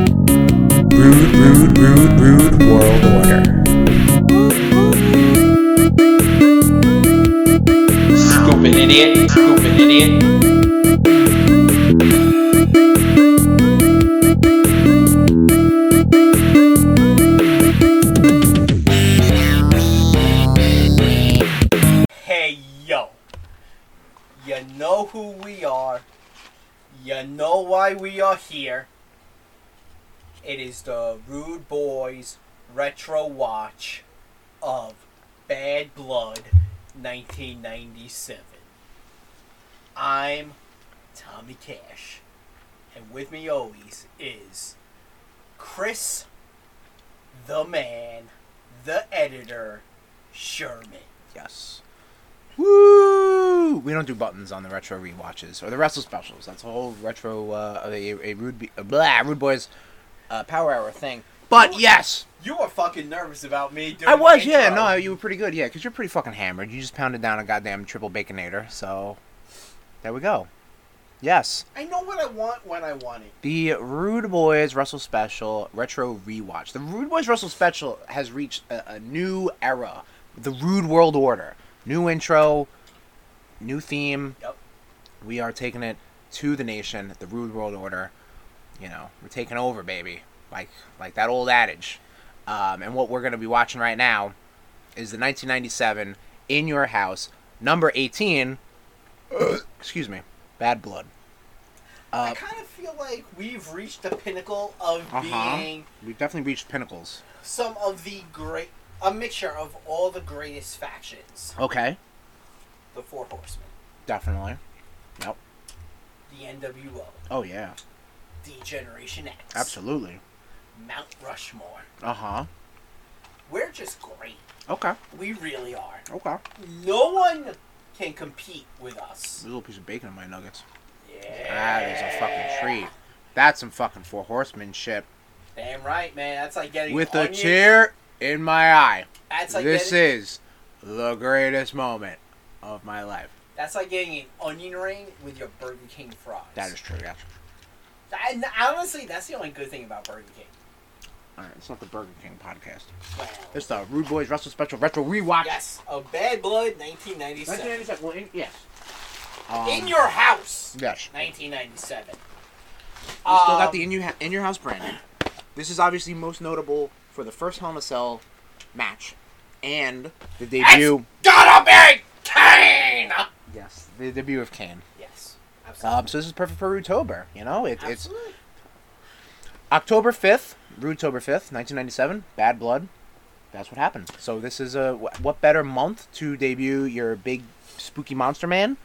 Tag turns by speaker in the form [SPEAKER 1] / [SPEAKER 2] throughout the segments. [SPEAKER 1] Rude, rude, rude, rude world order.
[SPEAKER 2] Stupid idiot. Stupid idiot.
[SPEAKER 3] Hey yo, you know who we are. You know why we are here. It is the Rude Boys Retro Watch of Bad Blood 1997. I'm Tommy Cash, and with me always is Chris, the man, the editor, Sherman.
[SPEAKER 1] Yes. Woo! We don't do buttons on the retro rewatches or the wrestle specials. That's a whole retro, uh, a, a rude, be- a blah, rude boys, uh, power hour thing. But yes,
[SPEAKER 3] You were fucking nervous about me doing
[SPEAKER 1] I was.
[SPEAKER 3] the
[SPEAKER 1] Yeah,
[SPEAKER 3] intro.
[SPEAKER 1] no, you were pretty good. Yeah, because you're pretty fucking hammered. You just pounded down a goddamn triple baconator. So there we go. Yes,
[SPEAKER 3] I know what I want when I want it.
[SPEAKER 1] the Rude Boys Wrestle Special retro rewatch. The Rude Boys Wrestle Special has reached a, a new era. The Rude World Order. New intro, new theme.
[SPEAKER 3] Yep.
[SPEAKER 1] We are taking it to the nation. The Rude World Order. You know, we're taking over, baby. Like like that old adage. Um, and what we're gonna be watching right now is the 1997 In Your House number 18. excuse me. Bad Blood. Uh,
[SPEAKER 3] I kind of feel like we've reached the pinnacle of
[SPEAKER 1] Uh-huh.
[SPEAKER 3] being
[SPEAKER 1] We've definitely reached pinnacles.
[SPEAKER 3] some of the great, a mixture of all the greatest factions.
[SPEAKER 1] Okay.
[SPEAKER 3] The Four Horsemen,
[SPEAKER 1] Definitely.
[SPEAKER 3] the NWO,
[SPEAKER 1] Oh yeah.
[SPEAKER 3] the Generation X,
[SPEAKER 1] Absolutely.
[SPEAKER 3] Mount Rushmore.
[SPEAKER 1] Uh huh.
[SPEAKER 3] We're just great.
[SPEAKER 1] Okay.
[SPEAKER 3] We really are.
[SPEAKER 1] Okay.
[SPEAKER 3] No one can compete with us.
[SPEAKER 1] little piece of bacon in my nuggets.
[SPEAKER 3] Yeah.
[SPEAKER 1] That is a fucking treat. That's some fucking four horsemen shit.
[SPEAKER 3] Damn right, man. That's like getting
[SPEAKER 1] With a
[SPEAKER 3] onion-
[SPEAKER 1] tear in my eye.
[SPEAKER 3] That's like
[SPEAKER 1] This
[SPEAKER 3] getting,
[SPEAKER 1] is the greatest moment of my life.
[SPEAKER 3] That's like getting an onion ring with your Burger King fries.
[SPEAKER 1] That is true. Yeah.
[SPEAKER 3] And honestly, that's the only good thing about Burger King.
[SPEAKER 1] All right. It's not the Burger King podcast.
[SPEAKER 3] Wow.
[SPEAKER 1] It's the Rude Boys Wrestle Special Retro Rewatch.
[SPEAKER 3] Yes, a Bad Blood, 1997.
[SPEAKER 1] 1997. Well, in, yes. Um,
[SPEAKER 3] In your house,
[SPEAKER 1] yes.
[SPEAKER 3] 1997.
[SPEAKER 1] We still got
[SPEAKER 3] Um,
[SPEAKER 1] the in your in your house branding. This is obviously most notable for the first Hell in a Cell match and the debut.
[SPEAKER 3] gotta be Kane.
[SPEAKER 1] Yes, the debut of Kane.
[SPEAKER 3] Yes, absolutely.
[SPEAKER 1] Um, so this is perfect for Rutober. You know, it, it's
[SPEAKER 3] absolutely.
[SPEAKER 1] October fifth, Rutober fifth, nineteen ninety seven. Bad Blood. That's what happened. So this is a wh- what better month to debut your big spooky monster man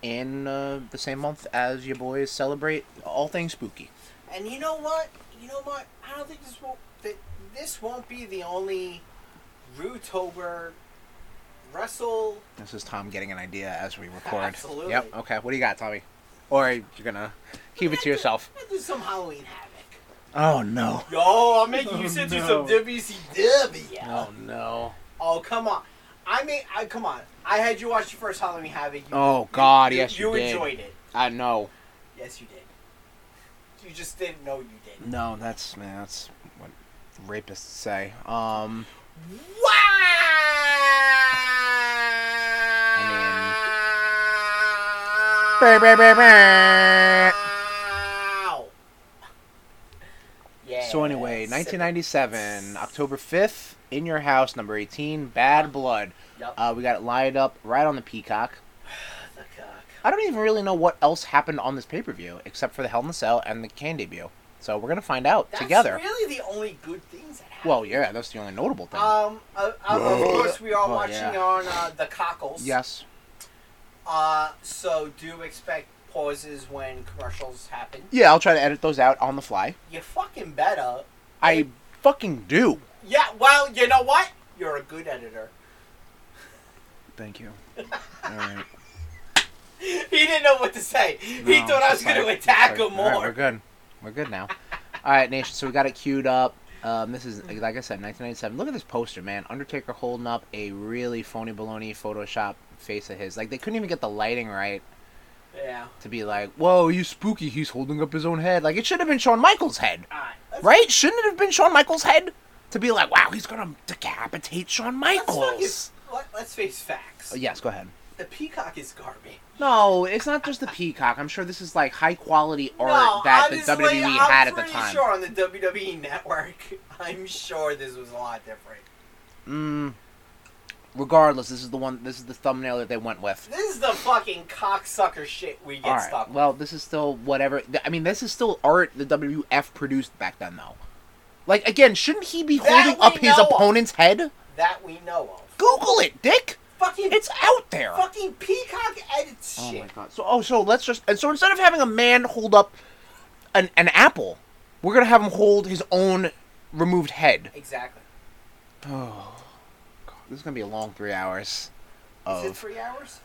[SPEAKER 1] in uh, the same month as your boys celebrate all things spooky.
[SPEAKER 3] And you know what? You know what? I don't think this won't. That this won't be the only Rootober Russell.
[SPEAKER 1] This is Tom getting an idea as we record.
[SPEAKER 3] Absolutely.
[SPEAKER 1] Yep. Okay. What do you got, Tommy? Or you're gonna keep it to yourself.
[SPEAKER 3] Let's do some Halloween havoc.
[SPEAKER 1] Oh no.
[SPEAKER 3] Yo, I'm making
[SPEAKER 1] Oh,
[SPEAKER 3] you sit through
[SPEAKER 1] no.
[SPEAKER 3] some WCW.
[SPEAKER 1] Oh no.
[SPEAKER 3] Oh come on! I mean, I come on! I had you watch the first Halloween Havoc. You,
[SPEAKER 1] Oh God. Yes, you,
[SPEAKER 3] you,
[SPEAKER 1] did.
[SPEAKER 3] enjoyed it.
[SPEAKER 1] I know.
[SPEAKER 3] Yes, you did. You just didn't know you did.
[SPEAKER 1] No, that's man, that's what rapists say. Um.
[SPEAKER 3] Wow!
[SPEAKER 1] brr, brr, brr, brr.
[SPEAKER 3] Wow! Yeah.
[SPEAKER 1] So anyway,
[SPEAKER 3] sick.
[SPEAKER 1] 1997, October 5th, in your house, number 18, Bad Blood.
[SPEAKER 3] Yup.
[SPEAKER 1] Uh, we got it lined up right on the Peacock.
[SPEAKER 3] The cock.
[SPEAKER 1] I don't even really know what else happened on this pay per view except for the Hell in a Cell and the Kane debut. So we're gonna find out
[SPEAKER 3] That's
[SPEAKER 1] uh, together.
[SPEAKER 3] really the only good things that happened.
[SPEAKER 1] Well, yeah, that's the only notable thing.
[SPEAKER 3] um, uh, uh, of course, we are
[SPEAKER 1] Oh,
[SPEAKER 3] watching
[SPEAKER 1] yeah.
[SPEAKER 3] on uh, the cockles.
[SPEAKER 1] yes.
[SPEAKER 3] Uh, so do expect pauses when commercials happen.
[SPEAKER 1] Yeah, I'll try to edit those out on the fly.
[SPEAKER 3] You fucking better.
[SPEAKER 1] I fucking do.
[SPEAKER 3] Yeah, well, you know what? You're a good editor.
[SPEAKER 1] Thank you. All right.
[SPEAKER 3] He didn't know what to say. he
[SPEAKER 1] No,
[SPEAKER 3] thought I was
[SPEAKER 1] it's
[SPEAKER 3] going to
[SPEAKER 1] like-
[SPEAKER 3] attack
[SPEAKER 1] it's
[SPEAKER 3] him
[SPEAKER 1] like, all right, we're
[SPEAKER 3] more.
[SPEAKER 1] good. We're good now. All right, Nation. So we got it queued up. Um, this is like I said, 1997. Look at this poster, man. Undertaker holding up a really phony baloney Photoshop face of his. Like they couldn't even get the lighting right
[SPEAKER 3] Yeah.
[SPEAKER 1] to be like, "Whoa, you spooky." He's holding up his own head. Like it should have been Shawn Michaels' head,
[SPEAKER 3] All right. Let's,
[SPEAKER 1] right? Shouldn't it have been Shawn Michaels' head to be like, "Wow, he's gonna decapitate Shawn
[SPEAKER 3] Let's, fucking-
[SPEAKER 1] Michaels."
[SPEAKER 3] let- let's face facts.
[SPEAKER 1] Uh, Yes, go ahead.
[SPEAKER 3] The peacock is garbage.
[SPEAKER 1] No, it's not just the peacock. I'm sure this is like high quality art
[SPEAKER 3] no,
[SPEAKER 1] that
[SPEAKER 3] honestly,
[SPEAKER 1] the WWE
[SPEAKER 3] I'm
[SPEAKER 1] had at the
[SPEAKER 3] pretty
[SPEAKER 1] time.
[SPEAKER 3] sure on the WWE network, I'm sure this was a lot different.
[SPEAKER 1] Mm, regardless, this is the one. This is the thumbnail that they went with.
[SPEAKER 3] This is the fucking cocksucker shit we get
[SPEAKER 1] All right.
[SPEAKER 3] stuck with.
[SPEAKER 1] Well, this is still whatever. th- I mean, this is still art the WF produced back then, though. Like again, shouldn't he be
[SPEAKER 3] That
[SPEAKER 1] holding
[SPEAKER 3] we
[SPEAKER 1] up his
[SPEAKER 3] know of.
[SPEAKER 1] opponent's head?
[SPEAKER 3] That we know of.
[SPEAKER 1] Google it, Dick.
[SPEAKER 3] Fucking
[SPEAKER 1] It's out there.
[SPEAKER 3] fucking peacock edit
[SPEAKER 1] Oh
[SPEAKER 3] shit.
[SPEAKER 1] my god. So oh, so let's just and so instead of having a man hold up an an apple, we're gonna have him hold his own removed head.
[SPEAKER 3] Exactly.
[SPEAKER 1] Oh, God, this is gonna be a long three hours.
[SPEAKER 3] Is it
[SPEAKER 1] Of
[SPEAKER 3] three hours?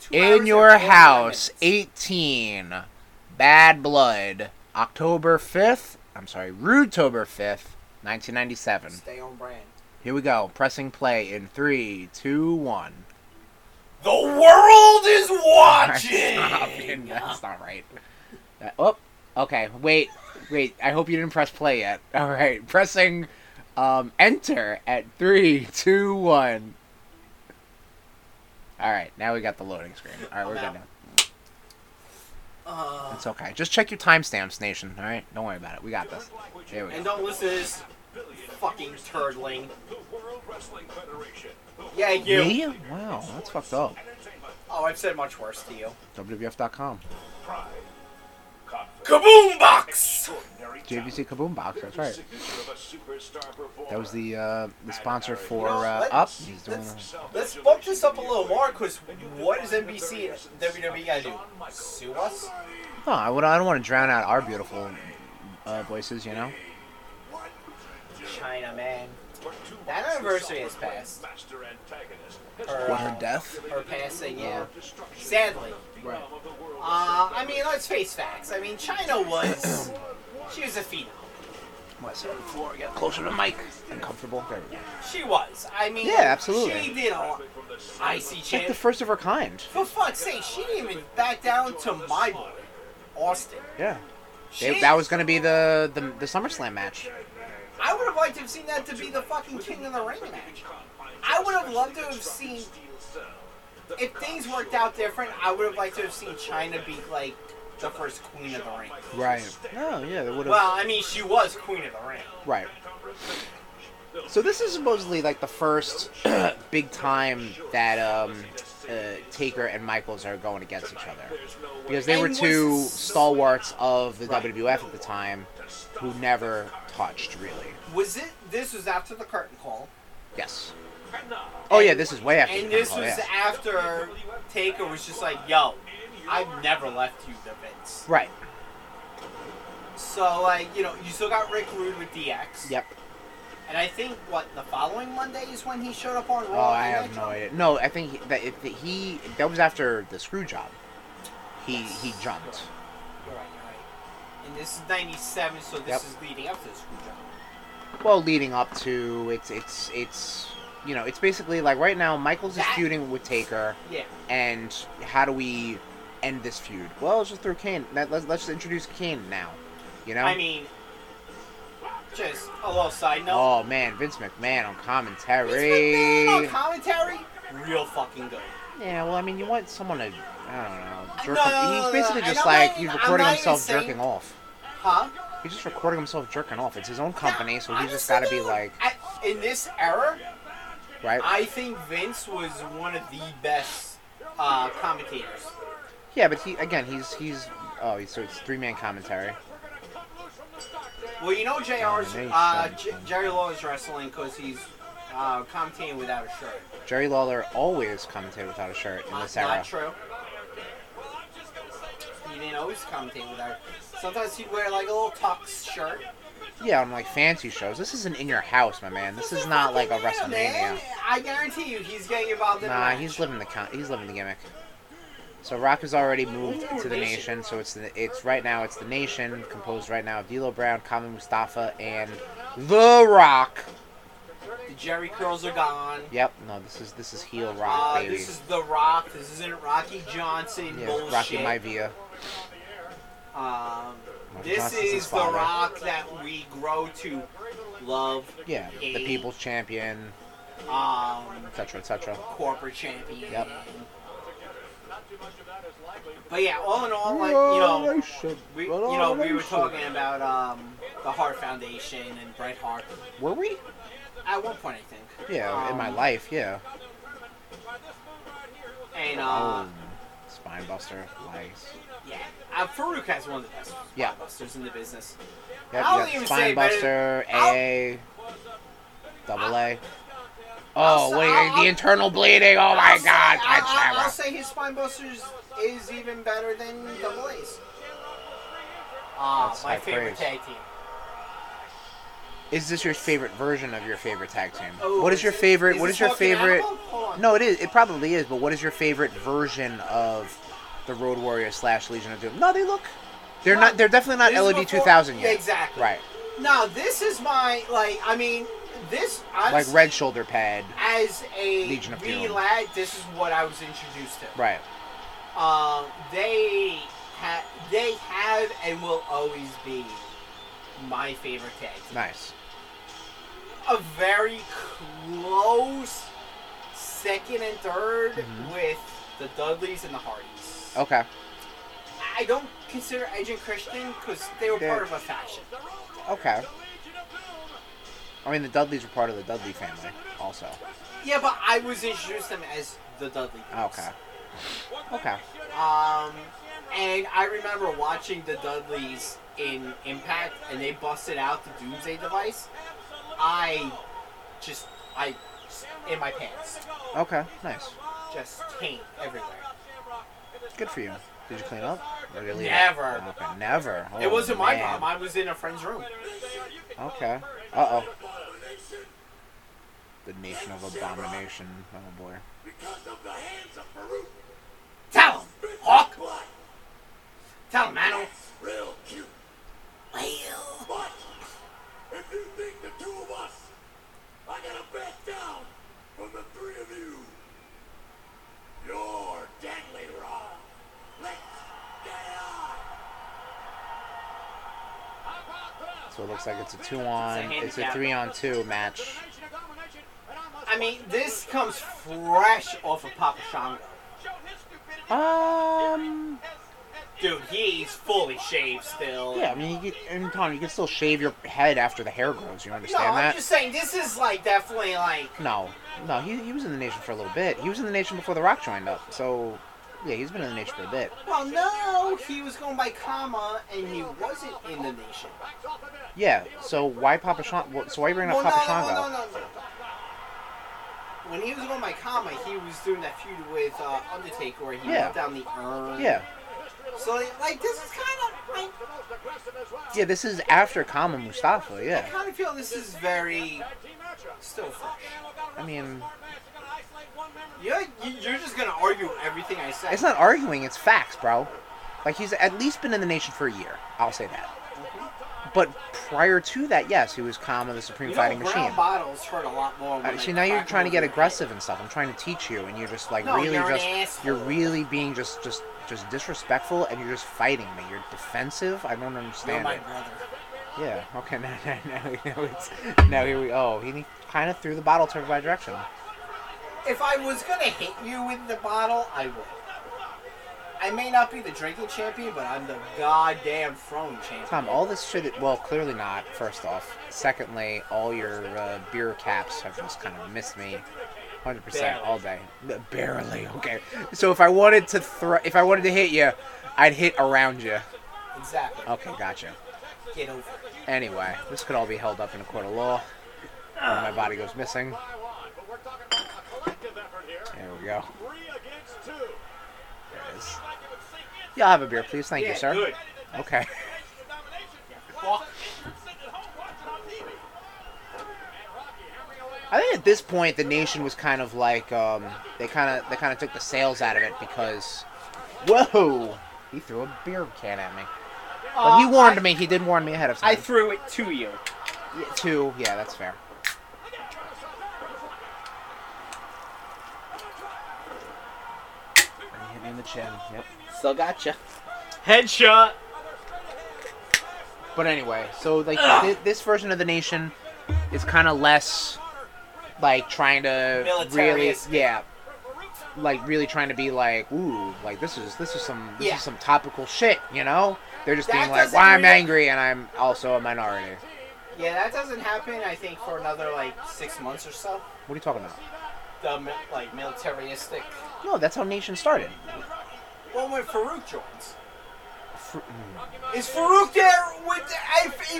[SPEAKER 3] Two hours
[SPEAKER 1] in
[SPEAKER 3] and
[SPEAKER 1] your
[SPEAKER 3] 49
[SPEAKER 1] house,
[SPEAKER 3] minutes.
[SPEAKER 1] eighteen, bad blood, October fifth. I'm sorry, Rudetober fifth, nineteen ninety-seven.
[SPEAKER 3] Stay on brand.
[SPEAKER 1] Here we go. Pressing play in three, two, one.
[SPEAKER 3] The world is
[SPEAKER 1] Stop it.
[SPEAKER 3] watching.
[SPEAKER 1] That's not right. That- oh, okay. Wait, wait. I hope you didn't press play yet. All right, pressing um, enter at three, two, one. All right, now we got the loading screen. All right, we're
[SPEAKER 3] I'm
[SPEAKER 1] good
[SPEAKER 3] out.
[SPEAKER 1] now.
[SPEAKER 3] Uh,
[SPEAKER 1] It's okay. Just check your timestamps, Nation. All right, don't worry about it. We got this. Here we
[SPEAKER 3] and
[SPEAKER 1] go.
[SPEAKER 3] don't listen to this fucking turdling.
[SPEAKER 4] The World Wrestling Federation.
[SPEAKER 3] Yeah, you.
[SPEAKER 1] Me? Wow, that's fucked up.
[SPEAKER 4] Entertainment.
[SPEAKER 3] Oh, I've said much worse to you.
[SPEAKER 1] WWF.com.
[SPEAKER 4] Pride. Confidence.
[SPEAKER 3] Kaboom box!
[SPEAKER 4] Ordinary
[SPEAKER 1] JVC Kaboom Box. That's right. That was the uh, the sponsor for uh, Up. He's doing. a-
[SPEAKER 3] Let's bump this up a little more, because what does NBC and WWE gotta do? Sue us?
[SPEAKER 1] No, I, would, I don't want to drown out our beautiful uh, voices, you know?
[SPEAKER 3] China, man. That anniversary has passed. Her,
[SPEAKER 1] What, her death?
[SPEAKER 3] Her passing, yeah. Sadly.
[SPEAKER 1] Right.
[SPEAKER 3] Uh, I mean, let's face facts. I mean, China was. she was a phenom.
[SPEAKER 1] What, sit on the floor, get closer to the mic. Uncomfortable. There we go.
[SPEAKER 3] She was. I mean,
[SPEAKER 1] Yeah, absolutely.
[SPEAKER 3] She did a lot. Icy
[SPEAKER 1] Like the
[SPEAKER 3] champ.
[SPEAKER 1] first of her kind.
[SPEAKER 3] For fuck's sake, she didn't even back down to my boy, Austin.
[SPEAKER 1] Yeah.
[SPEAKER 3] She-
[SPEAKER 1] that was going to be the, the, the SummerSlam match.
[SPEAKER 3] I would have liked to have seen that to be the fucking King of the Ring match. I would have loved to have seen. If things worked out different, I would have liked to have seen China be like the first Queen of the Ring.
[SPEAKER 1] Right. Oh, yeah, that would have.
[SPEAKER 3] Well, I mean, she was Queen of the Ring.
[SPEAKER 1] Right. So this is supposedly like the first big time that um, uh, Taker and Michaels are going against each other because they were
[SPEAKER 3] And was-
[SPEAKER 1] two stalwarts of the WWF at the time who never touched really.
[SPEAKER 3] Was it? This was after the curtain call,
[SPEAKER 1] Yes. Oh yeah, this is way after.
[SPEAKER 3] and
[SPEAKER 1] the
[SPEAKER 3] this
[SPEAKER 1] Rumble,
[SPEAKER 3] was
[SPEAKER 1] yeah.
[SPEAKER 3] after Taker was just like, "Yo, I've never left you, the Vince."
[SPEAKER 1] right.
[SPEAKER 3] So like, you know, you still got Rick Rude with DX.
[SPEAKER 1] Yep.
[SPEAKER 3] And I think what the following Monday is when he showed up on Raw.
[SPEAKER 1] Oh, I
[SPEAKER 3] and
[SPEAKER 1] have no
[SPEAKER 3] Nitro?
[SPEAKER 1] idea. No, I think he, that if he that was after the screw job. He he jumped.
[SPEAKER 3] You're right, you're right. And this is 97, so this
[SPEAKER 1] Yep.
[SPEAKER 3] is leading up to the screw job.
[SPEAKER 1] Well, leading up to it's it's it's you know it's basically like right now Michaels is
[SPEAKER 3] That-
[SPEAKER 1] feuding with Taker,
[SPEAKER 3] Yeah.
[SPEAKER 1] and how do we end this feud? Well, it's just through Kane. Let, let's let's introduce Kane now. You know.
[SPEAKER 3] I mean, just a little side note.
[SPEAKER 1] oh man, Vince McMahon on commentary.
[SPEAKER 3] Vince McMahon on commentary, real fucking good.
[SPEAKER 1] yeah, well, I mean, you want someone to I don't know. Jerk
[SPEAKER 3] No,
[SPEAKER 1] him-
[SPEAKER 3] no, no, no,
[SPEAKER 1] he's basically
[SPEAKER 3] no,
[SPEAKER 1] just
[SPEAKER 3] I'm not
[SPEAKER 1] like
[SPEAKER 3] even-
[SPEAKER 1] he's
[SPEAKER 3] I'm
[SPEAKER 1] recording
[SPEAKER 3] not
[SPEAKER 1] himself
[SPEAKER 3] even saying-
[SPEAKER 1] jerking off.
[SPEAKER 3] Huh?
[SPEAKER 1] He's just recording himself jerking off. It's his own company, so he's just got to be like,
[SPEAKER 3] I- in this era,
[SPEAKER 1] right?
[SPEAKER 3] I think Vince was one of the best uh, commentators.
[SPEAKER 1] Yeah, but he again, he's he's oh, he's, so it's three man commentary.
[SPEAKER 3] Well, you know JR's, uh,
[SPEAKER 1] Domination.
[SPEAKER 3] J- Jerry Law is wrestling because he's uh, commentating without a shirt.
[SPEAKER 1] Jerry Lawler always commentated without a shirt in
[SPEAKER 3] Not,
[SPEAKER 1] this era.
[SPEAKER 3] not true. He didn't always commentate without. Sometimes he'd wear like a little tux shirt.
[SPEAKER 1] Yeah, on like fancy shows. This isn't in your house, my man. This is not like a
[SPEAKER 3] Yeah, man,
[SPEAKER 1] WrestleMania.
[SPEAKER 3] I guarantee you, he's getting involved in. the
[SPEAKER 1] Nah,
[SPEAKER 3] match.
[SPEAKER 1] he's living the con- he's living the gimmick. So Rock has already moved to the Nation. So it's the, it's right now it's the Nation composed right now of D'Lo Brown, Common Mustafa, and The Rock.
[SPEAKER 3] The Jerry curls are gone.
[SPEAKER 1] Yep. No, this is this is heel Rock,
[SPEAKER 3] Uh,
[SPEAKER 1] baby.
[SPEAKER 3] this is The Rock. This isn't Rocky Johnson
[SPEAKER 1] yeah,
[SPEAKER 3] bullshit.
[SPEAKER 1] Rocky Maivia.
[SPEAKER 3] Um,
[SPEAKER 1] Rocky
[SPEAKER 3] this
[SPEAKER 1] Johnson's his
[SPEAKER 3] is The
[SPEAKER 1] father.
[SPEAKER 3] Rock that we grow to love.
[SPEAKER 1] Yeah, the
[SPEAKER 3] Eight.
[SPEAKER 1] People's Champion,
[SPEAKER 3] Um,
[SPEAKER 1] etc., etc.
[SPEAKER 3] corporate champion.
[SPEAKER 1] Yep.
[SPEAKER 3] But yeah, all in all, like you know, we you know we were talking about um, the Hart Foundation and Bret Hart
[SPEAKER 1] Were we?
[SPEAKER 3] at one point, I think.
[SPEAKER 1] Yeah, in my
[SPEAKER 3] Um,
[SPEAKER 1] life, yeah.
[SPEAKER 3] And uh,
[SPEAKER 1] Oh, spine buster, nice.
[SPEAKER 3] yeah, uh, Farouk has one of the best
[SPEAKER 1] Yeah.
[SPEAKER 3] busters in the business.
[SPEAKER 1] Yep,
[SPEAKER 3] I'll
[SPEAKER 1] you
[SPEAKER 3] even
[SPEAKER 1] got
[SPEAKER 3] say
[SPEAKER 1] spine
[SPEAKER 3] it better-
[SPEAKER 1] buster,
[SPEAKER 3] I'll-
[SPEAKER 1] AA, double A.
[SPEAKER 3] I'll
[SPEAKER 1] Oh,
[SPEAKER 3] say-
[SPEAKER 1] wait,
[SPEAKER 3] I'll-
[SPEAKER 1] the internal bleeding. Oh my
[SPEAKER 3] I'll say-
[SPEAKER 1] God,
[SPEAKER 3] I'll,
[SPEAKER 1] that's
[SPEAKER 3] I'll- I'll
[SPEAKER 1] that
[SPEAKER 3] say his spine busters is even better than Double A's. Ah,
[SPEAKER 1] That's
[SPEAKER 3] my
[SPEAKER 1] high
[SPEAKER 3] favorite
[SPEAKER 1] praise.
[SPEAKER 3] tag team.
[SPEAKER 1] one. Is this your favorite version of your favorite tag team?
[SPEAKER 3] Oh,
[SPEAKER 1] what is your
[SPEAKER 3] it-
[SPEAKER 1] favorite? what
[SPEAKER 3] this
[SPEAKER 1] is your
[SPEAKER 3] Talking
[SPEAKER 1] favorite?
[SPEAKER 3] Animal? Hold on.
[SPEAKER 1] No, it is. It probably is. But what is your favorite version of the Road Warrior slash Legion of Doom? No, they look. They're
[SPEAKER 3] No,
[SPEAKER 1] not. They're definitely not
[SPEAKER 3] this is
[SPEAKER 1] LOD
[SPEAKER 3] before-
[SPEAKER 1] two thousand yet.
[SPEAKER 3] Exactly.
[SPEAKER 1] Right.
[SPEAKER 3] Now this is my like. I mean, this
[SPEAKER 1] Like
[SPEAKER 3] honestly,
[SPEAKER 1] red shoulder pad.
[SPEAKER 3] as a
[SPEAKER 1] Legion of
[SPEAKER 3] wee
[SPEAKER 1] Doom.
[SPEAKER 3] lad, this is what I was introduced to.
[SPEAKER 1] Right.
[SPEAKER 3] Um, they ha- they have and will always be my favorite tag team.
[SPEAKER 1] Nice.
[SPEAKER 3] a very close second and 3rd
[SPEAKER 1] Mm-hmm.
[SPEAKER 3] with the Dudleys and the Hardys.
[SPEAKER 1] Okay.
[SPEAKER 3] I don't consider Edge and Christian because they were
[SPEAKER 1] They're-
[SPEAKER 3] part of a faction.
[SPEAKER 1] Okay. I mean, the Dudleys were part of the Dudley family, also.
[SPEAKER 3] Yeah, but I was introduced to them as the Dudley. Boys.
[SPEAKER 1] Okay. Okay.
[SPEAKER 3] Um, and I remember watching the Dudleys in Impact, and they busted out the Doomsday device. I just I in my pants,
[SPEAKER 1] Okay. Nice.
[SPEAKER 3] just taint everywhere.
[SPEAKER 1] Good for you. Did you clean up? Or did you leave it?
[SPEAKER 3] Never.
[SPEAKER 1] Okay. Never.
[SPEAKER 3] it
[SPEAKER 1] Oh,
[SPEAKER 3] wasn't my
[SPEAKER 1] man.
[SPEAKER 3] problem. I was in a friend's room.
[SPEAKER 1] Okay. Uh oh. The Nation of Abomination. Oh boy.
[SPEAKER 3] Tell him, Hawk. Tell him, Mano. Well,
[SPEAKER 5] If you think the two of us are gonna back down from the three of you, you're deadly wrong. Let's get on.
[SPEAKER 1] So it looks like it's a two
[SPEAKER 3] It's
[SPEAKER 1] on.
[SPEAKER 3] a
[SPEAKER 1] It's a
[SPEAKER 3] handicap.
[SPEAKER 1] three on two match.
[SPEAKER 3] I mean, this comes fresh off of Papa Shango.
[SPEAKER 1] Um.
[SPEAKER 3] Dude, he's fully shaved still.
[SPEAKER 1] Yeah. I mean, you get, and Tom, you can still shave your head after the hair grows. You
[SPEAKER 3] No,
[SPEAKER 1] understand
[SPEAKER 3] I'm
[SPEAKER 1] that?
[SPEAKER 3] just saying this is like definitely like
[SPEAKER 1] No, no, he, he was in the nation for a little bit. He was in the nation before The Rock joined up. So, yeah, he's been in the nation for a bit.
[SPEAKER 3] well no, he was going by comma and he wasn't in the nation.
[SPEAKER 1] Yeah. So why Papa Shan- wh- So why you bringing
[SPEAKER 3] Well,
[SPEAKER 1] up
[SPEAKER 3] no,
[SPEAKER 1] Papa
[SPEAKER 3] Oh, no,
[SPEAKER 1] Shango?
[SPEAKER 3] no, no, no, When he was going by comma, he was doing that feud with uh, Undertaker where he
[SPEAKER 1] Yeah.
[SPEAKER 3] went down the urn.
[SPEAKER 1] Yeah.
[SPEAKER 3] So like, like this is kind of like
[SPEAKER 1] Yeah. This is after Kama Mustafa.
[SPEAKER 3] I
[SPEAKER 1] Yeah.
[SPEAKER 3] kind of feel this is very still fresh.
[SPEAKER 1] I mean,
[SPEAKER 3] You're, you- you're just gonna argue everything I said.
[SPEAKER 1] it's not arguing. It's facts, bro. Like he's at least been in the nation for a year. I'll say that. But prior to that, yes, he was Kama, the Supreme
[SPEAKER 3] you know,
[SPEAKER 1] Fighting
[SPEAKER 3] brown
[SPEAKER 1] Machine.
[SPEAKER 3] bottles hurt a lot more. when
[SPEAKER 1] Uh,
[SPEAKER 3] they
[SPEAKER 1] see, now you're
[SPEAKER 3] crack
[SPEAKER 1] trying to
[SPEAKER 3] open.
[SPEAKER 1] get aggressive and stuff. I'm trying to teach you, and you're just like
[SPEAKER 3] No,
[SPEAKER 1] really
[SPEAKER 3] you're an
[SPEAKER 1] just
[SPEAKER 3] asshole.
[SPEAKER 1] you're really being just just just disrespectful, and you're just fighting me. You're defensive. I don't
[SPEAKER 3] You're
[SPEAKER 1] understand
[SPEAKER 3] my
[SPEAKER 1] it.
[SPEAKER 3] brother.
[SPEAKER 1] Yeah. Okay. Now, now, now, we know it's, now here we. Oh, he kind of threw the bottle turned by direction.
[SPEAKER 3] If I was gonna hit you with the bottle, I would. I may not be the drinking champion, but I'm the goddamn throwing champion.
[SPEAKER 1] Tom, all this shit. Well, clearly not. First off. Secondly, all your uh, beer caps have just kind of missed me. Hundred percent all day. B- Barely. Okay. So if I wanted to throw, if I wanted to hit you, I'd hit around you.
[SPEAKER 3] Exactly.
[SPEAKER 1] Okay. Gotcha.
[SPEAKER 3] Get over it.
[SPEAKER 1] Anyway, this could all be held up in a court of law. When my body goes missing. There we go. There it is. Y'all have a beer, please. Thank
[SPEAKER 3] Yeah,
[SPEAKER 1] you, sir.
[SPEAKER 3] good.
[SPEAKER 1] Okay.
[SPEAKER 3] Fuck.
[SPEAKER 1] I think at this point the nation was kind of like um, they kind of they kind of took the sales out of it because Whoa! He threw a beer can at me.
[SPEAKER 6] Uh,
[SPEAKER 1] But he warned
[SPEAKER 6] I-
[SPEAKER 1] me. He did warn me ahead of time.
[SPEAKER 6] I threw it to you.
[SPEAKER 1] Yeah, two. Yeah, that's fair. And he hit me in the chin. Yep.
[SPEAKER 6] Still gotcha.
[SPEAKER 7] Headshot.
[SPEAKER 1] But anyway, so like thi- this version of the nation is kind of less like trying to really,
[SPEAKER 3] Militaristic.
[SPEAKER 1] yeah, like really trying to be like, ooh, like this is this is some this
[SPEAKER 3] Yeah.
[SPEAKER 1] is some topical shit, you know? They're just
[SPEAKER 3] That
[SPEAKER 1] being like,
[SPEAKER 3] doesn't
[SPEAKER 1] well, I'm
[SPEAKER 3] really-
[SPEAKER 1] angry and I'm also a minority.
[SPEAKER 3] Yeah, that doesn't happen. I think for another like six months or so.
[SPEAKER 1] What are you talking about?
[SPEAKER 3] The mi- like militaristic.
[SPEAKER 1] No, that's how nation started.
[SPEAKER 3] Well, when Farouk joins,
[SPEAKER 1] Fr- mm.
[SPEAKER 3] is Farouk there with the? E I,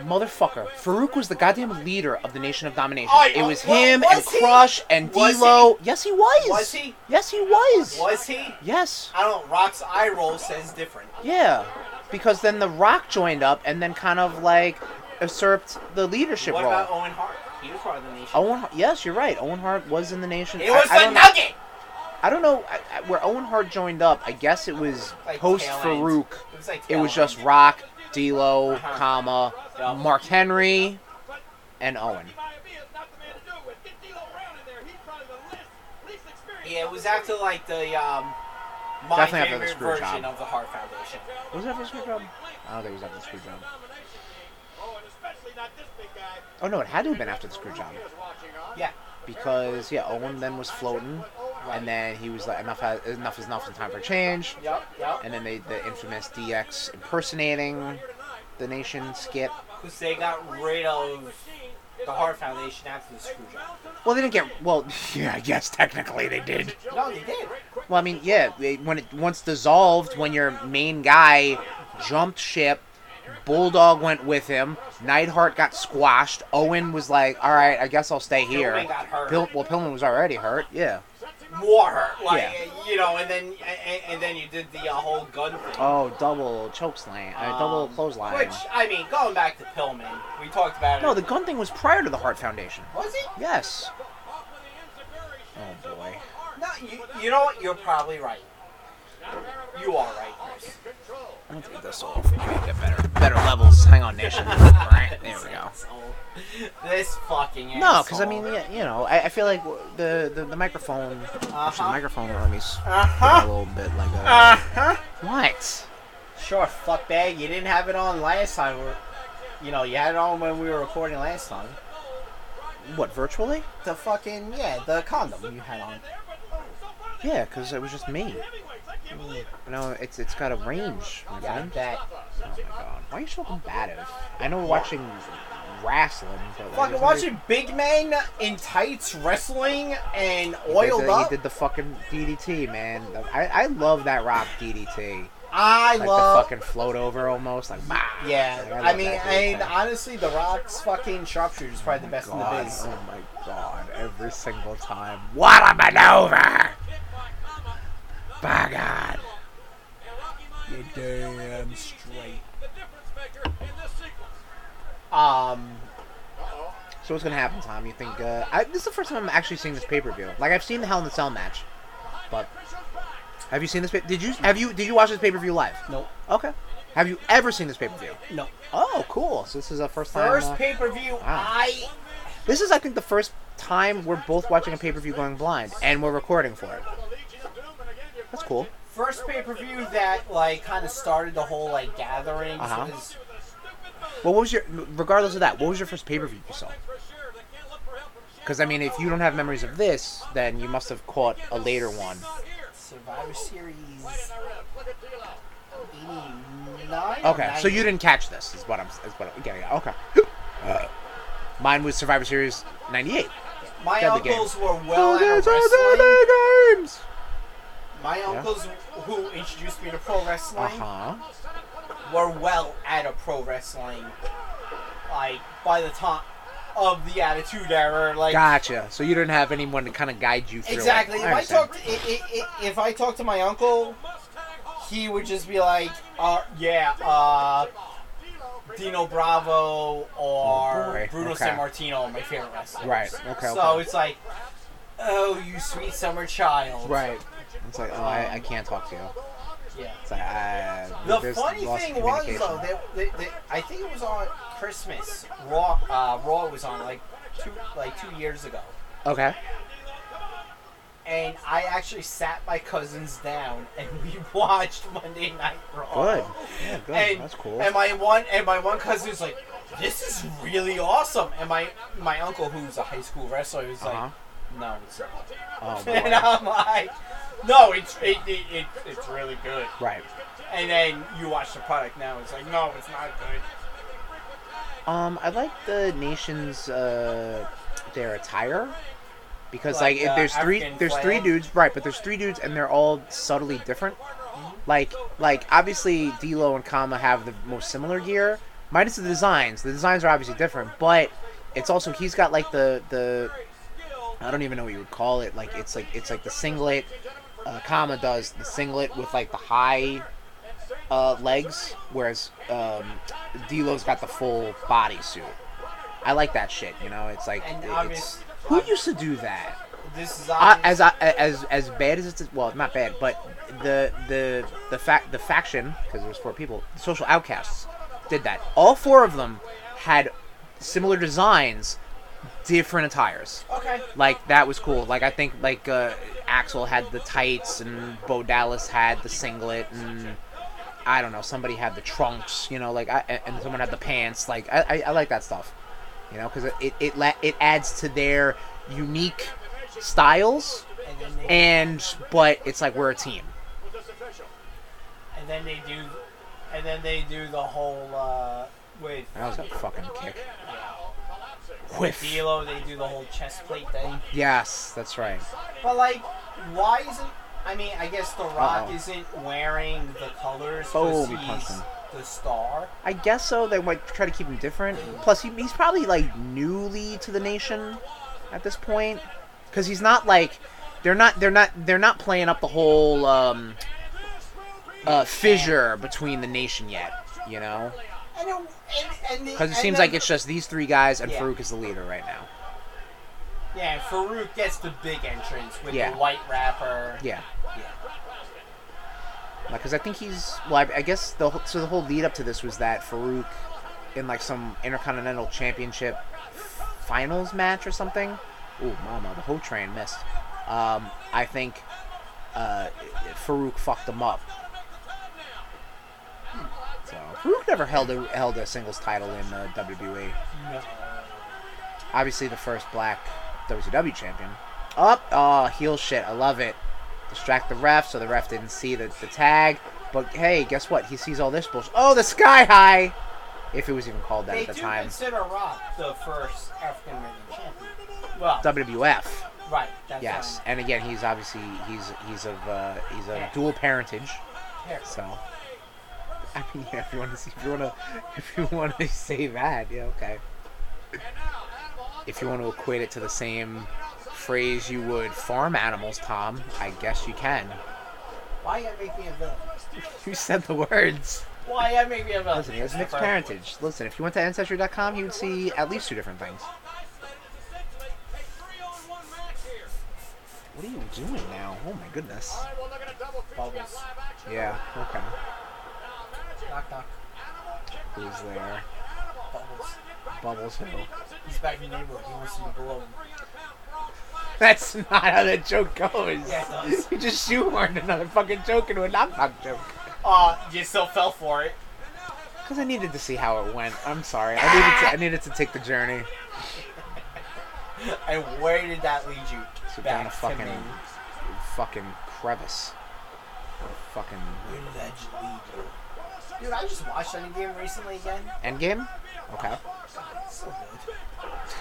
[SPEAKER 3] it,
[SPEAKER 1] Motherfucker, Farouk was the goddamn leader of the Nation of Domination.
[SPEAKER 3] I-
[SPEAKER 1] it was
[SPEAKER 3] well,
[SPEAKER 1] him
[SPEAKER 3] was
[SPEAKER 1] and
[SPEAKER 3] he?
[SPEAKER 1] Crush and
[SPEAKER 3] Was
[SPEAKER 1] D-Lo. Yes, he was.
[SPEAKER 3] Was he?
[SPEAKER 1] Yes, he was.
[SPEAKER 3] was he?
[SPEAKER 1] Yes.
[SPEAKER 3] I don't. know, Rock's eye roll says different.
[SPEAKER 1] Yeah, because then The Rock joined up and then kind of like usurped the leadership
[SPEAKER 3] What
[SPEAKER 1] role.
[SPEAKER 3] about Owen Hart? He was part of the nation.
[SPEAKER 1] Owen, Hart- yes, you're right. Owen Hart was in the nation.
[SPEAKER 3] it was
[SPEAKER 1] Oh, I, I
[SPEAKER 3] the
[SPEAKER 1] don't know,
[SPEAKER 3] Nugget.
[SPEAKER 1] I don't know I, I- where Owen Hart joined up. I guess it was
[SPEAKER 3] Like
[SPEAKER 1] post
[SPEAKER 3] tail end.
[SPEAKER 1] Farouk.
[SPEAKER 3] It was like
[SPEAKER 1] It
[SPEAKER 3] tail
[SPEAKER 1] was
[SPEAKER 3] end.
[SPEAKER 1] just Rock, D'Lo,
[SPEAKER 3] Uh-huh.
[SPEAKER 1] comma
[SPEAKER 3] Yep.
[SPEAKER 1] Mark Henry, and Owen.
[SPEAKER 3] Yeah, it was after like the um. My
[SPEAKER 1] Definitely after the
[SPEAKER 3] favorite
[SPEAKER 1] screw
[SPEAKER 3] version
[SPEAKER 1] job.
[SPEAKER 3] of the Hart Foundation.
[SPEAKER 1] Was that for Screw Job? I don't think it was after the Screw Job. Oh no, it had to have been after the Screw Job
[SPEAKER 3] Yeah.
[SPEAKER 1] because yeah, Owen then was floating, and then he was like, enough, ha- enough is enough, it's time for change.
[SPEAKER 3] Yep. Yep.
[SPEAKER 1] And then they the infamous DX impersonating the nation skit.
[SPEAKER 3] Because they got rid of the Hart Foundation after the screw job.
[SPEAKER 1] Well, they didn't get well. Yeah, I guess technically they did.
[SPEAKER 3] No, they did.
[SPEAKER 1] Well, I mean, yeah, they- when it once dissolved, when your main guy jumped ship, Bulldog went with him. Neidhart got squashed. Owen was like, "All right, I guess I'll stay here."
[SPEAKER 3] Pillman got hurt.
[SPEAKER 1] Pil- well, Pillman was already hurt. Yeah.
[SPEAKER 3] More hurt, like
[SPEAKER 1] Yeah.
[SPEAKER 3] you know, and then and, and then you did the uh, whole gun thing.
[SPEAKER 1] Oh, double chokeslam, uh, double
[SPEAKER 3] Um,
[SPEAKER 1] clothesline.
[SPEAKER 3] Which I mean, going back to Pillman, we talked about it.
[SPEAKER 1] No, the gun thing was prior to the Hart Foundation.
[SPEAKER 3] was it?
[SPEAKER 1] Yes. Oh boy.
[SPEAKER 3] No, you, you know what? You're probably right. You are right, Chris.
[SPEAKER 1] Let me take this off. You may get better, better levels. Hang on, Nation. there we go.
[SPEAKER 3] This fucking
[SPEAKER 1] No, because I mean, yeah, you know, I, I feel like w- the the, the microphone,
[SPEAKER 6] Uh-huh.
[SPEAKER 1] actually, the microphone let me s- a little bit like a.
[SPEAKER 6] Uh-huh.
[SPEAKER 1] What?
[SPEAKER 6] Sure, fuck bag. You didn't have it on last time. We're, you know, you had it on when we were recording last time.
[SPEAKER 1] What virtually?
[SPEAKER 6] The fucking yeah, the condom you had on.
[SPEAKER 1] Yeah, because it was just me. No, it's it's got a range, my
[SPEAKER 6] Yeah,
[SPEAKER 1] friend.
[SPEAKER 6] that.
[SPEAKER 1] Oh my god, why are you so combative? I know we're watching wrestling, but like,
[SPEAKER 6] Fucking
[SPEAKER 1] there's
[SPEAKER 6] watching big men in tights wrestling and
[SPEAKER 1] nobody-
[SPEAKER 6] oiled
[SPEAKER 1] he did, the,
[SPEAKER 6] up.
[SPEAKER 1] He uh, did the fucking DDT, man. I, I love that Rock DDT.
[SPEAKER 6] I
[SPEAKER 1] Like
[SPEAKER 6] love.
[SPEAKER 1] the fucking float over almost, like bah.
[SPEAKER 6] yeah,
[SPEAKER 1] Like,
[SPEAKER 6] I,
[SPEAKER 1] love
[SPEAKER 6] mean,
[SPEAKER 1] that
[SPEAKER 6] and
[SPEAKER 1] DDT.
[SPEAKER 6] honestly, The Rock's fucking sharpshooter is probably the best in the
[SPEAKER 1] God,
[SPEAKER 6] biz.
[SPEAKER 1] oh my god, every single time. What a maneuver! By God.
[SPEAKER 6] Um,
[SPEAKER 1] So what's gonna happen, Tom? You think, uh, I, this is the first time I'm actually seeing this pay-per-view. Like, I've seen the Hell in the Cell match, but have you seen this, pay- did you, have you, did you watch this pay-per-view live?
[SPEAKER 6] no,
[SPEAKER 1] Okay. Have you ever seen this pay-per-view?
[SPEAKER 6] no.
[SPEAKER 1] Oh, cool. So this is a first time.
[SPEAKER 3] First
[SPEAKER 1] uh,
[SPEAKER 3] pay per view, I
[SPEAKER 1] this is, I think, the first time we're both watching a pay-per-view going blind, and we're recording for it. That's cool.
[SPEAKER 3] first pay per view that like kind of started the whole like gathering.
[SPEAKER 1] Uh-huh.
[SPEAKER 3] was
[SPEAKER 1] Well, what was your regardless of that? What was your first pay per view you saw? Because I mean, if you don't have memories of this, then you must have caught a later one.
[SPEAKER 3] Survivor Series '89.
[SPEAKER 1] Okay, so you didn't catch this. Is what I'm is what I'm getting at. Okay. Uh, mine was Survivor Series '98.
[SPEAKER 3] My
[SPEAKER 1] Deadly Game.
[SPEAKER 3] uncles were well out of wrestling.
[SPEAKER 1] games.
[SPEAKER 3] My uncles who introduced me to pro
[SPEAKER 1] Uh
[SPEAKER 3] wrestling
[SPEAKER 1] huh.
[SPEAKER 3] were well out of pro wrestling. Like by the time of the Attitude Era, like
[SPEAKER 1] Gotcha. So you didn't have anyone to kind of guide you through. it.
[SPEAKER 3] exactly. If I
[SPEAKER 1] understand.
[SPEAKER 3] talked, i- i- i- if I talked to my uncle, he would just be like, uh, "Yeah, uh, Dino Bravo
[SPEAKER 1] Oh,
[SPEAKER 3] or
[SPEAKER 1] boy.
[SPEAKER 3] Bruno
[SPEAKER 1] Okay.
[SPEAKER 3] San Martino are my favorite wrestlers."
[SPEAKER 1] Right. Okay.
[SPEAKER 3] So
[SPEAKER 1] okay.
[SPEAKER 3] it's like, oh, you sweet summer child.
[SPEAKER 1] Right. It's like, oh, I, I can't talk to you.
[SPEAKER 8] Yeah.
[SPEAKER 1] It's like, I,
[SPEAKER 3] The
[SPEAKER 1] there's
[SPEAKER 3] funny
[SPEAKER 1] loss of
[SPEAKER 3] thing was though
[SPEAKER 1] communication.
[SPEAKER 3] that, that, that I think it was on Christmas. Raw uh, Raw was on like two like two years ago,
[SPEAKER 1] Okay.
[SPEAKER 3] and I actually sat my cousins down and we watched Monday Night Raw.
[SPEAKER 1] Good. Yeah, good.
[SPEAKER 3] And,
[SPEAKER 1] That's cool.
[SPEAKER 3] And my one and my one cousin's like, this is really awesome. And my my uncle who's a high school wrestler was
[SPEAKER 1] Uh-huh.
[SPEAKER 3] like, no, it's not.
[SPEAKER 1] Oh,
[SPEAKER 3] And
[SPEAKER 1] boy.
[SPEAKER 3] I'm like, no, it's it, it, it, it's really good.
[SPEAKER 1] Right.
[SPEAKER 3] And then you watch the product now, it's like, no, it's not good.
[SPEAKER 1] Um, I like the nation's uh, their attire because like,
[SPEAKER 3] Like,
[SPEAKER 1] if
[SPEAKER 3] uh,
[SPEAKER 1] there's three
[SPEAKER 3] African
[SPEAKER 1] there's three
[SPEAKER 3] flag?
[SPEAKER 1] dudes right, but there's three dudes and they're all subtly different. Like like obviously D'Lo and Kama have the most similar gear, minus the designs. The designs are obviously different, but it's also he's got like the the I don't even know what you would call it. Like it's like it's like the singlet. Uh, Kama does the singlet with like the high uh, legs, whereas um, D'Lo's got the full bodysuit. I like that shit. You know, it's like
[SPEAKER 3] And
[SPEAKER 1] it's,
[SPEAKER 3] obvious-
[SPEAKER 1] who used to do that?
[SPEAKER 3] This is
[SPEAKER 1] I,
[SPEAKER 3] obvious.
[SPEAKER 1] as I, as as bad as it's well, not bad, but the the the fact the faction because there was four people, the social outcasts did that. All four of them had similar designs, different attires.
[SPEAKER 3] okay.
[SPEAKER 1] Like that was cool. Like I think like uh, Axel had the tights and Bo Dallas had the singlet and I don't know somebody had the trunks. You know, like I and- and someone had the pants. Like I I, I like that stuff. You know, because it it it, la- it adds to their unique styles
[SPEAKER 3] And then they,
[SPEAKER 1] and but it's like we're a team.
[SPEAKER 3] and then they do, and then they do the whole uh, with
[SPEAKER 1] That was a fucking kick. Whiff.
[SPEAKER 3] D'Lo. They do the whole chest plate thing.
[SPEAKER 1] Yes, that's right.
[SPEAKER 3] But like, why isn't? I mean, I guess The Rock
[SPEAKER 1] Uh-oh.
[SPEAKER 3] isn't wearing the colors
[SPEAKER 1] Oh,
[SPEAKER 3] because
[SPEAKER 1] we punched
[SPEAKER 3] he's
[SPEAKER 1] him.
[SPEAKER 3] the star.
[SPEAKER 1] I guess so. They might try to keep him different. Plus, he, he's probably like newly to the nation at this point, because he's not like they're not they're not they're not playing up the whole um, uh, fissure between the nation yet. You know,
[SPEAKER 3] And it, and, and the,
[SPEAKER 1] because
[SPEAKER 3] and
[SPEAKER 1] it seems
[SPEAKER 3] then-
[SPEAKER 1] like it's just these three guys and
[SPEAKER 3] Yeah.
[SPEAKER 1] Farouk is the leader right now.
[SPEAKER 3] yeah. Farouk gets the big entrance with
[SPEAKER 1] Yeah.
[SPEAKER 3] the white wrapper.
[SPEAKER 1] Yeah.
[SPEAKER 3] Yeah.
[SPEAKER 1] because I think he's well. I, I guess the whole- so the whole lead up to this was that Farouk in like some intercontinental championship finals match or something. Ooh, mama, the whole train missed. Um, I think uh, Farouk fucked him up. Hmm. So Farouk never held a held a singles title in uh, WWE.
[SPEAKER 3] No.
[SPEAKER 1] Obviously, the first black WCW champion. Up, oh, heel shit. I love it. Distract the ref so the ref didn't see the, the tag. But hey, guess what? He sees all this bullshit. Oh, the sky high! If it was even called that
[SPEAKER 3] They
[SPEAKER 1] at the
[SPEAKER 3] do
[SPEAKER 1] time.
[SPEAKER 3] consider Rock the first African American champion. Well,
[SPEAKER 1] WWF.
[SPEAKER 3] right. That's
[SPEAKER 1] Yes,
[SPEAKER 3] what
[SPEAKER 1] and again, he's obviously he's he's of uh, he's of
[SPEAKER 3] Yeah.
[SPEAKER 1] dual parentage,
[SPEAKER 3] I'm here.
[SPEAKER 1] so. I mean, yeah, if you want to, if you want to, if you want to say that, yeah, okay. If you want to equate it to the same phrase you would farm animals, Tom, I guess you can.
[SPEAKER 3] Why you make me a villain?
[SPEAKER 1] You said the words.
[SPEAKER 3] Why you make me a villain?
[SPEAKER 1] Listen, he has mixed parentage. Listen, if you went to ancestry.com, you would see at least two different things. What are you doing now? Oh my goodness.
[SPEAKER 3] Bubbles.
[SPEAKER 1] Yeah. Okay.
[SPEAKER 3] Knock knock.
[SPEAKER 1] Who's there?
[SPEAKER 3] Bubbles.
[SPEAKER 1] Bubbles who?
[SPEAKER 3] He's back in the neighborhood. He wants you to blow him.
[SPEAKER 1] That's not how that joke goes.
[SPEAKER 3] Yeah, it does.
[SPEAKER 1] You just shoehorned another fucking joke into a knock knock joke.
[SPEAKER 3] Uh, you still fell for it.
[SPEAKER 1] Cause I needed to see how it went. I'm sorry. I needed to. I needed to take the journey.
[SPEAKER 3] And where did that lead you?
[SPEAKER 1] So
[SPEAKER 3] back
[SPEAKER 1] down a
[SPEAKER 3] to
[SPEAKER 1] fucking-
[SPEAKER 3] me.
[SPEAKER 1] Fucking crevice. Fucking
[SPEAKER 3] Where did that lead you? Dude, I just watched Endgame recently again.
[SPEAKER 1] endgame. Okay.
[SPEAKER 3] It's so good.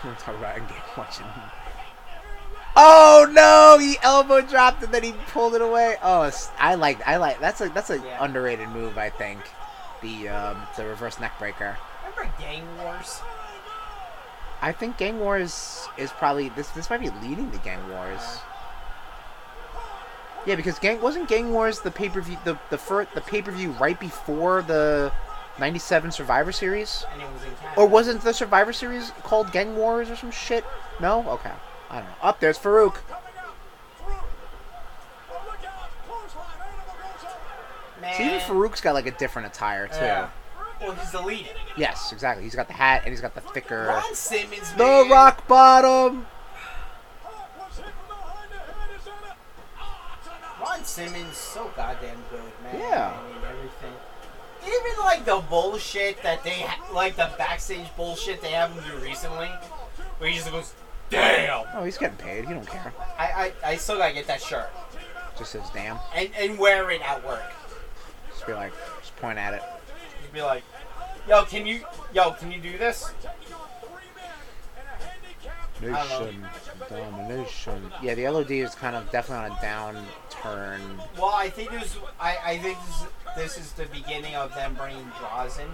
[SPEAKER 1] We're talking about Endgame watching. Oh no! He elbow dropped and then he pulled it away. Oh, it's- I like. I like. That's a. That's an
[SPEAKER 3] Yeah.
[SPEAKER 1] underrated move. I think. The um, the reverse neck breaker.
[SPEAKER 3] Remember Gang Wars?
[SPEAKER 1] I think Gang Wars is probably this. This might be leading to Gang Wars. Yeah, because Gang wasn't Gang Wars the pay per view the the fir- the pay per view right before the '97 Survivor Series,
[SPEAKER 3] And it was in Canada.
[SPEAKER 1] or wasn't the Survivor Series called Gang Wars or some shit? No, okay, I don't know. Up there's Farouk.
[SPEAKER 3] man.
[SPEAKER 1] See, even Farouk's got like a different attire too.
[SPEAKER 3] Eh. Yeah. Well, he's the leader.
[SPEAKER 1] Yes, exactly. He's got the hat and he's got the thicker.
[SPEAKER 3] Ron Simmons,
[SPEAKER 1] The
[SPEAKER 3] man.
[SPEAKER 1] rock bottom.
[SPEAKER 3] Ron Simmons, so goddamn good, man.
[SPEAKER 1] Yeah.
[SPEAKER 3] I mean, everything. Even like the bullshit that they, ha- like the backstage bullshit they have him do recently, where he just goes, "Damn."
[SPEAKER 1] Oh, he's getting paid. He don't care.
[SPEAKER 3] I, I, I still gotta get that shirt
[SPEAKER 1] Just says damn.
[SPEAKER 3] and and wear it at work.
[SPEAKER 1] Just be like, just point at it.
[SPEAKER 3] You'd be like, "Yo, can you, yo, can you do this?"
[SPEAKER 1] Nation domination. Yeah, the LOD is kind of definitely on a downturn.
[SPEAKER 3] Well, I think this, I, I think this, this is the beginning of them bringing draws in.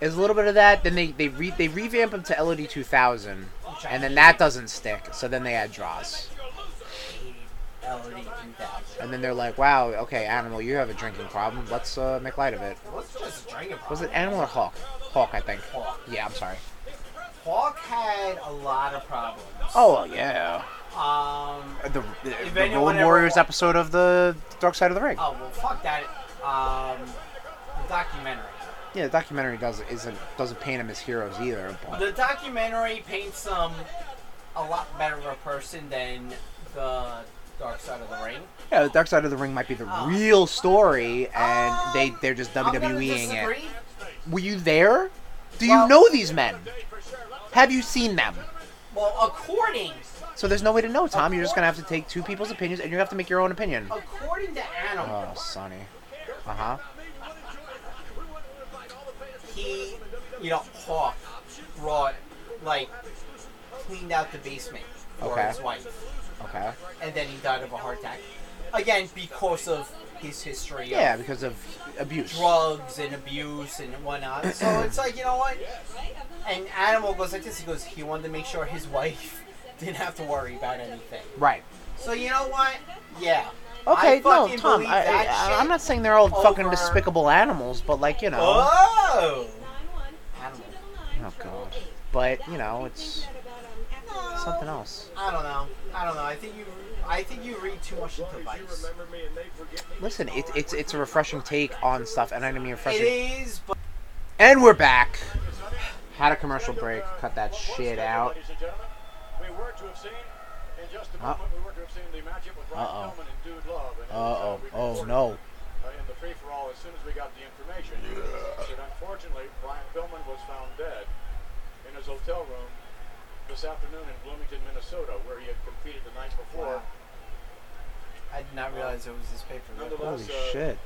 [SPEAKER 1] There's a little bit of that. Then they they re, they revamp him to LOD 2000, and then that doesn't stick. So then they add draws,
[SPEAKER 3] LD 2000.
[SPEAKER 1] and then they're like, wow, okay, animal, you have a drinking problem. Let's uh, make light of it.
[SPEAKER 3] Let's just drink it.
[SPEAKER 1] Was it animal or hawk? Hawk, I think.
[SPEAKER 3] Hawk.
[SPEAKER 1] Yeah, I'm sorry.
[SPEAKER 3] Hawk had a lot of problems.
[SPEAKER 1] Oh well, yeah.
[SPEAKER 3] Um.
[SPEAKER 1] The the,
[SPEAKER 3] If
[SPEAKER 1] the
[SPEAKER 3] anyone
[SPEAKER 1] Road
[SPEAKER 3] ever
[SPEAKER 1] Warriors
[SPEAKER 3] wa-
[SPEAKER 1] episode of the Dark Side of the Ring.
[SPEAKER 3] Oh well, fuck that. Um. The documentary.
[SPEAKER 1] Yeah, the documentary does isn't doesn't paint him as heroes either. But
[SPEAKER 3] The documentary paints them a lot better of a person than the Dark Side of the Ring.
[SPEAKER 1] yeah, the Dark Side of the Ring might be the
[SPEAKER 3] Oh.
[SPEAKER 1] real story, and they they're just
[SPEAKER 3] I'm gonna
[SPEAKER 1] WWEing it.
[SPEAKER 3] disagree.
[SPEAKER 1] Were you there? Do you
[SPEAKER 3] Well-
[SPEAKER 1] know these men? Have you seen them?
[SPEAKER 3] Well, according
[SPEAKER 1] So there's no way to know, Tom. You're just gonna have to take two people's opinions, and you have to make your own opinion.
[SPEAKER 3] Oh. according to Animal,
[SPEAKER 1] Oh, Sonny. Uh huh.
[SPEAKER 3] he, you know, Hawk brought, like, cleaned out the basement for
[SPEAKER 1] Okay.
[SPEAKER 3] his wife.
[SPEAKER 1] Okay.
[SPEAKER 3] And then he died of a heart attack. Again, because of his history
[SPEAKER 1] Yeah,
[SPEAKER 3] of
[SPEAKER 1] because of abuse.
[SPEAKER 3] drugs and abuse and whatnot. So it's like, you know what? And Animal goes like this. He goes, he wanted to make sure his wife didn't have to worry about anything.
[SPEAKER 1] Right.
[SPEAKER 3] So you know what? Yeah.
[SPEAKER 1] Okay,
[SPEAKER 3] I
[SPEAKER 1] no,
[SPEAKER 3] fucking
[SPEAKER 1] Tom.
[SPEAKER 3] believe
[SPEAKER 1] I,
[SPEAKER 3] that
[SPEAKER 1] I,
[SPEAKER 3] shit.
[SPEAKER 1] I'm not saying they're all fucking
[SPEAKER 3] over-
[SPEAKER 1] despicable animals, but like you know.
[SPEAKER 3] Oh! Animal.
[SPEAKER 1] Oh god. But you know, it's something else.
[SPEAKER 3] I don't know. I don't know. I think you. I think you read too much into Vice.
[SPEAKER 1] Listen, it's it's it's a refreshing take on stuff, and I mean
[SPEAKER 3] It
[SPEAKER 1] refreshing.
[SPEAKER 3] is, but
[SPEAKER 1] And we're back. Had a commercial break. Cut that shit out.
[SPEAKER 5] Ladies and gentlemen, we were to have seen in just a
[SPEAKER 1] Uh.
[SPEAKER 5] moment we were to have seen the matchup with Ron
[SPEAKER 1] Uh-oh.
[SPEAKER 5] Stillman and Dude Love. And
[SPEAKER 1] Uh oh.
[SPEAKER 5] as, we
[SPEAKER 1] Oh
[SPEAKER 5] reported,
[SPEAKER 1] no.
[SPEAKER 5] uh, in the free for all, as soon as we got the information that unfortunately Brian Pillman was found dead in his hotel room this afternoon in Bloomington, Minnesota, where he had competed the night before.
[SPEAKER 3] I did not realize it was this paper.
[SPEAKER 1] Holy shit.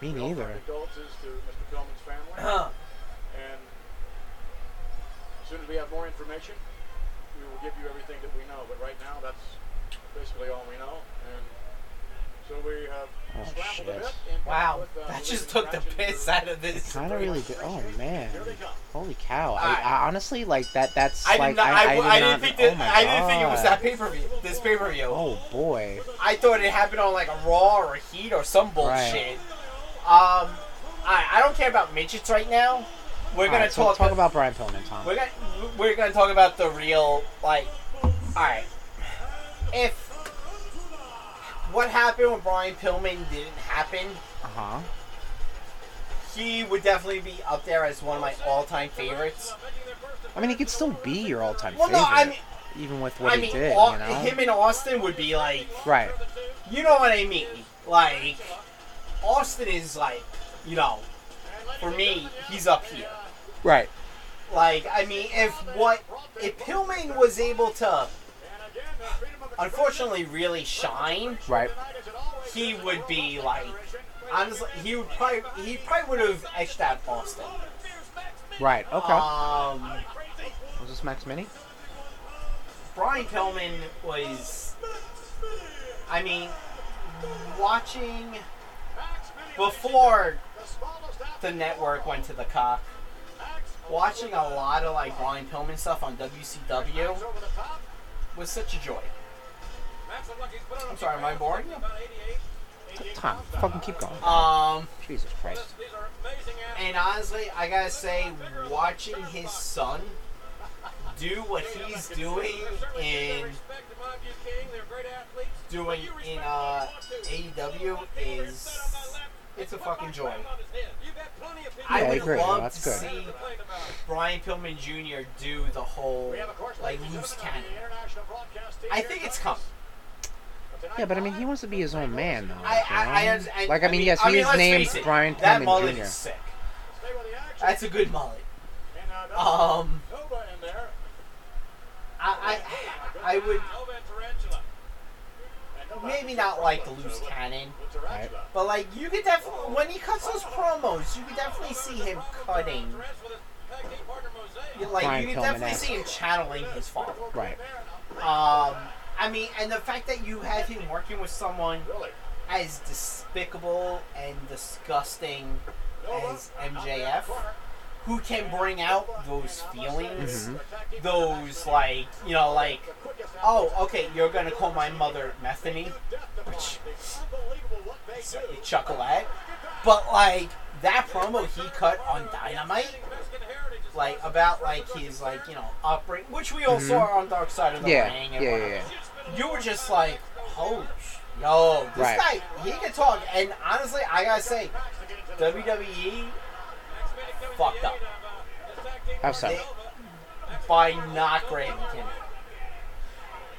[SPEAKER 1] Me
[SPEAKER 5] We offer
[SPEAKER 1] neither.
[SPEAKER 5] Condolences to Mr. Pillman's family.
[SPEAKER 3] Huh.
[SPEAKER 5] And as soon as we have more information, we will give you everything that we know. But right now, that's basically all we know. And so we have
[SPEAKER 1] Oh,
[SPEAKER 5] scrambled a
[SPEAKER 1] shit.
[SPEAKER 5] bit. and come up
[SPEAKER 3] Wow,
[SPEAKER 5] with, uh,
[SPEAKER 3] that
[SPEAKER 5] the
[SPEAKER 3] just
[SPEAKER 5] latest
[SPEAKER 3] took the
[SPEAKER 5] matches
[SPEAKER 3] piss
[SPEAKER 5] for-
[SPEAKER 3] out of this.
[SPEAKER 1] Kind of really good. Oh man.
[SPEAKER 5] Here they come.
[SPEAKER 1] Holy cow. I,
[SPEAKER 3] Alright.
[SPEAKER 1] I honestly like that. That's
[SPEAKER 3] I did
[SPEAKER 1] like
[SPEAKER 3] not. I,
[SPEAKER 1] I,
[SPEAKER 3] I didn't think
[SPEAKER 1] that.
[SPEAKER 3] that. I didn't think it was that pay per view. This pay per view.
[SPEAKER 1] Oh boy.
[SPEAKER 3] I thought it happened on like a Raw or a Heat or some
[SPEAKER 1] Right.
[SPEAKER 3] bullshit. Um, I I don't care about midgets right now. We're gonna
[SPEAKER 1] Alright, so
[SPEAKER 3] talk,
[SPEAKER 1] talk about Brian Pillman, Tom.
[SPEAKER 3] We're gonna we're gonna talk about the real like. All right, if what happened with Brian Pillman didn't happen,
[SPEAKER 1] Uh huh.
[SPEAKER 3] he would definitely be up there as one of my all-time favorites.
[SPEAKER 1] I mean, he could still be your all-time
[SPEAKER 3] Well,
[SPEAKER 1] favorite,
[SPEAKER 3] no, I mean,
[SPEAKER 1] even with what
[SPEAKER 3] I
[SPEAKER 1] he
[SPEAKER 3] mean,
[SPEAKER 1] did.
[SPEAKER 3] all,
[SPEAKER 1] you know?
[SPEAKER 3] him and Austin would be like,
[SPEAKER 1] right.
[SPEAKER 3] you know what I mean? Like, Austin is like, you know, for me, he's up here.
[SPEAKER 1] Right.
[SPEAKER 3] Like, I mean, if what if Pillman was able to, unfortunately, really shine,
[SPEAKER 1] Right.
[SPEAKER 3] he would be like, honestly, he would probably he probably would have etched out Austin.
[SPEAKER 1] Right. Okay.
[SPEAKER 3] Um,
[SPEAKER 1] was this Max Mini?
[SPEAKER 3] Brian Pillman was, I mean, watching before the network went to the cock. Watching a lot of like Brian Pillman stuff on WCW was such a joy. I'm sorry, am I boring you?
[SPEAKER 1] Tom, fucking keep going.
[SPEAKER 3] Um,
[SPEAKER 1] Jesus Christ.
[SPEAKER 3] and honestly, I gotta say, watching his son do what he's doing in doing in uh, AEW E is It's a fucking joy.
[SPEAKER 1] Yeah,
[SPEAKER 3] I
[SPEAKER 1] I
[SPEAKER 3] would
[SPEAKER 1] agree.
[SPEAKER 3] love
[SPEAKER 1] That's
[SPEAKER 3] to
[SPEAKER 1] good.
[SPEAKER 3] see Brian Pillman Jr. do the whole like loose cannon. I think it's coming.
[SPEAKER 9] Yeah, but I mean, he wants to be his own man, though.
[SPEAKER 3] I, I, I,
[SPEAKER 9] you know?
[SPEAKER 3] understand-
[SPEAKER 9] like, I mean, yes, his
[SPEAKER 3] let's
[SPEAKER 9] name's
[SPEAKER 3] face it,
[SPEAKER 9] Brian
[SPEAKER 3] That
[SPEAKER 9] Pillman
[SPEAKER 3] mullet
[SPEAKER 9] Jr.
[SPEAKER 3] is sick.
[SPEAKER 10] That's
[SPEAKER 3] That's a good mullet.
[SPEAKER 10] uh,
[SPEAKER 3] Um,
[SPEAKER 10] Nova in there.
[SPEAKER 3] I, I, I would
[SPEAKER 10] Nova and Tarantula. And Nova-
[SPEAKER 3] maybe not like the loose cannon,
[SPEAKER 10] with Tarantula.
[SPEAKER 3] but like you could definitely when he cuts those promos, you could definitely see him cutting. You- Like
[SPEAKER 1] Brian
[SPEAKER 3] you could
[SPEAKER 1] Pillman
[SPEAKER 3] definitely
[SPEAKER 1] esque.
[SPEAKER 3] see him channeling his father.
[SPEAKER 1] Right.
[SPEAKER 3] Um, I mean, and the fact that you had him working with someone
[SPEAKER 10] Really?
[SPEAKER 3] as despicable and disgusting as MJF, who can bring out those feelings, those like, you know, like, oh, okay, you're gonna call my mother Methany, which so you chuckle at, but like that promo he cut on Dynamite. Like about like his like you know upbringing, which we all saw on Dark Side of the
[SPEAKER 9] Mm-hmm. Yeah,
[SPEAKER 3] Ring.
[SPEAKER 9] yeah, yeah,
[SPEAKER 3] whatever you were just like, holy sh- yo, this
[SPEAKER 9] Right.
[SPEAKER 3] guy, he can talk. And honestly, I gotta say, WWE fucked up
[SPEAKER 1] Oh,
[SPEAKER 9] How so?
[SPEAKER 3] They- by not grading him.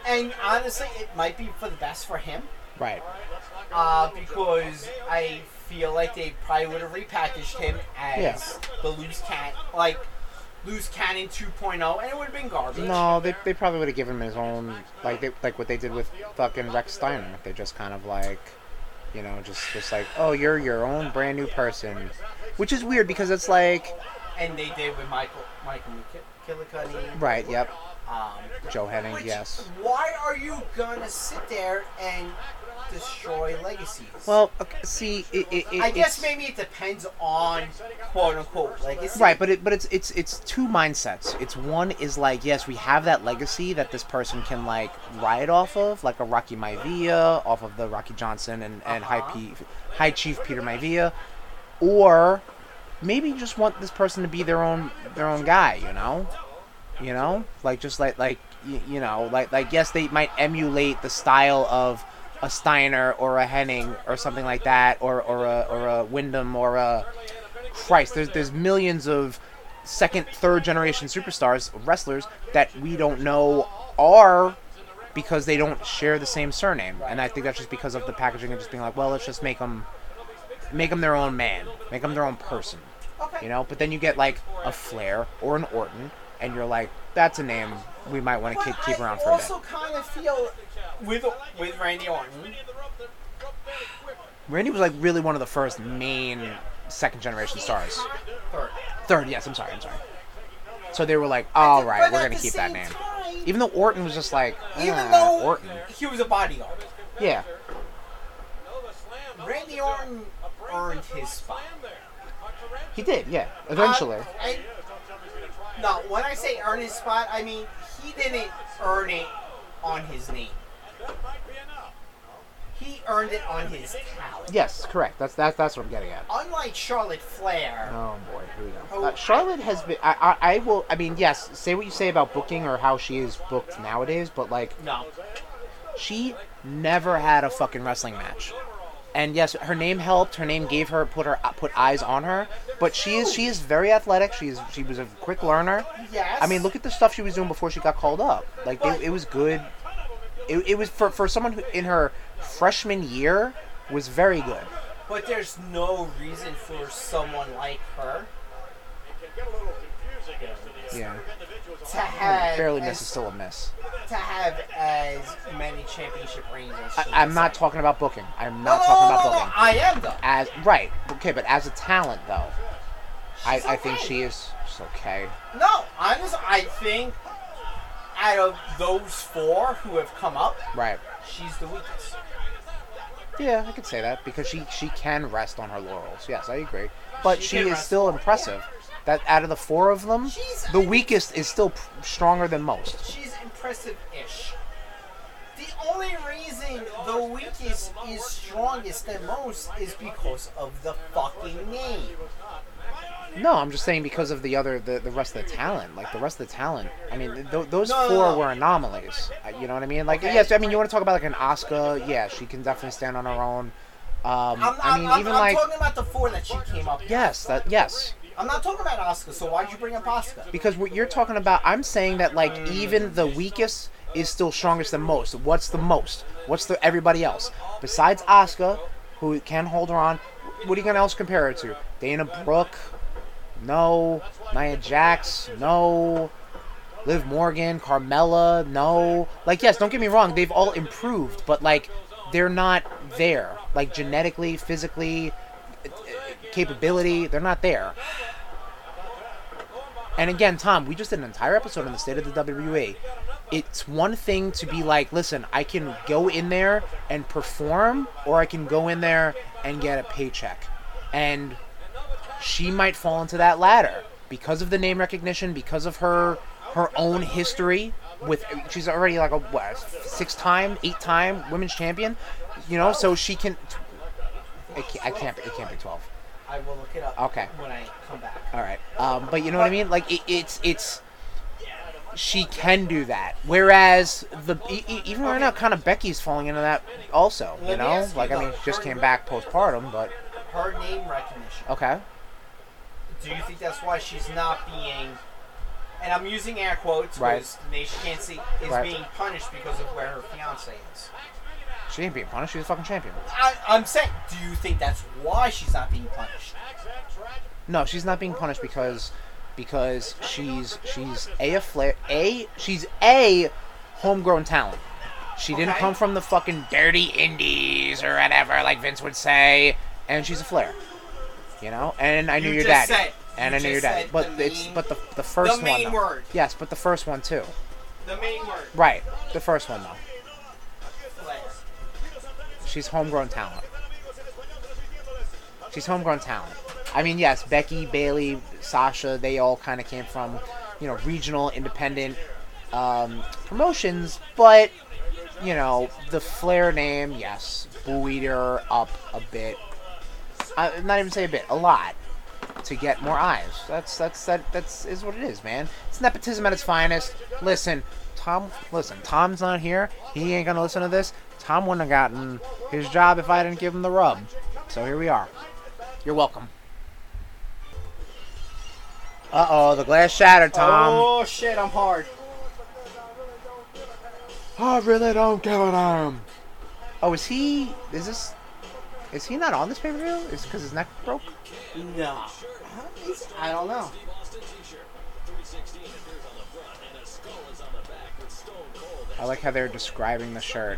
[SPEAKER 3] And honestly, it might be for the best for him
[SPEAKER 1] Right.
[SPEAKER 3] uh, because I feel like they probably would have repackaged him as the loose cat, like loose cannon 2.0, and it would have been garbage.
[SPEAKER 1] No, they, they probably would have given him his own like they like what they did with fucking Rex Steiner. They just kind of like, you know, just just like oh you're your own brand new person, which is weird because it's like
[SPEAKER 3] And they did with Michael Michael Kill- Killicuddy.
[SPEAKER 1] right, yep,
[SPEAKER 3] Um,
[SPEAKER 1] Joe Henning,
[SPEAKER 3] Which,
[SPEAKER 1] yes.
[SPEAKER 3] Why are you gonna sit there and destroy legacies?
[SPEAKER 1] Well, okay, see, it, it, it,
[SPEAKER 3] I guess
[SPEAKER 1] it's-
[SPEAKER 3] maybe it depends on quote unquote legacy.
[SPEAKER 1] Right, but it but it's it's it's two mindsets. It's one is like yes, we have that legacy that this person can like ride off of, like a Rocky Maivia, off of the Rocky Johnson and and High
[SPEAKER 3] Uh-huh.
[SPEAKER 1] P, High Chief Peter Maivia, or maybe you just want this person to be their own their own guy, you know, you know, like just like like y- you know like like yes, they might emulate the style of a Steiner or a Henning or something like that, or or a or a Wyndham or a Christ, there's there's millions of second, third generation superstars, wrestlers that we don't know are because they don't share the same surname, and I think that's just because of the packaging and just being like, well, let's just make them, make them their own man, make them their own person,
[SPEAKER 3] Okay.
[SPEAKER 1] you know. But then you get like a Flair or an Orton, and you're like, that's a name we might want to
[SPEAKER 3] But
[SPEAKER 1] keep, keep around
[SPEAKER 3] I
[SPEAKER 1] for a
[SPEAKER 3] also
[SPEAKER 1] bit.
[SPEAKER 3] kind of feel with with Randy Orton.
[SPEAKER 1] Randy was like really one of the first main second generation stars.
[SPEAKER 3] Third.
[SPEAKER 1] Third, yes, I'm sorry, I'm sorry. So they were like, all right,
[SPEAKER 3] But
[SPEAKER 1] we're
[SPEAKER 3] at
[SPEAKER 1] gonna
[SPEAKER 3] the
[SPEAKER 1] keep that
[SPEAKER 3] same
[SPEAKER 1] name.
[SPEAKER 3] time,
[SPEAKER 1] Even though Orton was just like,
[SPEAKER 3] even
[SPEAKER 1] "Ah,
[SPEAKER 3] though
[SPEAKER 1] Orton,
[SPEAKER 3] he was a bodyguard,
[SPEAKER 1] yeah,
[SPEAKER 3] Randy Orton earned his spot.
[SPEAKER 1] he did, yeah, eventually.
[SPEAKER 3] Um, and- no, when I say earn his spot, I mean he didn't earn it on his name. He earned it on his talent.
[SPEAKER 1] yes, correct. That's that's that's what I'm getting at.
[SPEAKER 3] Unlike Charlotte Flair,
[SPEAKER 1] Oh boy, here we go.
[SPEAKER 3] Oh,
[SPEAKER 1] Uh, Charlotte has been. I, I I will. I mean, yes. Say what you say about booking or how she is booked nowadays, but like
[SPEAKER 3] no.
[SPEAKER 1] she never had a fucking wrestling match. And yes, her name helped. Her name gave her put her put eyes on her. But she is she is very athletic. She is she was a quick learner.
[SPEAKER 3] Yes.
[SPEAKER 1] I mean, look at the stuff she was doing before she got called up. Like it, it was good. It, it was for for someone who in her freshman year was very good.
[SPEAKER 3] But there's no reason for someone like her
[SPEAKER 1] Yeah,
[SPEAKER 3] to have
[SPEAKER 1] Hmm, barely
[SPEAKER 3] as,
[SPEAKER 1] miss is still a miss.
[SPEAKER 3] to have as many championship reigns as she
[SPEAKER 1] I, I'm
[SPEAKER 3] does.
[SPEAKER 1] not talking about booking. I'm
[SPEAKER 3] No,
[SPEAKER 1] not
[SPEAKER 3] no, no,
[SPEAKER 1] talking about
[SPEAKER 3] no, no,
[SPEAKER 1] booking.
[SPEAKER 3] I am though.
[SPEAKER 1] As right, okay, but as a talent though, I, I think
[SPEAKER 3] okay.
[SPEAKER 1] she is she's okay.
[SPEAKER 3] No, honestly, I think out of those four who have come up,
[SPEAKER 1] Right.
[SPEAKER 3] she's the weakest.
[SPEAKER 1] Yeah, I could say that because she she can rest on her laurels. Yes, I agree. But
[SPEAKER 3] She
[SPEAKER 1] she,
[SPEAKER 3] can
[SPEAKER 1] is
[SPEAKER 3] rest.
[SPEAKER 1] still impressive. That out of the four of them,
[SPEAKER 3] She's-
[SPEAKER 1] the weakest is still p- stronger than most.
[SPEAKER 3] She's impressive-ish. The only reason the weakest is strongest than most is because of the fucking name.
[SPEAKER 1] No, I'm just saying because of the other the, the rest of the talent. Like the rest of the talent. I mean, th- th- those
[SPEAKER 3] No, no,
[SPEAKER 1] four
[SPEAKER 3] no.
[SPEAKER 1] were anomalies. Uh, You know what I mean? Like
[SPEAKER 3] Okay.
[SPEAKER 1] yes, I mean you want to talk about like an Oscar. Yeah, she can definitely stand on her own.
[SPEAKER 3] I'm,
[SPEAKER 1] Um,
[SPEAKER 3] I'm,
[SPEAKER 1] I mean,
[SPEAKER 3] I'm-
[SPEAKER 1] even
[SPEAKER 3] I'm
[SPEAKER 1] like
[SPEAKER 3] talking about the four that she came up with.
[SPEAKER 1] yes, that yes,
[SPEAKER 3] I'm not talking about Oscar, so why'd you bring up Oscar?
[SPEAKER 1] because what you're talking about, I'm saying that like even the weakest is still strongest than most. What's the most? What's the everybody else besides Asuka, who can hold her on? What are you gonna else compare her to? Dana Brooke? No. Nia Jax? No. Liv Morgan, Carmella? No. Like yes, don't get me wrong, they've all improved, but like they're not there. Like genetically, physically, uh, capability, they're not there. And again, Tom, we just did an entire episode on the state of the WWE. It's one thing to be like, listen, I can go in there and perform, or I can go in there and get a paycheck. And she might fall into that ladder because of the name recognition, because of her her own history. With she's already like a what, six-time, eight-time women's champion, you know. So she can. It can't. It can't, it can't be twelve.
[SPEAKER 3] I will look it up
[SPEAKER 1] Okay.
[SPEAKER 3] when I come back.
[SPEAKER 1] All right. Um, but you know what I mean? Like it, it's it's she can do that. Whereas the e- e- even right now, kind of Becky's falling into that also. You
[SPEAKER 3] Let me
[SPEAKER 1] know,
[SPEAKER 3] ask you
[SPEAKER 1] like I mean,
[SPEAKER 3] about
[SPEAKER 1] she just
[SPEAKER 3] her-
[SPEAKER 1] came back postpartum, but
[SPEAKER 3] Her name recognition.
[SPEAKER 1] okay.
[SPEAKER 3] Do you think that's why she's not being, and I'm using air quotes
[SPEAKER 1] Right.
[SPEAKER 3] because Nation can't see, is
[SPEAKER 1] Right.
[SPEAKER 3] being punished because of where her fiance is?
[SPEAKER 1] She ain't being punished. She's a fucking champion.
[SPEAKER 3] I, I'm saying, do you think that's why she's not being punished?
[SPEAKER 1] No, she's not being punished because because she's she's a flair a she's a homegrown talent. She didn't
[SPEAKER 3] Okay.
[SPEAKER 1] come from the fucking dirty indies or whatever, like Vince would say. And she's a flair, you know. And I knew
[SPEAKER 3] You
[SPEAKER 1] your
[SPEAKER 3] just
[SPEAKER 1] daddy,
[SPEAKER 3] said-
[SPEAKER 1] and
[SPEAKER 3] you
[SPEAKER 1] I
[SPEAKER 3] just
[SPEAKER 1] knew your daddy.
[SPEAKER 3] said
[SPEAKER 1] But
[SPEAKER 3] the
[SPEAKER 1] it's
[SPEAKER 3] main-
[SPEAKER 1] but the the first
[SPEAKER 3] the
[SPEAKER 1] one.
[SPEAKER 3] main
[SPEAKER 1] though.
[SPEAKER 3] word.
[SPEAKER 1] Yes, but the first one too.
[SPEAKER 3] The main word,
[SPEAKER 1] Right, the first one though.
[SPEAKER 3] flair.
[SPEAKER 1] She's homegrown talent. She's homegrown talent. I mean, yes, Becky, Bailey, Sasha, they all kind of came from, you know, regional independent um, promotions, but, you know, the Flair name, yes, buoyed her up a bit. I, not even say a bit, a lot to get more eyes. That's that's that that's is what it is, man. It's nepotism at its finest. Listen, Tom. Listen, Tom's not here. He ain't gonna listen to this. Tom wouldn't have gotten his job if I didn't give him the rub. So here we are. You're welcome. Uh oh, the glass shattered, Tom.
[SPEAKER 3] oh shit, I'm hard.
[SPEAKER 1] I really don't give a damn. Oh, is he? Is this? Is he not on this pay per view? Is because his neck broke?
[SPEAKER 3] No, I don't know.
[SPEAKER 1] I like how they're describing the shirt.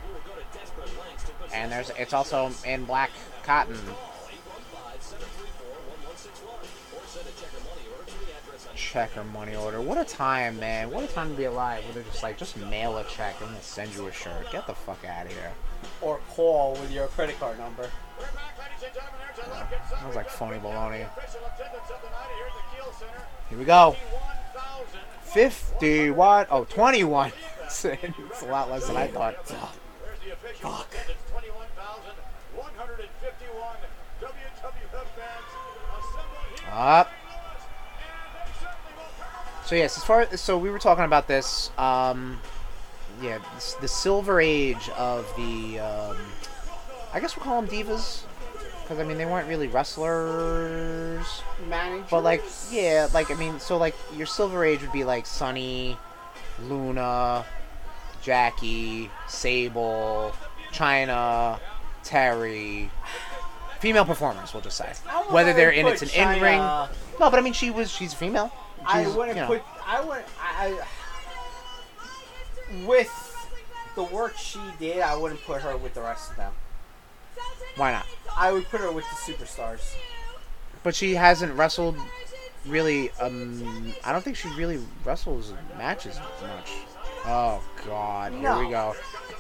[SPEAKER 1] And there's it's also in black cotton. Checker money order. What a time, man. What a time to be alive where they're just like, just mail a check and we'll send you a shirt. Get the fuck out of here.
[SPEAKER 3] Or call with your credit card number.
[SPEAKER 1] That was like phony baloney. Here we go. 51. Oh, 21. it's a lot less than I thought.
[SPEAKER 10] Fuck.
[SPEAKER 1] Up. So yes, as far so we were talking about this, um, yeah, this, the silver age of the, um, I guess we'll call them divas, because I mean they weren't really wrestlers,
[SPEAKER 3] Manager.
[SPEAKER 1] but like yeah, like I mean so like your silver age would be like Sunny, Luna, Jackie, Sable, China, Terry, female performers. We'll just say whether they're in it's an in ring. No, but I mean, she was she's female.
[SPEAKER 3] I
[SPEAKER 1] She's,
[SPEAKER 3] wouldn't
[SPEAKER 1] you know.
[SPEAKER 3] put. I would. I, I with the work she did, I wouldn't put her with the rest of them.
[SPEAKER 1] Why not?
[SPEAKER 3] I would put her with the superstars.
[SPEAKER 1] But she hasn't wrestled really. Um, I don't think she really wrestles matches much. Oh God, here we
[SPEAKER 3] No.
[SPEAKER 1] go.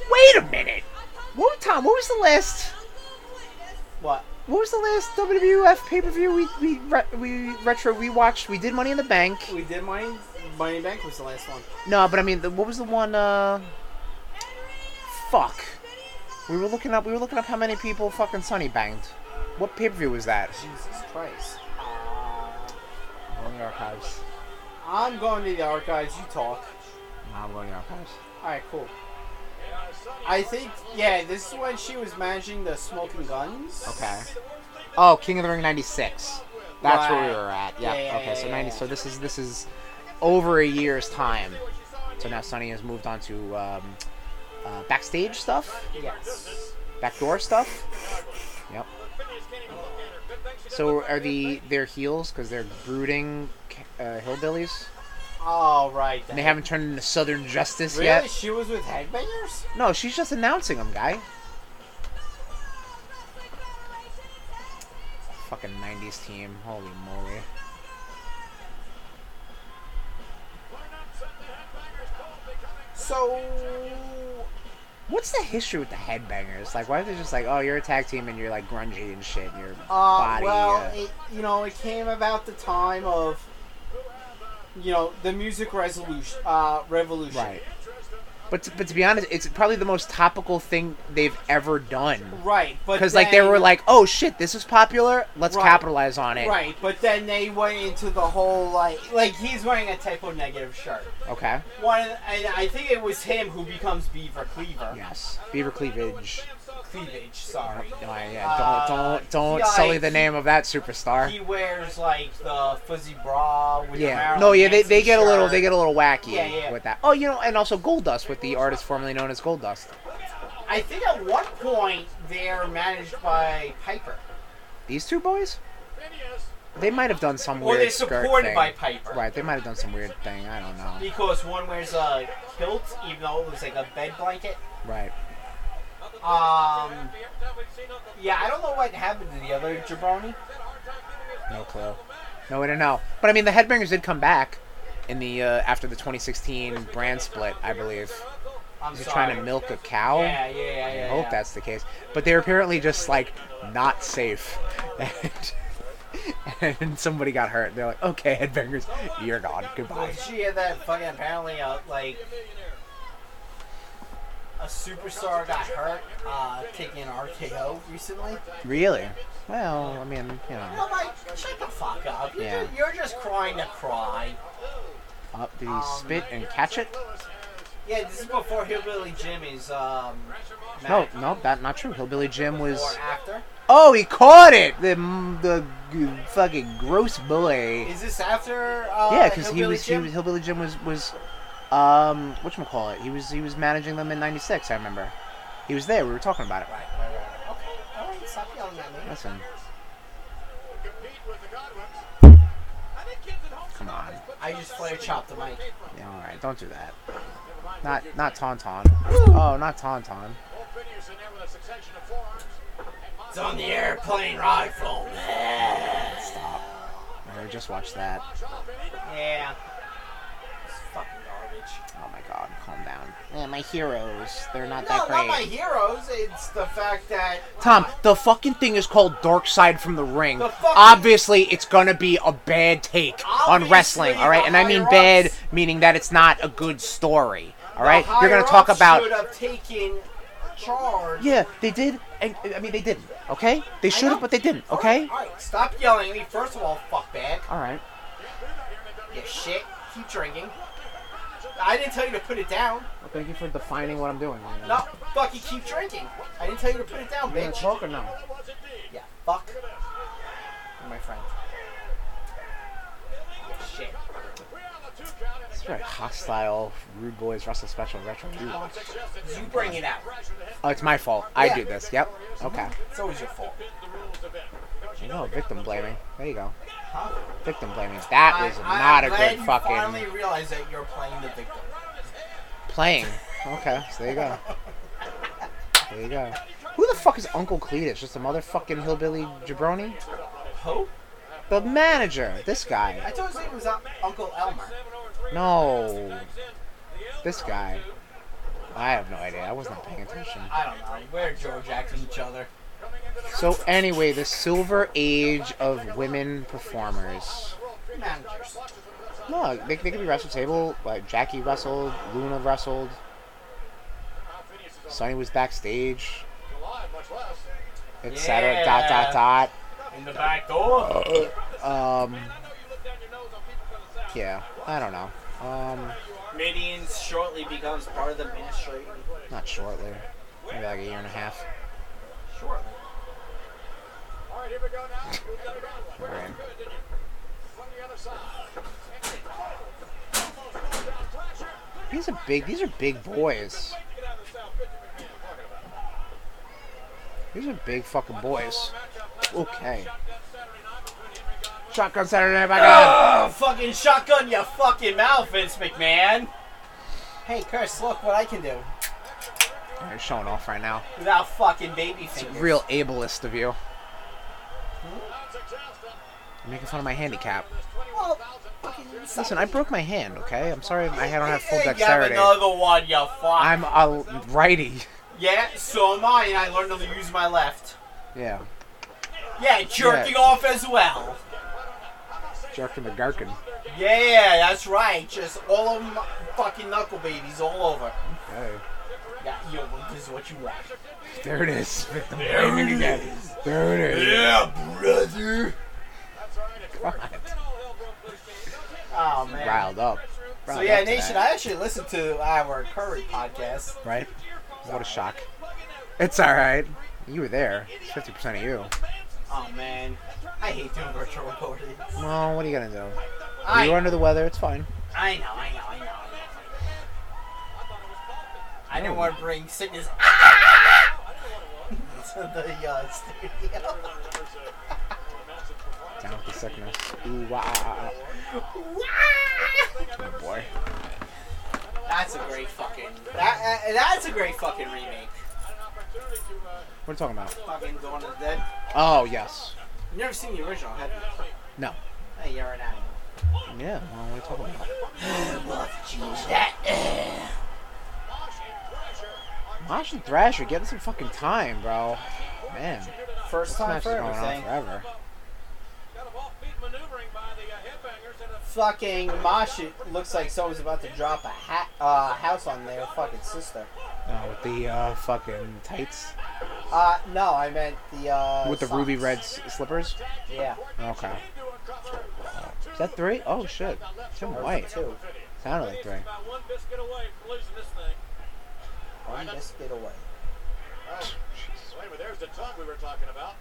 [SPEAKER 1] Wait a minute. What Tom? What was the last?
[SPEAKER 3] What?
[SPEAKER 1] What was the last WWF pay per view we we re- we retro we watched? We did Money in the Bank.
[SPEAKER 3] We did Money. Money in the Bank was the last one.
[SPEAKER 1] No, but I mean, the, what was the one? uh... Fuck. We were looking up. We were looking up how many people fucking Sonny banged. What pay per view was that?
[SPEAKER 3] Jesus Christ. Uh,
[SPEAKER 1] Only archives.
[SPEAKER 3] I'm going to the archives. You talk.
[SPEAKER 1] I'm going to archives.
[SPEAKER 3] All right, cool. I think, yeah, this is when she was managing the Smoking Guns.
[SPEAKER 1] Okay. Oh, King of the Ring '96. That's where we
[SPEAKER 3] Right.
[SPEAKER 1] were at. Yep.
[SPEAKER 3] Yeah, yeah,
[SPEAKER 1] okay. so
[SPEAKER 3] yeah,
[SPEAKER 1] '90.
[SPEAKER 3] yeah.
[SPEAKER 1] So this is this is over a year's time. So now Sonny has moved on to um, uh, backstage stuff,
[SPEAKER 3] Yes.
[SPEAKER 1] backdoor stuff. Yep. So are the their heels because they're brooding uh, hillbillies
[SPEAKER 3] All right.
[SPEAKER 1] and they haven't turned into Southern Justice
[SPEAKER 3] Really?
[SPEAKER 1] yet?
[SPEAKER 3] She was with Headbangers?
[SPEAKER 1] No, she's just announcing them, guy. Fucking 90s team. Holy moly.
[SPEAKER 3] So.
[SPEAKER 1] What's the history with the headbangers? Like, why are they just like, oh, you're a tag team and you're like grungy and shit, and your
[SPEAKER 3] Uh,
[SPEAKER 1] body.
[SPEAKER 3] well,
[SPEAKER 1] uh,
[SPEAKER 3] it, you know, it came about the time of, you know, the music resolution, uh, revolution.
[SPEAKER 1] right. But to, but to be honest, it's probably the most topical thing they've ever done.
[SPEAKER 3] Right, but
[SPEAKER 1] Because like they
[SPEAKER 3] then-
[SPEAKER 1] were like, oh shit, this is popular. Let's
[SPEAKER 3] Right.
[SPEAKER 1] capitalize on it.
[SPEAKER 3] right, but then they went into the whole like, like he's wearing a typo negative shirt.
[SPEAKER 1] Okay.
[SPEAKER 3] One, of the- and I think it was him who becomes Beaver Cleaver.
[SPEAKER 1] Yes. Beaver cleavage.
[SPEAKER 3] Cleavage, sorry.
[SPEAKER 1] Oh, yeah.
[SPEAKER 3] Uh,
[SPEAKER 1] Don't don't don't
[SPEAKER 3] yeah,
[SPEAKER 1] sully the
[SPEAKER 3] he-
[SPEAKER 1] name of that superstar.
[SPEAKER 3] He wears like the fuzzy bra with the
[SPEAKER 1] Yeah.
[SPEAKER 3] Marilyn
[SPEAKER 1] No, yeah, they,
[SPEAKER 3] Manson
[SPEAKER 1] they get a little
[SPEAKER 3] shirt.
[SPEAKER 1] they get a little wacky
[SPEAKER 3] Yeah, yeah.
[SPEAKER 1] with that. Oh, you know, and also Goldust with the artist formerly known as Goldust.
[SPEAKER 3] I think at one point they're managed by Piper,
[SPEAKER 1] These two boys? They might have done some
[SPEAKER 3] or
[SPEAKER 1] weird
[SPEAKER 3] they're
[SPEAKER 1] skirt
[SPEAKER 3] supported
[SPEAKER 1] thing.
[SPEAKER 3] by Piper.
[SPEAKER 1] Right, they might have done some weird thing. I don't know.
[SPEAKER 3] Because one wears a kilt, even though it was like a bed blanket.
[SPEAKER 1] Right.
[SPEAKER 3] Um, yeah, I don't know what happened to the other jabroni.
[SPEAKER 1] No clue. No way to know. But I mean, the Headbangers did come back in the uh, after the 2016 brand split, I believe.
[SPEAKER 3] I'm
[SPEAKER 1] Is it
[SPEAKER 3] sorry.
[SPEAKER 1] trying to milk a cow?
[SPEAKER 3] Yeah, yeah, yeah. yeah
[SPEAKER 1] I hope
[SPEAKER 3] yeah.
[SPEAKER 1] that's the case. But they're apparently just like not safe. And, and somebody got hurt. They're like, okay, headbangers, you're gone.
[SPEAKER 3] Well,
[SPEAKER 1] Goodbye.
[SPEAKER 3] she had that fucking apparently uh, like a superstar got hurt uh, taking an RKO recently.
[SPEAKER 1] Really? Well, I mean, you know.
[SPEAKER 3] I'm like, shut the fuck up. You're,
[SPEAKER 1] Yeah.
[SPEAKER 3] just, you're just crying to cry.
[SPEAKER 1] Oh, did he
[SPEAKER 3] Um,
[SPEAKER 1] spit and catch it?
[SPEAKER 3] Yeah, this is before Hillbilly Jimmy's um.
[SPEAKER 1] No,
[SPEAKER 3] match.
[SPEAKER 1] no, that not true. Hillbilly Jim was.
[SPEAKER 3] Or after.
[SPEAKER 1] Oh, he caught it. The the g- fucking gross boy.
[SPEAKER 3] Is this after? Uh,
[SPEAKER 1] Yeah, because he
[SPEAKER 3] Hillbilly
[SPEAKER 1] was he
[SPEAKER 3] Jim?
[SPEAKER 1] was Hillbilly Jim was was um what call it? He was he was managing them in '96. I remember. He was there. We were talking about it.
[SPEAKER 3] Right, right, right. Okay, all right. Stop yelling at me.
[SPEAKER 1] Listen, come on.
[SPEAKER 3] I just flare chopped the mic.
[SPEAKER 1] Yeah, all right, don't do that. Not not tauntaun. Oh, not tauntaun.
[SPEAKER 3] It's on the airplane rifle.
[SPEAKER 1] I just watched that.
[SPEAKER 3] Yeah. It's fucking garbage.
[SPEAKER 1] Oh my god, calm down. Yeah, my heroes, they're not
[SPEAKER 3] No,
[SPEAKER 1] that
[SPEAKER 3] not my
[SPEAKER 1] great.
[SPEAKER 3] heroes. It's the fact that
[SPEAKER 1] Tom, the fucking thing is called Dark Side from the Ring.
[SPEAKER 3] The fucking-
[SPEAKER 1] Obviously, it's gonna be a bad take on
[SPEAKER 3] Obviously,
[SPEAKER 1] wrestling, all right?
[SPEAKER 3] the
[SPEAKER 1] And I mean
[SPEAKER 3] higher
[SPEAKER 1] bad,
[SPEAKER 3] ups-
[SPEAKER 1] meaning that it's not a good story, all right?
[SPEAKER 3] the
[SPEAKER 1] You're gonna
[SPEAKER 3] higher
[SPEAKER 1] talk
[SPEAKER 3] ups
[SPEAKER 1] about
[SPEAKER 3] should have taken charge.
[SPEAKER 1] yeah, they did, and I mean they didn't. Okay, they should
[SPEAKER 3] know.
[SPEAKER 1] have, but they didn't.
[SPEAKER 3] All
[SPEAKER 1] Okay,
[SPEAKER 3] right, all right, stop yelling at me. First of all, fuck back.
[SPEAKER 1] all right.
[SPEAKER 3] You shit. Keep drinking. I didn't tell you to put it down.
[SPEAKER 1] Well, thank you for defining what I'm doing. Right now.
[SPEAKER 3] No, fucking keep drinking. I didn't tell you to put it down,
[SPEAKER 1] You gonna
[SPEAKER 3] bitch.
[SPEAKER 1] talk or no?
[SPEAKER 3] Yeah, fuck. You're my friend. Shit.
[SPEAKER 1] It's a very hostile, rude boys wrestle special retro. Ooh.
[SPEAKER 3] You bring it out.
[SPEAKER 1] Oh, it's my fault. I
[SPEAKER 3] Yeah.
[SPEAKER 1] did this. Yep. Okay.
[SPEAKER 3] It's always your fault.
[SPEAKER 1] You know, victim blaming. There you go.
[SPEAKER 3] Huh?
[SPEAKER 1] Victim blaming. That
[SPEAKER 3] I-
[SPEAKER 1] was
[SPEAKER 3] I-
[SPEAKER 1] not
[SPEAKER 3] I'm
[SPEAKER 1] a
[SPEAKER 3] glad
[SPEAKER 1] good
[SPEAKER 3] you
[SPEAKER 1] fucking
[SPEAKER 3] finally realized that you're playing the victim.
[SPEAKER 1] playing. Okay, so there you go. There you go. Who the fuck is Uncle Cletus? Just a motherfucking hillbilly jabroni?
[SPEAKER 3] Who?
[SPEAKER 1] The manager. This guy.
[SPEAKER 3] I thought his name was Un- Uncle Elmer.
[SPEAKER 1] No. This guy. I have no idea. I was not paying attention.
[SPEAKER 3] I don't know. We're George acting each other.
[SPEAKER 1] So anyway, the silver age of women performers.
[SPEAKER 3] Managers.
[SPEAKER 1] No, they, they could be wrestle table. Like Jackie wrestled, Luna wrestled. Sonny was backstage, etc. Dot dot dot.
[SPEAKER 3] In the back door.
[SPEAKER 1] Um, yeah, I don't know. Um,
[SPEAKER 3] Midian shortly becomes part of the ministry.
[SPEAKER 1] Not shortly. Maybe like a year and a half.
[SPEAKER 3] Shortly.
[SPEAKER 10] All right, here we go now. Who's got it on? Where
[SPEAKER 1] Right.
[SPEAKER 10] good, didn't you? From the other side.
[SPEAKER 1] These are big. These are big boys.
[SPEAKER 10] Get out of the south. Good to be here. Talking about it.
[SPEAKER 1] These are big fucking boys.
[SPEAKER 10] Matchup last
[SPEAKER 1] Okay.
[SPEAKER 10] night, shotgun Saturday night between him and Godwin.
[SPEAKER 1] Shotgun Saturday Night. My God.
[SPEAKER 3] Oh, fucking shotgun your fucking mouth, Vince McMahon. Hey, Chris, look what I can do
[SPEAKER 1] They're showing off right now.
[SPEAKER 3] without fucking baby fingers.
[SPEAKER 1] Real ableist of you. You're making fun of my handicap.
[SPEAKER 3] Well,
[SPEAKER 1] Listen, I broke my hand. Okay, I'm sorry. I don't have full
[SPEAKER 3] you got
[SPEAKER 1] dexterity.
[SPEAKER 3] another one, you fuck.
[SPEAKER 1] I'm a righty.
[SPEAKER 3] yeah, so am I, and I learned to use my left.
[SPEAKER 1] Yeah,
[SPEAKER 3] Yeah, jerking
[SPEAKER 1] Yeah.
[SPEAKER 3] off as well.
[SPEAKER 1] jerking the gherkin.
[SPEAKER 3] Yeah, that's right. Just all of them fucking knuckle babies all over.
[SPEAKER 1] Hey,
[SPEAKER 3] Yeah, yo, this is what you want.
[SPEAKER 1] there it is. There it is. There it is.
[SPEAKER 3] Yeah, brother.
[SPEAKER 10] That's all right. It's worked. Then all hell broke loose. baby. Those hits
[SPEAKER 3] Oh man.
[SPEAKER 1] Riled up.
[SPEAKER 3] So
[SPEAKER 1] Riled
[SPEAKER 3] yeah,
[SPEAKER 1] up to
[SPEAKER 3] Nation,
[SPEAKER 1] that,
[SPEAKER 3] I actually listened to our Curry podcast.
[SPEAKER 1] right? What a shock. It's all right. You were there. It's Fifty percent of you.
[SPEAKER 3] Oh man, I hate doing virtual recordings.
[SPEAKER 1] Well, what are you gonna do?
[SPEAKER 3] I,
[SPEAKER 1] You were under the weather. It's fine.
[SPEAKER 3] I know, I know, I know. I know. I didn't want to bring sickness Ah! to the uh, studio.
[SPEAKER 1] Down with the sickness. Ooh, wah, ah, ah. Oh, boy.
[SPEAKER 3] That's a great fucking. That uh, that's a great fucking remake.
[SPEAKER 1] What are you talking about?
[SPEAKER 3] Fucking Dawn of the Dead.
[SPEAKER 1] Oh yes.
[SPEAKER 3] You've never seen the original, have you?
[SPEAKER 1] No.
[SPEAKER 3] Hey, you're an animal.
[SPEAKER 1] Yeah. Well, what are you talking about?
[SPEAKER 3] Love change that.
[SPEAKER 1] Mosh and Thrasher getting some fucking time, bro. Man,
[SPEAKER 3] First
[SPEAKER 1] this
[SPEAKER 3] time
[SPEAKER 1] match is
[SPEAKER 3] for
[SPEAKER 1] going on
[SPEAKER 3] everything.
[SPEAKER 1] forever.
[SPEAKER 10] Got them off feet maneuvering by the uh, headbangers and a
[SPEAKER 3] Fucking Mosh it looks like someone's about to drop a ha- uh, house on their fucking sister.
[SPEAKER 1] Uh, with the uh, fucking tights,
[SPEAKER 3] Uh, no, I meant the uh.
[SPEAKER 1] with the
[SPEAKER 3] socks.
[SPEAKER 1] ruby red s- slippers.
[SPEAKER 3] Yeah.
[SPEAKER 1] Okay. Is that three? Oh shit. Tim
[SPEAKER 3] Those
[SPEAKER 1] White.
[SPEAKER 3] Two.
[SPEAKER 1] Sounded like three.
[SPEAKER 10] about one biscuit away from losing this thing.
[SPEAKER 3] One biscuit away.
[SPEAKER 10] Wait a minute, there's the tongue we were talking about.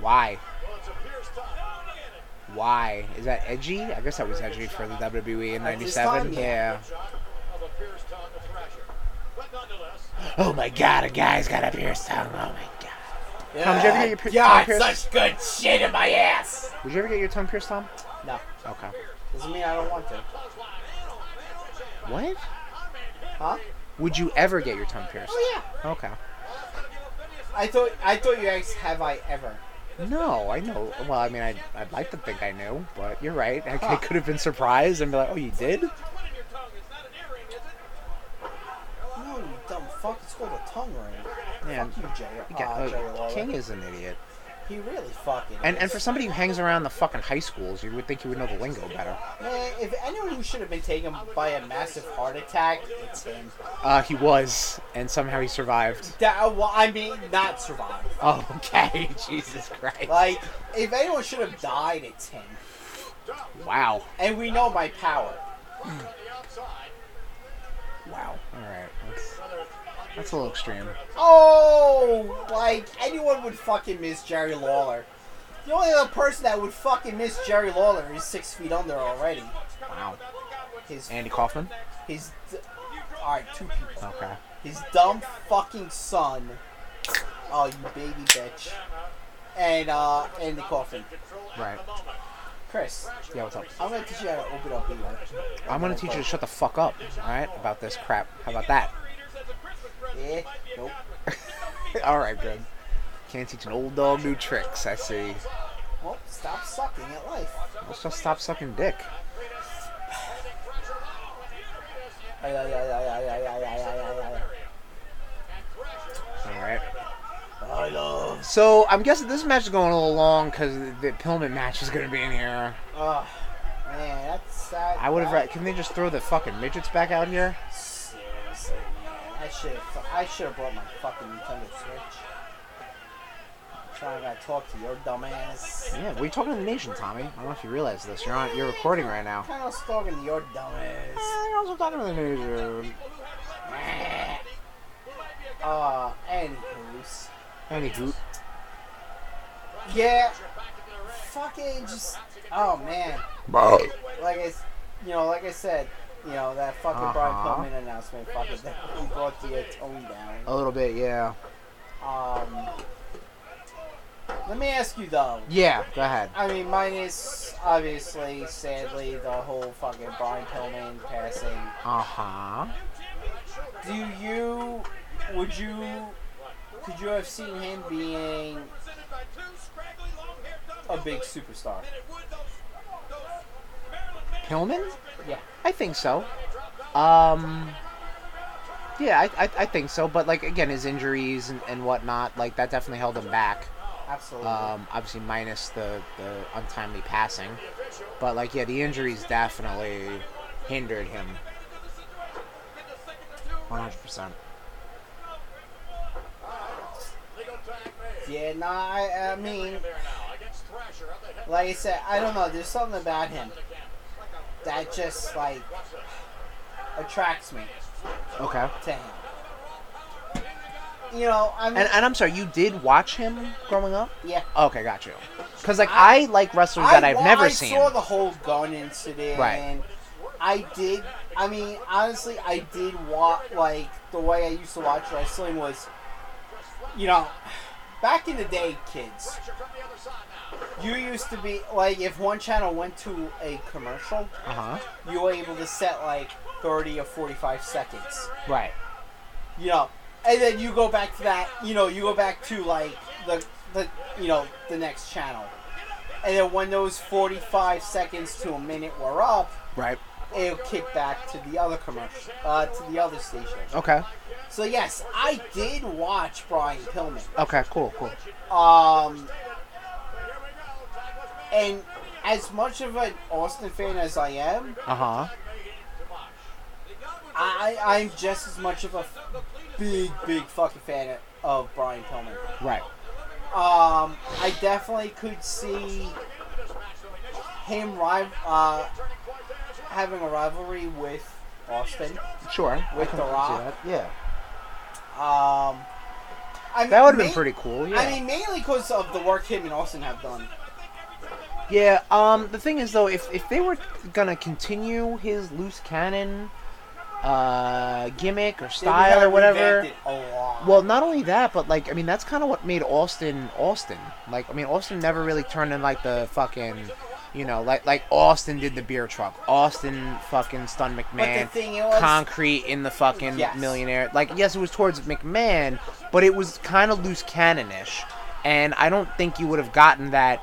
[SPEAKER 1] Why?
[SPEAKER 10] Well, it's a Pierce tongue.
[SPEAKER 1] Why? Is that edgy? I guess that was edgy for the WWE in
[SPEAKER 3] At this time,
[SPEAKER 1] '97.
[SPEAKER 3] yeah.
[SPEAKER 1] Yeah.
[SPEAKER 10] Shot of a Pierce tongue of Thrasher. But nonetheless,
[SPEAKER 1] Oh my god, a guy's got a pierced tongue. Oh my god. Tom, did you ever get your pier- tongue
[SPEAKER 3] God,
[SPEAKER 1] pierced?
[SPEAKER 3] such good shit in my ass.
[SPEAKER 1] Would you ever get your tongue pierced, Tom?
[SPEAKER 3] No,
[SPEAKER 1] Okay.
[SPEAKER 3] doesn't mean I don't want to.
[SPEAKER 1] What?
[SPEAKER 3] Huh?
[SPEAKER 1] Would you ever get your tongue pierced?
[SPEAKER 3] Oh yeah.
[SPEAKER 1] Okay.
[SPEAKER 3] I thought I thought you asked, have I ever?
[SPEAKER 1] No, I know. Well, I mean, I'd, I'd like to think I knew, but you're right. I, I could have been surprised and be like, oh, you did?
[SPEAKER 10] what in your tongue? It's not an earring,
[SPEAKER 3] No,
[SPEAKER 10] is it?
[SPEAKER 3] you dumb fuck. It's called a tongue ring.
[SPEAKER 1] Yeah.
[SPEAKER 3] Fuck you, Jay.
[SPEAKER 1] Yeah,
[SPEAKER 3] Uh,
[SPEAKER 1] look,
[SPEAKER 3] Jay Lawler.
[SPEAKER 1] King is an idiot.
[SPEAKER 3] He really fucking.
[SPEAKER 1] And,
[SPEAKER 3] is.
[SPEAKER 1] and for somebody who hangs around the fucking high schools, you would think you would know the lingo better.
[SPEAKER 3] Man, if anyone who should have been taken by a massive heart attack, it's him.
[SPEAKER 1] Uh, he was, and somehow he survived.
[SPEAKER 3] That, uh, well, I mean, not survive.
[SPEAKER 1] Oh, okay. Jesus Christ.
[SPEAKER 3] Like, if anyone should have died, it's him.
[SPEAKER 1] Wow.
[SPEAKER 3] And we know my power.
[SPEAKER 1] Wow. All right. That's, that's a little extreme.
[SPEAKER 3] Oh, like, anyone would fucking miss Jerry Lawler. The only other person that would fucking miss Jerry Lawler is six feet under already.
[SPEAKER 1] Wow.
[SPEAKER 3] His,
[SPEAKER 1] Andy Kaufman?
[SPEAKER 3] his, d- alright, two people.
[SPEAKER 1] Okay.
[SPEAKER 3] His dumb fucking son. Oh, you baby bitch. And, uh, and the coffin.
[SPEAKER 1] Right.
[SPEAKER 3] Chris,
[SPEAKER 1] Yeah, what's up?
[SPEAKER 3] I'm gonna teach you how to open up beer.
[SPEAKER 1] I'm going to teach you to shut the fuck up, all right, about this crap. How about that?
[SPEAKER 3] Yeah, nope.
[SPEAKER 1] All right, good. Can't teach an old dog new tricks. I see.
[SPEAKER 3] Well, stop sucking at life.
[SPEAKER 1] Let's just stop sucking dick.
[SPEAKER 3] Ay, ay, ay, ay, ay, ay, ay, ay, ay, ay,
[SPEAKER 1] All right.
[SPEAKER 3] ay. I love.
[SPEAKER 1] So I'm guessing this match is going a little long because the Pillman match is going to be in here.
[SPEAKER 3] Oh, man, that's sad.
[SPEAKER 1] I would have. Re- can they just throw the fucking midgets back out here?
[SPEAKER 3] Seriously, man. I should have. I should have brought my fucking Nintendo Switch. trying to talk to your dumbass.
[SPEAKER 1] Yeah, we're talking to the nation, Tommy. I don't know if you realize this. You're on. You're recording right now.
[SPEAKER 3] Kind of talking to your dumbass.
[SPEAKER 1] Eh, also talking to the nation.
[SPEAKER 3] Uh, anywho's.
[SPEAKER 1] Anywho,
[SPEAKER 3] Yeah. Fucking just. Oh man. Like I, s- you know, like I said, you know that fucking Brian
[SPEAKER 1] Uh-huh.
[SPEAKER 3] Pillman announcement fucking definitely brought the uh, tone down.
[SPEAKER 1] a little bit, yeah.
[SPEAKER 3] Um. Let me ask you though.
[SPEAKER 1] Yeah, go ahead.
[SPEAKER 3] I mean, minus obviously, sadly, the whole fucking Brian Pillman passing.
[SPEAKER 1] Uh huh.
[SPEAKER 3] Do you? Would you? Could you have seen him being a big superstar?
[SPEAKER 1] Pillman?
[SPEAKER 3] Yeah.
[SPEAKER 1] I think so. Um. Yeah, I, I, I think so. But like again, his injuries and, and whatnot, like that definitely held him back.
[SPEAKER 3] Absolutely.
[SPEAKER 1] Um, obviously minus the, the untimely passing, but like yeah, the injuries definitely hindered him. One hundred percent.
[SPEAKER 3] yeah. No, I, I mean, like I said, I don't know. There's something about him that just like attracts me
[SPEAKER 1] Okay.
[SPEAKER 3] to him. You know, I mean,
[SPEAKER 1] And and I'm sorry, you did watch him growing up?
[SPEAKER 3] yeah.
[SPEAKER 1] Okay, got you. Cause like I, like wrestlers that I've
[SPEAKER 3] wa-
[SPEAKER 1] never
[SPEAKER 3] I
[SPEAKER 1] seen.
[SPEAKER 3] saw the whole gun incident.
[SPEAKER 1] Right.
[SPEAKER 3] I did. I mean, honestly, I did watch like the way I used to watch wrestling was, you know, back in the day, kids. You used to be like if one channel went to a commercial,
[SPEAKER 1] Uh huh.
[SPEAKER 3] you were able to set like thirty or forty-five seconds
[SPEAKER 1] Right.
[SPEAKER 3] you know, and then you go back to that, you know, you go back to like the the you know the next channel, and then when those forty five seconds to a minute were up,
[SPEAKER 1] Right.
[SPEAKER 3] it'll kick back to the other commercial, uh, to the other station.
[SPEAKER 1] Okay.
[SPEAKER 3] So yes, I did watch Brian Pillman.
[SPEAKER 1] Okay. Cool. Cool.
[SPEAKER 3] Um, and as much of an Austin fan as I am,
[SPEAKER 1] Uh huh.
[SPEAKER 3] I I'm just as much of a big big fucking fan of Brian Pillman.
[SPEAKER 1] Right.
[SPEAKER 3] Um, I definitely could see him rival, uh, having a rivalry with Austin.
[SPEAKER 1] Sure. I
[SPEAKER 3] With
[SPEAKER 1] can
[SPEAKER 3] The
[SPEAKER 1] see
[SPEAKER 3] Rock.
[SPEAKER 1] that. Yeah.
[SPEAKER 3] Um, I
[SPEAKER 1] That would have
[SPEAKER 3] ma-
[SPEAKER 1] been pretty cool. Yeah.
[SPEAKER 3] I mean, mainly because of the work him and Austin have done.
[SPEAKER 1] Yeah. Um. The thing is, though, if if they were gonna continue his loose cannon, uh, gimmick or
[SPEAKER 3] They really
[SPEAKER 1] style or whatever.
[SPEAKER 3] revamped it A lot.
[SPEAKER 1] Well, not only that, but like I mean, that's kind of what made Austin Austin. Like I mean, Austin never really turned in like the fucking, you know, like like Austin did the beer truck. Austin fucking stunned McMahon.
[SPEAKER 3] thing was-
[SPEAKER 1] concrete in the fucking
[SPEAKER 3] Yes.
[SPEAKER 1] millionaire. Like yes, it was towards McMahon, but it was kind of loose cannonish, and I don't think you would have gotten that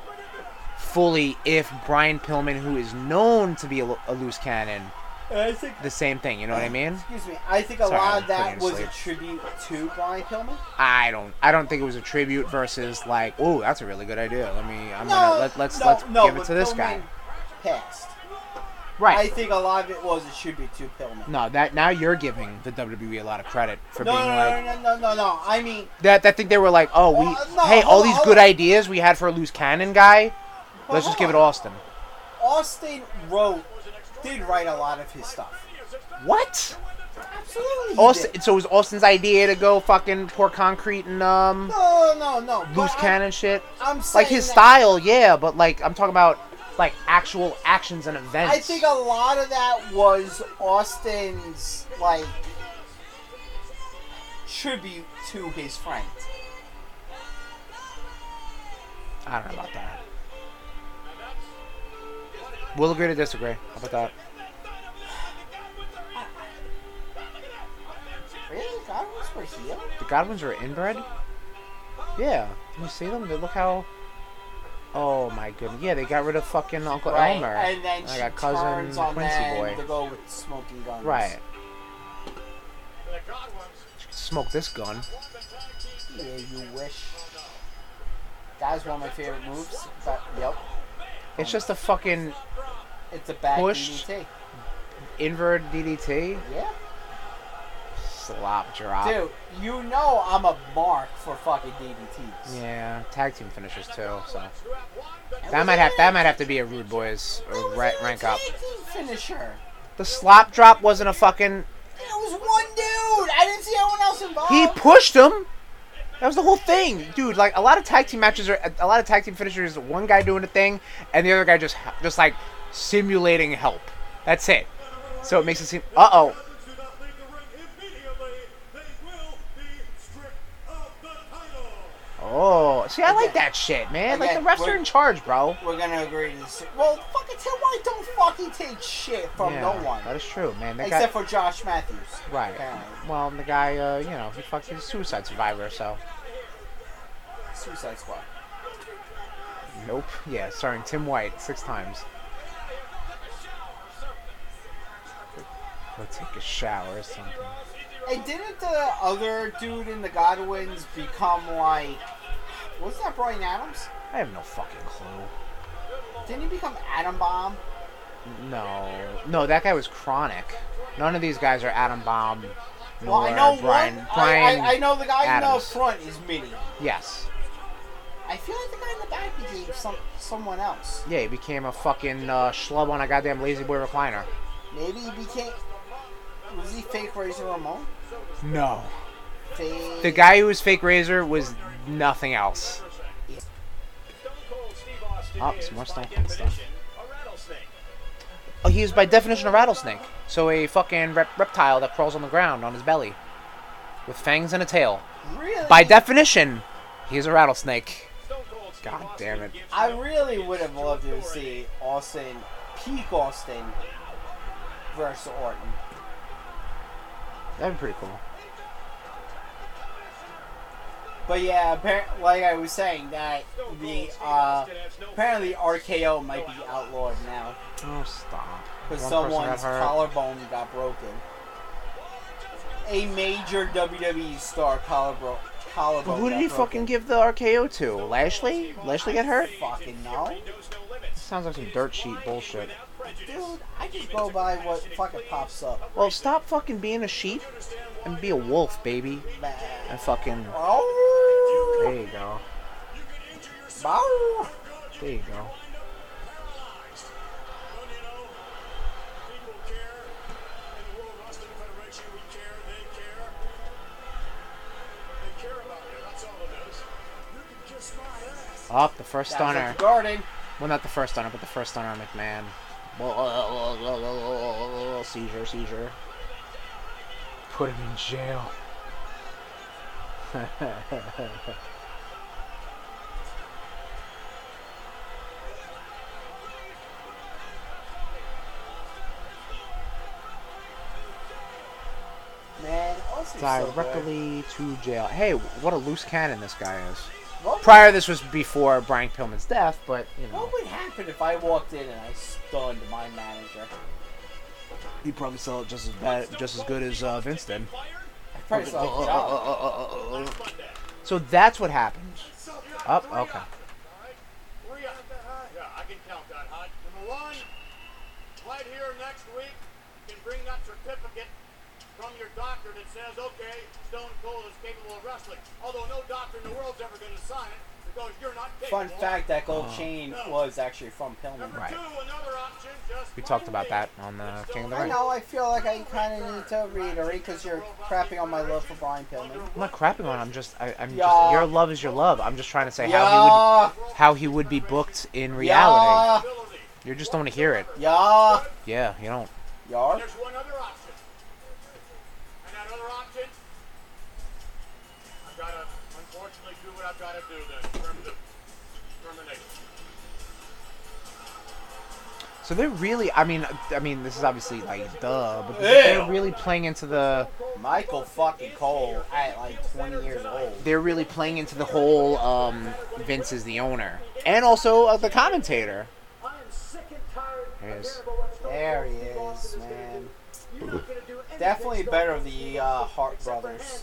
[SPEAKER 1] fully if Brian Pillman, who is known to be a, lo- a loose cannon,
[SPEAKER 3] And I think,
[SPEAKER 1] the same thing. You know what
[SPEAKER 3] Oh,
[SPEAKER 1] I mean?
[SPEAKER 3] excuse me, I think a
[SPEAKER 1] Sorry,
[SPEAKER 3] lot
[SPEAKER 1] I'm
[SPEAKER 3] of that
[SPEAKER 1] putting you to
[SPEAKER 3] was a
[SPEAKER 1] sleep.
[SPEAKER 3] tribute to Brian Pillman.
[SPEAKER 1] I don't. I don't think it was a tribute versus like, oh, that's a really good idea. Let me. I'm gonna let, let's
[SPEAKER 3] no,
[SPEAKER 1] let's
[SPEAKER 3] no,
[SPEAKER 1] give it
[SPEAKER 3] but
[SPEAKER 1] to this guy.
[SPEAKER 3] Pillman Passed. I
[SPEAKER 1] Right.
[SPEAKER 3] think a lot of it was a tribute to Pillman.
[SPEAKER 1] no, that now you're giving the WWE a lot of credit for
[SPEAKER 3] No,
[SPEAKER 1] being
[SPEAKER 3] no,
[SPEAKER 1] like
[SPEAKER 3] no, no, no, no, no. I mean,
[SPEAKER 1] that. That think they were like, oh, we
[SPEAKER 3] Well, no,
[SPEAKER 1] hey,
[SPEAKER 3] hold
[SPEAKER 1] all
[SPEAKER 3] on,
[SPEAKER 1] these
[SPEAKER 3] hold
[SPEAKER 1] good
[SPEAKER 3] on.
[SPEAKER 1] ideas we had for a loose cannon guy.
[SPEAKER 3] Well,
[SPEAKER 1] let's just
[SPEAKER 3] hold
[SPEAKER 1] give it
[SPEAKER 3] on.
[SPEAKER 1] Austin.
[SPEAKER 3] Austin wrote, did write a lot of his stuff.
[SPEAKER 1] What?
[SPEAKER 3] Absolutely. he
[SPEAKER 1] Austin.
[SPEAKER 3] did.
[SPEAKER 1] So it was Austin's idea to go fucking pour concrete and um
[SPEAKER 3] No, no, no. no.
[SPEAKER 1] loose
[SPEAKER 3] But
[SPEAKER 1] cannon shit.
[SPEAKER 3] I'm, I'm saying
[SPEAKER 1] Like his
[SPEAKER 3] that
[SPEAKER 1] style, yeah, but like I'm talking about like actual actions and events.
[SPEAKER 3] I think a lot of that was Austin's like tribute to his friend.
[SPEAKER 1] I don't know about that. We'll agree to disagree. How about that?
[SPEAKER 3] Really, Godwins were heel.
[SPEAKER 1] The Godwins are inbred? Yeah. You see them? They look how. Oh my goodness. Yeah, they got rid of fucking Uncle
[SPEAKER 3] Right,
[SPEAKER 1] Elmer.
[SPEAKER 3] and then
[SPEAKER 1] I
[SPEAKER 3] she
[SPEAKER 1] got cousin
[SPEAKER 3] turns on
[SPEAKER 1] Quincy
[SPEAKER 3] them
[SPEAKER 1] boy.
[SPEAKER 3] to go with smoking guns.
[SPEAKER 1] Right. Smoke this gun.
[SPEAKER 3] Yeah, you wish. That was one of my favorite moves. But, yep,
[SPEAKER 1] It's just a fucking
[SPEAKER 3] it's a bad
[SPEAKER 1] Pushed.
[SPEAKER 3] DDT.
[SPEAKER 1] invert DDT.
[SPEAKER 3] Yeah.
[SPEAKER 1] slop drop.
[SPEAKER 3] Dude, you know I'm a mark for fucking DDTs.
[SPEAKER 1] Yeah, tag team finishes too. So that might have that might have to be a rude boys or ra- rank up.
[SPEAKER 3] Team finisher.
[SPEAKER 1] The slop drop wasn't a fucking.
[SPEAKER 3] It was one dude. I didn't see anyone else involved.
[SPEAKER 1] He pushed him. That was the whole thing, dude. Like a lot of tag team matches are a lot of tag team finishers. One guy doing a thing, and the other guy just just like simulating help. That's it. So it makes it seem. Uh oh. Oh, see, I like that shit, man. Like the
[SPEAKER 3] Again,
[SPEAKER 1] refs are
[SPEAKER 3] we're-
[SPEAKER 1] in charge, bro.
[SPEAKER 3] We're gonna agree to this. Well, fucking Tim White don't fucking take shit from
[SPEAKER 1] Yeah,
[SPEAKER 3] no one.
[SPEAKER 1] That is true, man. That guy,
[SPEAKER 3] Except for Josh Matthews.
[SPEAKER 1] Right.
[SPEAKER 3] Apparently.
[SPEAKER 1] Well, the guy, uh, you know, he fucked his suicide survivor, so.
[SPEAKER 3] Suicide Squad.
[SPEAKER 1] Nope. Yeah, starring Tim White six times. Go take a shower or something.
[SPEAKER 3] And didn't the other dude in the Godwins become like. Was that Brian Adams?
[SPEAKER 1] I have no fucking clue.
[SPEAKER 3] Didn't he become Adam Bomb?
[SPEAKER 1] No. No, that guy was chronic. None of these guys are Adam Bomb.
[SPEAKER 3] Well,
[SPEAKER 1] Nor
[SPEAKER 3] I know
[SPEAKER 1] Brian.
[SPEAKER 3] one.
[SPEAKER 1] Brian.
[SPEAKER 3] I, I, I know the guy in the
[SPEAKER 1] Adams.
[SPEAKER 3] front is Mini.
[SPEAKER 1] Yes.
[SPEAKER 3] I feel like the guy in the back became some someone else.
[SPEAKER 1] Yeah, he became a fucking uh, schlub on a goddamn lazy boy recliner.
[SPEAKER 3] Maybe he became. Was he fake Razor Ramon?
[SPEAKER 1] No.
[SPEAKER 3] Fake.
[SPEAKER 1] The guy who was fake Razor was nothing else. Oh, some more Stone Cold stuff. Oh, he is by definition a rattlesnake. So a fucking rep- reptile that crawls on the ground on his belly with fangs and a tail.
[SPEAKER 3] Really?
[SPEAKER 1] By definition, he is a rattlesnake. God damn it.
[SPEAKER 3] I really would have loved to see Austin, peak Austin, versus Orton.
[SPEAKER 1] That'd be pretty cool.
[SPEAKER 3] But yeah, appar- like I was saying, that the uh, apparently RKO might be outlawed now
[SPEAKER 1] Oh, stop.
[SPEAKER 3] because
[SPEAKER 1] One person
[SPEAKER 3] someone's
[SPEAKER 1] got hurt.
[SPEAKER 3] collarbone got broken. A major WWE star collarbone.
[SPEAKER 1] But
[SPEAKER 3] collarbone
[SPEAKER 1] who did
[SPEAKER 3] got
[SPEAKER 1] he
[SPEAKER 3] broken.
[SPEAKER 1] fucking give the RKO to? Lashley? Lashley get hurt?
[SPEAKER 3] Fucking no,
[SPEAKER 1] Sounds like some dirt sheet bullshit.
[SPEAKER 3] dude. I just go by what fucking pops up.
[SPEAKER 1] Well, stop fucking being a sheep and be a wolf, baby.
[SPEAKER 3] Bah.
[SPEAKER 1] And fucking.
[SPEAKER 3] Bow.
[SPEAKER 1] There you go.
[SPEAKER 3] Bow.
[SPEAKER 1] There you go. Up the first stunner.
[SPEAKER 3] That's a Garden.
[SPEAKER 1] Well, not the first stunner, but the first stunner on McMahon. uh, Seizure, seizure. Put him in jail.
[SPEAKER 3] Man, Austin's so good.
[SPEAKER 1] Directly to jail. Hey, what a loose cannon this guy is.
[SPEAKER 3] What would,
[SPEAKER 1] Prior, this was before Brian Pillman's death, but you know.
[SPEAKER 3] what would happen if I walked in and I stunned my manager?
[SPEAKER 1] He probably sell it just as bad, just as good as uh, Vince did. Oh,
[SPEAKER 3] I probably saw a job.
[SPEAKER 1] So that's what happened. Up, okay.
[SPEAKER 5] Yeah, I can count that high. Number one, right here next week, you can bring that certificate from your doctor that says, okay, Stone Cold is capable of wrestling. Although no doctor in the world's ever going to sign it because you're not capable.
[SPEAKER 3] Fun fact: that
[SPEAKER 1] Oh.
[SPEAKER 3] gold chain was actually from Pillman.
[SPEAKER 5] Number
[SPEAKER 1] Right.
[SPEAKER 5] two, another option, just
[SPEAKER 1] We talked about that on the King of the
[SPEAKER 3] I
[SPEAKER 1] Ring.
[SPEAKER 3] know. I feel like I kind of need to reiterate because you're crapping on my love for Brian Pillman.
[SPEAKER 1] I'm not crapping on. him, I'm just. I, I'm
[SPEAKER 3] Yeah.
[SPEAKER 1] just. Your love is your love. I'm just trying to say how
[SPEAKER 3] Yeah,
[SPEAKER 1] he would how he would be booked in reality.
[SPEAKER 3] yeah,
[SPEAKER 1] You just don't want to hear it.
[SPEAKER 3] yeah,
[SPEAKER 1] Yeah, you don't.
[SPEAKER 3] yeah.
[SPEAKER 5] There's one other option. And that other option, I've got to unfortunately do what I've got to do then. Terminate. Terminate.
[SPEAKER 1] So they're really. I mean, I mean, this is obviously like duh, but they're really playing into the.
[SPEAKER 3] Michael fucking Cole at like 20 years old.
[SPEAKER 1] They're really playing into the whole um, Vince is the owner and also uh, the commentator. There he is.
[SPEAKER 3] There he is, man. Definitely better of the uh, Hart brothers.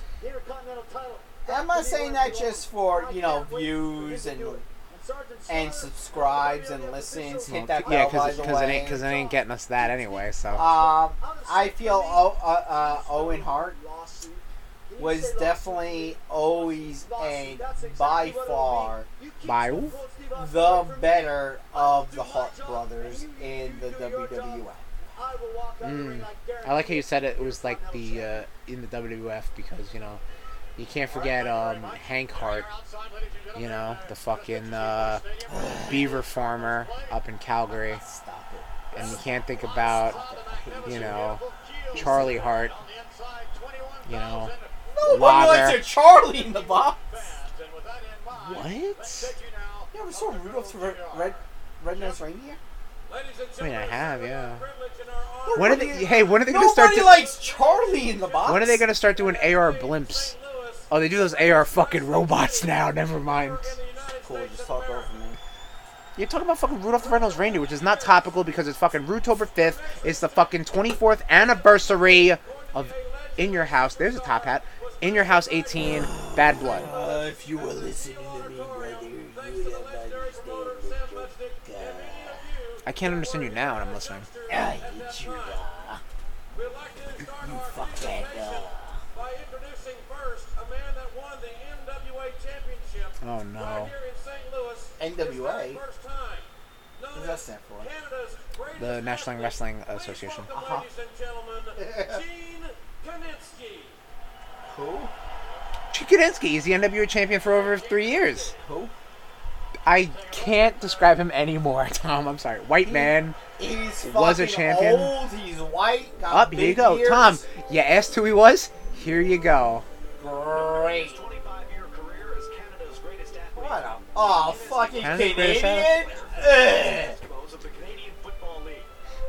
[SPEAKER 3] I'm not saying that just for you know views and and subscribes and listens. Hit that bell
[SPEAKER 1] Yeah,
[SPEAKER 3] by
[SPEAKER 1] because
[SPEAKER 3] the
[SPEAKER 1] it ain't
[SPEAKER 3] way.
[SPEAKER 1] because it ain't getting us that anyway. So
[SPEAKER 3] oh, Um, I feel o- uh, uh, Owen Uh, Hart was definitely always and by far
[SPEAKER 1] By who?
[SPEAKER 3] the better of the Hart brothers in the WWF.
[SPEAKER 1] Mm. I like how you said it was like the uh, in the WWF because you know you can't forget um, Hank Hart, you know the fucking uh, beaver farmer up in Calgary,
[SPEAKER 3] Stop it.
[SPEAKER 1] and you can't think about you know Charlie Hart, you know
[SPEAKER 3] No one
[SPEAKER 1] Lager.
[SPEAKER 3] likes a Charlie in the box.
[SPEAKER 1] what?
[SPEAKER 3] You ever saw Rudolph the Red, Red, Red-Nosed Reindeer?
[SPEAKER 1] I mean, I have yeah.
[SPEAKER 3] Nobody-
[SPEAKER 1] When are they? Hey, when are they gonna
[SPEAKER 3] Nobody
[SPEAKER 1] start? Do-
[SPEAKER 3] likes Charlie in the box.
[SPEAKER 1] when are they gonna start doing AR blimps? Oh, they do those AR fucking robots now. Never mind.
[SPEAKER 3] Cool, just talk over me.
[SPEAKER 1] You're talking about fucking Rudolph the Red-Nosed Reindeer, which is not topical because it's fucking Rudetober 5th. It's the fucking 24th anniversary of In Your House. There's a top hat. In Your House 18, Bad Blood.
[SPEAKER 3] Uh, if you were listening to me, brother, you would have understood what your God.
[SPEAKER 1] I can't understand you now when I'm listening.
[SPEAKER 3] I hate you, God. You fucking God.
[SPEAKER 5] By introducing first a man that won the NWA Championship
[SPEAKER 1] Oh no.
[SPEAKER 5] here in St. Louis
[SPEAKER 3] NWA?
[SPEAKER 5] first time.
[SPEAKER 3] What does that stand for?
[SPEAKER 5] Canada's greatest
[SPEAKER 1] The National Wrestling Association.
[SPEAKER 3] Uh-huh.
[SPEAKER 5] ladies and gentlemen, Gene Kaninsky.
[SPEAKER 3] Who?
[SPEAKER 1] Chikudinski, he's the NWA champion for over three years.
[SPEAKER 3] Who?
[SPEAKER 1] I can't describe him anymore, Tom. I'm sorry. White man.
[SPEAKER 3] He's fucking
[SPEAKER 1] Was a champion.
[SPEAKER 3] old. He's white. Got
[SPEAKER 1] Up,
[SPEAKER 3] big
[SPEAKER 1] here you go.
[SPEAKER 3] ears.
[SPEAKER 1] Tom, you asked who he was? Here you go.
[SPEAKER 3] Great. What a oh fucking
[SPEAKER 1] Canada's greatest
[SPEAKER 3] Canadian. Ugh.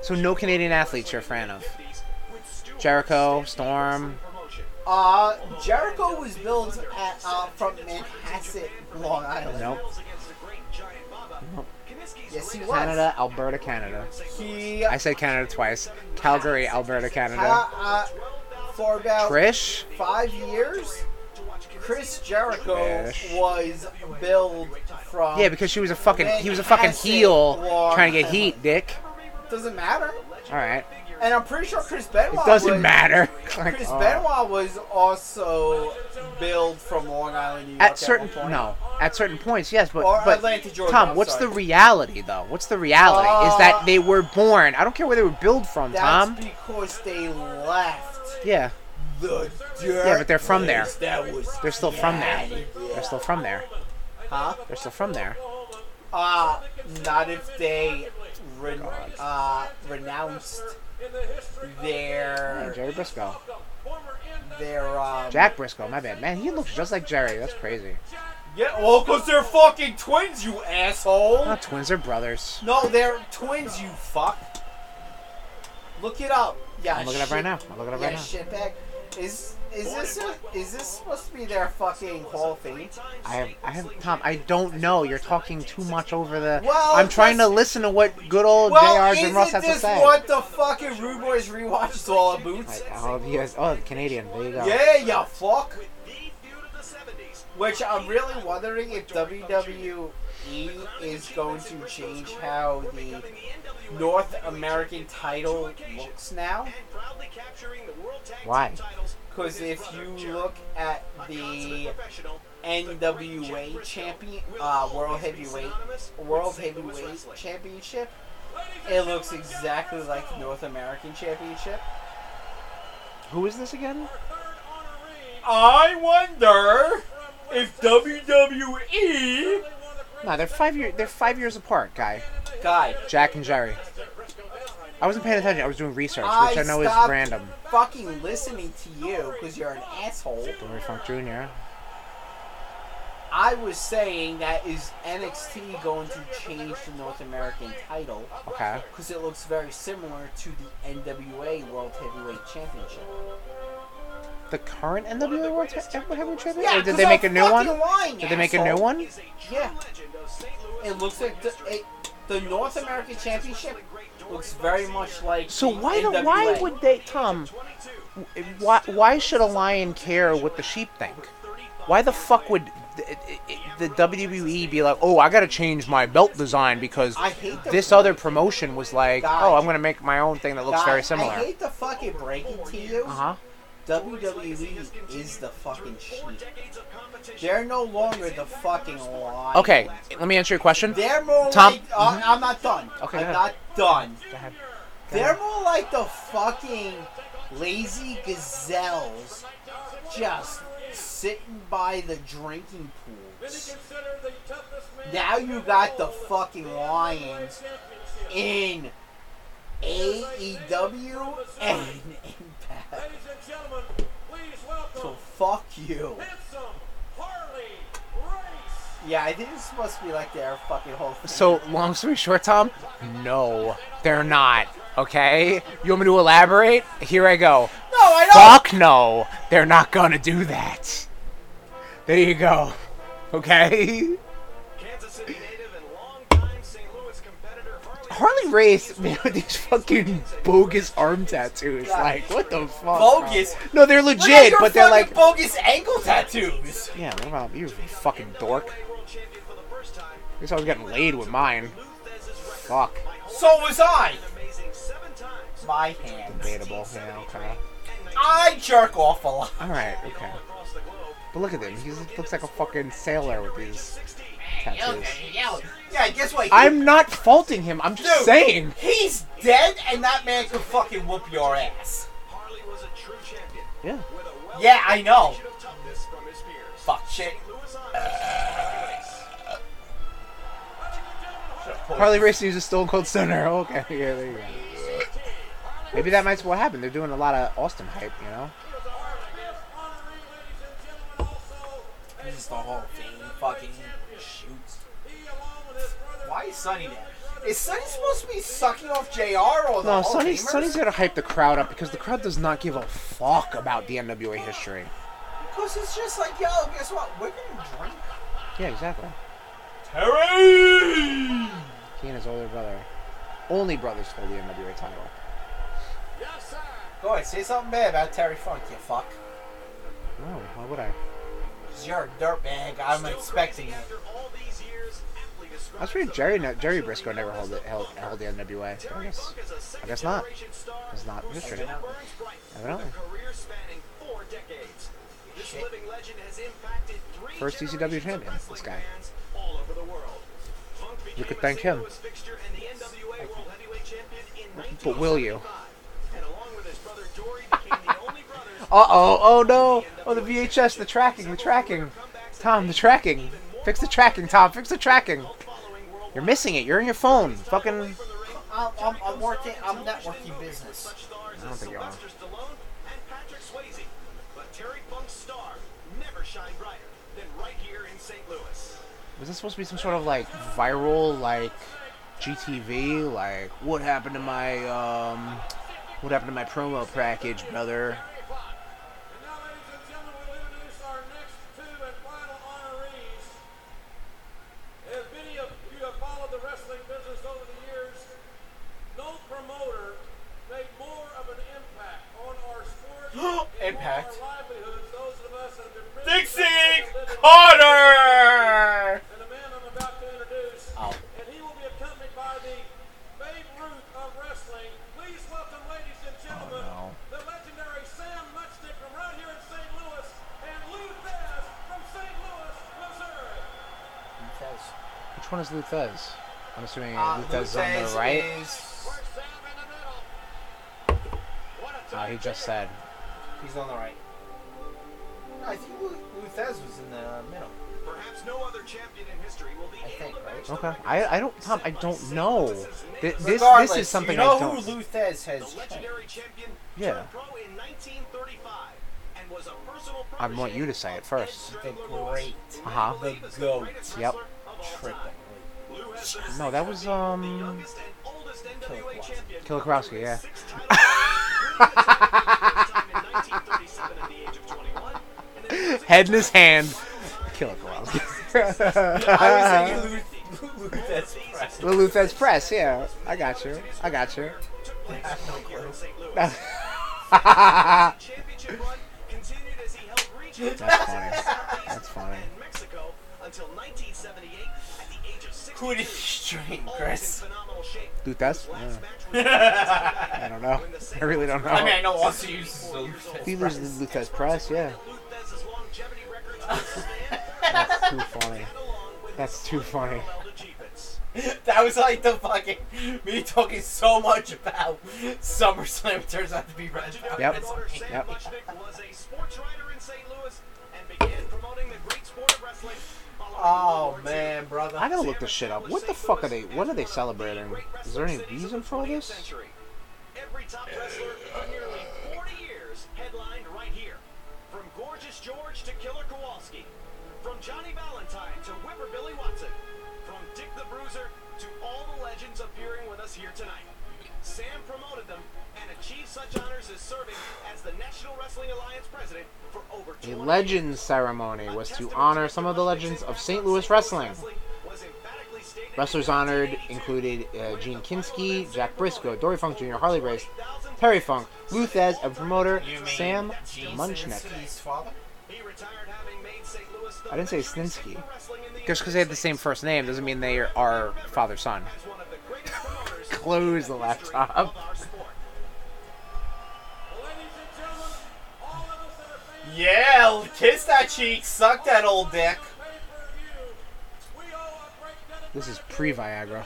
[SPEAKER 1] So no Canadian athletes you're a fan of. Jericho, Storm.
[SPEAKER 3] Uh, Jericho was built at, uh, from Manhasset, Long Island.
[SPEAKER 1] Nope.
[SPEAKER 3] Yes, he was.
[SPEAKER 1] Canada, Alberta, Canada.
[SPEAKER 3] He,
[SPEAKER 1] I said Canada twice. Calgary, Alberta, Canada.
[SPEAKER 3] uh, uh, for about
[SPEAKER 1] Trish?
[SPEAKER 3] five years, Chris Jericho
[SPEAKER 1] Trish.
[SPEAKER 3] was billed from.
[SPEAKER 1] Yeah, because she was a fucking he was a fucking heel trying to get heat, dick.
[SPEAKER 3] doesn't matter.
[SPEAKER 1] All right.
[SPEAKER 3] And I'm pretty sure Chris Benoit.
[SPEAKER 1] It doesn't
[SPEAKER 3] was-
[SPEAKER 1] matter. Like,
[SPEAKER 3] Chris
[SPEAKER 1] uh,
[SPEAKER 3] Benoit was also billed from Long Island, New York.
[SPEAKER 1] at certain
[SPEAKER 3] one point.
[SPEAKER 1] no, at certain points, yes, but
[SPEAKER 3] Or
[SPEAKER 1] but
[SPEAKER 3] Atlanta, Georgia,
[SPEAKER 1] Tom,
[SPEAKER 3] I'm
[SPEAKER 1] what's
[SPEAKER 3] sorry.
[SPEAKER 1] the reality though? What's the reality? Is that
[SPEAKER 3] Uh,
[SPEAKER 1] they were born. I don't care where they were billed from,
[SPEAKER 3] That's
[SPEAKER 1] Tom.
[SPEAKER 3] because they left
[SPEAKER 1] Yeah,
[SPEAKER 3] the dirt.
[SPEAKER 1] Yeah, but they're from there.
[SPEAKER 3] place That was
[SPEAKER 1] they're still from there.
[SPEAKER 3] bad.
[SPEAKER 1] They're still from there.
[SPEAKER 3] Huh?
[SPEAKER 1] They're still from there.
[SPEAKER 3] Uh, not if they re- uh, renounced
[SPEAKER 1] Man,
[SPEAKER 3] their
[SPEAKER 1] Jerry Briscoe,
[SPEAKER 3] their um,
[SPEAKER 1] Jack Briscoe. My bad, man. He looks just like Jerry. That's crazy.
[SPEAKER 3] Yeah, well, cause they're fucking twins, you asshole.
[SPEAKER 1] Not twins, they're brothers.
[SPEAKER 3] No, they're twins, you fuck. Look it up. Yeah,
[SPEAKER 1] I'm looking it up
[SPEAKER 3] shit-
[SPEAKER 1] right now. I'm looking it up
[SPEAKER 3] Yeah,
[SPEAKER 1] right now.
[SPEAKER 3] shitbag. Is is this a, is this supposed to be their fucking hall of fame?
[SPEAKER 1] I have, I have, Tom. I don't know. You're talking too much over the.
[SPEAKER 3] Well,
[SPEAKER 1] I'm trying to
[SPEAKER 3] just-
[SPEAKER 1] listen to what good old
[SPEAKER 3] Well,
[SPEAKER 1] Jr.
[SPEAKER 3] isn't
[SPEAKER 1] Jim Ross has to
[SPEAKER 3] this
[SPEAKER 1] say.
[SPEAKER 3] what the fucking Rude Boys rewatch is all about?
[SPEAKER 1] I- oh, yes. Oh, the Canadian. There you go.
[SPEAKER 3] Yeah, you fuck. Which I'm really wondering if WWE is going to change how the North American title looks now.
[SPEAKER 1] Why?
[SPEAKER 3] Because if you look at the NWA champion, uh, World Heavyweight, World Heavyweight Championship, it looks exactly like the North American Championship.
[SPEAKER 1] Who is this again?
[SPEAKER 3] I wonder if E WWE
[SPEAKER 1] No, they're five year. They're five years apart, guy.
[SPEAKER 3] guy
[SPEAKER 1] Jack and Jerry. I wasn't paying attention. I was doing research,
[SPEAKER 3] I
[SPEAKER 1] which I know
[SPEAKER 3] stopped-
[SPEAKER 1] is random.
[SPEAKER 3] fucking listening to you because you're an asshole.
[SPEAKER 1] Dory Funk Jr.
[SPEAKER 3] I was saying that is NXT going to change the North American title
[SPEAKER 1] Okay.
[SPEAKER 3] because it looks very similar to the NWA World Heavyweight Championship.
[SPEAKER 1] The current NWA World Te- Heavyweight Champion? or did
[SPEAKER 3] 'cause
[SPEAKER 1] they
[SPEAKER 3] I'm
[SPEAKER 1] make a new one?
[SPEAKER 3] fucking lying,
[SPEAKER 1] Did they make a
[SPEAKER 3] asshole.
[SPEAKER 1] new one?
[SPEAKER 3] Yeah. It looks like the, it, the North American Championship looks very much like.
[SPEAKER 1] So
[SPEAKER 3] the
[SPEAKER 1] why do,
[SPEAKER 3] NWA.
[SPEAKER 1] why would they Tom? Why why should a lion care what the sheep think? Why the fuck would th- the, the WWE be like, oh, I gotta change my belt design because
[SPEAKER 3] I hate the
[SPEAKER 1] this other promotion was like,
[SPEAKER 3] God.
[SPEAKER 1] oh, I'm gonna make my own thing that looks
[SPEAKER 3] Guy,
[SPEAKER 1] very
[SPEAKER 3] I
[SPEAKER 1] similar.
[SPEAKER 3] hate to fucking break it to you.
[SPEAKER 1] Uh huh.
[SPEAKER 3] WWE is the fucking shit. They're no longer the fucking lie.
[SPEAKER 1] Okay, let me answer your question.
[SPEAKER 3] They're more
[SPEAKER 1] Tom- Mm-hmm.
[SPEAKER 3] like. Uh, I'm not done.
[SPEAKER 1] Okay,
[SPEAKER 3] I'm
[SPEAKER 1] go
[SPEAKER 3] not
[SPEAKER 1] ahead.
[SPEAKER 3] done.
[SPEAKER 11] Go ahead.
[SPEAKER 3] They're more like the fucking lazy gazelles just sitting by the drinking pools. Now you got the fucking lions in AEW and Impact. So fuck you. Yeah, I think it's supposed to be like their fucking whole thing.
[SPEAKER 1] So, long story short, Tom, no, they're not. Okay? You want me to elaborate? Here I go.
[SPEAKER 3] no, I don't.
[SPEAKER 1] Fuck no, they're not gonna do that. There you go. Okay?
[SPEAKER 5] Kansas City native and longtime St. Louis competitor Harley.
[SPEAKER 1] Harley Race, man, with these fucking bogus arm tattoos. Like, what the fuck? bro?
[SPEAKER 3] Bogus?
[SPEAKER 1] No, they're
[SPEAKER 3] Look at
[SPEAKER 1] legit,
[SPEAKER 3] your
[SPEAKER 1] but they're
[SPEAKER 3] fucking
[SPEAKER 1] like.
[SPEAKER 3] bogus ankle tattoos.
[SPEAKER 1] Yeah, what about you, fucking dork?
[SPEAKER 5] NWA World Champion for the first time.
[SPEAKER 1] I guess I was getting laid with mine.
[SPEAKER 5] Luthez's record
[SPEAKER 1] Fuck.
[SPEAKER 3] So was I.
[SPEAKER 5] an amazing seven times.
[SPEAKER 3] My hands.
[SPEAKER 1] Debatable. Yeah, okay.
[SPEAKER 3] I jerk off a lot.
[SPEAKER 1] Alright, okay.
[SPEAKER 5] Across the globe.
[SPEAKER 1] But look at him. He looks like a fucking sailor with these tattoos.
[SPEAKER 3] Yeah, guess what? He-
[SPEAKER 1] I'm not faulting him. I'm just
[SPEAKER 3] Dude,
[SPEAKER 1] saying.
[SPEAKER 3] He's dead, and that man could fucking whoop your ass.
[SPEAKER 5] Harley was a true champion.
[SPEAKER 1] Yeah.
[SPEAKER 5] With a well
[SPEAKER 3] Yeah, I know.
[SPEAKER 5] should have toughness from his peers.
[SPEAKER 3] Fuck shit.
[SPEAKER 5] Louis Honor.
[SPEAKER 1] Harley Race uses Stone Cold Stunner. Okay, yeah, there you go. Maybe that might's what happened. They're doing a lot of Austin hype, you know?
[SPEAKER 3] This is the whole thing. Fucking shoots. Why is Sonny there? Is Sonny supposed to be sucking off JR or the
[SPEAKER 1] No,
[SPEAKER 3] Hall of
[SPEAKER 1] Sonny,
[SPEAKER 3] Famers?
[SPEAKER 1] Sonny's gonna hype the crowd up because the crowd does not give a fuck about the NWA history.
[SPEAKER 3] Because it's just like, yo, guess what? We're gonna drink.
[SPEAKER 1] Yeah, exactly.
[SPEAKER 3] Terry!
[SPEAKER 1] He and his older brother, only brothers, hold the NWA title.
[SPEAKER 3] Go ahead, say something bad about Terry Funk, you fuck.
[SPEAKER 1] No, Oh, why would I?
[SPEAKER 3] Because you're a dirtbag. I'm expecting it.
[SPEAKER 5] After all these years, aptly
[SPEAKER 1] I was
[SPEAKER 5] described
[SPEAKER 1] reading Jerry ne- Jerry Briscoe never held it held, held the NWA. but I guess
[SPEAKER 5] as a
[SPEAKER 1] I
[SPEAKER 5] second
[SPEAKER 1] guess not.
[SPEAKER 5] star
[SPEAKER 1] It's not history.
[SPEAKER 5] burns bright,
[SPEAKER 1] Evidently.
[SPEAKER 5] career spanning four decades. This
[SPEAKER 3] Shit.
[SPEAKER 5] living legend has impacted three
[SPEAKER 1] First ECW
[SPEAKER 5] generations of
[SPEAKER 1] champion, this
[SPEAKER 5] wrestling
[SPEAKER 1] guy.
[SPEAKER 5] fans all over the world. Funk became
[SPEAKER 1] could
[SPEAKER 5] a
[SPEAKER 1] thank
[SPEAKER 5] St.
[SPEAKER 1] him.
[SPEAKER 5] Louis fixture and the NWA World Heavyweight Champion in
[SPEAKER 1] But will you?
[SPEAKER 5] 1975. And along with his brother Dory, became the only brothers
[SPEAKER 1] Uh oh! Oh no! Oh the VHS, the tracking, the tracking. Tom, the tracking. Fix the tracking, Tom. Fix the tracking.
[SPEAKER 5] following world
[SPEAKER 1] You're missing it. You're in your phone. Fucking.
[SPEAKER 5] from the ring.
[SPEAKER 3] I'm, I'm, I'm working, I'm networking business.
[SPEAKER 5] Stars
[SPEAKER 1] don't
[SPEAKER 5] as
[SPEAKER 1] think you are.
[SPEAKER 5] Sylvester Stallone and Patrick Swayze. But Terry Funk's star never shined brighter than right here in St. Louis.
[SPEAKER 1] Was this supposed to be some sort of like viral like GTV? Like what happened to my um? What happened to my promo package, brother?
[SPEAKER 3] Impact.
[SPEAKER 12] Dixie And
[SPEAKER 3] Carter!
[SPEAKER 12] the man I'm about to introduce,
[SPEAKER 3] Oh.
[SPEAKER 12] and he will be accompanied by the Babe Ruth of wrestling. Please welcome, ladies and gentlemen,
[SPEAKER 1] Oh, no.
[SPEAKER 12] the legendary Sam Muchnick from right here in St. Louis, and Lou Thez from St. Louis, Missouri.
[SPEAKER 1] Which one is Luthez? I'm assuming
[SPEAKER 3] Uh,
[SPEAKER 1] Luthez is on
[SPEAKER 3] Luthez
[SPEAKER 1] the right.
[SPEAKER 3] is-
[SPEAKER 12] Where's Sam in the middle? What a
[SPEAKER 1] Oh, he just said.
[SPEAKER 3] He's on the right. No, I think Lu- Luthez was in the middle.
[SPEAKER 5] Perhaps no other champion in history will be
[SPEAKER 3] I
[SPEAKER 5] able
[SPEAKER 3] think,
[SPEAKER 5] to match
[SPEAKER 1] Okay. I, I don't Tom. I don't know. Th- This
[SPEAKER 3] Regardless,
[SPEAKER 1] this is something
[SPEAKER 3] you know
[SPEAKER 1] I don't.
[SPEAKER 3] who Luthez
[SPEAKER 5] the
[SPEAKER 3] has.
[SPEAKER 5] legendary champion
[SPEAKER 1] Yeah.
[SPEAKER 5] turned pro in 1935 and was a personal
[SPEAKER 1] I want you to say it first.
[SPEAKER 3] The great.
[SPEAKER 1] Uh huh.
[SPEAKER 3] The goat.
[SPEAKER 1] Yep.
[SPEAKER 3] Triple.
[SPEAKER 1] Uh-huh.
[SPEAKER 5] Lou has been
[SPEAKER 1] No, that was
[SPEAKER 5] the
[SPEAKER 1] um.
[SPEAKER 5] youngest and oldest NWA
[SPEAKER 3] Killick.
[SPEAKER 5] champion.
[SPEAKER 1] Kilikarowski, yeah.
[SPEAKER 5] Six times. Winning the title for the first time in 1937 at the age of 21, and then losing
[SPEAKER 1] Head in his hand. Kill it, Kowalski.
[SPEAKER 3] I was thinking Lu- Luthez Press.
[SPEAKER 1] The Luthez press, yeah. I got you. I got you.
[SPEAKER 5] in St. Louis. His championship run continued as he held regions
[SPEAKER 1] That's funny. That's funny.
[SPEAKER 5] in Mexico until 1978 at the age of 62.
[SPEAKER 3] Who did you drink, Chris?
[SPEAKER 5] Always in phenomenal shape.
[SPEAKER 1] Dude, that's-
[SPEAKER 5] His last match was
[SPEAKER 1] Uh, I don't know.
[SPEAKER 5] when the St.
[SPEAKER 1] I really
[SPEAKER 5] Louis
[SPEAKER 1] don't know.
[SPEAKER 3] I mean, I know also uses the
[SPEAKER 1] he was the Lucas Press, yeah.
[SPEAKER 5] Luthez's longevity records will stand
[SPEAKER 1] That's too funny.
[SPEAKER 5] along with
[SPEAKER 1] That's too funny.
[SPEAKER 5] unparalleled achievements.
[SPEAKER 3] That was like the fucking me talking so much about SummerSlam it turns out to be Red Velvet.
[SPEAKER 1] Yep.
[SPEAKER 5] Daughter Sam
[SPEAKER 1] Yep.
[SPEAKER 5] Muchnick was a sports writer in St. Louis and began promoting the great sport of wrestling following World
[SPEAKER 3] Oh
[SPEAKER 5] War II.
[SPEAKER 3] man, brother.
[SPEAKER 1] I gotta look this shit up. What the fuck are they? What are they celebrating? Is there any reason for all this?
[SPEAKER 5] Every top wrestler for nearly 40 years headlined right here. From Gorgeous George to Killer Kowalski. From Johnny Valentine to Whipper Billy Watson. From Dick the Bruiser to all the legends appearing with us here tonight. Sam promoted them and achieved such honors as serving as the National Wrestling Alliance president for over 20
[SPEAKER 1] A
[SPEAKER 5] years.
[SPEAKER 1] Legends ceremony was to honor some of the legends of St. Louis wrestling. Wrestlers honored included uh, Gene Kinski, Jack Briscoe, Dory Funk Jr., Harley Race, Terry Funk, Luthez, and promoter Sam Munchnick.
[SPEAKER 3] His father?
[SPEAKER 1] I didn't say Sninsky. Just because they had the same first name doesn't mean they are father son. Close the laptop.
[SPEAKER 3] Yeah, kiss that cheek, suck that old dick.
[SPEAKER 1] This is pre Viagra.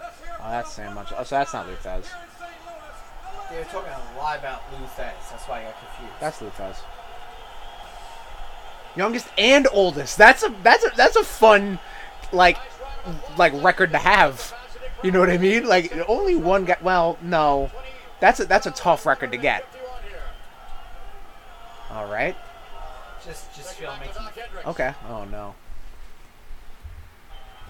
[SPEAKER 1] Oh, that's Sam Munch. Oh, so that's not Luthez.
[SPEAKER 3] They were talking a lot about Luthes. That's why I got confused.
[SPEAKER 1] That's Luthez. Youngest and oldest. That's a that's a that's a fun like like record to have. You know what I mean? Like only one guy. Well, no, that's a that's a tough record to get. All right.
[SPEAKER 3] just, just feel me.
[SPEAKER 1] Okay. Oh no.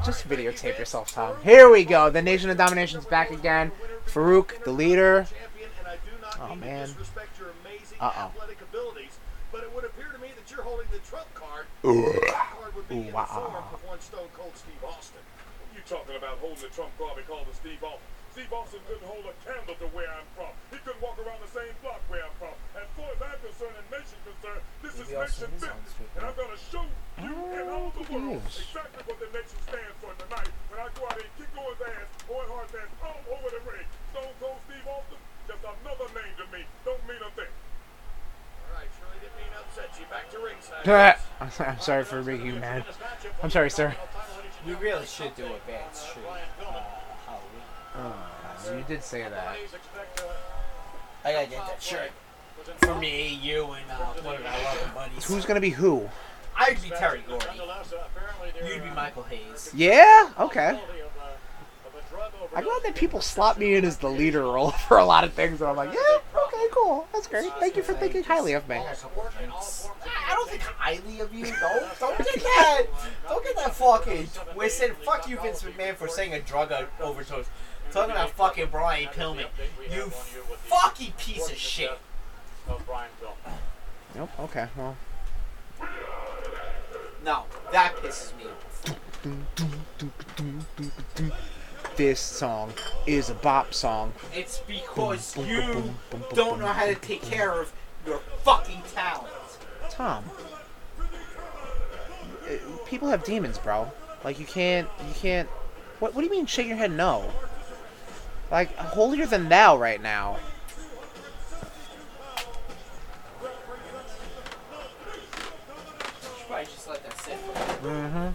[SPEAKER 1] Just videotape yourself, Tom. Here we go. The Nation of Domination's back again. Farouk, the leader.
[SPEAKER 5] Champion, and I do not
[SPEAKER 1] Oh,
[SPEAKER 5] mean
[SPEAKER 1] man.
[SPEAKER 5] to disrespect your amazing
[SPEAKER 1] Uh-oh.
[SPEAKER 5] athletic abilities, but it would appear to me that you're holding the trump card. card would be in the
[SPEAKER 1] Ooh-wah.
[SPEAKER 5] form of one Stone Cold Steve Austin.
[SPEAKER 10] You talking about holding the Trump card because of Steve Austin. Steve Austin couldn't hold a candle to where I'm from. He couldn't walk around the same block where I'm from. As far as I'm concerned and nation's concerned, this is
[SPEAKER 3] Maybe Austin is on Ah,
[SPEAKER 10] nation business.
[SPEAKER 3] this weekend.
[SPEAKER 10] And I'm going to show you and all the world
[SPEAKER 1] yes.
[SPEAKER 10] exactly what the nation stands for tonight when I go out and kick on his ass, on hard ass, all over the ring. Stone Cold Steve Austin, just another name to me. Don't mean a thing.
[SPEAKER 1] I'm sorry for making you mad. I'm sorry, sir.
[SPEAKER 3] We really should do a bad streak uh, Halloween.
[SPEAKER 1] You did say that.
[SPEAKER 3] I gotta get that shirt. For me, you, and uh, one of our other buddies.
[SPEAKER 1] Who's gonna be who?
[SPEAKER 3] I'd be Terry Gordy.
[SPEAKER 10] Nonetheless, uh, apparently there
[SPEAKER 3] You'd be Michael Hayes.
[SPEAKER 1] Yeah. Okay.
[SPEAKER 10] possibility of a, of a drug
[SPEAKER 1] I'm glad
[SPEAKER 10] overdose.
[SPEAKER 1] that people slot me in as the leader role for a lot of things, and I'm like, yeah, okay, cool, that's great. Thank you for thinking highly of me.
[SPEAKER 3] I, I don't think highly of you. Don't don't get that. Don't get that fucking twisted. Fuck you, Vince McMahon, for saying a drug o- overdose. Talking about fucking Brian Pillman. You fucking piece of shit.
[SPEAKER 10] Of Brian Pillman.
[SPEAKER 1] Nope. Okay. Well.
[SPEAKER 3] No, that pisses me off.
[SPEAKER 1] This song is a bop song.
[SPEAKER 3] It's because you don't know how to take care of your fucking talent.
[SPEAKER 1] Tom, uh, people have demons, bro. Like you can't, you can't. What? What do you mean? Shake your head, no. Like holier than thou right now.
[SPEAKER 3] You should probably just let that sit. Mm-hmm.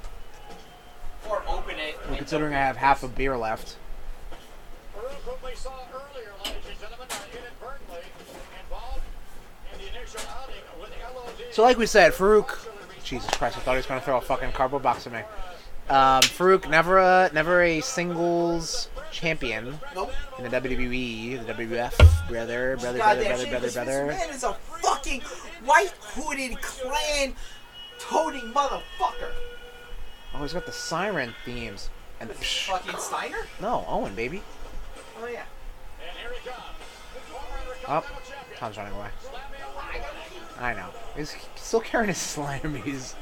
[SPEAKER 3] Or open it.
[SPEAKER 1] Well, considering I have half a beer left.
[SPEAKER 13] Farouk, whom we saw earlier, ladies and gentlemen, are inadvertently involved in the initial outing with LOD.
[SPEAKER 1] So, like we said, Farouk. Jesus Christ! I thought he was gonna throw a fucking cardboard box at me. Um, Farouk never, a, never a singles champion
[SPEAKER 3] Nope.
[SPEAKER 1] in the WWE, the WWF. Brother, brother, brother,
[SPEAKER 3] Goddamn
[SPEAKER 1] brother,
[SPEAKER 3] shit,
[SPEAKER 1] brother,
[SPEAKER 3] because Vince
[SPEAKER 1] brother.
[SPEAKER 3] McMahon is a fucking white hooded clan toting motherfucker.
[SPEAKER 1] Oh, he's got the siren themes and the psh.
[SPEAKER 3] Fucking Steiner?
[SPEAKER 1] No, Owen, baby.
[SPEAKER 3] Oh yeah.
[SPEAKER 13] And here he comes. The former
[SPEAKER 1] Up.
[SPEAKER 13] Intercontinental Champion.
[SPEAKER 1] Oh, Tom's running away.
[SPEAKER 3] I gotta keep
[SPEAKER 1] I know. He's still carrying his slimies.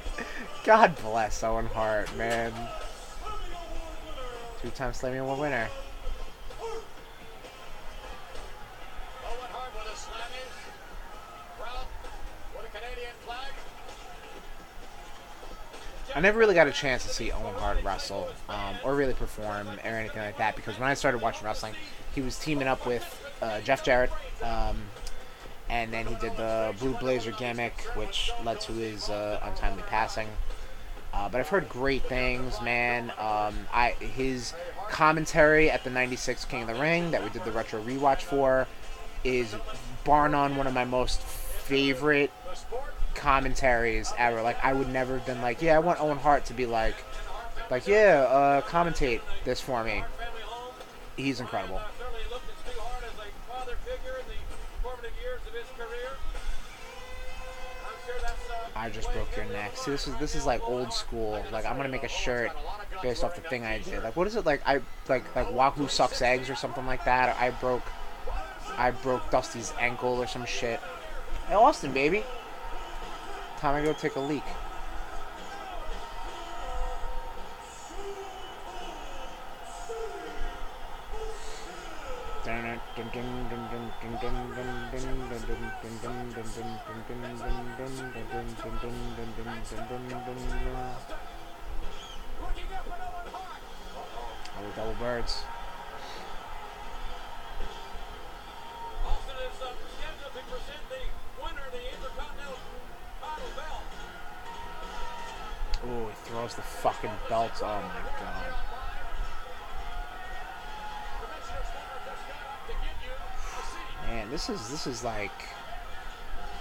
[SPEAKER 1] God bless Owen Hart, man. Two-time Slammy Award winner.
[SPEAKER 13] Owen Hart with a slamming. Crowd with a Canadian flag.
[SPEAKER 1] I never really got a chance to see Owen Hart wrestle um, or really perform or anything like that because when I started watching wrestling, he was teaming up with uh, Jeff Jarrett, um, and then he did the Blue Blazer gimmick, which led to his uh, untimely passing. Uh, but I've heard great things, man. Um, I his commentary at the '96 King of the Ring that we did the retro rewatch for is bar none one of my most favorite commentaries ever. Like I would never have been like, yeah, I want Owen Hart to be like, like yeah, uh, commentate this for me. He's incredible.
[SPEAKER 5] Certainly looked at Stu Hart as a father figure in the formative years of his career. And I'm sure that's uh,
[SPEAKER 1] I just broke your neck. See, this is this is like old school. Like I'm gonna make a shirt based off the thing I did. Like what is it like? I like like Wahoo sucks eggs or something like that. I broke, I broke Dusty's ankle or some shit. Hey Austin, baby, time to go take a leak. I will double birds.
[SPEAKER 5] Austin is uh, scheduled to present the winner of the Intercontinental title belt.
[SPEAKER 1] Ooh, he throws the fucking belt. Oh my god.
[SPEAKER 5] Commissioner Scott just got up to give you a seat.
[SPEAKER 1] Man, this is this is like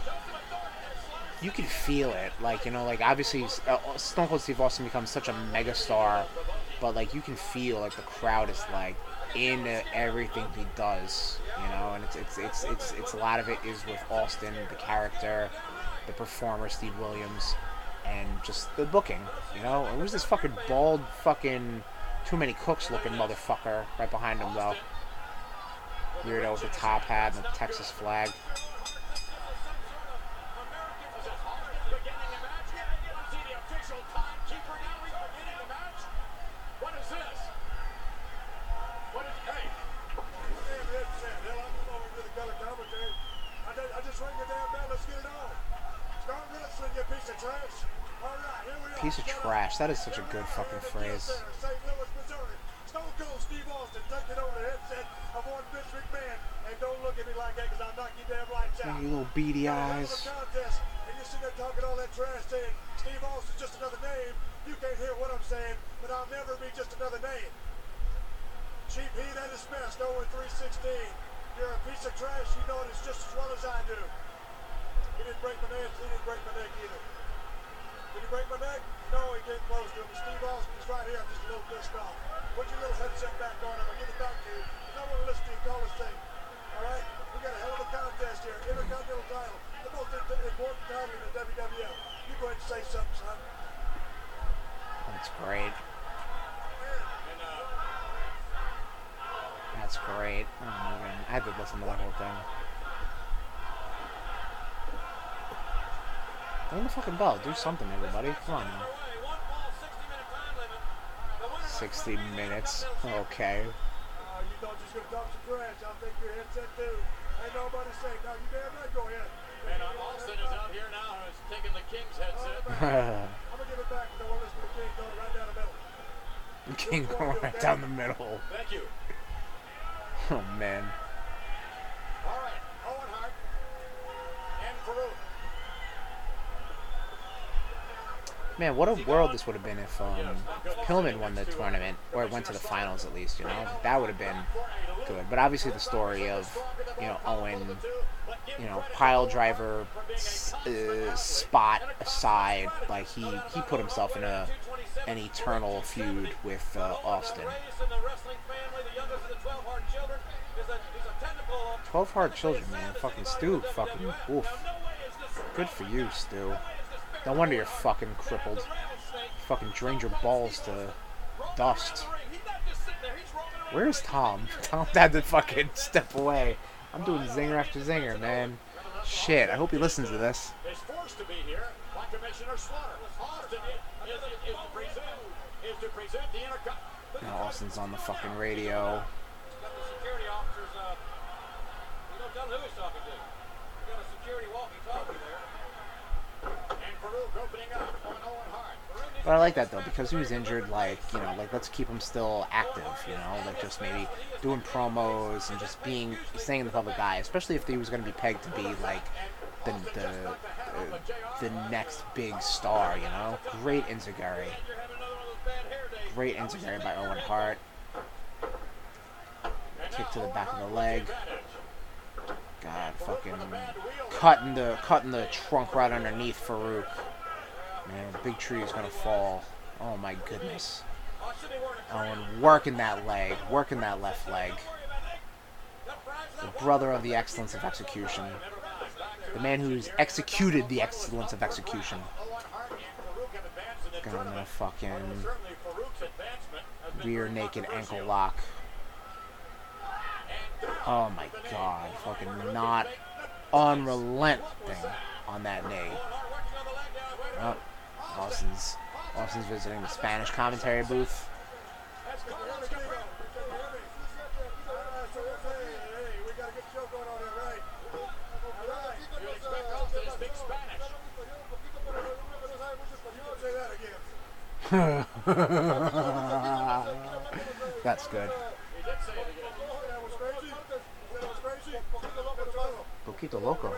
[SPEAKER 5] Dustin McDormand has slashed
[SPEAKER 1] you can feel it. Like you know, like obviously uh, Stone Cold Steve Austin becomes such a megastar, but like you can feel like the crowd is like into everything he does. You know, and it's it's it's it's it's a lot of it is with Austin, the character, the performer Steve Williams, and just the booking. You know, and who's this fucking bald fucking too many cooks looking motherfucker right behind him though? Weirdo with the top hat and the Texas flag.
[SPEAKER 5] beginning the match. Yeah, you don't see the official timekeeper now. We're beginning the match. What is this? What is hey?
[SPEAKER 1] Piece of trash. That is such a good fucking phrase.
[SPEAKER 5] St. Louis, Missouri. Stone Cold Steve Austin taking over the headset of one Vince McMahon. And don't look at me like that because I'll knock you damn lights out.
[SPEAKER 1] You little beady
[SPEAKER 5] Eyes.
[SPEAKER 1] eyes.
[SPEAKER 5] Contest, and you're sitting there talking all that trash saying Steve Austin's just another name. You can't hear what I'm saying, but I'll never be just another name. Chief Heat at his best, over 316. You're a piece of trash. You know it as just as well as I do. He didn't break my neck. He didn't break my neck either. Did he break my neck? No, he came close to him. Steve Austin's right here. I'm just a little pissed off. Put your little headset back on. I'm gonna give it back to you. 'cause I want to listen to you call this thing. All right, we got a hell of a contest here. Intercontinental title, the most im- important title in the E. WWF. You go ahead and say something, son.
[SPEAKER 1] That's great.
[SPEAKER 5] And uh,
[SPEAKER 1] That's great. Oh my god. I had to listen to that whole thing. Ring the fucking bell. Do something, everybody. Come on. now.
[SPEAKER 5] away, one ball, 60-minute time limit. The winner
[SPEAKER 1] 60 minutes. Okay.
[SPEAKER 5] Oh, you thought you was gonna talk some trash. I'll take your headset too. Ain't nobody safe. Now you damn right go ahead. And uh, Austin is out here now and is taking the King's headset.
[SPEAKER 1] King
[SPEAKER 5] I'm gonna give it back because I want to listen to the King going right down the
[SPEAKER 1] going
[SPEAKER 5] middle.
[SPEAKER 1] right down the middle.
[SPEAKER 5] Thank you.
[SPEAKER 1] Oh man.
[SPEAKER 5] All right, Owen Hart and Farouk.
[SPEAKER 1] Man, what a world this would have been if um, if Pillman won the tournament, or went to the finals at least, you know? That would have been good. But obviously, the story of, you know, Owen, you know, pile driver s- uh, spot aside, like, he, he put himself in a an eternal feud with uh, Austin.
[SPEAKER 5] Race in the wrestling family, the youngest of the 12 hard children, is a, is a tentacle of
[SPEAKER 1] 12 Hard Children, man. Fucking Stu, fucking oof. Good for you, Stu. No wonder you're fucking crippled. Fucking drained your balls to dust. Where's Tom? Tom had to fucking step away. I'm doing zinger after zinger, man. Shit, I hope he listens to this.
[SPEAKER 5] is forced to be here by Commissioner Slaughter. Austin is, is, is, to present, is to present the intercom.
[SPEAKER 1] Now Austin's on the fucking radio.
[SPEAKER 5] Got the security officers, uh, you know, tell who he's talking to. We got a security walkie-talkie there. And Farouk opening up on Owen Hart. Farouk needs
[SPEAKER 1] But I like that though because he was injured. Like you know, like let's keep him still active. You know, like just maybe doing promos and just being staying in the public eye, especially if he was going to be pegged to be like the the uh, the next big star. You know, great Inzagari, great Inzagari by Owen Hart. Kick to the back of the leg. God, fucking cutting the cutting the trunk right underneath Farouk. Man, the big tree is gonna fall. Oh my goodness. Owen working that leg, working that left leg. The brother of the excellence of execution. The man who's executed the excellence of execution. Gonna fucking rear naked ankle lock. Oh my god, fucking not unrelenting on that knee. Oh, Austin's Austin's visiting the Spanish commentary booth. That's good. Poquito loco.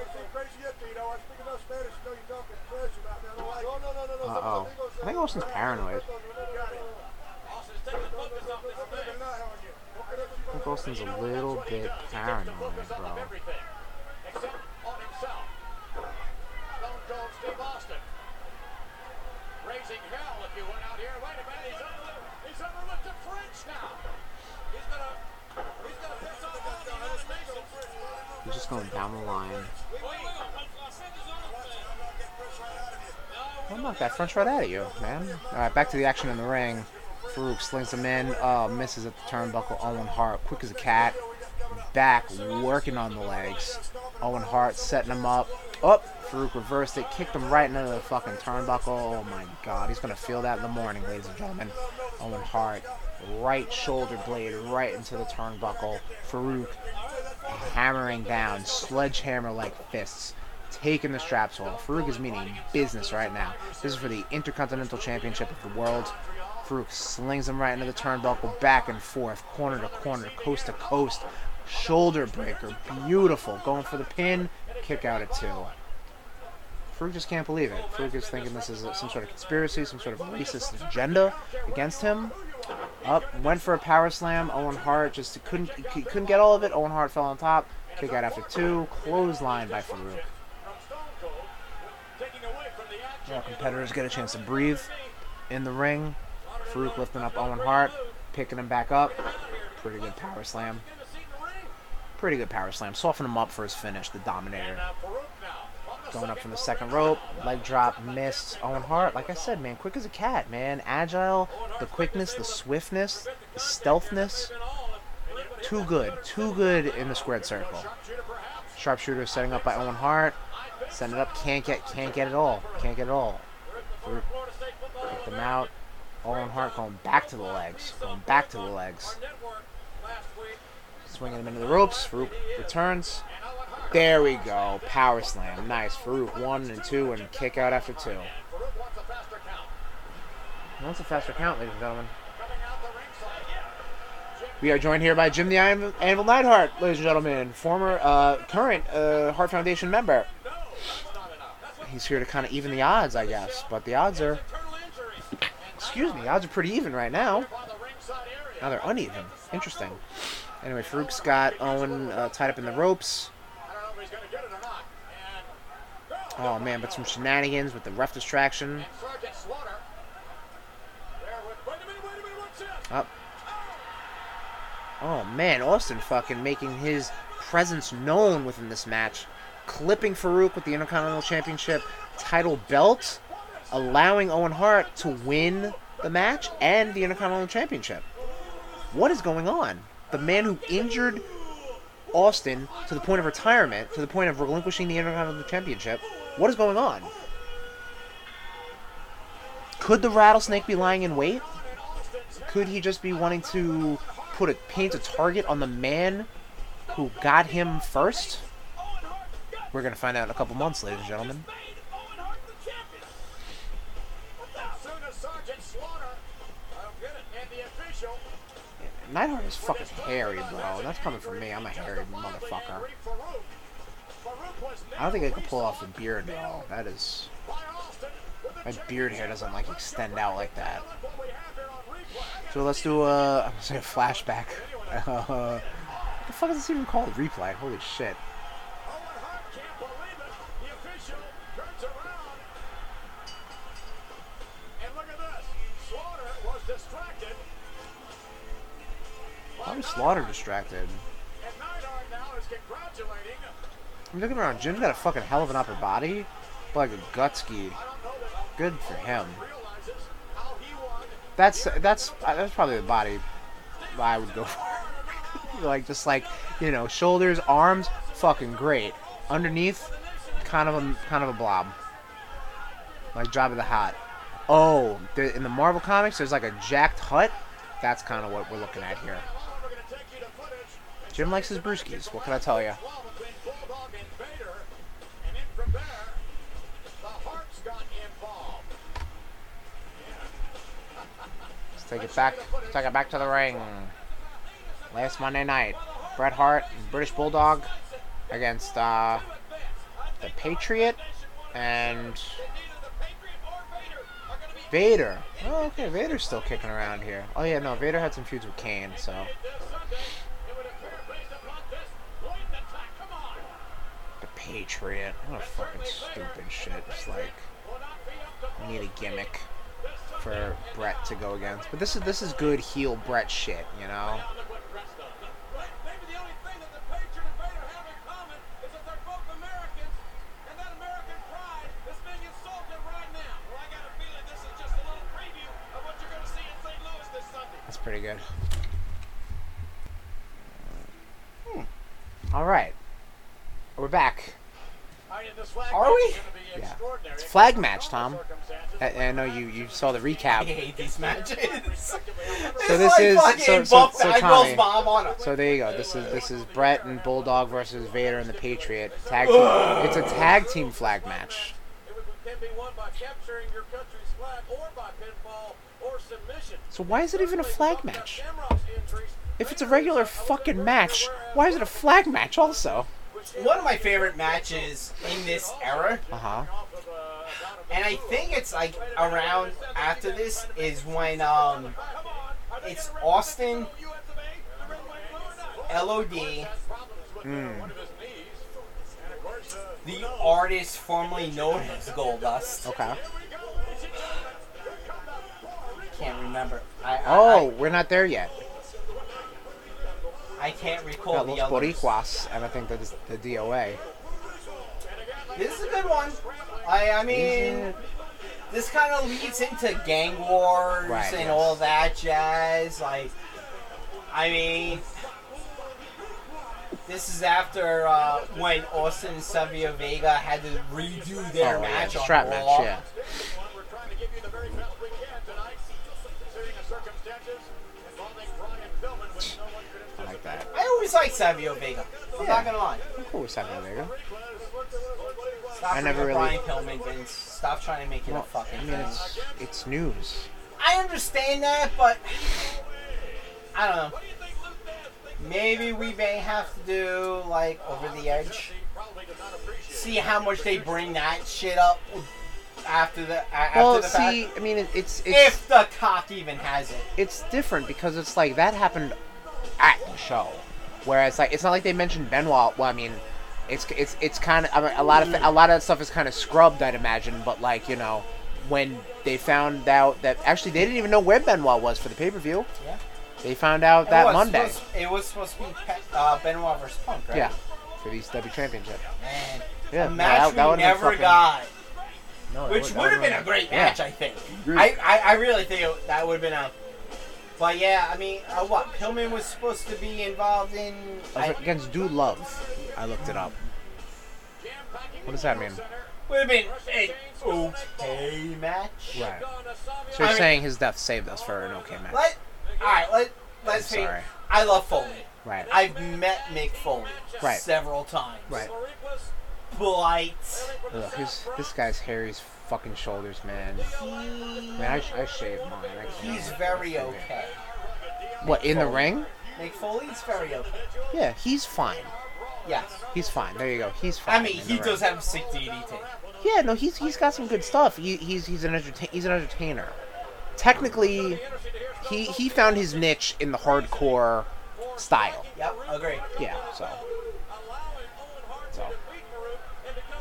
[SPEAKER 1] Uh oh. I think Austin's paranoid. I think Austin's a little bit paranoid, bro.
[SPEAKER 5] Raising hell if you went out here. Wait a minute, he's over, he's overlooked the French now. He's gonna, he's gonna piss off all the United Nations.
[SPEAKER 1] He's just going down the line. I'll knock that French right out of you, man. Alright, back to the action in the ring. Farouk slings him in, uh, misses at the turnbuckle. Owen Hart, quick as a cat, back, working on the legs. Owen Hart setting him up. Up, Farouk reversed it, kicked him right into the fucking turnbuckle. Oh my god, he's gonna feel that in the morning, ladies and gentlemen. Owen Hart, right shoulder blade right into the turnbuckle. Farouk hammering down, sledgehammer like fists, taking the straps off. Farouk is meaning business right now. This is for the Intercontinental Championship of the World. Farouk slings him right into the turnbuckle, back and forth, corner to corner, coast to coast. Shoulder breaker, beautiful. Going for the pin, kick out at two. Farouk just can't believe it. Farouk is thinking this is uh, some sort of conspiracy, some sort of racist agenda against him up, went for a power slam. Owen Hart just couldn't c- couldn't get all of it. Owen Hart fell on top. Kick out after two. Clothesline by Farouk. All competitors get a chance to breathe in the ring. Farouk lifting up Owen Hart, picking him back up. Pretty good power slam. Pretty good power slam. Soften him up for his finish. The Dominator going up from the second rope, leg drop, missed. Owen Hart, like I said, man, quick as a cat, man. Agile, the quickness, the swiftness, the stealthness. Too good, too good in the squared circle. Sharpshooter setting up by Owen Hart, setting it up, can't get, can't get it all, can't get it all. Kicked him out. Owen Hart going back to the legs, going back to the legs. Swinging him into the ropes. Farouk returns. There we go. Power slam. Nice. Farouk one and two and kick out after two. He wants a faster count, ladies and gentlemen. We are joined here by Jim the Anvil, Anvil Neidhart, ladies and gentlemen, former, uh, current uh, Heart Foundation member. He's here to kind of even the odds, I guess. But the odds are, excuse me, the odds are pretty even right now. Now they're uneven. Interesting. Anyway, Farouk's got Owen uh, tied up in the ropes. Oh man, but some shenanigans with the ref distraction. Up. Oh man, Austin fucking making his presence known within this match, clipping Farouk with the Intercontinental Championship title belt, allowing Owen Hart to win the match and the Intercontinental Championship. What is going on? The man who injured Austin to the point of retirement, to the point of relinquishing the Intercontinental Championship. What is going on? Could the rattlesnake be lying in wait? Could he just be wanting to put a paint a target on the man who got him first? We're gonna find out in a couple months, ladies and gentlemen.
[SPEAKER 5] Soon as Sergeant It's slaughter. I don't get it. And the official
[SPEAKER 1] Neidhart is fucking hairy, bro. That's coming from me. I'm a hairy motherfucker. I don't think I could pull off a beard though. That is my beard hair doesn't like extend out like that. So let's do a I'm gonna say a flashback. Uh, what the fuck is this even called? Replay. Holy shit. Why was Slaughter distracted? I'm looking around. Jim's got a fucking hell of an upper body, but like a gutski. Good for him. That's that's uh, that's probably the body I would go for. like just like you know, shoulders, arms, fucking great. Underneath, kind of a kind of a blob. Like Job of the Hot. Oh, there, in the Marvel comics, there's like a jacked hut. That's kind of what we're looking at here. Jim likes his brewskis. What can I tell you? Let's take it back. Take it back to the ring. Last Monday night, Bret Hart, and British Bulldog, against uh, the Patriot and Vader. Oh, okay, Vader's still kicking around here. Oh yeah, no, Vader had some feuds with Kane, so. The Patriot. What a fucking stupid shit. It's like we need a gimmick for Brett to go against. But this is this is good heel Brett shit, you know? That's pretty good. All right. Hmm. We're back.
[SPEAKER 5] Are
[SPEAKER 1] we? Yeah.
[SPEAKER 5] Yeah.
[SPEAKER 1] It's flag match, Tom. I, I know you, you saw the
[SPEAKER 3] I
[SPEAKER 1] recap.
[SPEAKER 3] hate these matches.
[SPEAKER 1] So
[SPEAKER 3] It's
[SPEAKER 1] this
[SPEAKER 3] like
[SPEAKER 1] is-
[SPEAKER 3] fucking
[SPEAKER 1] so- so-
[SPEAKER 3] Buff-
[SPEAKER 1] so
[SPEAKER 3] I
[SPEAKER 1] Tommy-
[SPEAKER 3] Will's mom on a-
[SPEAKER 1] So there you go. This is this is Brett and Bulldog versus Vader and the Patriot tag. Team. It's a tag team flag match.
[SPEAKER 5] Can be won by capturing your country's flag or by pinfall or submission.
[SPEAKER 1] So why is it even a flag match? If it's a regular fucking match, why
[SPEAKER 5] why
[SPEAKER 1] is it a flag match also?
[SPEAKER 3] One of my favorite matches in this era,
[SPEAKER 1] Uh huh.
[SPEAKER 3] and I think it's like around after this, is when um, it's Austin, LOD,
[SPEAKER 1] Hmm.
[SPEAKER 3] the artist formerly known as Goldust.
[SPEAKER 1] Okay.
[SPEAKER 3] Can't remember. I, I,
[SPEAKER 1] Oh, we're not there yet.
[SPEAKER 3] I, I can't recall
[SPEAKER 1] Got
[SPEAKER 3] the
[SPEAKER 1] Los
[SPEAKER 3] others.
[SPEAKER 1] Boricuas, and I think that is the DOA.
[SPEAKER 3] This is a good one. I I mean, this kind of leads into gang wars
[SPEAKER 1] Right,
[SPEAKER 3] and
[SPEAKER 1] yes.
[SPEAKER 3] all that jazz. Like, I mean, this is after uh, when Austin and Savio Vega had to redo their
[SPEAKER 1] Oh, yeah,
[SPEAKER 3] match
[SPEAKER 1] the
[SPEAKER 3] on
[SPEAKER 1] strap match,
[SPEAKER 3] Raw.
[SPEAKER 1] yeah. I like that.
[SPEAKER 3] I always liked Savio Vega. I'm
[SPEAKER 1] Yeah.
[SPEAKER 3] not gonna lie.
[SPEAKER 1] Of course, I know, Vega.
[SPEAKER 3] Stop
[SPEAKER 1] I never
[SPEAKER 3] freaking
[SPEAKER 1] really-
[SPEAKER 3] Brian Pillman, Vince. Stop trying to make it a
[SPEAKER 1] Well,
[SPEAKER 3] fucking
[SPEAKER 1] I mean,
[SPEAKER 3] thing.
[SPEAKER 1] it's, it's news.
[SPEAKER 3] I understand that, but I don't know. Maybe we may have to do like over the edge. See how much they bring that shit up after the a- after
[SPEAKER 1] Well,
[SPEAKER 3] the fact.
[SPEAKER 1] see, I mean, it, it's it's
[SPEAKER 3] if the cock even has it.
[SPEAKER 1] it's different because it's like that happened at the show, whereas like it's not like they mentioned Benoit. Well, I mean, it's it's it's kind of I mean, a lot of a lot of that stuff is kind of scrubbed, I'd imagine. But like you know, when they found out that actually they didn't even know where Benoit was for the pay per view.
[SPEAKER 3] Yeah.
[SPEAKER 1] They found out
[SPEAKER 3] It
[SPEAKER 1] that
[SPEAKER 3] was
[SPEAKER 1] Monday.
[SPEAKER 3] supposed- it was supposed to be Pe- uh, Benoit versus Punk, right?
[SPEAKER 1] Yeah, for the ECW championship.
[SPEAKER 3] Man, a
[SPEAKER 1] Yeah, no,
[SPEAKER 3] match
[SPEAKER 1] that- that
[SPEAKER 3] we
[SPEAKER 1] would've been
[SPEAKER 3] never
[SPEAKER 1] fucking-
[SPEAKER 3] got,
[SPEAKER 1] No,
[SPEAKER 3] which would have been a great
[SPEAKER 1] Yeah.
[SPEAKER 3] match, I think. I, I, I really think it, that would have been a. But yeah, I mean, uh, what Pillman was supposed to be involved in? I-
[SPEAKER 1] against Do Love. I looked it up. What does that mean?
[SPEAKER 3] Would have been an okay match.
[SPEAKER 1] Right. So you're
[SPEAKER 3] I mean-
[SPEAKER 1] saying his death saved us for an okay match?
[SPEAKER 3] Let, all right, let, let's see.
[SPEAKER 1] sorry.
[SPEAKER 3] I love Foley.
[SPEAKER 1] Right.
[SPEAKER 3] I've met Mick Foley
[SPEAKER 1] Right.
[SPEAKER 3] several times.
[SPEAKER 1] Right.
[SPEAKER 3] Blight.
[SPEAKER 1] Ugh, his, this guy's hairy's fucking shoulders, man. Man, I, sh- I shave mine. I can't.
[SPEAKER 3] He's very okay.
[SPEAKER 1] What in the ring?
[SPEAKER 3] Mick Foley's very okay.
[SPEAKER 1] Yeah, he's fine.
[SPEAKER 3] Yes.
[SPEAKER 1] He's fine. There you go. He's fine.
[SPEAKER 3] I mean,
[SPEAKER 1] in
[SPEAKER 3] he
[SPEAKER 1] the
[SPEAKER 3] does
[SPEAKER 1] ring.
[SPEAKER 3] have sick DDT.
[SPEAKER 1] Yeah, no, he's he's got some good stuff. He, he's he's an entertain, he's an entertainer. Technically, he he found his niche in the hardcore style.
[SPEAKER 3] Yep, agree.
[SPEAKER 1] Yeah, so. So.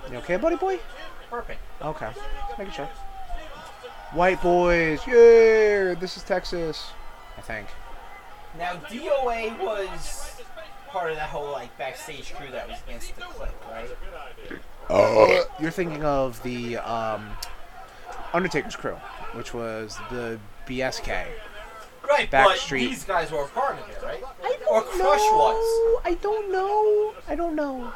[SPEAKER 1] You okay, buddy boy?
[SPEAKER 3] Perfect.
[SPEAKER 1] Okay. Making sure. White boys, yeah! This is Texas, I think.
[SPEAKER 3] Now, DOA was part of that whole like backstage crew that was against the clique, right?
[SPEAKER 1] You're thinking of the um, Undertaker's crew, which was the BSK.
[SPEAKER 3] Right,
[SPEAKER 1] Backstreet.
[SPEAKER 3] but these guys were a part of it, right? or Crush was.
[SPEAKER 1] No, I don't know. I don't know.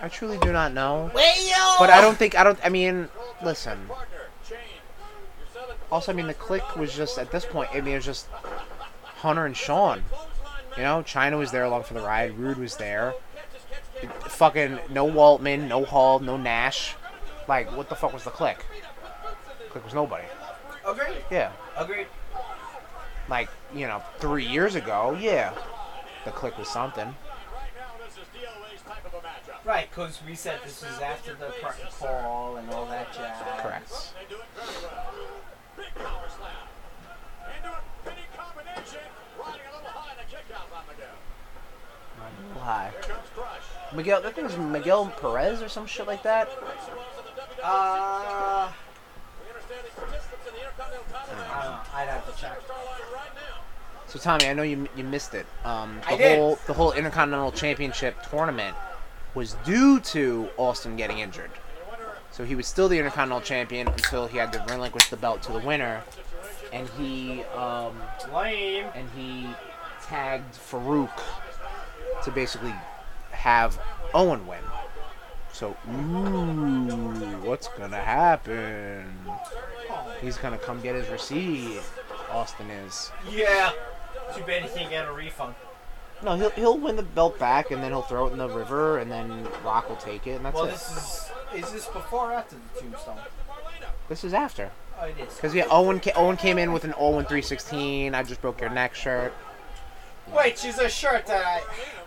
[SPEAKER 1] I truly do not know.
[SPEAKER 3] Well,
[SPEAKER 1] But I don't think I don't. I mean, listen.
[SPEAKER 10] Chain. You sell it
[SPEAKER 1] Also, I mean, the click was just at this point. I mean, it was just Hunter and Sean. You know, China was there along for the ride. Rude was there. Fucking no Waltman, no Hall, no Nash. Like, what the fuck was the click? Click was nobody.
[SPEAKER 3] Agreed.
[SPEAKER 1] Yeah.
[SPEAKER 3] Agreed.
[SPEAKER 1] Like, you know, three years ago, yeah, the click was something.
[SPEAKER 10] right now. This is DOA's type of a matchup.
[SPEAKER 3] Right, because we said this was after the part call and all that jazz.
[SPEAKER 1] Correct.
[SPEAKER 10] They do it very well. Big power slam. Into a pinning combination. Riding a little high and a kick out by Miguel.
[SPEAKER 1] Hi.
[SPEAKER 10] Here comes Crush.
[SPEAKER 1] Miguel, I think it was Miguel Perez or some shit like that.
[SPEAKER 3] Uh,
[SPEAKER 10] We understand these participants in the Intercontinental title match.
[SPEAKER 3] I don't know. I'd have to check.
[SPEAKER 10] Star line right now.
[SPEAKER 1] So Tommy, I know you you missed it. Um, the
[SPEAKER 3] I did.
[SPEAKER 1] whole the whole Intercontinental Championship tournament was due to Austin getting injured. So he was still the Intercontinental Champion until he had to relinquish the belt to the winner, and he um,
[SPEAKER 3] Lame.
[SPEAKER 1] and he tagged Farouk to basically have Owen win. So, ooh, what's gonna happen? He's gonna come get his receipt. Austin is.
[SPEAKER 3] Yeah. Too bad he can't get a refund.
[SPEAKER 1] No, he'll he'll win the belt back, and then he'll throw it in the river, and then Rock will take it, and that's
[SPEAKER 3] Well,
[SPEAKER 1] it.
[SPEAKER 3] this is. Is this before or after the tombstone?
[SPEAKER 1] This is after,
[SPEAKER 3] Oh, it is.
[SPEAKER 1] because yeah, Owen ca- Owen came in with an Owen three sixteen. I just broke your neck shirt.
[SPEAKER 3] Which is a shirt that I,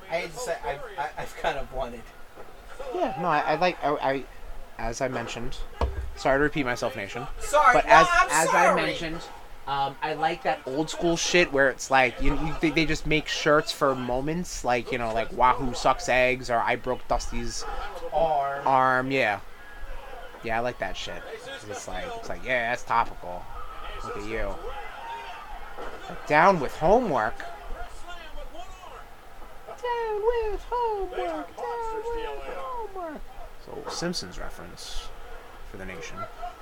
[SPEAKER 3] I had to say I, I, I've kind of wanted.
[SPEAKER 1] Yeah, no, I, I like I, I, as I mentioned. Sorry to repeat myself, nation.
[SPEAKER 3] Sorry,
[SPEAKER 1] But
[SPEAKER 3] no,
[SPEAKER 1] as
[SPEAKER 3] I'm
[SPEAKER 1] as
[SPEAKER 3] sorry.
[SPEAKER 1] I mentioned, um, I like that old school shit where it's like you, you they, they just make shirts for moments, like you know, like Wahoo sucks eggs or I broke Dusty's
[SPEAKER 3] Or
[SPEAKER 1] arm. Yeah, yeah, I like that shit. 'Cause It's like it's like yeah, that's topical. Look at you. Down with homework. Down with homework. Down with homework. So Simpsons reference for the nation.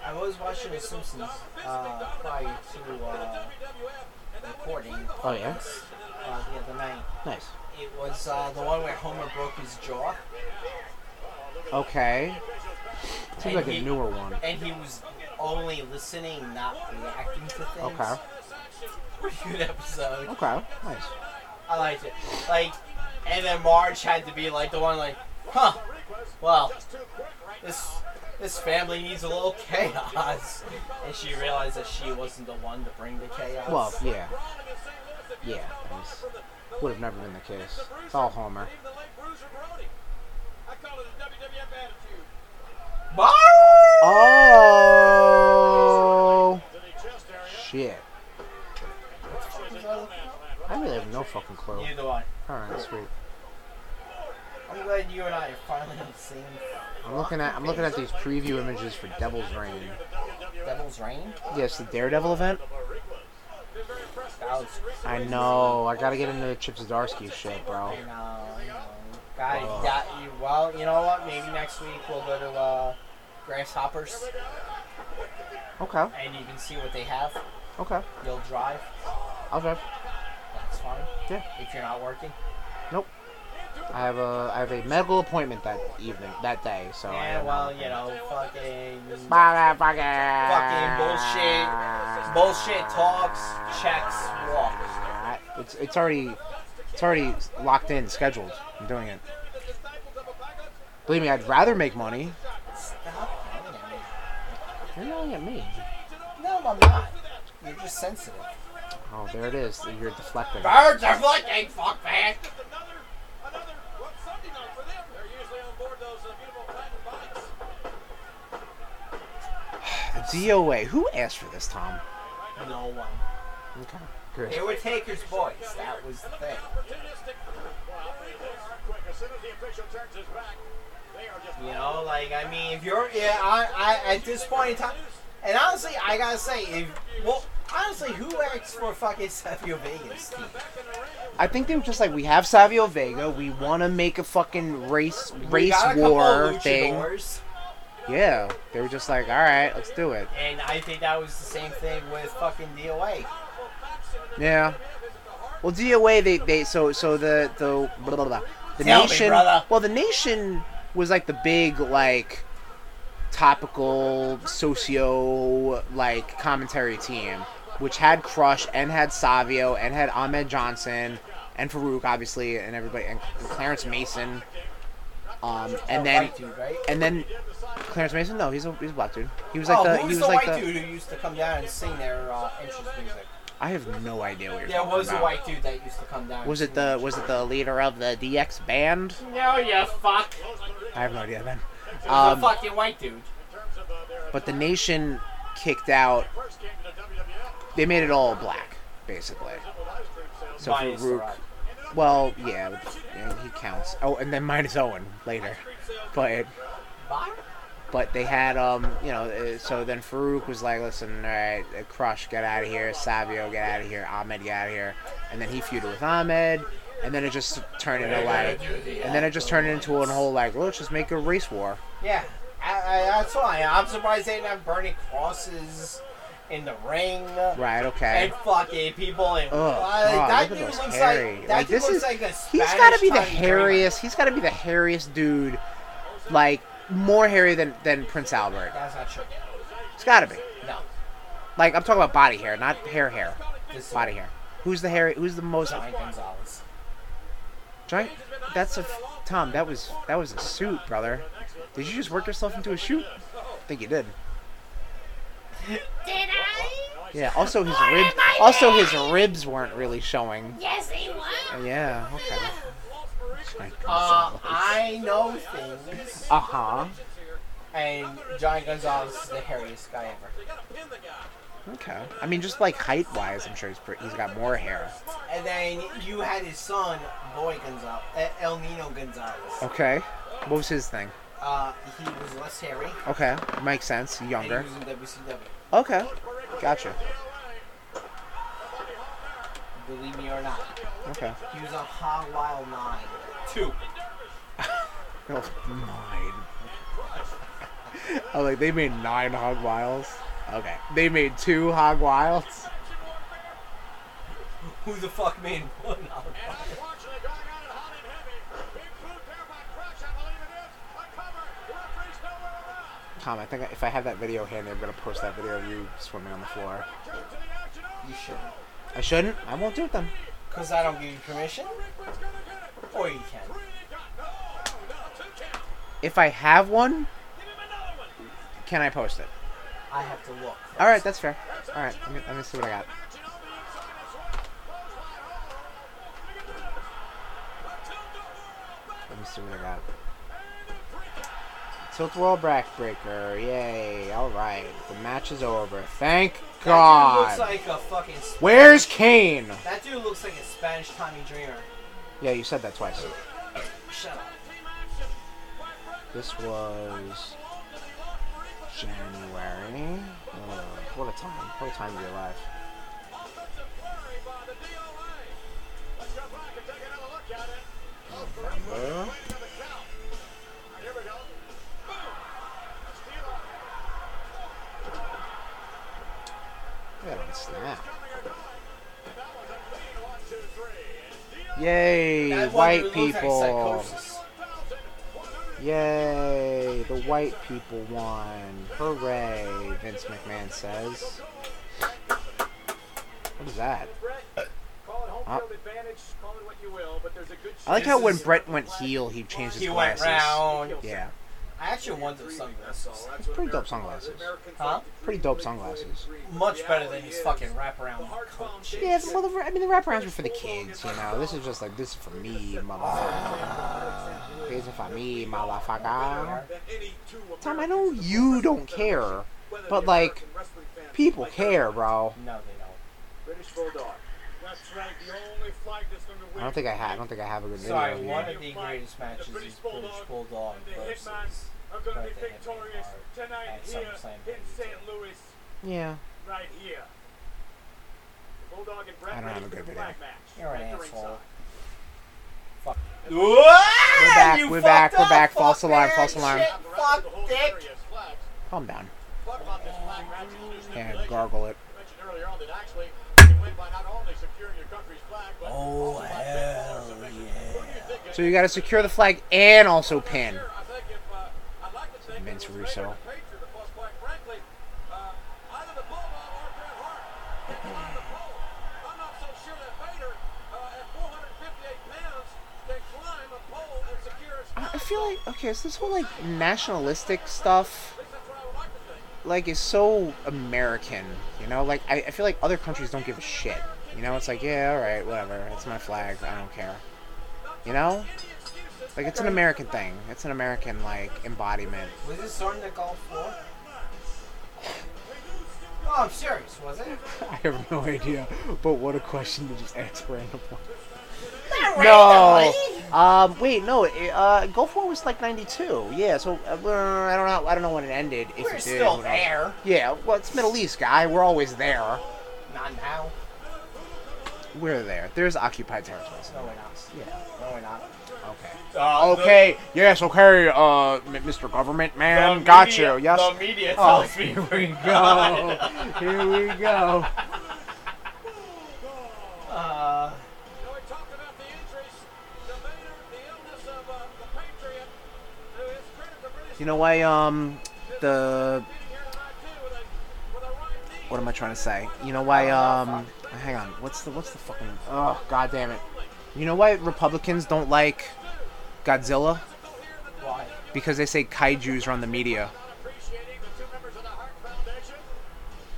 [SPEAKER 3] I was watching The Simpsons uh, prior to uh, recording uh,
[SPEAKER 1] Oh yeah,
[SPEAKER 3] the other night.
[SPEAKER 1] nice.
[SPEAKER 3] It was uh, the one where Homer broke his jaw,
[SPEAKER 1] Okay. Seems like a newer one.
[SPEAKER 3] and he was only listening, not reacting to things.
[SPEAKER 1] Okay.
[SPEAKER 3] Pretty good episode.
[SPEAKER 1] Okay. Nice.
[SPEAKER 3] I liked it. Like, and then Marge had to be like the one like, huh? Well, this this family needs a little chaos, and she realized that she wasn't the one to bring the chaos.
[SPEAKER 1] Well, yeah. Yeah. That was, would have never been the case. It's all Homer.
[SPEAKER 3] Marge!
[SPEAKER 1] Oh. Shit. I really have no fucking clue.
[SPEAKER 3] Neither one.
[SPEAKER 1] All right, sweet.
[SPEAKER 3] I'm glad you and I are finally on the same
[SPEAKER 1] I'm looking at I'm looking at these preview images for Devil's Reign.
[SPEAKER 3] Devil's Reign.
[SPEAKER 1] Yes, the Daredevil event.
[SPEAKER 3] That was
[SPEAKER 1] I know. I gotta get into the Chip Zdarsky shit, bro.
[SPEAKER 3] No, no. God, yeah, you, well, you know what? Maybe next week we'll go to uh, Grasshoppers
[SPEAKER 1] Okay.
[SPEAKER 3] and you can see what they have.
[SPEAKER 1] Okay.
[SPEAKER 3] You'll drive.
[SPEAKER 1] I'll drive.
[SPEAKER 3] That's fine.
[SPEAKER 1] Yeah.
[SPEAKER 3] If you're not working.
[SPEAKER 1] Nope. I have a I have a medical appointment that evening that day, so I
[SPEAKER 3] yeah,
[SPEAKER 1] don't
[SPEAKER 3] well,
[SPEAKER 1] know.
[SPEAKER 3] you know, fucking. Fucking bullshit.
[SPEAKER 1] Fucking
[SPEAKER 3] Bullshit talks, checks, walks.
[SPEAKER 1] It's it's already it's already locked in, scheduled. I'm doing it. Believe me, I'd rather make money.
[SPEAKER 3] Stop yelling at me.
[SPEAKER 1] You're yelling at me.
[SPEAKER 3] No, I'm not. You're just sensitive.
[SPEAKER 1] Oh, there it is. You're deflecting.
[SPEAKER 3] Birds are flicking, fuck man.
[SPEAKER 5] Another, another well, Sunday night for them. They're usually on board those uh, beautiful patent
[SPEAKER 1] DOA.
[SPEAKER 5] bikes.
[SPEAKER 1] Who asked for this, Tom?
[SPEAKER 3] No one.
[SPEAKER 1] Okay.
[SPEAKER 3] They
[SPEAKER 1] Good.
[SPEAKER 3] were Taker's boys. That was the thing.
[SPEAKER 5] Opportunistic.
[SPEAKER 10] Well, they are quick. As soon as the official turns his back, they are just.
[SPEAKER 3] You know, like I mean, if you're yeah, I, I at this point in time, and honestly, I gotta say, if well, honestly, who acts for fucking Savio Vegas? Steve?
[SPEAKER 1] I think they were just like, we have Savio Vega. We want to make a fucking race
[SPEAKER 3] We
[SPEAKER 1] race
[SPEAKER 3] got a couple
[SPEAKER 1] war
[SPEAKER 3] of
[SPEAKER 1] thing.
[SPEAKER 3] luchadors,
[SPEAKER 1] Yeah. They were just like, all right, let's do it.
[SPEAKER 3] And I think that was the same thing with fucking DOA.
[SPEAKER 1] Yeah. Well, DOA they they so so the the blah, blah, blah. the
[SPEAKER 3] Tell me,
[SPEAKER 1] nation.
[SPEAKER 3] brother.
[SPEAKER 1] well, the nation was like the big like topical socio like commentary team, which had Crush and had Savio and had Ahmed Johnson and Farouk obviously and everybody and Clarence Mason. Um, and then
[SPEAKER 3] white dude, right?
[SPEAKER 1] and then Clarence Mason no he's a he's a black dude he was like
[SPEAKER 3] Oh, who
[SPEAKER 1] the he
[SPEAKER 3] was
[SPEAKER 1] was
[SPEAKER 3] the
[SPEAKER 1] like
[SPEAKER 3] white
[SPEAKER 1] the
[SPEAKER 3] dude who used to come down and sing their uh, entrance music?
[SPEAKER 1] I have no idea what you're
[SPEAKER 3] There
[SPEAKER 1] talking
[SPEAKER 3] was a
[SPEAKER 1] about.
[SPEAKER 3] white dude that used to come down. and
[SPEAKER 1] Was
[SPEAKER 3] sing
[SPEAKER 1] it the was it the leader of the DX band?
[SPEAKER 3] No, you fuck.
[SPEAKER 1] I have no idea then.
[SPEAKER 3] Um,
[SPEAKER 1] Um,
[SPEAKER 3] fucking white dude.
[SPEAKER 1] but the nation kicked out. They made it all black, basically. So
[SPEAKER 3] Minus the
[SPEAKER 1] Farouk,
[SPEAKER 3] Rock.
[SPEAKER 1] well, yeah, yeah, he counts. Oh, and then minus Owen later, but
[SPEAKER 3] Bye.
[SPEAKER 1] but they had um you know uh, so then Farouk was like listen all right uh, Crush get out of here Savio get out of here Ahmed get out of here and then he feuded with Ahmed and then it just turned into like and then it just turned into a whole like well, let's just make a race war.
[SPEAKER 3] Yeah, I, I, that's why I'm surprised they didn't have burning crosses in the ring.
[SPEAKER 1] Right, okay.
[SPEAKER 3] And fucking people in. like,
[SPEAKER 1] Ugh, God,
[SPEAKER 3] that
[SPEAKER 1] look at
[SPEAKER 3] dude
[SPEAKER 1] those
[SPEAKER 3] looks
[SPEAKER 1] hairy.
[SPEAKER 3] like.
[SPEAKER 1] Like,
[SPEAKER 3] That dude
[SPEAKER 1] this
[SPEAKER 3] looks
[SPEAKER 1] is-
[SPEAKER 3] like a
[SPEAKER 1] He's
[SPEAKER 3] got
[SPEAKER 1] gotta
[SPEAKER 3] to
[SPEAKER 1] be the hairiest. He's gotta be the hairiest dude, like more hairy than than Prince Albert.
[SPEAKER 3] That's not true.
[SPEAKER 1] It's gotta be.
[SPEAKER 3] No.
[SPEAKER 1] Like I'm talking about body hair, not hair hair.
[SPEAKER 3] This is
[SPEAKER 1] Body hair. Who's the hairy? Who's the most?
[SPEAKER 3] Giant Gonzalez.
[SPEAKER 1] Giant? That's a f- Tom. That was that was a suit, brother. Did you just work yourself into a shoot? I think you did.
[SPEAKER 14] Did I?
[SPEAKER 1] Yeah. Also his ribs. Also his ribs weren't really showing.
[SPEAKER 14] Yes, they were.
[SPEAKER 1] Yeah. Okay.
[SPEAKER 3] Uh, I know things,
[SPEAKER 1] Uh huh.
[SPEAKER 3] and Giant Gonzalez is the hairiest guy ever.
[SPEAKER 1] Okay. I mean, just like height wise, I'm sure he's pretty, he's got more hair.
[SPEAKER 3] And then you had his son, Boy Gonzalez, uh, El Nino Gonzalez.
[SPEAKER 1] Okay. What was his thing?
[SPEAKER 3] Uh, he was less hairy.
[SPEAKER 1] Okay, makes sense.
[SPEAKER 3] And he
[SPEAKER 1] Younger.
[SPEAKER 3] was in WCW.
[SPEAKER 1] Okay, gotcha.
[SPEAKER 3] Believe me or not.
[SPEAKER 1] Okay.
[SPEAKER 3] He was on Hog Wild 9. Two.
[SPEAKER 1] Oh, nine. oh, like they made nine hog wiles. Okay, they made two hog wiles.
[SPEAKER 3] Who the fuck made one out of them?
[SPEAKER 1] Tom, I think if I have that video handy, I'm gonna post that video of you swimming on the floor.
[SPEAKER 3] You should.
[SPEAKER 1] I shouldn't. I won't do it then.
[SPEAKER 3] Because I don't give you permission? Or you can.
[SPEAKER 1] If I have one, can I post it?
[SPEAKER 3] I have to look.
[SPEAKER 1] All right, that's fair. All right, I'm gonna, I'm gonna see what I got. Let me see what I got. Tilt World Brack Breaker, yay! All right, the match is over. Thank
[SPEAKER 3] That dude looks
[SPEAKER 1] God.
[SPEAKER 3] like a fucking. Spanish,
[SPEAKER 1] Where's Kane?
[SPEAKER 3] That dude looks like a Spanish Tommy Dreamer.
[SPEAKER 1] Yeah, you said that twice.
[SPEAKER 3] Shut up.
[SPEAKER 1] This was January. Uh, what a time! What a time to be alive. Remember? Yeah, it's snap. Yay,
[SPEAKER 3] That one
[SPEAKER 1] white
[SPEAKER 3] dude looks like
[SPEAKER 1] people.
[SPEAKER 3] psychosis.
[SPEAKER 1] Yay, the white people won. Hooray, Vince McMahon says. What is that?
[SPEAKER 10] Call it home
[SPEAKER 5] home
[SPEAKER 1] Uh,
[SPEAKER 5] field advantage, call it what you will, but there's a good
[SPEAKER 1] I like
[SPEAKER 5] chance
[SPEAKER 1] how
[SPEAKER 5] that
[SPEAKER 1] when
[SPEAKER 5] he's
[SPEAKER 1] Brett
[SPEAKER 5] got the
[SPEAKER 1] went
[SPEAKER 5] flag.
[SPEAKER 1] heel, he changed his
[SPEAKER 3] He went
[SPEAKER 1] glasses.
[SPEAKER 3] round.
[SPEAKER 1] Yeah,
[SPEAKER 3] I actually won those sunglasses.
[SPEAKER 5] That's what
[SPEAKER 1] pretty dope
[SPEAKER 5] American-
[SPEAKER 1] sunglasses.
[SPEAKER 5] American
[SPEAKER 3] Huh?
[SPEAKER 5] flag-
[SPEAKER 1] Pretty dope sunglasses.
[SPEAKER 3] Uh, Much better than his fucking wraparound.
[SPEAKER 1] Yeah, well, the, I mean the wraparounds were for the kids, you know. This is just like this is for me, motherfucker. This is for me, motherfucker. Tom, I know you don't care, but like people care, bro.
[SPEAKER 3] No, they don't.
[SPEAKER 5] British Bulldog.
[SPEAKER 10] That's right, the only flag that's going to win.
[SPEAKER 1] I don't think I had. I don't think I have a good video.
[SPEAKER 3] Sorry,
[SPEAKER 1] of
[SPEAKER 3] one
[SPEAKER 1] that.
[SPEAKER 3] of the greatest matches is British Bulldog
[SPEAKER 10] The
[SPEAKER 3] versus
[SPEAKER 10] Hitman are going to
[SPEAKER 3] Bret
[SPEAKER 10] be
[SPEAKER 3] the Hitman
[SPEAKER 10] victorious
[SPEAKER 3] Hart
[SPEAKER 10] tonight
[SPEAKER 3] at
[SPEAKER 10] here
[SPEAKER 3] SummerSlam
[SPEAKER 10] in
[SPEAKER 3] 92.
[SPEAKER 10] St. Louis,
[SPEAKER 1] Yeah.
[SPEAKER 10] right here.
[SPEAKER 5] Bulldog and Brett
[SPEAKER 1] I don't have a
[SPEAKER 5] ready
[SPEAKER 1] good
[SPEAKER 5] for the
[SPEAKER 1] video.
[SPEAKER 5] flag match.
[SPEAKER 3] You're an asshole. Fuck.
[SPEAKER 1] We're back, we're back, we're back. False alarm, false alarm.
[SPEAKER 3] Fuck dick.
[SPEAKER 1] Calm down.
[SPEAKER 5] What about this flag match? It's new stipulation.
[SPEAKER 1] Yeah, gargle it.
[SPEAKER 5] You mentioned earlier on that actually you can win by not only securing your country's flag, but
[SPEAKER 3] Oh
[SPEAKER 5] also by
[SPEAKER 3] hell
[SPEAKER 5] pinfall or submission. Who
[SPEAKER 3] yeah.
[SPEAKER 5] do you think-
[SPEAKER 1] So you gotta secure the flag and also
[SPEAKER 5] I'm not
[SPEAKER 1] pin.
[SPEAKER 5] sure. I think if, uh, I'd like to think
[SPEAKER 1] Vince
[SPEAKER 5] it was Vader
[SPEAKER 1] Russo.
[SPEAKER 5] the Patriot that was, quite frankly, uh, either the Bulldog or Bret Hart can climb the pole. I'm not so sure that Vader, uh, at 458 pounds, can climb a pole and secure his
[SPEAKER 1] I I
[SPEAKER 5] flag.
[SPEAKER 1] feel like okay, so this whole like nationalistic stuff,
[SPEAKER 5] At least that's what I would like to think.
[SPEAKER 1] like, is so American. You know, like I, I feel like other countries don't give a shit. You know, it's like yeah, all right, whatever. It's my flag. I don't care. You know,
[SPEAKER 5] Any excuses
[SPEAKER 1] like it's an American thing. It's an American like embodiment.
[SPEAKER 3] Was this on the golf floor? No, I'm serious, was it?
[SPEAKER 1] I have no idea, but what a question to just ask randomly.
[SPEAKER 3] No.
[SPEAKER 1] Um, wait, no. it- Uh, Gulf War was like '92. Yeah, so uh, I don't know. I don't know when it ended. If
[SPEAKER 3] We're
[SPEAKER 1] it did,
[SPEAKER 3] still
[SPEAKER 1] who knows.
[SPEAKER 3] there.
[SPEAKER 1] Yeah, well, it's Middle East, guy. We're always there.
[SPEAKER 3] Not now.
[SPEAKER 1] We're there. There's occupied territories.
[SPEAKER 3] No, we're not.
[SPEAKER 1] Yeah.
[SPEAKER 3] No, we're not.
[SPEAKER 1] Okay.
[SPEAKER 3] Uh,
[SPEAKER 1] Okay. Yes. Okay. Uh, M- Mr. Government Man,
[SPEAKER 3] the
[SPEAKER 1] got
[SPEAKER 3] media-
[SPEAKER 1] you. Yes.
[SPEAKER 3] The media
[SPEAKER 1] Oh,
[SPEAKER 3] tells me
[SPEAKER 1] here we go. Here we go.
[SPEAKER 3] Uh,
[SPEAKER 5] You know, we talked about the injuries, the Vader, the illness of uh, the Patriot, who is critical for this
[SPEAKER 1] You know why? Um, the
[SPEAKER 5] beating here tonight, too, with a, with a right knee.
[SPEAKER 1] what am I trying to say? You know why? Um, hang on. What's the what's the fucking? Oh, god damn it. You know why Republicans don't like Godzilla?
[SPEAKER 3] why?
[SPEAKER 1] Because they say kaiju's run the media.
[SPEAKER 5] Appreciating the two members of the Hart Foundation.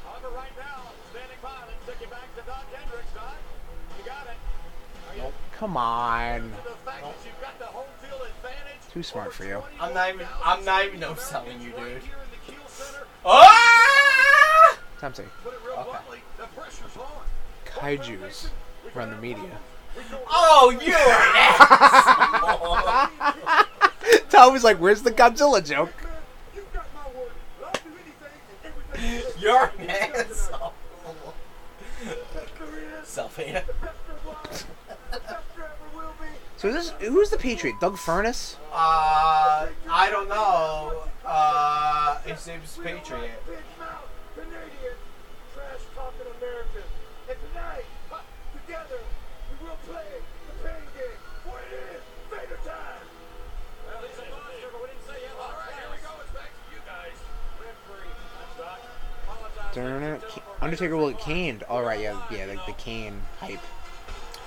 [SPEAKER 5] However, right now, standing by, let's take you back to Doc Hendricks, Doc. You got it. Are you
[SPEAKER 1] Come on.
[SPEAKER 5] to the fact that you've got the home field advantage?
[SPEAKER 1] Too smart for you.
[SPEAKER 3] I'm not even. I'm not even upselling you, dude.
[SPEAKER 5] Here in the Kiel Center,
[SPEAKER 3] Ah!
[SPEAKER 1] Something.
[SPEAKER 5] put it real
[SPEAKER 3] Okay.
[SPEAKER 5] bluntly, the pressure's on.
[SPEAKER 1] Kaiju's run the media.
[SPEAKER 3] Oh, you are
[SPEAKER 1] Tom was like, "Where's the Godzilla joke?"
[SPEAKER 5] You've got my word. I'll do anything and everything.
[SPEAKER 3] an asshole. You're an asshole. Self hater.
[SPEAKER 1] So this who's the Patriot? Doug Furness?
[SPEAKER 3] Uh, I don't know. Uh, his name's Patriot.
[SPEAKER 5] Canadian trash talking American. And tonight, uh, together, we will play the pain game. What it is, Vader time. Well, he's a monster, but we didn't say yet. All right, here we go. It's back to you guys. Referee, Doc, apologize.
[SPEAKER 1] Darn it. Ca- Undertaker will get caned. All right, yeah, yeah, the, the cane hype.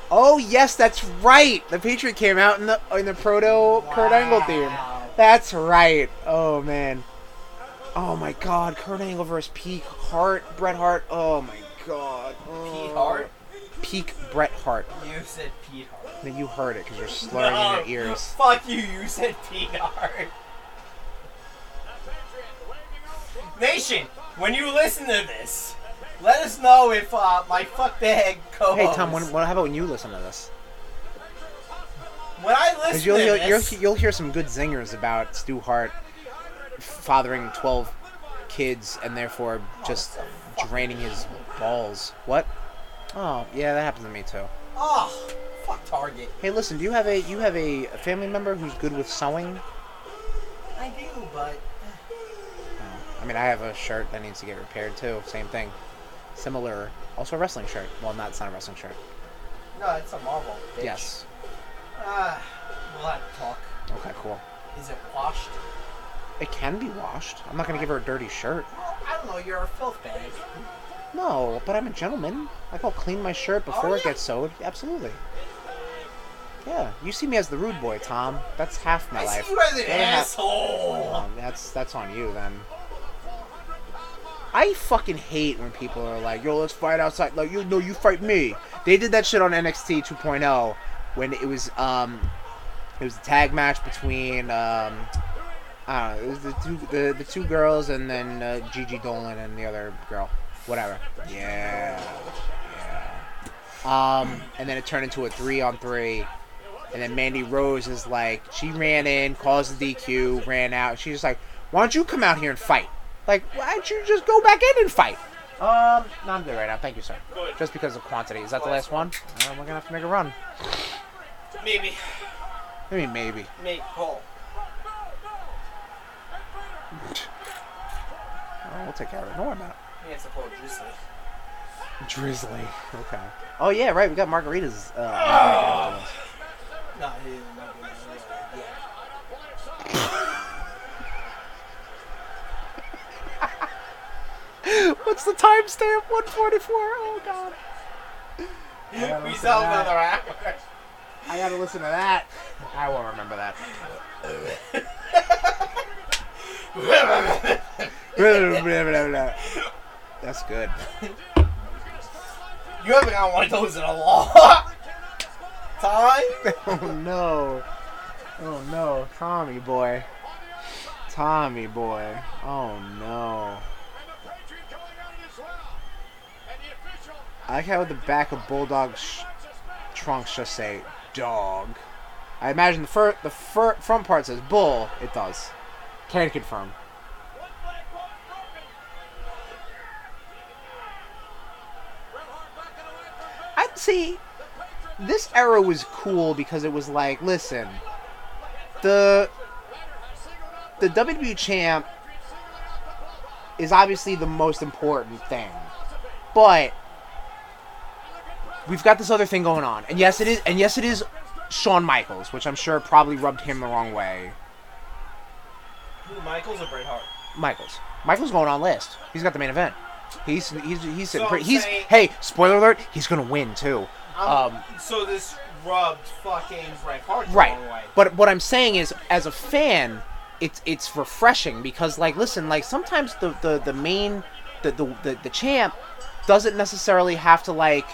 [SPEAKER 1] Oh yes, that's right. The Patriot came out in the in the proto Kurt Angle theme.
[SPEAKER 3] Wow.
[SPEAKER 1] That's right. Oh man. Oh my God, Kurt Angle versus Peak Hart, Bret Hart. Oh my God.
[SPEAKER 3] Pete
[SPEAKER 1] Oh.
[SPEAKER 3] Hart?
[SPEAKER 1] Peak Bret Hart.
[SPEAKER 3] You said Pete Hart.
[SPEAKER 1] No, You heard it because you're slurring in your ears.
[SPEAKER 3] Fuck you, you said Pete Hart. Nation, when you listen to this, let us know if uh, my fuck the head co
[SPEAKER 1] Hey Tom, when, what, how about when you listen to this?
[SPEAKER 3] when I listen
[SPEAKER 1] Because you'll,
[SPEAKER 3] to
[SPEAKER 1] you'll, you'll,
[SPEAKER 3] this,
[SPEAKER 1] you'll hear some good zingers about Stu Hart fathering 12 kids and therefore just draining his balls. What? Oh, yeah, that happens to me too.
[SPEAKER 3] oh, fuck Target.
[SPEAKER 1] Hey, listen, do you have a you have a family member who's good with sewing?
[SPEAKER 3] I do, but
[SPEAKER 1] I mean, I have a shirt that needs to get repaired too. Same thing. Similar. Also a wrestling shirt. Well, not it's not a wrestling shirt.
[SPEAKER 3] no, it's a Marvel. Bitch.
[SPEAKER 1] Yes.
[SPEAKER 3] Ah, we'll have to talk.
[SPEAKER 1] Okay, cool.
[SPEAKER 3] Is it washed?
[SPEAKER 1] It can be washed. I'm not going to give her a dirty shirt.
[SPEAKER 3] Well, I don't know. You're a filth bag.
[SPEAKER 1] No, but I'm a gentleman. I go clean my shirt before
[SPEAKER 3] Oh,
[SPEAKER 1] it gets sewed. Absolutely. Yeah, you see me as the rude boy, Tom. That's half my
[SPEAKER 3] I
[SPEAKER 1] life.
[SPEAKER 3] see you as an
[SPEAKER 1] The other half-
[SPEAKER 3] asshole.
[SPEAKER 1] Um, that's that's on you then. I fucking hate when people are like, "Yo, let's fight outside." Like, you no, you fight me. They did that shit on NXT 2.0 when it was um, it was a tag match between um, I don't know, it was the two the, the two girls and then uh, Gigi Dolan and the other girl, whatever. Yeah, yeah. Um, and then it turned into a three on three. And then Mandy Rose is like, she ran in, caused the DQ, ran out. She's just like, why don't you come out here and fight? Like, why don't you just go back in and fight? Um, no, I'm good right now. Thank you, sir. Just because of quantity. Is that the last one? Uh, we're going to have to make a run.
[SPEAKER 3] Maybe.
[SPEAKER 1] I mean, maybe.
[SPEAKER 3] Make Paul.
[SPEAKER 1] Oh, we'll take care of it. Don't worry about
[SPEAKER 3] Yeah, it's a Paul Drizzly.
[SPEAKER 1] it. Drizzly. Okay. Oh, yeah, right. We got margaritas. Uh, margarita after
[SPEAKER 3] No, he didn't know. Yeah.
[SPEAKER 1] this. What's the timestamp? 144. Oh, God.
[SPEAKER 3] We sell another hour.
[SPEAKER 1] I got to listen to that. I won't remember that. That's good.
[SPEAKER 3] You haven't got one of those in a long time.
[SPEAKER 1] Oh no. Oh no, Tommy boy. Tommy boy. Oh no. I like how the back of Bulldog's sh- trunks just say dog. I imagine the fir- the fir- front part says bull. It does. Can confirm. I see. This era was cool because it was like, listen, the the WWE champ is obviously the most important thing, but we've got this other thing going on, and yes, it is, and yes, it is Shawn Michaels, which I'm sure probably rubbed him the wrong way.
[SPEAKER 3] Michael's a Bret Hart.
[SPEAKER 1] Michaels. Michaels going on list. He's got the main event. He's he's he's sitting
[SPEAKER 3] So
[SPEAKER 1] pretty.
[SPEAKER 3] I'm
[SPEAKER 1] He's
[SPEAKER 3] saying-
[SPEAKER 1] hey, spoiler alert, he's gonna win too.
[SPEAKER 3] Um,
[SPEAKER 1] Um,
[SPEAKER 3] so this rubbed fucking Bret Hart the wrong way.
[SPEAKER 1] Right. But what I'm saying is, as a fan, it's it's refreshing because, like, listen, like sometimes the the the main, the the the, the champ, doesn't necessarily have to like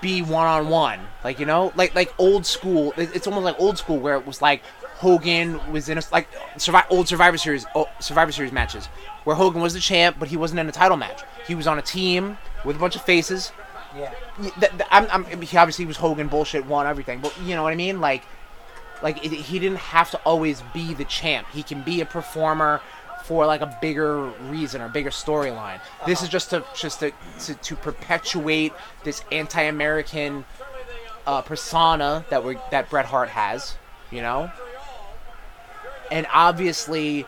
[SPEAKER 1] be one on one. Like you know, like like old school. it- It's almost like old school where it was like Hogan was in a like survi- old Survivor Series oh, Survivor Series matches where Hogan was the champ, but he wasn't in a title match. He was on a team with a bunch of faces.
[SPEAKER 3] Yeah.
[SPEAKER 1] Y- th- th- I'm, I'm, I mean, he obviously was Hogan bullshit won everything, but you know what I mean? Like, like it, he didn't have to always be the champ. He can be a performer for like a bigger reason or bigger storyline. This is just to just to to, to perpetuate this anti-American uh, persona that we that Bret Hart has, you know. And obviously,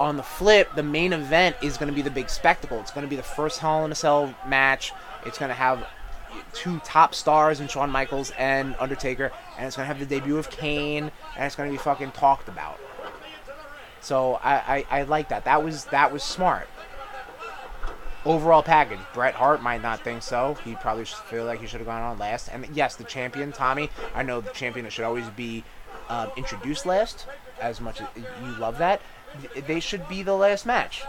[SPEAKER 1] on the flip, the main event is going to be the big spectacle. It's going to be the first Hell in a Cell match. It's going to have two top stars in Shawn Michaels and Undertaker, and it's going to have the debut of Kane, and it's going to be fucking talked about. So I, I, I like that. That was that was smart. Overall package. Bret Hart might not think so. He probably should feel like he should have gone on last. And yes, the champion Tommy. I know the champion should always be um, introduced last. As much as you love that, Th- they should be the last match.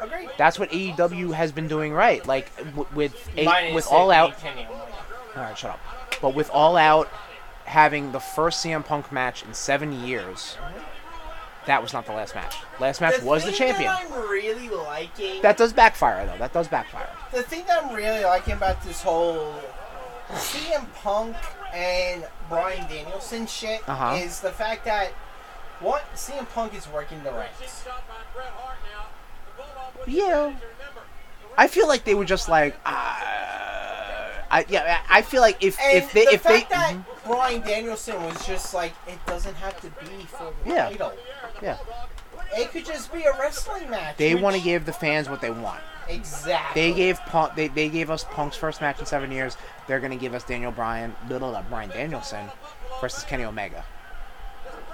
[SPEAKER 3] Agreed.
[SPEAKER 1] That's what AEW has been doing right. Like w- with
[SPEAKER 3] Mine
[SPEAKER 1] a-
[SPEAKER 3] is
[SPEAKER 1] with All Out.
[SPEAKER 3] Kenny Omega.
[SPEAKER 1] All right, shut up. But with All Out having the first CM Punk match in seven years, that was not the last match. Last match was the
[SPEAKER 3] thing
[SPEAKER 1] champion.
[SPEAKER 3] That I'm really liking.
[SPEAKER 1] That does backfire, though. That does backfire.
[SPEAKER 3] the thing that I'm really liking about this whole CM Punk and Brian Danielson shit
[SPEAKER 1] Uh-huh.
[SPEAKER 3] is the fact that what CM Punk is working the ranks.
[SPEAKER 1] Yeah. I feel like they were just like, uh, I yeah. I I feel like if
[SPEAKER 3] And
[SPEAKER 1] if they
[SPEAKER 3] the
[SPEAKER 1] if
[SPEAKER 3] fact
[SPEAKER 1] they
[SPEAKER 3] that
[SPEAKER 1] Mhm.
[SPEAKER 3] Brian Danielson was just like, it doesn't have to be for the
[SPEAKER 1] Yeah.
[SPEAKER 3] title.
[SPEAKER 1] yeah,
[SPEAKER 3] It could just be a wrestling match.
[SPEAKER 1] they
[SPEAKER 3] which-
[SPEAKER 1] want to give the fans what they want.
[SPEAKER 3] exactly.
[SPEAKER 1] They gave Punk. They, they gave us Punk's first match in seven years. They're gonna give us Daniel Bryan, blah, blah, blah, Bryan Danielson versus Kenny Omega.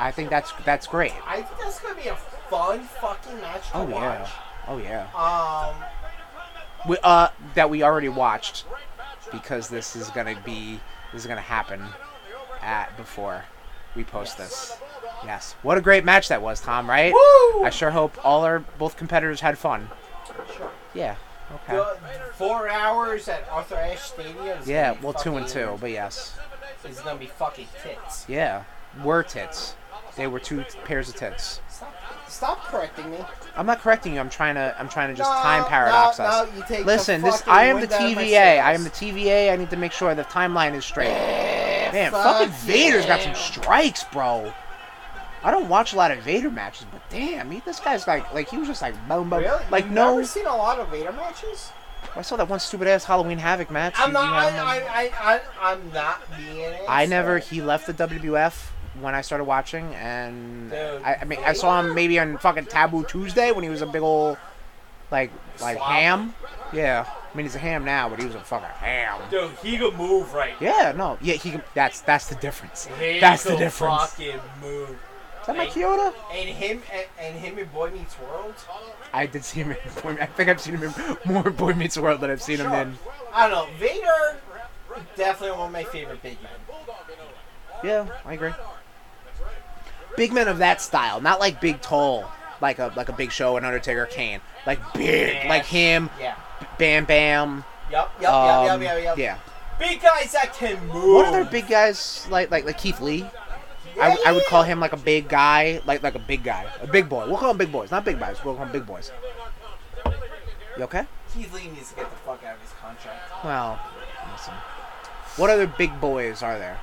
[SPEAKER 1] I think that's that's great.
[SPEAKER 3] I think that's gonna be a fun fucking match to
[SPEAKER 1] Oh
[SPEAKER 3] watch.
[SPEAKER 1] yeah. Oh yeah.
[SPEAKER 3] Um,
[SPEAKER 1] we, uh, that we already watched because this is gonna be this is gonna happen at before we post this. Yes, what a great match that was, Tom. Right? I sure hope all our both competitors had fun. Yeah. Okay.
[SPEAKER 3] The four hours at Arthur Ashe Stadium. is
[SPEAKER 1] Yeah.
[SPEAKER 3] gonna be
[SPEAKER 1] Well, two and
[SPEAKER 3] fucking-
[SPEAKER 1] two, but yes.
[SPEAKER 3] It's gonna be fucking tits.
[SPEAKER 1] Yeah. Were tits. They were two pairs of tits.
[SPEAKER 3] Stop, stop correcting me.
[SPEAKER 1] I'm not correcting you. I'm trying to. I'm trying to just
[SPEAKER 3] No,
[SPEAKER 1] time
[SPEAKER 3] no,
[SPEAKER 1] paradox us.
[SPEAKER 3] no, you take the
[SPEAKER 1] Listen, this.
[SPEAKER 3] fucking
[SPEAKER 1] I am the
[SPEAKER 3] wind out of my
[SPEAKER 1] TVA. I am the
[SPEAKER 3] sails.
[SPEAKER 1] TVA. I need to make sure the timeline is straight. Man,
[SPEAKER 3] fuck
[SPEAKER 1] fucking Vader's got some
[SPEAKER 3] you.
[SPEAKER 1] strikes, bro. I don't watch a lot of Vader matches, but damn, he, this guy's like, like he was just like, boom, boom.
[SPEAKER 3] Really?
[SPEAKER 1] like
[SPEAKER 3] You've
[SPEAKER 1] no,
[SPEAKER 3] Never seen a lot of Vader matches.
[SPEAKER 1] I saw that one stupid ass Halloween Havoc match.
[SPEAKER 3] I'm
[SPEAKER 1] You
[SPEAKER 3] not. I,
[SPEAKER 1] know?
[SPEAKER 3] I, I, I, I'm not being. an
[SPEAKER 1] I never.
[SPEAKER 3] asshole.
[SPEAKER 1] He left the WWF when I started watching, and
[SPEAKER 3] Dude.
[SPEAKER 1] I, I mean, I saw him maybe on fucking Taboo Tuesday when he was a big old, like, like ham. Yeah, I mean he's a ham now, but he was a fucking ham.
[SPEAKER 15] Dude, he could move right.
[SPEAKER 1] Yeah, no, yeah, he. can- That's that's the difference.
[SPEAKER 15] He
[SPEAKER 1] That's the
[SPEAKER 15] could
[SPEAKER 1] difference.
[SPEAKER 15] Fucking move.
[SPEAKER 1] Is that my Kyoto?
[SPEAKER 3] And him and, and him and Boy Meets World.
[SPEAKER 1] I did see him. In Boy, I think I've seen him in more Boy Meets World than I've seen him in.
[SPEAKER 3] I don't know. Vader, definitely one of my favorite big men.
[SPEAKER 1] Yeah, I agree. Big men of that style, not like big tall, like a like a Big Show and Undertaker, Kane, like big, like him,
[SPEAKER 3] Yeah.
[SPEAKER 1] Bam Bam.
[SPEAKER 3] Yup. Yup. yup. Yup.
[SPEAKER 1] Um,
[SPEAKER 3] Yup. Yup.
[SPEAKER 1] yeah.
[SPEAKER 3] Big guys that can move.
[SPEAKER 1] What other big guys like like like Keith Lee? I, I would call him like a big guy, like like a big guy, a big boy. We'll call him big boys, not big guys. We'll call him big boys. You okay?
[SPEAKER 3] Keith Lee needs to get the fuck out of his contract.
[SPEAKER 1] Well, listen. What other big boys are there,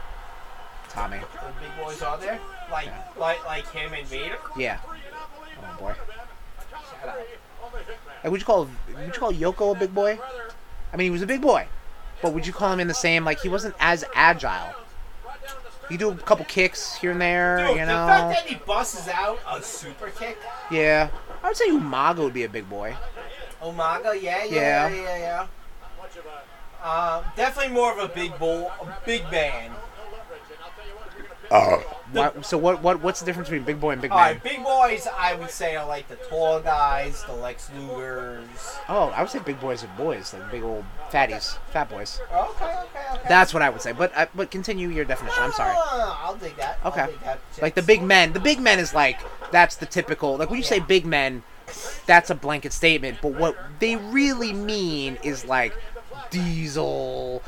[SPEAKER 1] Tommy?
[SPEAKER 3] The big boys are there, like like like him and Vader.
[SPEAKER 1] Yeah. Oh boy.
[SPEAKER 3] Shut up.
[SPEAKER 1] Like, would you call would you call Yoko a big boy? I mean, he was a big boy, but would you call him in the same like he wasn't as agile? You do a couple kicks here and there,
[SPEAKER 3] Dude, the
[SPEAKER 1] you know.
[SPEAKER 3] fact that he busts out a super kick,
[SPEAKER 1] yeah, I would say Umaga would be a big boy.
[SPEAKER 3] Omaga, yeah,
[SPEAKER 1] Yeah.
[SPEAKER 3] yeah, yeah, yeah, yeah. Um, definitely more of a big bull, a big man.
[SPEAKER 1] Why- so what what what's the difference between big boy and big
[SPEAKER 3] All right,
[SPEAKER 1] man?
[SPEAKER 3] big boys, I would say are like the tall guys, the Lex Lugers.
[SPEAKER 1] Oh, I would say big boys are boys, like big old fatties, fat boys.
[SPEAKER 3] Okay, okay, okay.
[SPEAKER 1] That's what I would say. But I, but continue your definition. I'm sorry.
[SPEAKER 3] No, no, no, no, I'll dig that. I'll
[SPEAKER 1] Okay.
[SPEAKER 3] dig that.
[SPEAKER 1] Like the big men, the big men is like that's the typical. Like when you say big men, that's a blanket statement. But what they really mean is like Diesel,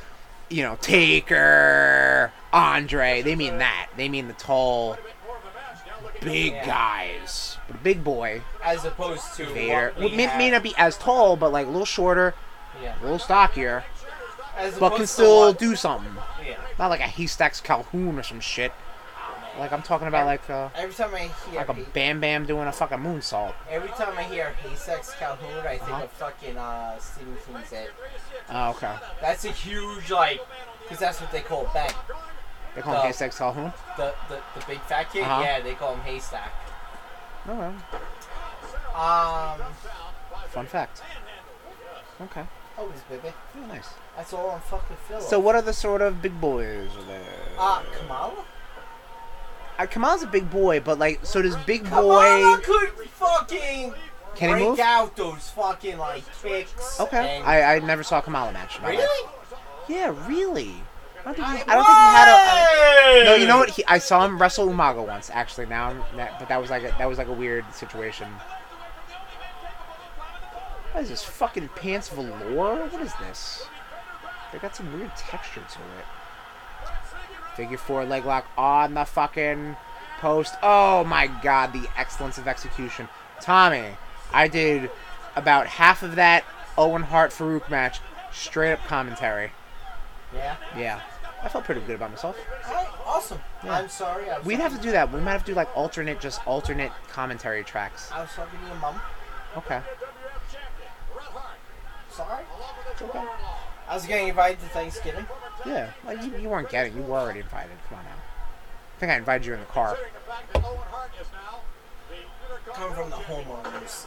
[SPEAKER 1] you know, Taker, Andre. They mean that. They mean the tall, big guys. But a big boy,
[SPEAKER 3] as opposed to
[SPEAKER 1] Vader,
[SPEAKER 3] what we
[SPEAKER 1] well, may,
[SPEAKER 3] have.
[SPEAKER 1] may not be as tall, but like a little shorter,
[SPEAKER 3] yeah.
[SPEAKER 1] a little stockier,
[SPEAKER 3] As
[SPEAKER 1] but
[SPEAKER 3] opposed
[SPEAKER 1] can
[SPEAKER 3] to
[SPEAKER 1] still
[SPEAKER 3] what-
[SPEAKER 1] do something.
[SPEAKER 3] Yeah.
[SPEAKER 1] Not like a He Stacks Calhoun or some shit. Like I'm talking about like uh,
[SPEAKER 3] Every time I hear
[SPEAKER 1] like a
[SPEAKER 3] he-
[SPEAKER 1] Bam Bam doing a fucking moonsault.
[SPEAKER 3] every time I hear Haysex Calhoun, I think
[SPEAKER 1] Uh-huh.
[SPEAKER 3] of fucking uh, Stephen King's Ed.
[SPEAKER 1] Oh, okay.
[SPEAKER 3] That's a huge like, because that's what they call it back.
[SPEAKER 1] They call him
[SPEAKER 3] Uh,
[SPEAKER 1] Haystack Calhoun.
[SPEAKER 3] The, the the big fat kid.
[SPEAKER 1] Uh-huh.
[SPEAKER 3] Yeah, they call him Haystack.
[SPEAKER 1] Alright.
[SPEAKER 3] Um,
[SPEAKER 1] Fun fact. Okay.
[SPEAKER 3] always baby.
[SPEAKER 1] Oh, nice.
[SPEAKER 3] That's all I'm fucking feeling.
[SPEAKER 1] So, what are the sort of big boys are there?
[SPEAKER 3] Uh, Kamala.
[SPEAKER 1] Uh, Kamal's a big boy, but like, so does big boy?
[SPEAKER 3] Kamala could fucking
[SPEAKER 1] Can he
[SPEAKER 3] break
[SPEAKER 1] move?
[SPEAKER 3] out those fucking like kicks.
[SPEAKER 1] Okay.
[SPEAKER 3] and-
[SPEAKER 1] I, I never saw a Kamala match. in my life.
[SPEAKER 3] really?
[SPEAKER 1] Yeah, really. I don't think he, I don't think he had a. I-
[SPEAKER 3] Hey!
[SPEAKER 1] no, you know what? He, I saw him wrestle Umaga once, actually. Now, I'm, that, but that was like a, that was like a weird situation. What is this fucking pants velour? What is this? They got some weird texture to it. Figure four leg lock on the fucking post. Oh my god, the excellence of execution. Tommy, I did about half of that Owen Hart Farouk match straight up commentary.
[SPEAKER 3] Yeah.
[SPEAKER 1] Yeah, I felt pretty good about myself.
[SPEAKER 3] All right, awesome.
[SPEAKER 1] Yeah.
[SPEAKER 3] I'm sorry. I was
[SPEAKER 1] We'd have to
[SPEAKER 3] talking-
[SPEAKER 1] do that. We might have to do like alternate, just alternate commentary tracks.
[SPEAKER 3] I was talking to your mom.
[SPEAKER 1] Okay.
[SPEAKER 3] Sorry.
[SPEAKER 1] It's okay.
[SPEAKER 3] I was getting invited to Thanksgiving.
[SPEAKER 1] Yeah. Like you, you weren't getting. You were already invited. Come on now. I think I invited you in the car.
[SPEAKER 3] Coming from the homeowners.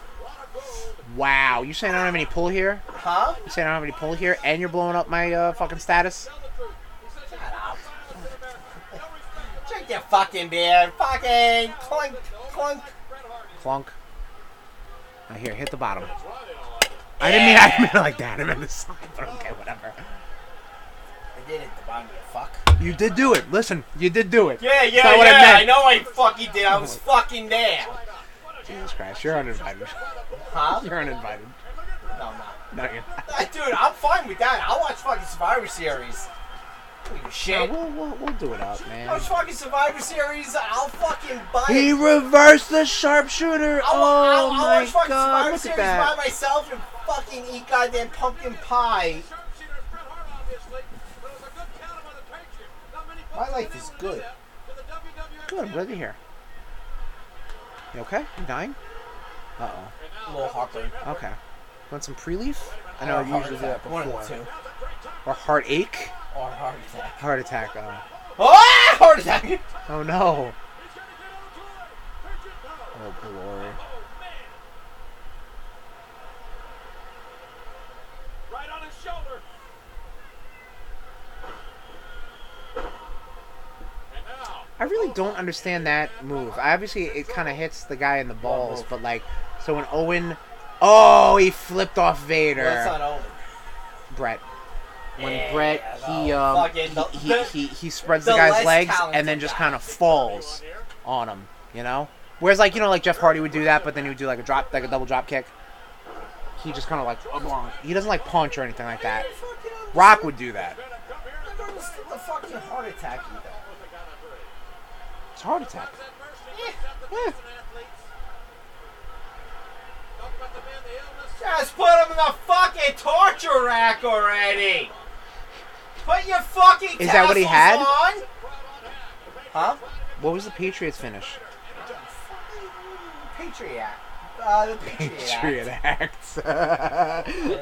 [SPEAKER 1] Wow. You saying I don't have any pull here?
[SPEAKER 3] Huh?
[SPEAKER 1] You saying I don't have any pull here? And you're blowing up my uh, fucking status?
[SPEAKER 3] Shut up. Drink your fucking beer. Fucking clunk, clunk.
[SPEAKER 1] Clunk. Now here, hit the bottom. I didn't mean I didn't mean it like that. I meant this. But okay, whatever.
[SPEAKER 3] I did it, the bottom of the fuck.
[SPEAKER 1] You did do it. Listen, you did do it.
[SPEAKER 3] Yeah, yeah,
[SPEAKER 1] not what I
[SPEAKER 3] yeah. I,
[SPEAKER 1] meant.
[SPEAKER 3] know I fucking did. I was fucking there.
[SPEAKER 1] Jesus Christ, you're uninvited.
[SPEAKER 3] Huh?
[SPEAKER 1] You're uninvited.
[SPEAKER 3] No, I'm not.
[SPEAKER 1] No, you're not.
[SPEAKER 3] Ah, Dude, I'm fine with that. I'll watch fucking Survivor Series. I don't give a
[SPEAKER 1] No,
[SPEAKER 3] Shit.
[SPEAKER 1] Uh, we'll, we'll, we'll do it up,
[SPEAKER 3] I'll
[SPEAKER 1] man.
[SPEAKER 3] watch fucking Survivor Series. I'll fucking buy it.
[SPEAKER 1] He reversed the sharpshooter.
[SPEAKER 3] I'll,
[SPEAKER 1] Oh
[SPEAKER 3] I'll, I'll watch
[SPEAKER 1] my
[SPEAKER 3] fucking
[SPEAKER 1] God!
[SPEAKER 3] Survivor
[SPEAKER 1] Look at
[SPEAKER 3] Series by
[SPEAKER 1] that.
[SPEAKER 3] myself and fucking eat goddamn pumpkin pie. My life is good.
[SPEAKER 1] Good. What are you here? You okay? You dying? Uh oh.
[SPEAKER 3] Little Harper.
[SPEAKER 1] Okay. Want some pre leaf? I know I usually do that
[SPEAKER 3] One of
[SPEAKER 1] before.
[SPEAKER 3] the two.
[SPEAKER 1] Or heartache?
[SPEAKER 3] Or heart attack.
[SPEAKER 1] Heart attack. Oh.
[SPEAKER 3] Ah! Heart attack!
[SPEAKER 1] Oh no. Oh glory.
[SPEAKER 16] Right on his shoulder.
[SPEAKER 1] I really don't understand that move. Obviously, it kind of hits the guy in the balls, but like, so when Owen, oh, he flipped off Vader.
[SPEAKER 3] That's not over.
[SPEAKER 1] Brett. When
[SPEAKER 3] Yeah,
[SPEAKER 1] Brett he
[SPEAKER 3] no,
[SPEAKER 1] um
[SPEAKER 3] fucking the-
[SPEAKER 1] he,
[SPEAKER 3] the-
[SPEAKER 1] he, he he spreads
[SPEAKER 3] the
[SPEAKER 1] the guy's
[SPEAKER 3] less
[SPEAKER 1] legs and
[SPEAKER 3] talented
[SPEAKER 1] then just
[SPEAKER 3] guy.
[SPEAKER 1] kind of falls on him, you know. Whereas like you know like Jeff Hardy would do that, but then he would do like a drop like a double drop kick. He just kind of like uh, he doesn't like punch or anything like that.
[SPEAKER 3] Fucking-
[SPEAKER 1] Rock would do that.
[SPEAKER 3] I don't understand the fucking heart attack either.
[SPEAKER 1] It's a heart attack. Yeah.
[SPEAKER 3] Just put him in the fucking torture rack already! Put your fucking
[SPEAKER 1] Is that what he had?
[SPEAKER 3] tassels on! Huh?
[SPEAKER 1] What was the Patriots finish?
[SPEAKER 3] Patriot. Uh, the Patriot.
[SPEAKER 1] Patriot Act.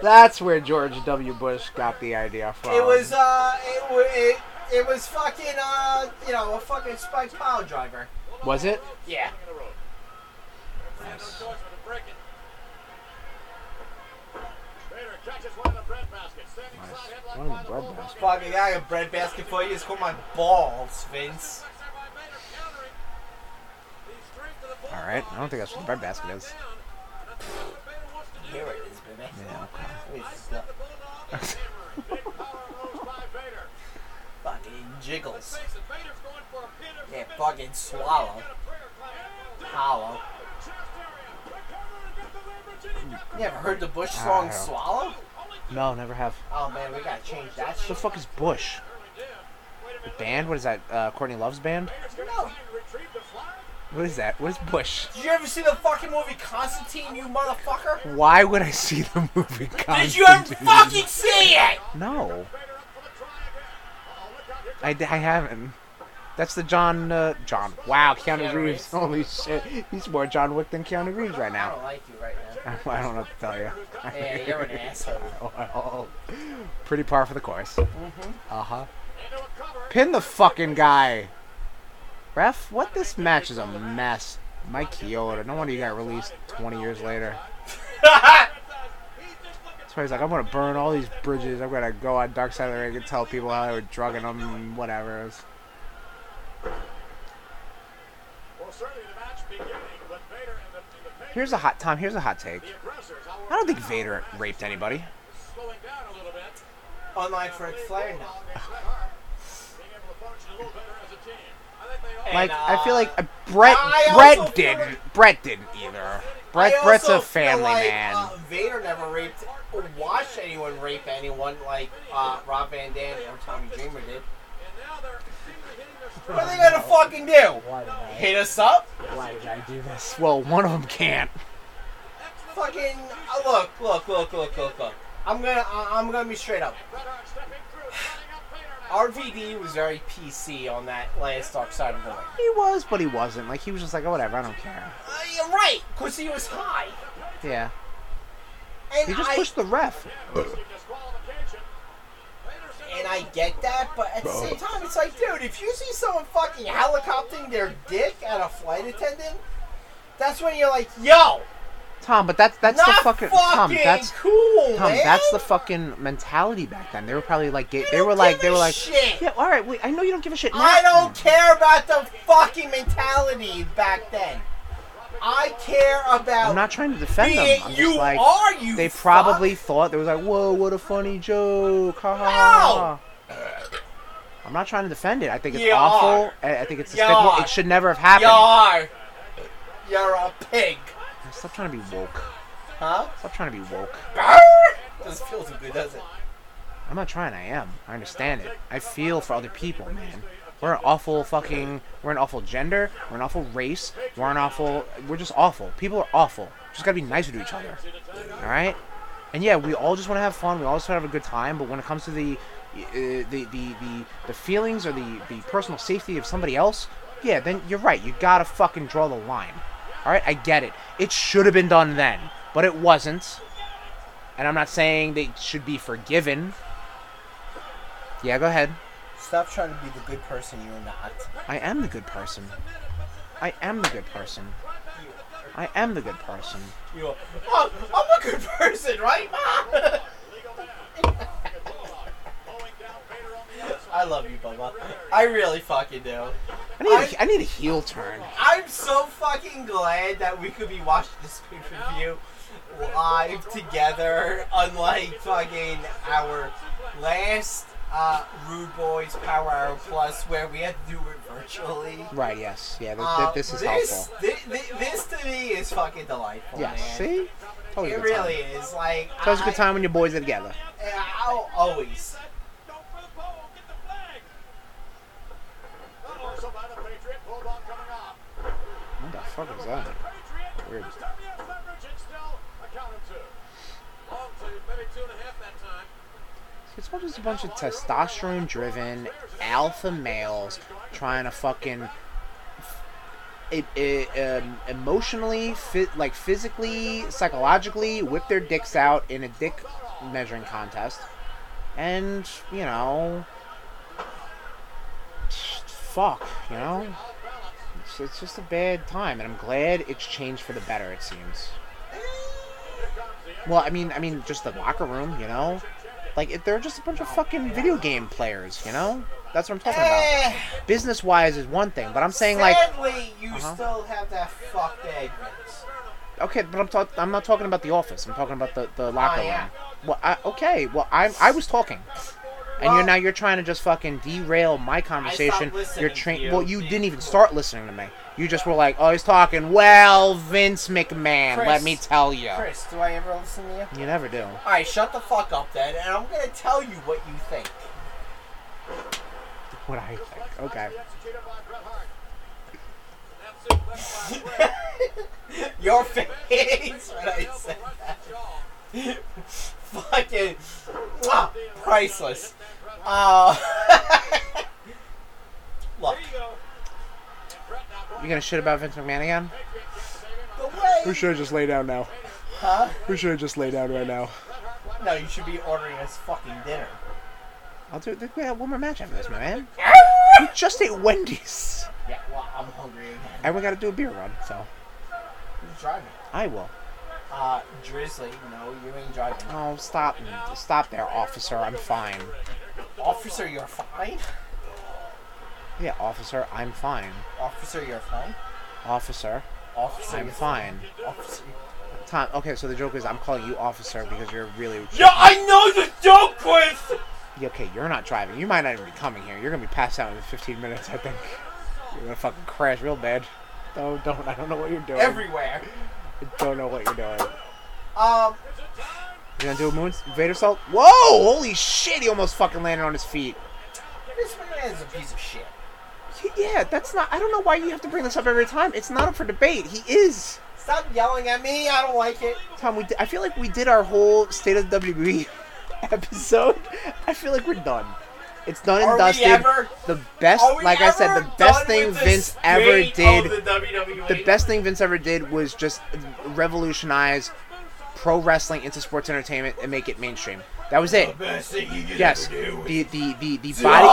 [SPEAKER 1] That's where George W. Bush got the idea from.
[SPEAKER 3] It was uh, it, wa- it it was fucking uh, you know, a fucking spiked pile driver.
[SPEAKER 1] Was it?
[SPEAKER 3] Yeah.
[SPEAKER 1] Nice. One of the bread baskets.
[SPEAKER 3] Fucking I got a bread basket for you. It's called my balls, Vince.
[SPEAKER 1] All right. I don't think that's what the bread basket is.
[SPEAKER 3] Here it is, baby.
[SPEAKER 1] Yeah. Okay.
[SPEAKER 3] It's the fucking jiggles. Yeah, fucking swallow. Hollow. You ever heard the Bush song
[SPEAKER 1] Ow.
[SPEAKER 3] Swallow?
[SPEAKER 1] No, never have.
[SPEAKER 3] Oh man, we gotta change that
[SPEAKER 1] The
[SPEAKER 3] shit.
[SPEAKER 1] fuck is Bush? The band? What is that? Uh, Courtney Love's band?
[SPEAKER 3] No.
[SPEAKER 1] What is that? What is Bush?
[SPEAKER 3] Did you ever see the fucking movie Constantine, you motherfucker?
[SPEAKER 1] Why would I see the movie?
[SPEAKER 3] Did you ever
[SPEAKER 1] Constantine?
[SPEAKER 3] fucking see it?
[SPEAKER 1] No. I, d- I haven't. That's the John. Uh, John. Wow, Keanu
[SPEAKER 3] Keanu
[SPEAKER 1] Reeves.
[SPEAKER 3] Reeves.
[SPEAKER 1] Holy shit. He's more John Wick than Keanu Reeves right
[SPEAKER 3] I
[SPEAKER 1] now.
[SPEAKER 3] don't like you right now.
[SPEAKER 1] I don't know what to tell you.
[SPEAKER 3] Yeah, you're an asshole.
[SPEAKER 1] Well, pretty par for the course. Uh huh. Pin the fucking guy. Ref, what this match is a mess. Mike Kyoto. No wonder you got released 20 years later. That's why he's like, I'm gonna burn all these bridges. I'm gonna go on Dark Side of the Ring and tell people how they were drugging them and whatever. It was- Here's a hot Tom. Here's a hot take. I don't think Vader raped anybody.
[SPEAKER 3] Unlike Ric Flair now.
[SPEAKER 1] Like
[SPEAKER 3] And,
[SPEAKER 1] I feel like
[SPEAKER 3] uh,
[SPEAKER 1] uh, Brett
[SPEAKER 3] I also
[SPEAKER 1] Brett
[SPEAKER 3] feel
[SPEAKER 1] didn't
[SPEAKER 3] like-
[SPEAKER 1] Brett didn't either. Brett
[SPEAKER 3] I
[SPEAKER 1] Brett's
[SPEAKER 3] also
[SPEAKER 1] a
[SPEAKER 3] feel
[SPEAKER 1] family
[SPEAKER 3] like,
[SPEAKER 1] man.
[SPEAKER 3] Uh, Vader never raped or watched anyone rape anyone like uh, Rob Van Dam or Tommy Dreamer did. What are they gonna fucking do? Hit us up?
[SPEAKER 1] Why did I do this? Well, one of them can't.
[SPEAKER 3] Fucking uh, look, look, look, look, look, look. I'm gonna, uh, I'm gonna be straight up. RVD was very PC on that last Dark Side of the Ring.
[SPEAKER 1] He was, but he wasn't. Like he was just like, oh, whatever, I don't care.
[SPEAKER 3] Uh, you're right, cause he was high.
[SPEAKER 1] Yeah.
[SPEAKER 3] And
[SPEAKER 1] He just
[SPEAKER 3] I,
[SPEAKER 1] pushed the ref.
[SPEAKER 3] and I get that, but at the same time, it's like, dude, if you see someone fucking helicoptering their dick at a flight attendant, that's when you're like, yo,
[SPEAKER 1] Tom, but that's that's
[SPEAKER 3] not
[SPEAKER 1] the fucking, Tom. That's
[SPEAKER 3] cool,
[SPEAKER 1] Tom.
[SPEAKER 3] man.
[SPEAKER 1] That's the fucking mentality back then. They were probably like, gay, they
[SPEAKER 3] don't
[SPEAKER 1] were like,
[SPEAKER 3] give
[SPEAKER 1] they
[SPEAKER 3] a
[SPEAKER 1] were like,
[SPEAKER 3] shit.
[SPEAKER 1] yeah, all right, wait, I know you don't give a shit. Now,
[SPEAKER 3] I don't care about the fucking mentality back then. I care about.
[SPEAKER 1] I'm not trying to defend them. I'm
[SPEAKER 15] Idiot,
[SPEAKER 1] just
[SPEAKER 15] you
[SPEAKER 1] like,
[SPEAKER 15] are you.
[SPEAKER 1] they
[SPEAKER 15] fuck.
[SPEAKER 1] probably thought they was like, "Whoa, what a funny joke!" Ha ha, ha. ha." I'm not trying to defend it. I think it's
[SPEAKER 3] You
[SPEAKER 1] awful.
[SPEAKER 3] are.
[SPEAKER 1] I I think it's
[SPEAKER 3] You
[SPEAKER 1] despicable.
[SPEAKER 3] are.
[SPEAKER 1] It should never have happened.
[SPEAKER 3] Yar. You're a pig.
[SPEAKER 1] Stop trying to be woke.
[SPEAKER 3] Huh?
[SPEAKER 1] Stop trying to be woke.
[SPEAKER 3] Doesn't feel too good, does it?
[SPEAKER 1] I'm not trying. I am. I understand it. I feel for other people, man. We're an awful fucking. We're an awful gender. We're an awful race. We're an awful. We're just awful. People are awful. Just gotta be nicer to each other. All right. And yeah, we all just want to have fun. We all just want to have a good time. But when it comes to the, uh, the the the the feelings or the the personal safety of somebody else, yeah, then you're right. You gotta fucking draw the line. All right. I get it. It should have been done then, but it wasn't. And I'm not saying they should be forgiven. Yeah, go ahead.
[SPEAKER 3] Stop trying to be the good person you're not.
[SPEAKER 1] I am the good person. I am the good person. I am the good person.
[SPEAKER 15] You are-
[SPEAKER 3] Mom, I'm a good person, right, Mom? I love you, Bubba. I really fucking do.
[SPEAKER 1] I need a, I need a heel turn.
[SPEAKER 3] I'm so fucking glad that we could be watching this pay per view live together, unlike fucking our last uh, Rude Boys Power Hour Plus, where we had to do it virtually.
[SPEAKER 1] Right, yes. Yeah, th- th-
[SPEAKER 3] Uh,
[SPEAKER 1] this is helpful.
[SPEAKER 3] thi- thi- this to me is fucking delightful.
[SPEAKER 1] Yeah,
[SPEAKER 3] man.
[SPEAKER 1] see? Totally
[SPEAKER 3] It
[SPEAKER 1] good time.
[SPEAKER 3] really is. Like,
[SPEAKER 1] So it's a
[SPEAKER 3] I-
[SPEAKER 1] good time when your boys are together.
[SPEAKER 3] I'll always.
[SPEAKER 5] Also by the Patriot, Bulldog coming off.
[SPEAKER 1] What the fuck was that?
[SPEAKER 5] Patriot,
[SPEAKER 1] Weird.
[SPEAKER 5] Disturbia leverage and still a count of two. Long two, maybe two and a half that time.
[SPEAKER 1] It's all just a bunch of testosterone driven alpha males trying to fucking it, it, um, emotionally, fit, like physically, psychologically whip their dicks out in a dick measuring contest. And, you know, fuck, you know? It's, it's just a bad time, and I'm glad it's changed for the better, it seems. Well, I mean, I mean, just the locker room, you know? Like, it, they're just a bunch of fucking video game players, you know? That's what I'm talking about.
[SPEAKER 3] Eh,
[SPEAKER 1] Business wise is one thing, but I'm saying, like,
[SPEAKER 3] sadly, you
[SPEAKER 1] Uh-huh.
[SPEAKER 3] still have that fucked ignorance.
[SPEAKER 1] Okay, but I'm talk- I'm not talking about the office. I'm talking about the, the locker
[SPEAKER 3] Oh, yeah.
[SPEAKER 1] room. Well, I, okay. Well, I'm I was talking, and
[SPEAKER 3] Well-
[SPEAKER 1] you're now you're trying to just fucking derail my conversation.
[SPEAKER 3] listening
[SPEAKER 1] You're
[SPEAKER 3] to
[SPEAKER 1] train.
[SPEAKER 3] you.
[SPEAKER 1] Well, you didn't even start listening to me. You just were like, "Oh, he's talking." Well, Vince McMahon, let
[SPEAKER 3] Chris,
[SPEAKER 1] me tell you.
[SPEAKER 3] Chris, do I ever listen to you?
[SPEAKER 1] You never do.
[SPEAKER 3] Alright, shut the fuck up then, and I'm gonna tell you what you think.
[SPEAKER 1] What I think. Okay.
[SPEAKER 5] Executed by Bret Hart. That suit left by Bret.
[SPEAKER 3] Your face when I
[SPEAKER 5] Elbow
[SPEAKER 3] said
[SPEAKER 5] right to
[SPEAKER 3] that.
[SPEAKER 5] the jaw.
[SPEAKER 3] Fucking mwah, priceless. Uh, look,
[SPEAKER 1] You gonna shit about Vince McMahon again?
[SPEAKER 3] the way.
[SPEAKER 1] should just lay down now.
[SPEAKER 3] Huh?
[SPEAKER 1] We should just lay down right now.
[SPEAKER 3] No, you should be ordering us fucking dinner.
[SPEAKER 1] I'll do. We have one more match after this, my man. We just ate Wendy's,
[SPEAKER 3] Yeah, well, I'm hungry again.
[SPEAKER 1] and we gotta do a beer run. So
[SPEAKER 3] Who's driving?
[SPEAKER 1] I will.
[SPEAKER 3] Uh, Drizzly, no, you ain't driving.
[SPEAKER 1] Oh, stop. Stop there, officer. I'm fine.
[SPEAKER 3] Officer, you're fine?
[SPEAKER 1] Yeah, officer, I'm fine.
[SPEAKER 3] Officer, you're fine?
[SPEAKER 1] Officer,
[SPEAKER 3] Officer,
[SPEAKER 1] I'm
[SPEAKER 3] you're
[SPEAKER 1] fine.
[SPEAKER 3] Officer.
[SPEAKER 1] Tom, okay, so the joke is I'm calling you officer because you're really.
[SPEAKER 15] Yeah, I know the joke, Chris.
[SPEAKER 1] Yeah, Okay, you're not driving. You might not even be coming here. You're gonna be passed out in 15 minutes, I think. You're gonna fucking crash real bad. No, don't. I don't know what you're doing.
[SPEAKER 3] Everywhere.
[SPEAKER 1] I don't know what you're doing.
[SPEAKER 3] Um,
[SPEAKER 1] You gonna do a moon Vader salt? Whoa! Holy shit! He almost fucking landed on his feet.
[SPEAKER 3] this man is a piece of shit.
[SPEAKER 1] Yeah, that's not. I don't know why you have to bring this up every time. It's not up for debate. He is.
[SPEAKER 3] Stop yelling at me, I don't like it.
[SPEAKER 1] Tom, we di- I feel like we did our whole state of WWE E episode. I feel like we're done. It's done and
[SPEAKER 3] Are we
[SPEAKER 1] dusted.
[SPEAKER 3] ever-
[SPEAKER 1] the best,
[SPEAKER 3] Are we
[SPEAKER 1] like I said,
[SPEAKER 3] ever
[SPEAKER 1] the best
[SPEAKER 3] done
[SPEAKER 1] thing
[SPEAKER 3] with the
[SPEAKER 1] Vince ever
[SPEAKER 3] state of
[SPEAKER 1] did.
[SPEAKER 3] The, E? WWE?
[SPEAKER 1] The best thing Vince ever did was just revolutionize pro wrestling into sports entertainment and make it mainstream. That was it.
[SPEAKER 3] best thing you could
[SPEAKER 1] Yes,
[SPEAKER 3] ever do.
[SPEAKER 1] the the the the body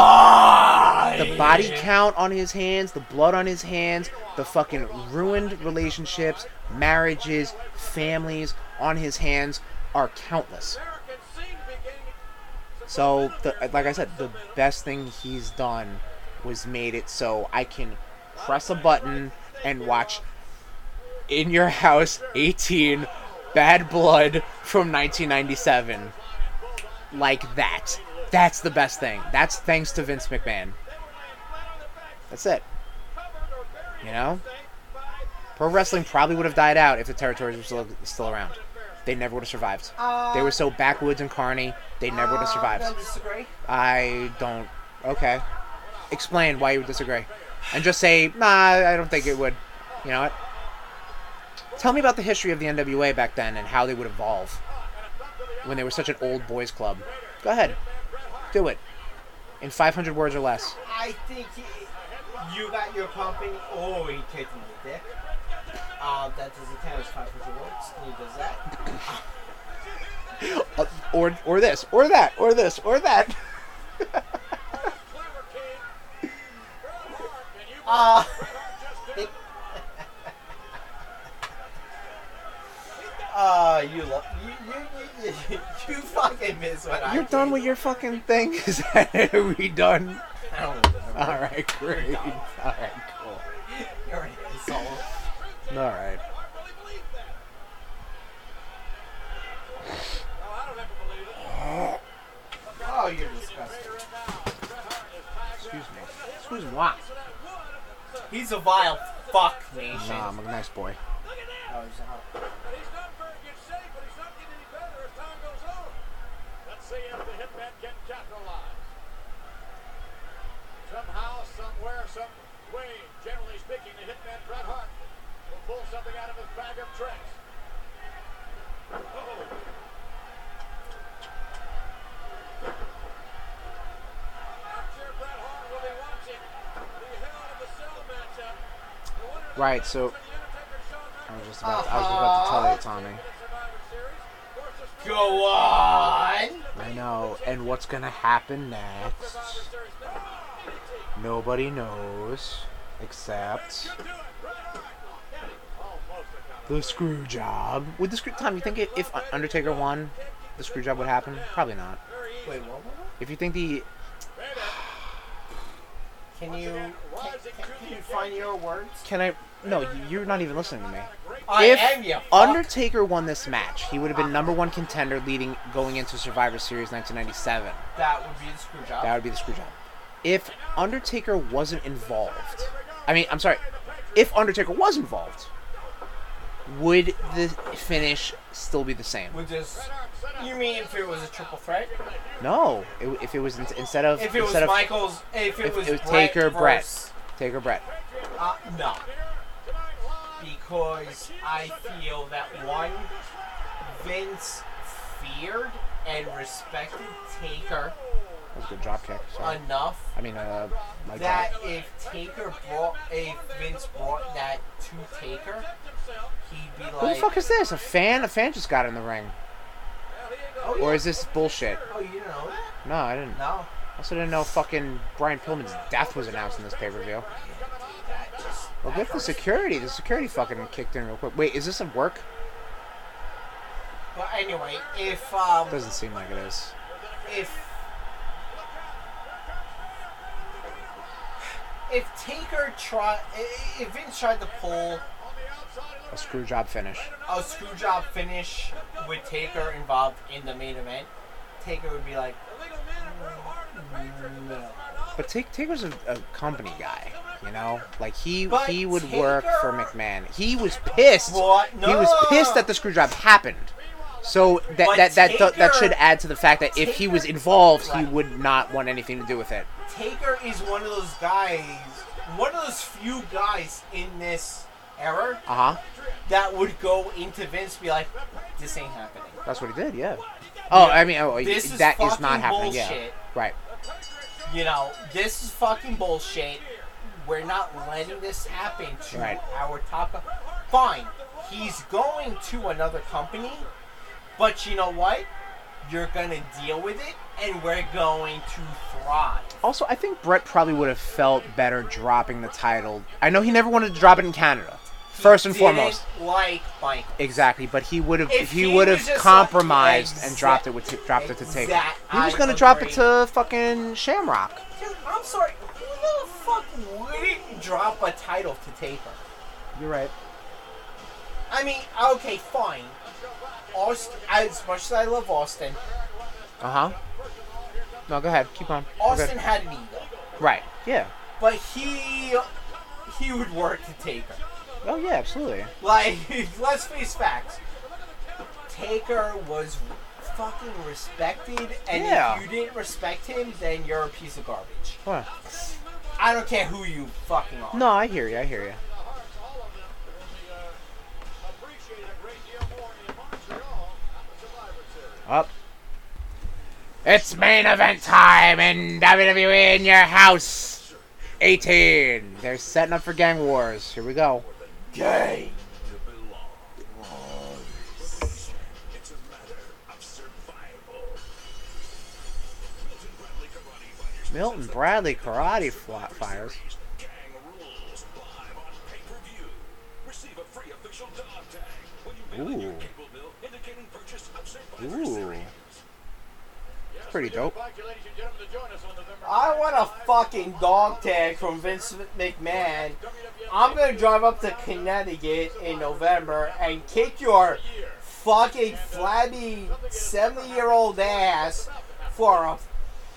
[SPEAKER 3] Die!
[SPEAKER 1] the body count on his hands, the blood on his hands, the fucking ruined relationships, marriages, families on his hands are countless. So, the, like I said, the best thing he's done was made it so I can press a button and watch In Your House 18 Bad Blood from 1997. Like that. That's the best thing. That's thanks to Vince McMahon. That's it. You know? Pro wrestling probably would have died out if the territories were still, still around. They never would have survived. they were so backwoods and carny, they never would have survived.
[SPEAKER 3] I don't disagree.
[SPEAKER 1] I don't. Okay. Explain why you would disagree. And just say, nah, I don't think it would. You know what? Tell me about the history of the NWA back then and how they would evolve when they were such an old boys club. Go ahead. Do it. In 500 words or less.
[SPEAKER 3] I think he- you got your pumping. Oh, he kicked him in the dick. Uh, that doesn't count as 500 words. He does that.
[SPEAKER 1] Uh, or, or this, or that, or this, or that.
[SPEAKER 3] Uh, uh, you love you, you, you, you fucking miss what I.
[SPEAKER 1] You're
[SPEAKER 3] did.
[SPEAKER 1] done with your fucking thing. Is that it? Are we done?
[SPEAKER 3] I don't know.
[SPEAKER 1] All right, great. All right, cool.
[SPEAKER 3] You're an asshole.
[SPEAKER 1] All right.
[SPEAKER 3] Oh, you're disgusting.
[SPEAKER 1] Excuse me. Excuse moi.
[SPEAKER 3] He's a vile fuck nation.
[SPEAKER 1] Nah, I'm a nice boy.
[SPEAKER 3] Oh, he's a-
[SPEAKER 5] Let's see if the hit man can capitalize. Somehow, somewhere, some way, generally speaking, the hitman Bret Hart will pull something out of his bag of tricks. Oh. I'm sure Bret Hart will be watching the hell of a cell matchup. The winner of the
[SPEAKER 1] Right, so
[SPEAKER 5] match for the Undertaker, Shawn
[SPEAKER 1] I
[SPEAKER 5] Michaels,
[SPEAKER 1] was just about to, I was about to tell you, Tommy.
[SPEAKER 5] in Survivor Series versus
[SPEAKER 3] Go on.
[SPEAKER 1] I know. And what's gonna happen next?
[SPEAKER 5] Survivor Series.
[SPEAKER 1] Nobody knows, except the screw job. Would the screw Tom? You think i- if Undertaker won, the screw job would happen? Probably not.
[SPEAKER 3] Wait, what? what, what?
[SPEAKER 1] If you think the
[SPEAKER 3] Can you can, can, can you find your words?
[SPEAKER 1] can I? No, you're not even listening to me.
[SPEAKER 3] I
[SPEAKER 1] if
[SPEAKER 3] am you. fuck.
[SPEAKER 1] Undertaker won this match, he would have been number one contender leading going into Survivor Series 1997.
[SPEAKER 3] that would be the screw job.
[SPEAKER 1] That would be the screw job. If Undertaker wasn't involved, I mean, I'm sorry, if Undertaker was involved, would the finish still be the same?
[SPEAKER 3] would just. You mean if it was a triple threat?
[SPEAKER 1] No, it, if it was in, instead of
[SPEAKER 3] If it was
[SPEAKER 1] instead of
[SPEAKER 3] Michaels, if it
[SPEAKER 1] if
[SPEAKER 3] was,
[SPEAKER 1] it was
[SPEAKER 3] Brett
[SPEAKER 1] Taker Brett.
[SPEAKER 3] versus-
[SPEAKER 1] Taker Brett.
[SPEAKER 3] Uh, no. Because I feel that one, Vince feared and respected Taker
[SPEAKER 1] That was a good drop kick. Sorry.
[SPEAKER 3] enough
[SPEAKER 1] I mean, uh, like
[SPEAKER 3] that if Taker brought, if Vince brought that to Taker, he'd be
[SPEAKER 1] Who the
[SPEAKER 3] like,
[SPEAKER 1] fuck is this? A fan? A fan just got in the ring,
[SPEAKER 3] oh,
[SPEAKER 1] or
[SPEAKER 3] yeah.
[SPEAKER 1] is this bullshit?
[SPEAKER 3] oh, you didn't know that?
[SPEAKER 1] No, I didn't.
[SPEAKER 3] No.
[SPEAKER 1] Also didn't know fucking Brian Pillman's death was announced in this pay per view.
[SPEAKER 3] That just,
[SPEAKER 1] Well, good for security. The security fucking kicked in real quick. Wait, is this a work?
[SPEAKER 3] but anyway, if, um,
[SPEAKER 1] Doesn't seem like it is.
[SPEAKER 3] if if Taker tried, if Vince tried to pull
[SPEAKER 1] A screw job finish.
[SPEAKER 3] a screw job finish with Taker involved in the main event, Taker would be like, no.
[SPEAKER 1] But Take Taker's a, a company guy, you know. Like he
[SPEAKER 3] But
[SPEAKER 1] he would work for
[SPEAKER 3] Taker-
[SPEAKER 1] McMahon. He was pissed.
[SPEAKER 3] What?
[SPEAKER 1] He was
[SPEAKER 3] No.
[SPEAKER 1] pissed that the screw job happened. So that
[SPEAKER 3] But
[SPEAKER 1] that that, th- that
[SPEAKER 3] Taker-
[SPEAKER 1] should add to the fact that if he was involved, he
[SPEAKER 3] Right.
[SPEAKER 1] would not want anything to do with it.
[SPEAKER 3] Taker is one of those guys, one of those few guys in this era
[SPEAKER 1] Uh huh.
[SPEAKER 3] that would go into Vince and be like, this ain't happening.
[SPEAKER 1] That's what he did. Yeah. Oh, I mean, oh,
[SPEAKER 3] This is
[SPEAKER 1] that is
[SPEAKER 3] fucking
[SPEAKER 1] not happening. Yeah.
[SPEAKER 3] bullshit.
[SPEAKER 1] Right.
[SPEAKER 3] you know, this is fucking bullshit. We're not letting this happen to
[SPEAKER 1] Right.
[SPEAKER 3] our top. co- Fine, he's going to another company, but you know what? You're gonna deal with it, and we're going to thrive.
[SPEAKER 1] Also, I think Brett probably would have felt better dropping the title. I know he never wanted to drop it in Canada, first and
[SPEAKER 3] Didn't
[SPEAKER 1] foremost.
[SPEAKER 3] like Mike.
[SPEAKER 1] Exactly, but he would have
[SPEAKER 3] If
[SPEAKER 1] he,
[SPEAKER 3] he
[SPEAKER 1] would
[SPEAKER 3] was
[SPEAKER 1] have
[SPEAKER 3] just
[SPEAKER 1] compromised
[SPEAKER 3] like-
[SPEAKER 1] and dropped it with dropped it to take.
[SPEAKER 3] Exact-
[SPEAKER 1] He was
[SPEAKER 3] I
[SPEAKER 1] gonna drop it
[SPEAKER 3] agree.
[SPEAKER 1] to fucking Shamrock.
[SPEAKER 3] Dude, I'm sorry, who the fuck wouldn't drop a title to Taker?
[SPEAKER 1] You're right.
[SPEAKER 3] I mean, okay, fine. Austin, as much as I love Austin,
[SPEAKER 1] Uh huh. No, go ahead. Keep on. We're
[SPEAKER 3] Austin
[SPEAKER 1] good.
[SPEAKER 3] had an ego,
[SPEAKER 1] Right. Yeah.
[SPEAKER 3] but he he would work to take her.
[SPEAKER 1] Oh yeah, absolutely.
[SPEAKER 3] Like, let's face facts. Taker was fucking respected, and
[SPEAKER 1] Yeah.
[SPEAKER 3] if you didn't respect him, then you're a piece of garbage.
[SPEAKER 1] Huh.
[SPEAKER 3] I don't care who you fucking are.
[SPEAKER 1] No, I hear you. I hear you. Up.
[SPEAKER 9] It's main event time in
[SPEAKER 1] E
[SPEAKER 9] WWE in your house. 18.
[SPEAKER 1] They're setting up for gang wars. Here we go.
[SPEAKER 3] Gay.
[SPEAKER 1] Milton Bradley karate flat fires. Ooh. Ooh. That's pretty dope.
[SPEAKER 10] Invite you, ladies and gentlemen, to join us on November
[SPEAKER 3] I want a fucking dog tag from Vince McMahon. I'm gonna drive up to Connecticut in November and kick your fucking flabby 70 year old ass for a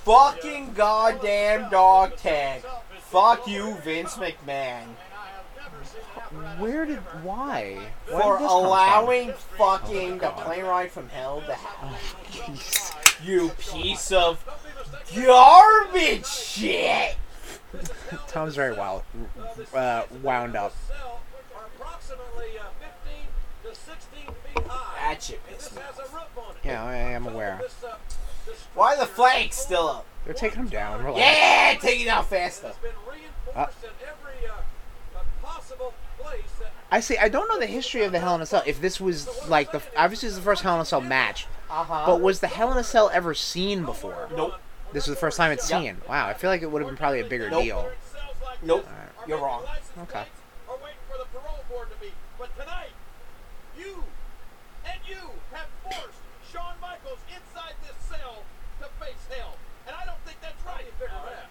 [SPEAKER 3] fucking goddamn dog tag. Fuck you, Vince McMahon.
[SPEAKER 1] Where did why? Where
[SPEAKER 3] For
[SPEAKER 1] did this come from? Oh
[SPEAKER 3] allowing fucking the plane ride from hell to hell. You piece of garbage shit!
[SPEAKER 1] Tom's very wild, uh, wound up.
[SPEAKER 16] Cell are approximately uh, 15 to 16 feet high.
[SPEAKER 3] That shit pissed me.
[SPEAKER 16] Has a roof on it.
[SPEAKER 1] Yeah, I am aware.
[SPEAKER 16] This, uh, this
[SPEAKER 3] Why are the flags still up?
[SPEAKER 1] They're taking him down. Relax.
[SPEAKER 3] Yeah, take it down faster.
[SPEAKER 16] has been reinforced in every uh, uh, possible place that
[SPEAKER 1] I see. I don't know the history of the Hell in a Cell. If this was like the obviously it's the first Hell in a Cell match,
[SPEAKER 3] Uh huh.
[SPEAKER 1] but was the Hell in a Cell ever seen before?
[SPEAKER 3] nope,
[SPEAKER 1] This was the first time it's
[SPEAKER 3] Yep.
[SPEAKER 1] seen. Wow, I feel like it would have been probably a bigger
[SPEAKER 3] Nope.
[SPEAKER 1] deal.
[SPEAKER 16] cells like
[SPEAKER 3] nope,
[SPEAKER 1] Alright.
[SPEAKER 3] you're wrong.
[SPEAKER 1] Okay.
[SPEAKER 16] are waiting for the parole board to meet. But tonight, you and you have forced Shawn Michaels inside this cell to face hell. And I don't think that's right.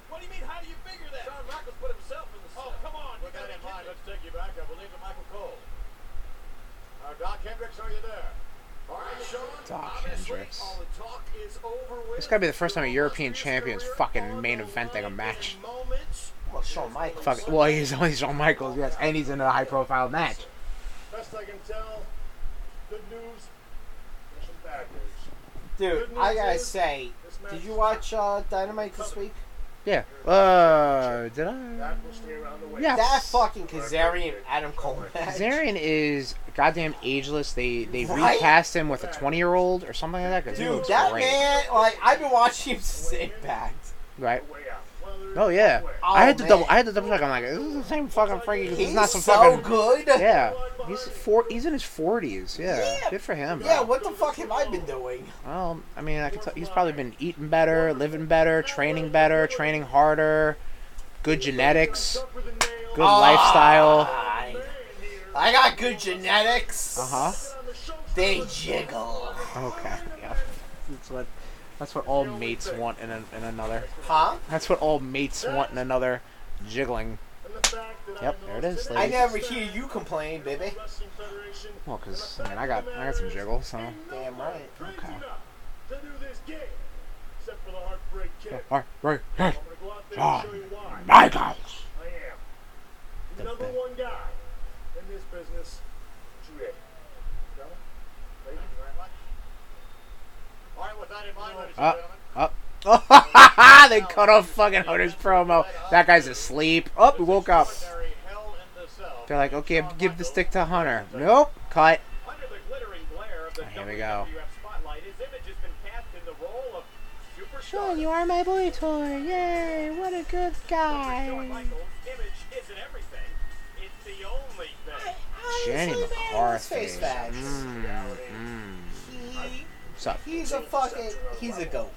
[SPEAKER 16] What do you mean, how do you figure that? Shawn Michaels put himself in the cell. Oh, come on.
[SPEAKER 10] With that in mind, let's take you back, I believe, to Michael Cole. Uh, Doc Hendricks, are you there? All right, Sean.
[SPEAKER 1] Doc Hendricks.
[SPEAKER 16] All the talk is over with.
[SPEAKER 1] This gotta be the first time a European champion's fucking main eventing a match.
[SPEAKER 16] Moments.
[SPEAKER 3] Well, Shawn Michaels.
[SPEAKER 1] Fuck. Well, he's only Shawn Michaels, yes, and he's in a high-profile match.
[SPEAKER 10] Best I can tell, good news and some bad news.
[SPEAKER 3] Dude, I gotta say, did you watch uh, Dynamite this week?
[SPEAKER 1] Yeah. Uh, did I?
[SPEAKER 10] That will stay around the way.
[SPEAKER 1] Yeah.
[SPEAKER 3] That fucking Kazarian Adam Cole match.
[SPEAKER 1] Zarian is goddamn ageless. They they
[SPEAKER 3] Right?
[SPEAKER 1] recast him with a 20-year-old or something like that. 'cause he
[SPEAKER 3] Dude,
[SPEAKER 1] looks
[SPEAKER 3] that
[SPEAKER 1] great.
[SPEAKER 3] man, like, I've been watching him since Impact.
[SPEAKER 1] Right.
[SPEAKER 10] Way out. Well, there is
[SPEAKER 1] Oh yeah.
[SPEAKER 10] one way.
[SPEAKER 3] Oh,
[SPEAKER 1] I had to
[SPEAKER 3] man.
[SPEAKER 1] double. I had to double check. I'm like, this is the same fucking Frankie. 'cause
[SPEAKER 3] He's
[SPEAKER 1] He's not some
[SPEAKER 3] so
[SPEAKER 1] fucking.
[SPEAKER 3] good.
[SPEAKER 1] Yeah. He's four. He's in his 40s. Yeah.
[SPEAKER 3] Yeah.
[SPEAKER 1] Good for him. Bro.
[SPEAKER 3] Yeah, what the fuck have I been doing?
[SPEAKER 1] Well, I mean, I could tell he's probably been eating better, living better, training better, training harder, good genetics, good
[SPEAKER 3] Ah.
[SPEAKER 1] lifestyle.
[SPEAKER 3] I, I got good genetics.
[SPEAKER 1] Uh huh.
[SPEAKER 3] They jiggle.
[SPEAKER 1] Okay. Yeah. That's what. That's what all mates want in, an in another.
[SPEAKER 3] Huh?
[SPEAKER 1] That's what all mates want in another. Jiggling.
[SPEAKER 10] And the fact that
[SPEAKER 1] Yep,
[SPEAKER 10] I
[SPEAKER 1] there it is,
[SPEAKER 3] I
[SPEAKER 1] ladies.
[SPEAKER 3] never hear you complain, baby.
[SPEAKER 10] Wrestling Federation
[SPEAKER 1] Well, cause I mean, I got I got some jiggle, so.
[SPEAKER 3] Damn right.
[SPEAKER 10] crazy enough to do this game, except for the heartbreak kid.
[SPEAKER 1] All right, right,
[SPEAKER 10] I'm gonna go out there
[SPEAKER 1] Oh, Ah.
[SPEAKER 10] and show you why
[SPEAKER 1] Michaels.
[SPEAKER 10] I am the number
[SPEAKER 1] best.
[SPEAKER 10] one guy in this business today. Gentlemen, ladies, very much. All right, with that in mind, ladies and
[SPEAKER 1] Up,
[SPEAKER 10] gentlemen,
[SPEAKER 1] up. they cut off fucking Hunter's promo. That guy's asleep. Oh, we woke up.
[SPEAKER 10] ordinary hell in the cell.
[SPEAKER 1] They're like, okay, give the stick to Hunter. Nope, cut.
[SPEAKER 16] Under the glittering glare of the
[SPEAKER 1] Here we go.
[SPEAKER 16] WWF spotlight, his image has been cast in the role of Super
[SPEAKER 1] Sean, you are my boy toy. Yay, what a good guy.
[SPEAKER 16] Michaels' image isn't everything. It's the only thing.
[SPEAKER 1] Jenny
[SPEAKER 3] Honestly, man, let's
[SPEAKER 1] McCarthy.
[SPEAKER 3] face facts. Mm, He,
[SPEAKER 1] What's up?
[SPEAKER 3] he's a fucking, he's a goat.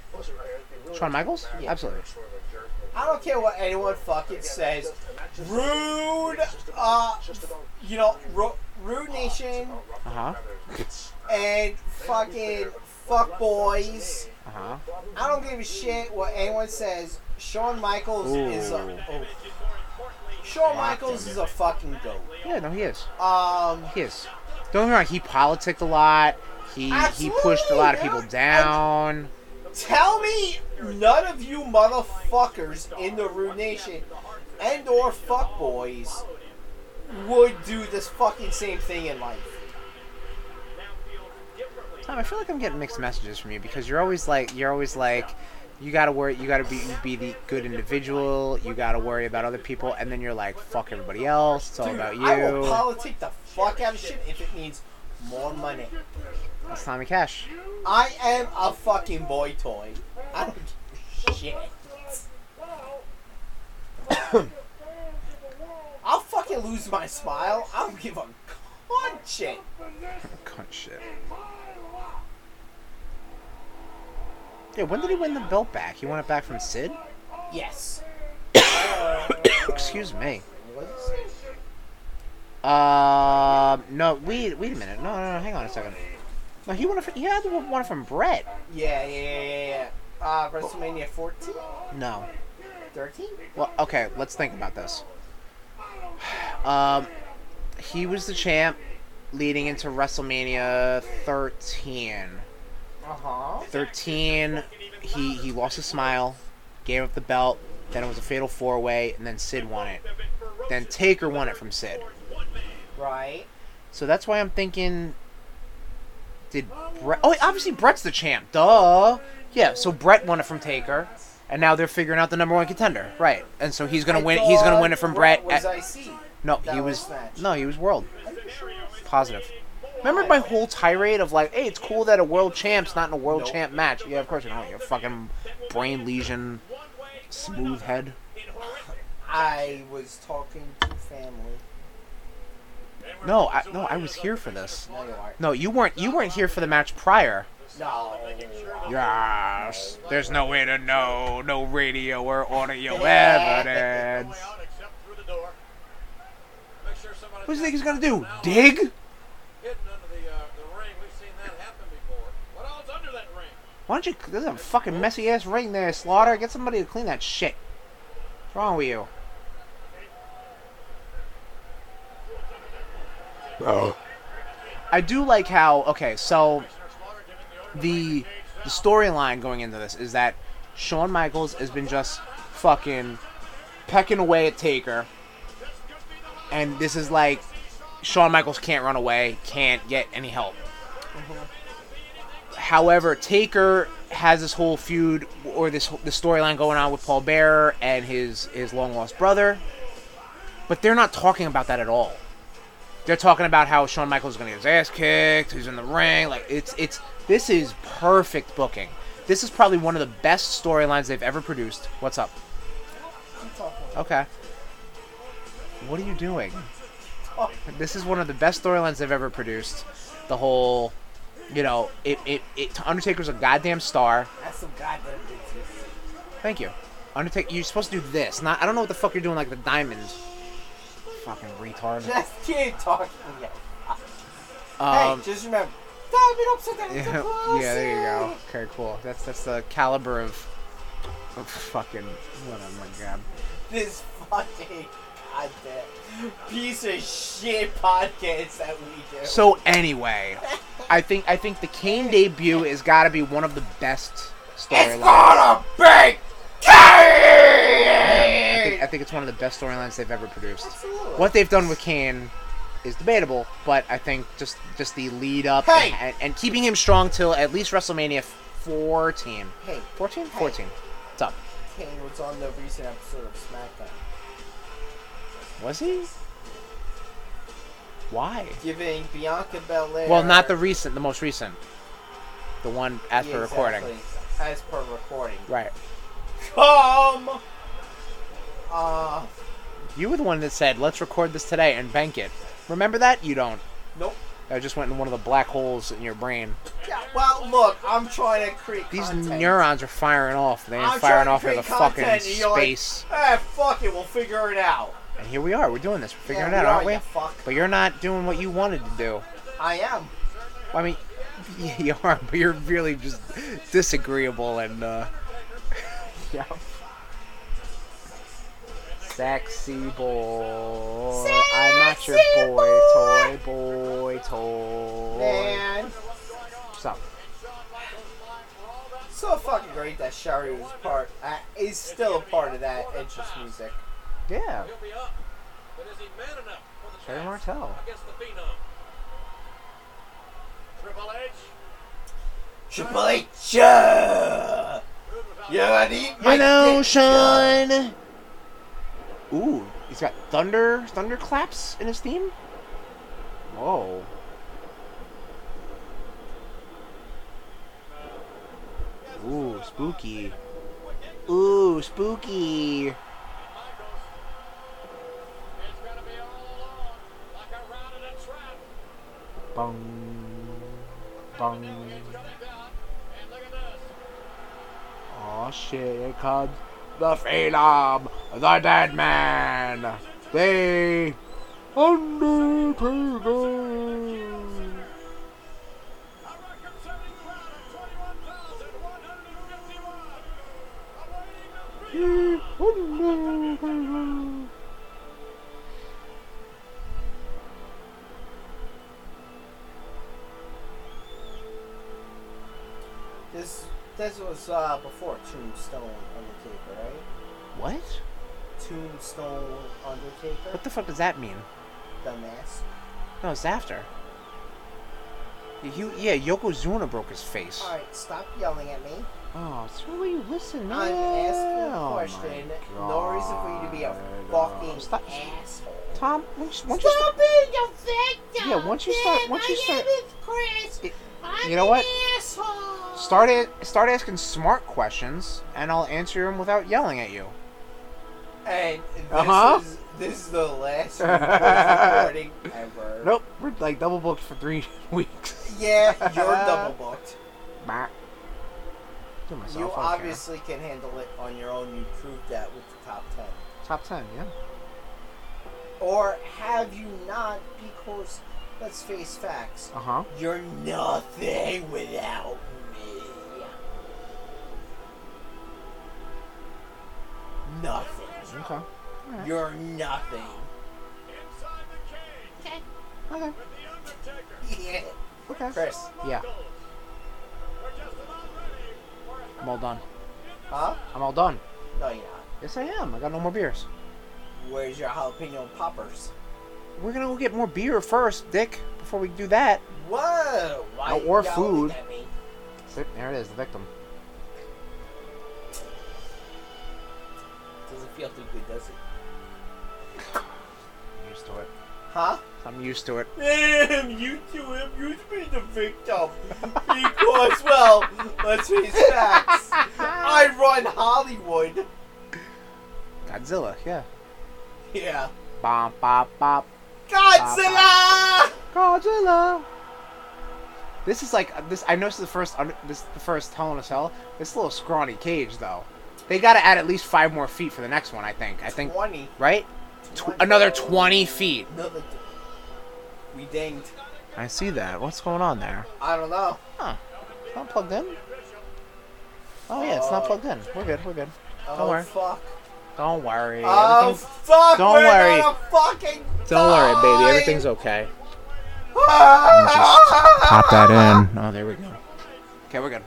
[SPEAKER 1] Shawn Michaels? Absolutely.
[SPEAKER 3] I don't care what anyone fucking says. Rude, uh, you know, ru- Rude Nation
[SPEAKER 1] Uh huh.
[SPEAKER 3] and fucking fuck boys.
[SPEAKER 1] Uh huh.
[SPEAKER 3] I don't give a shit what anyone says. Shawn Michaels is a, oh, Shawn Michaels is a fucking goat.
[SPEAKER 1] Yeah, no, he is.
[SPEAKER 3] Um,
[SPEAKER 1] He is. Don't get me wrong, he politicked a lot. He he pushed a lot of
[SPEAKER 3] Absolutely,
[SPEAKER 1] people
[SPEAKER 3] yeah.
[SPEAKER 1] down.
[SPEAKER 3] Tell me none of you motherfuckers in the Rude Nation and or fuckboys would do this fucking same thing in life.
[SPEAKER 1] Tom, I feel like I'm getting mixed messages from you because you're always like you're always like you gotta worry you gotta be be the good individual, you gotta worry about other people, and then you're like, fuck everybody else, it's all
[SPEAKER 3] Dude,
[SPEAKER 1] about
[SPEAKER 3] I will
[SPEAKER 1] you.
[SPEAKER 3] politic the fuck out of shit if it means more money.
[SPEAKER 1] That's Tommy Cash.
[SPEAKER 3] I am a fucking boy toy. I don't give a shit. I'll fucking lose my smile. I don't give a cunt shit.
[SPEAKER 1] Cunt shit. Yeah, when did he win the belt back? He won it back from Sid?
[SPEAKER 3] Yes.
[SPEAKER 1] Excuse me.
[SPEAKER 3] What did you say?
[SPEAKER 1] Um, no, wait, wait a minute. No, no, no, hang on a second. No, he won it. From, he had one from Brett.
[SPEAKER 3] Yeah, yeah, yeah, yeah. yeah. Uh, WrestleMania 14?
[SPEAKER 1] No.
[SPEAKER 3] 13?
[SPEAKER 1] Well, okay, let's think about this. Um, he was the champ leading into WrestleMania 13.
[SPEAKER 3] Uh huh.
[SPEAKER 1] 13, he, he lost his smile, gave up the belt, then it was a fatal four way, and then Sid won it. Then Taker won it from Sid.
[SPEAKER 3] Right.
[SPEAKER 1] So that's why I'm thinking. Did Brett? Oh, obviously Brett's the champ. Duh. Yeah. So Brett won it from Taker, and now they're figuring out the number one contender, right? And so he's gonna
[SPEAKER 3] I
[SPEAKER 1] win. He's gonna
[SPEAKER 3] thought
[SPEAKER 1] win it from
[SPEAKER 3] Brett
[SPEAKER 1] Brett.
[SPEAKER 3] was
[SPEAKER 1] at-
[SPEAKER 3] IC.
[SPEAKER 1] no,
[SPEAKER 3] that
[SPEAKER 1] he was.
[SPEAKER 3] last match.
[SPEAKER 1] No, he was world. Positive. Remember my whole tirade of like, hey, it's cool that a world champ's not in a world champ match. Yeah, of course you don't. You're a fucking brain lesion, smooth head.
[SPEAKER 3] I was talking to family.
[SPEAKER 1] No, I, no, I was here for this.
[SPEAKER 3] No, you aren't.
[SPEAKER 1] No, you weren't. You weren't here for the match prior.
[SPEAKER 3] No.
[SPEAKER 1] Yes. There's no way to know. No radio or audio
[SPEAKER 3] Yeah.
[SPEAKER 1] evidence.
[SPEAKER 5] except through the door. Make sure somebody
[SPEAKER 1] What's niggas gonna do? Dig?
[SPEAKER 5] hidden under the, uh, the ring. We've seen that happen before. What all's under that ring?
[SPEAKER 1] Why don't you? There's a fucking messy ass ring there, Slaughter. Get somebody to clean that shit. What's wrong with you?
[SPEAKER 17] Oh.
[SPEAKER 1] I do like how. Okay, so the the storyline going into this is that Shawn Michaels has been just fucking pecking away at Taker, and this is like Shawn Michaels can't run away, can't get any help. However, Taker has this whole feud or this the storyline going on with Paul Bearer and his his long lost brother, but they're not talking about that at all. They're talking about how Shawn Michaels is gonna get his ass kicked, who's in the ring. Like it's it's this is perfect booking. This is probably one of the best storylines they've ever produced. What's up? Okay. What are you doing? This is one of the best storylines they've ever produced. The whole, you know, it, it, it Undertaker's a goddamn star.
[SPEAKER 3] That's some goddamn business.
[SPEAKER 1] Thank you. Undertaker, you're supposed to do this. Not, I don't know what the fuck you're doing, like the diamond. Fucking retard.
[SPEAKER 3] Just keep talking. Yeah.
[SPEAKER 1] Um,
[SPEAKER 3] hey, just remember. Diamond upside down. is a
[SPEAKER 1] yeah,
[SPEAKER 3] pussy.
[SPEAKER 1] yeah, there you go. Okay, cool. That's that's the caliber of, of fucking what oh my god.
[SPEAKER 3] This fucking goddamn piece of shit podcast that we do.
[SPEAKER 1] So anyway, I think I think the Kane debut has got to be one of the best
[SPEAKER 3] it's
[SPEAKER 1] storylines.
[SPEAKER 3] gonna be
[SPEAKER 1] I
[SPEAKER 3] gay!
[SPEAKER 1] think, I think it's one of the best storylines they've ever produced.
[SPEAKER 3] Absolutely.
[SPEAKER 1] What they've done with Kane is debatable, but I think just just the lead up
[SPEAKER 3] Hey!
[SPEAKER 1] and, and keeping him strong till at least WrestleMania 14.
[SPEAKER 3] Hey,
[SPEAKER 1] 14?
[SPEAKER 3] Hey.
[SPEAKER 1] 14. What's up?
[SPEAKER 3] Kane was on the recent episode of SmackDown,
[SPEAKER 1] Was he? Why?
[SPEAKER 3] giving Bianca Belair.
[SPEAKER 1] Well, not the recent, the most recent, the one as
[SPEAKER 3] Yeah,
[SPEAKER 1] per recording.
[SPEAKER 3] exactly. As per recording.
[SPEAKER 1] Right.
[SPEAKER 3] Come. Uh,
[SPEAKER 1] You were the one that said, "Let's record this today and bank it." Remember that? You don't.
[SPEAKER 3] nope.
[SPEAKER 1] I just went in one of the black holes in your brain.
[SPEAKER 3] Yeah, well, look, I'm trying to create
[SPEAKER 1] These
[SPEAKER 3] content.
[SPEAKER 1] neurons are firing off. They ain't
[SPEAKER 3] I'm trying
[SPEAKER 1] firing
[SPEAKER 3] to
[SPEAKER 1] off into
[SPEAKER 3] create
[SPEAKER 1] the fucking
[SPEAKER 3] content, and you're like,
[SPEAKER 1] space.
[SPEAKER 3] Eh, fuck it, we'll figure it out.
[SPEAKER 1] And here we are. We're doing this. We're figuring
[SPEAKER 3] Yeah,
[SPEAKER 1] it
[SPEAKER 3] we
[SPEAKER 1] out, aren't
[SPEAKER 3] are,
[SPEAKER 1] we?
[SPEAKER 3] you fuck.
[SPEAKER 1] But you're not doing what you wanted to do.
[SPEAKER 3] I am.
[SPEAKER 1] I mean, yeah, you are, but you're really just disagreeable and. uh...
[SPEAKER 3] Yeah.
[SPEAKER 1] Sexy boy.
[SPEAKER 14] Sexy
[SPEAKER 1] I'm not your boy, toy boy, toy.
[SPEAKER 3] Man,
[SPEAKER 1] So,
[SPEAKER 3] so fucking great that Shari was part, uh, is still a part of that entrance music.
[SPEAKER 1] yeah,
[SPEAKER 5] He'll be up. But is he man enough for the
[SPEAKER 1] Terry
[SPEAKER 5] task
[SPEAKER 1] Martell.
[SPEAKER 5] against the Phenom? Triple H.
[SPEAKER 3] Triple H, yeah, I need my
[SPEAKER 1] You know,
[SPEAKER 3] dick, yeah.
[SPEAKER 1] Sean. Ooh, he's got thunder, thunderclaps in his theme. Whoa. Ooh, spooky. Ooh, spooky.
[SPEAKER 5] It's going to be all along like a rat in a trap.
[SPEAKER 1] Bung, bung.
[SPEAKER 5] It's coming down. And look at this.
[SPEAKER 1] Oh shit, here comes the Phenom, the Dead Man, the Undertaker.
[SPEAKER 5] A record setting crowd of 21,151. Awaiting the three.
[SPEAKER 1] The Undertaker.
[SPEAKER 3] This this was uh, before Tombstone Undertaker, right?
[SPEAKER 1] What?
[SPEAKER 3] Tombstone Undertaker,
[SPEAKER 1] What the fuck does that mean?
[SPEAKER 3] the mask.
[SPEAKER 1] No, it's after. You, yeah, Yokozuna broke his face.
[SPEAKER 3] All right, stop yelling at me.
[SPEAKER 1] Oh, it's really you listen now.
[SPEAKER 3] I'm asking
[SPEAKER 1] Oh
[SPEAKER 3] a
[SPEAKER 1] my
[SPEAKER 3] question. no reason for you to be a
[SPEAKER 1] Oh God.
[SPEAKER 3] fucking
[SPEAKER 1] Stop-
[SPEAKER 3] asshole.
[SPEAKER 1] Tom, once, once you
[SPEAKER 14] Stop
[SPEAKER 1] stop,
[SPEAKER 14] being a victim.
[SPEAKER 1] Yeah, once you start- once you
[SPEAKER 14] My
[SPEAKER 1] start-
[SPEAKER 14] name is Chris.
[SPEAKER 1] It-
[SPEAKER 14] I'm
[SPEAKER 1] you know what?
[SPEAKER 14] An asshole.
[SPEAKER 1] start it, start asking smart questions, and I'll answer them without yelling at you.
[SPEAKER 3] And this
[SPEAKER 1] Uh-huh.
[SPEAKER 3] is this is the last recording ever.
[SPEAKER 1] Nope, we're like double booked for three weeks.
[SPEAKER 3] Yeah, you're double booked.
[SPEAKER 1] Bah. Do myself,
[SPEAKER 3] You
[SPEAKER 1] okay.
[SPEAKER 3] obviously can handle it on your own. You proved that with the top ten.
[SPEAKER 1] top ten, yeah.
[SPEAKER 3] Or have you not? Because let's face facts.
[SPEAKER 1] Uh huh.
[SPEAKER 3] You're nothing without me. Nothing.
[SPEAKER 1] Okay.
[SPEAKER 3] You're nothing.
[SPEAKER 5] Inside the cage
[SPEAKER 14] Okay.
[SPEAKER 1] Okay.
[SPEAKER 5] with the Undertaker.
[SPEAKER 3] Yeah.
[SPEAKER 1] Okay.
[SPEAKER 3] Chris.
[SPEAKER 1] Yeah,
[SPEAKER 5] We're just about ready for a
[SPEAKER 1] I'm all done.
[SPEAKER 3] Huh?
[SPEAKER 1] I'm all done.
[SPEAKER 3] No, you're not.
[SPEAKER 1] Yes, I am. I got no more beers.
[SPEAKER 3] Where's your jalapeno poppers?
[SPEAKER 1] We're gonna go get more beer first, Dick. Before we do that.
[SPEAKER 3] Whoa! Why
[SPEAKER 1] Now,
[SPEAKER 3] you
[SPEAKER 1] or
[SPEAKER 3] yelling
[SPEAKER 1] food.
[SPEAKER 3] at me?
[SPEAKER 1] Sit- There it is, the victim.
[SPEAKER 3] Doesn't feel too good, does it?
[SPEAKER 1] I'm used to it.
[SPEAKER 3] Huh?
[SPEAKER 1] I'm used to it.
[SPEAKER 3] Damn, you two have used me the victim. Because, well, let's face facts. I run Hollywood.
[SPEAKER 1] Godzilla, yeah.
[SPEAKER 3] Yeah.
[SPEAKER 1] Bop, bop, bop.
[SPEAKER 3] Godzilla!
[SPEAKER 1] Godzilla. This is like this. I know this is the first. under- This is the first Hell in a Cell. This little scrawny cage, though. They got to add at least five more feet for the next one. I think. I think.
[SPEAKER 3] 20.
[SPEAKER 1] Right? Tw- another twenty feet.
[SPEAKER 3] Another. d- We dinged.
[SPEAKER 1] I see that. What's going on there?
[SPEAKER 3] I don't know.
[SPEAKER 1] Huh? It's not plugged in. Oh yeah, it's not plugged in. We're good. We're good.
[SPEAKER 3] Oh,
[SPEAKER 1] Don't worry.
[SPEAKER 3] fuck.
[SPEAKER 1] Don't worry.
[SPEAKER 3] Oh,
[SPEAKER 1] Everything's-
[SPEAKER 3] fuck.
[SPEAKER 1] Don't
[SPEAKER 3] we're
[SPEAKER 1] worry.
[SPEAKER 3] Gonna fucking
[SPEAKER 1] Don't worry,
[SPEAKER 3] die.
[SPEAKER 1] baby. Everything's okay.
[SPEAKER 3] Ah!
[SPEAKER 1] Pop that in. Oh, there we go. Okay, we're good.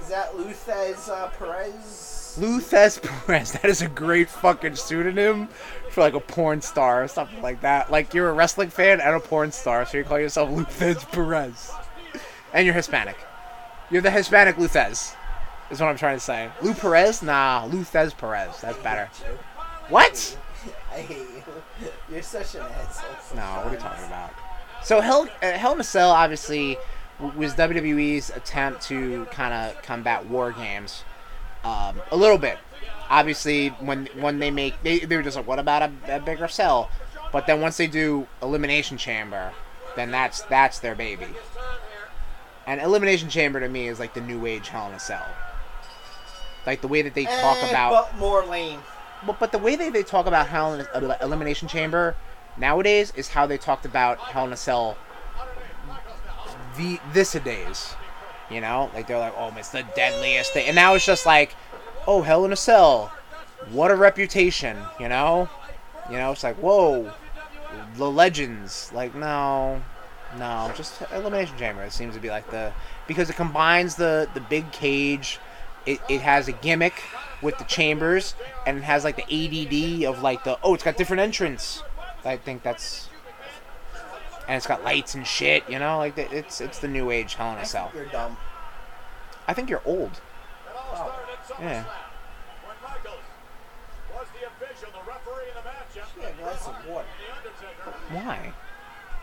[SPEAKER 3] Is that Luthez uh, Perez?
[SPEAKER 1] Luthes Perez. That is a great fucking pseudonym for like a porn star or something like that. Like you're a wrestling fan and a porn star, so you call yourself Luthes Perez. And you're Hispanic. You're the Hispanic Luthez. Is what I'm trying to say. Lou Perez? Nah, Luthez Perez. That's better. What?
[SPEAKER 3] I hate you. You're such an asshole.
[SPEAKER 1] No, what are you talking about? So Hell, uh, Hell in a Cell obviously w- was WWE's attempt to kind of combat war games um, a little bit. Obviously, when when they make they, they were just like, what about a, a bigger cell? But then once they do Elimination Chamber, then that's that's their baby. And Elimination Chamber to me is like the new age Hell in a Cell. Like the way that they talk
[SPEAKER 3] Eh,
[SPEAKER 1] about
[SPEAKER 3] But more lame.
[SPEAKER 1] but, but the way they, they talk about Hell in a, Elimination Chamber nowadays is how they talked about Hell in a Cell the this a days. You know? Like they're like, oh it's the deadliest thing and now it's just like, oh Hell in a Cell. what a reputation, you know? You know, it's like, whoa, the legends. Like, no, no, just Elimination Chamber. It seems to be like the because it combines the the big cage. It, it has a gimmick with the chambers, and it has like the ADD of like the oh, it's got different entrance. I think that's and it's got lights and shit. You know, like it's it's the new age Hell in a Cell.
[SPEAKER 3] You're dumb.
[SPEAKER 1] I think you're old.
[SPEAKER 5] It all started at
[SPEAKER 1] Yeah.
[SPEAKER 5] SummerSlam when Michaels was the official, the referee in the matchup.
[SPEAKER 3] Yeah, glass of water.
[SPEAKER 5] The Undertaker
[SPEAKER 1] Why?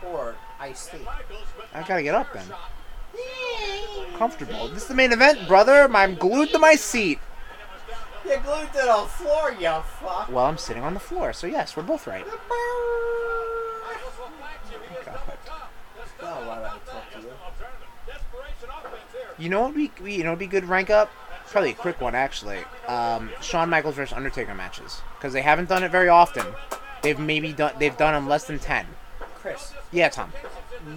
[SPEAKER 3] Or iced tea.
[SPEAKER 5] Michaels, but
[SPEAKER 1] I gotta get up then.
[SPEAKER 14] Hey.
[SPEAKER 1] Comfortable. This is the main event, brother. I'm glued to my seat.
[SPEAKER 3] You're glued to the floor, you fuck. Oh,
[SPEAKER 1] Well, I'm sitting on the floor, so yes, we're both right.
[SPEAKER 5] Michaels will fight you. He is double tough. There's still
[SPEAKER 3] Not a lot I talk to you.
[SPEAKER 5] alternative. Desperation offense here.
[SPEAKER 1] You know what would be you know what would be good rank up? Probably a quick one actually. Um, Shawn Michaels versus Undertaker matches because they haven't done it very often. They've maybe done they've done them less than ten.
[SPEAKER 3] Chris,
[SPEAKER 1] Yeah, Tom.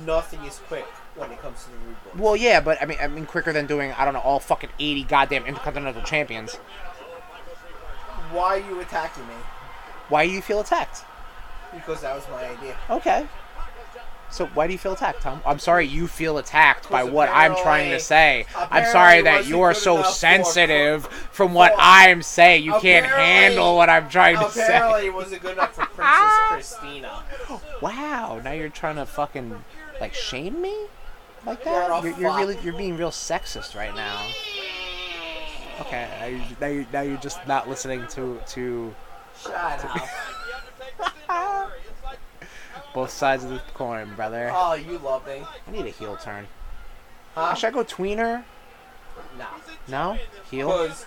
[SPEAKER 3] nothing is quick when it comes to the root board.
[SPEAKER 1] Well, yeah, but I mean I mean quicker than doing I don't know all fucking eighty goddamn Intercontinental Champions.
[SPEAKER 3] Why are you attacking me?
[SPEAKER 1] Why do you feel attacked?
[SPEAKER 3] Because that was my idea.
[SPEAKER 1] Okay. So why do you feel attacked, Tom? I'm sorry you feel attacked by
[SPEAKER 3] Because
[SPEAKER 1] what I'm
[SPEAKER 3] apparently-
[SPEAKER 1] trying to say. I'm
[SPEAKER 3] apparently
[SPEAKER 1] sorry
[SPEAKER 3] it
[SPEAKER 1] that
[SPEAKER 3] wasn't
[SPEAKER 1] you're
[SPEAKER 3] good
[SPEAKER 1] so
[SPEAKER 3] enough for-
[SPEAKER 1] sensitive from what
[SPEAKER 3] for-
[SPEAKER 1] I'm saying. You can't
[SPEAKER 3] Apparently-
[SPEAKER 1] handle what I'm trying to say.
[SPEAKER 3] Apparently, it wasn't good enough for Princess Christina.
[SPEAKER 1] Wow, now you're trying to fucking like shame me like
[SPEAKER 3] You're
[SPEAKER 1] that?
[SPEAKER 3] a
[SPEAKER 1] You're, you're
[SPEAKER 3] fuck.
[SPEAKER 1] really you're being real sexist right now. Okay, now you- now you're, now you're just not listening to to
[SPEAKER 3] Shut up.
[SPEAKER 5] The Undertaker's in no hurry. It's like
[SPEAKER 1] both sides of the coin, brother.
[SPEAKER 3] Oh, you love me.
[SPEAKER 1] I need a heel turn.
[SPEAKER 3] Huh?
[SPEAKER 1] Should I go tweener?
[SPEAKER 3] Nah.
[SPEAKER 1] No, heel.
[SPEAKER 3] Because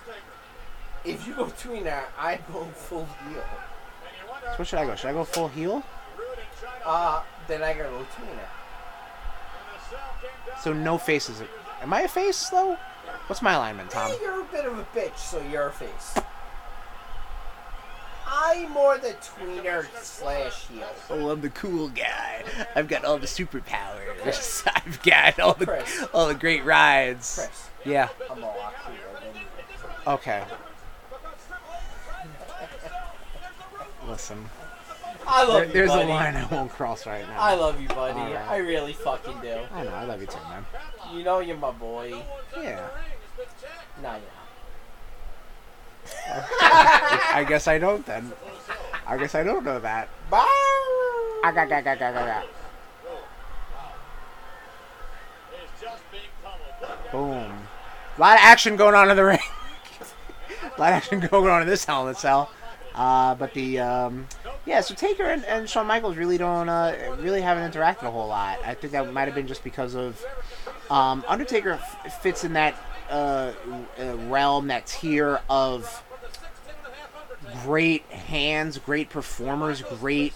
[SPEAKER 3] if you go tweener, I go full heel.
[SPEAKER 1] So what should I go? Should I go full heel?
[SPEAKER 5] Rude and China.
[SPEAKER 3] Uh, then I gotta go tweener.
[SPEAKER 5] The cell came down.
[SPEAKER 1] So no faces. Am I a face though? What's my alignment, Tom?
[SPEAKER 3] Hey, you're a bit of a bitch, so you're a face. I'm more the tweener slash heel.
[SPEAKER 1] Oh, I'm the cool guy. I've got all the superpowers. I've got all
[SPEAKER 3] Chris.
[SPEAKER 1] the all the great rides.
[SPEAKER 3] Chris,
[SPEAKER 1] Yeah.
[SPEAKER 3] I'm a lot cooler than you.
[SPEAKER 1] Okay. Listen,
[SPEAKER 3] I love
[SPEAKER 1] there-
[SPEAKER 3] you,
[SPEAKER 1] there's
[SPEAKER 3] buddy.
[SPEAKER 1] a line I won't cross right now.
[SPEAKER 3] I love you, buddy.
[SPEAKER 1] Alright.
[SPEAKER 3] I really fucking do.
[SPEAKER 1] I know. I love you too, man.
[SPEAKER 3] You know you're my boy.
[SPEAKER 1] Yeah.
[SPEAKER 3] Nah, you
[SPEAKER 1] I guess I don't then. I guess I don't know that. I got, got, got, got, got,
[SPEAKER 5] It's just being pummeled. Look at
[SPEAKER 1] got. Boom. A lot of action going on in the ring. a lot of action going on in this Hell in a Cell. Uh, but the um, yeah, so Taker and, and Shawn Michaels really don't uh, really haven't interacted a whole lot. I think that might have been just because of um, Undertaker f- fits in that uh, uh, realm, that tier of great hands, great performers, great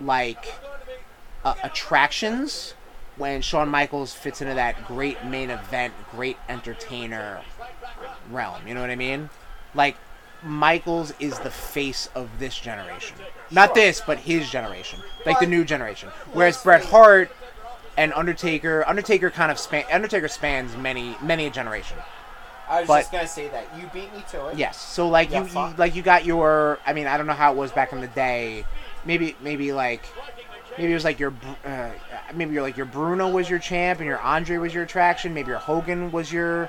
[SPEAKER 1] like uh, attractions. When Shawn Michaels fits into that great main event, great entertainer realm, you know what I mean? Like Michaels is the face of this generation, not this, but his generation, like the new generation. Whereas Bret Hart and Undertaker, Undertaker kind of span, Undertaker spans many many a generation.
[SPEAKER 3] I was
[SPEAKER 1] But-
[SPEAKER 3] just gonna say that. You beat me to it.
[SPEAKER 1] Yes. So like
[SPEAKER 3] Yeah,
[SPEAKER 1] you, you
[SPEAKER 3] fuck.
[SPEAKER 1] like you got your. I mean, I don't know how it was back in the day. Maybe maybe like maybe it was like your Br- uh, maybe your like your Bruno was your champ and your Andre was your attraction. Maybe your Hogan was your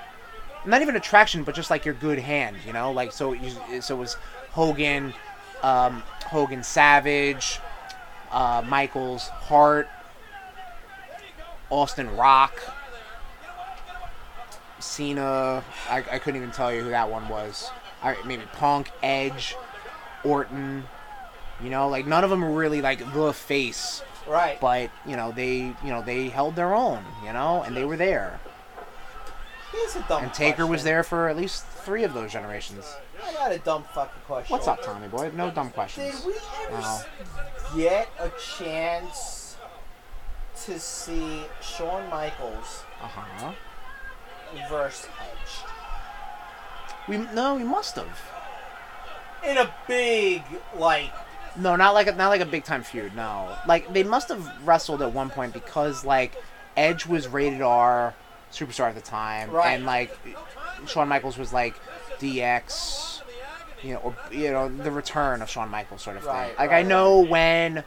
[SPEAKER 1] not even attraction, but just like your good hand. You know, like so you, so it was Hogan, um, Hogan Savage, uh, Michaels Hart, Austin Rock. Cena. I, I couldn't even tell you who that one was. I, maybe Punk, Edge, Orton. You know, like none of them were really like the face,
[SPEAKER 3] Right.
[SPEAKER 1] but you know they you know they held their own. You know, and they were there.
[SPEAKER 3] Here's a dumb
[SPEAKER 1] And Taker was
[SPEAKER 3] question.
[SPEAKER 1] there for at least three of those generations.
[SPEAKER 3] I got a dumb fucking question.
[SPEAKER 1] What's up, Tommy boy? No dumb
[SPEAKER 3] Did
[SPEAKER 1] questions.
[SPEAKER 3] we ever
[SPEAKER 1] Wow.
[SPEAKER 3] s- get a chance to see Shawn Michaels
[SPEAKER 1] Uh huh.
[SPEAKER 3] versus Edge
[SPEAKER 1] We no, we must have.
[SPEAKER 3] in a big like?
[SPEAKER 1] No, not like a, not like a big time feud. No, like they must have wrestled at one point because like Edge was rated R superstar at the time,
[SPEAKER 3] Right.
[SPEAKER 1] and like Shawn Michaels was like DX you know, or you know, the return of Shawn Michaels sort of
[SPEAKER 3] Right,
[SPEAKER 1] thing. Like I
[SPEAKER 3] right,
[SPEAKER 1] know when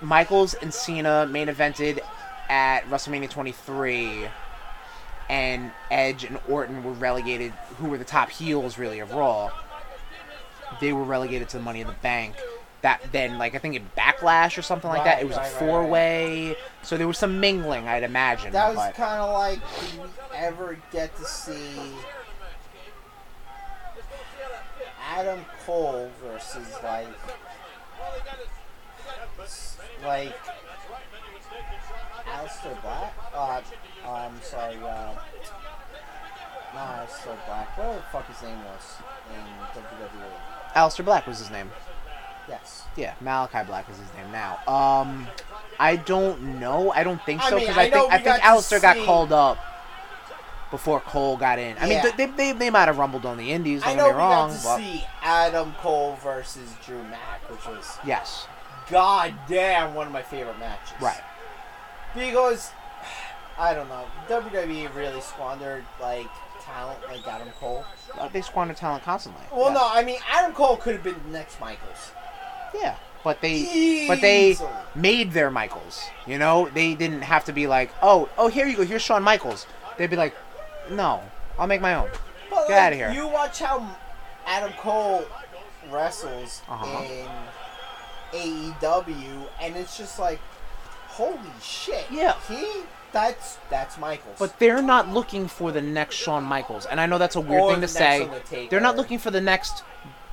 [SPEAKER 1] Michaels and Cena main evented at WrestleMania 23, and Edge and Orton were relegated, who were the top heels really of Raw. They were relegated to the Money in the Bank. That then, like I think in Backlash or something like that,
[SPEAKER 3] Right,
[SPEAKER 1] it was
[SPEAKER 3] right, right,
[SPEAKER 1] a
[SPEAKER 3] right.
[SPEAKER 1] four way. So there was some mingling, I'd imagine.
[SPEAKER 3] That was
[SPEAKER 1] but-
[SPEAKER 3] kind of like, did we ever get to see Adam Cole versus like, s- like Alistair Black? Uh, I'm sorry, uh, not Alistair Black. What the fuck his name was in WWE?
[SPEAKER 1] Alistair Black was his name.
[SPEAKER 3] Yes.
[SPEAKER 1] Yeah, Malachi Black is his name now. Um, I don't know. I don't think
[SPEAKER 3] I
[SPEAKER 1] so
[SPEAKER 3] mean,
[SPEAKER 1] because
[SPEAKER 3] I
[SPEAKER 1] I,
[SPEAKER 3] know we
[SPEAKER 1] think I
[SPEAKER 3] got
[SPEAKER 1] think
[SPEAKER 3] to
[SPEAKER 1] Alistair got
[SPEAKER 3] see-
[SPEAKER 1] called up before Cole got in. I mean,
[SPEAKER 3] Yeah.
[SPEAKER 1] th- they, they, they might have rumbled on the Indies. Don't
[SPEAKER 3] I
[SPEAKER 1] get
[SPEAKER 3] know
[SPEAKER 1] me
[SPEAKER 3] we
[SPEAKER 1] wrong,
[SPEAKER 3] got to
[SPEAKER 1] but
[SPEAKER 3] see Adam Cole versus Drew Mack, which was
[SPEAKER 1] yes,
[SPEAKER 3] goddamn one of my favorite matches.
[SPEAKER 1] right.
[SPEAKER 3] Because I don't know, WWE really squandered like talent like Adam Cole.
[SPEAKER 1] Uh, They squander talent constantly.
[SPEAKER 3] Well,
[SPEAKER 1] yeah.
[SPEAKER 3] no, I mean Adam Cole could have been the next Michaels.
[SPEAKER 1] Yeah, but they but they
[SPEAKER 3] Easily.
[SPEAKER 1] made their Michaels. You know, they didn't have to be like, oh, oh, here you go, here's Shawn Michaels. They'd be like, no, I'll make my own.
[SPEAKER 3] But,
[SPEAKER 1] Get
[SPEAKER 3] like,
[SPEAKER 1] outta here.
[SPEAKER 3] You watch how Adam Cole wrestles
[SPEAKER 1] Uh-huh.
[SPEAKER 3] in AEW, and it's just like, holy shit.
[SPEAKER 1] Yeah.
[SPEAKER 3] he that's that's Michaels.
[SPEAKER 1] But they're not looking for the next Shawn Michaels. And I know that's a weird
[SPEAKER 3] Or
[SPEAKER 1] thing
[SPEAKER 3] the next
[SPEAKER 1] to say.
[SPEAKER 3] Undertaker.
[SPEAKER 1] They're not looking for the next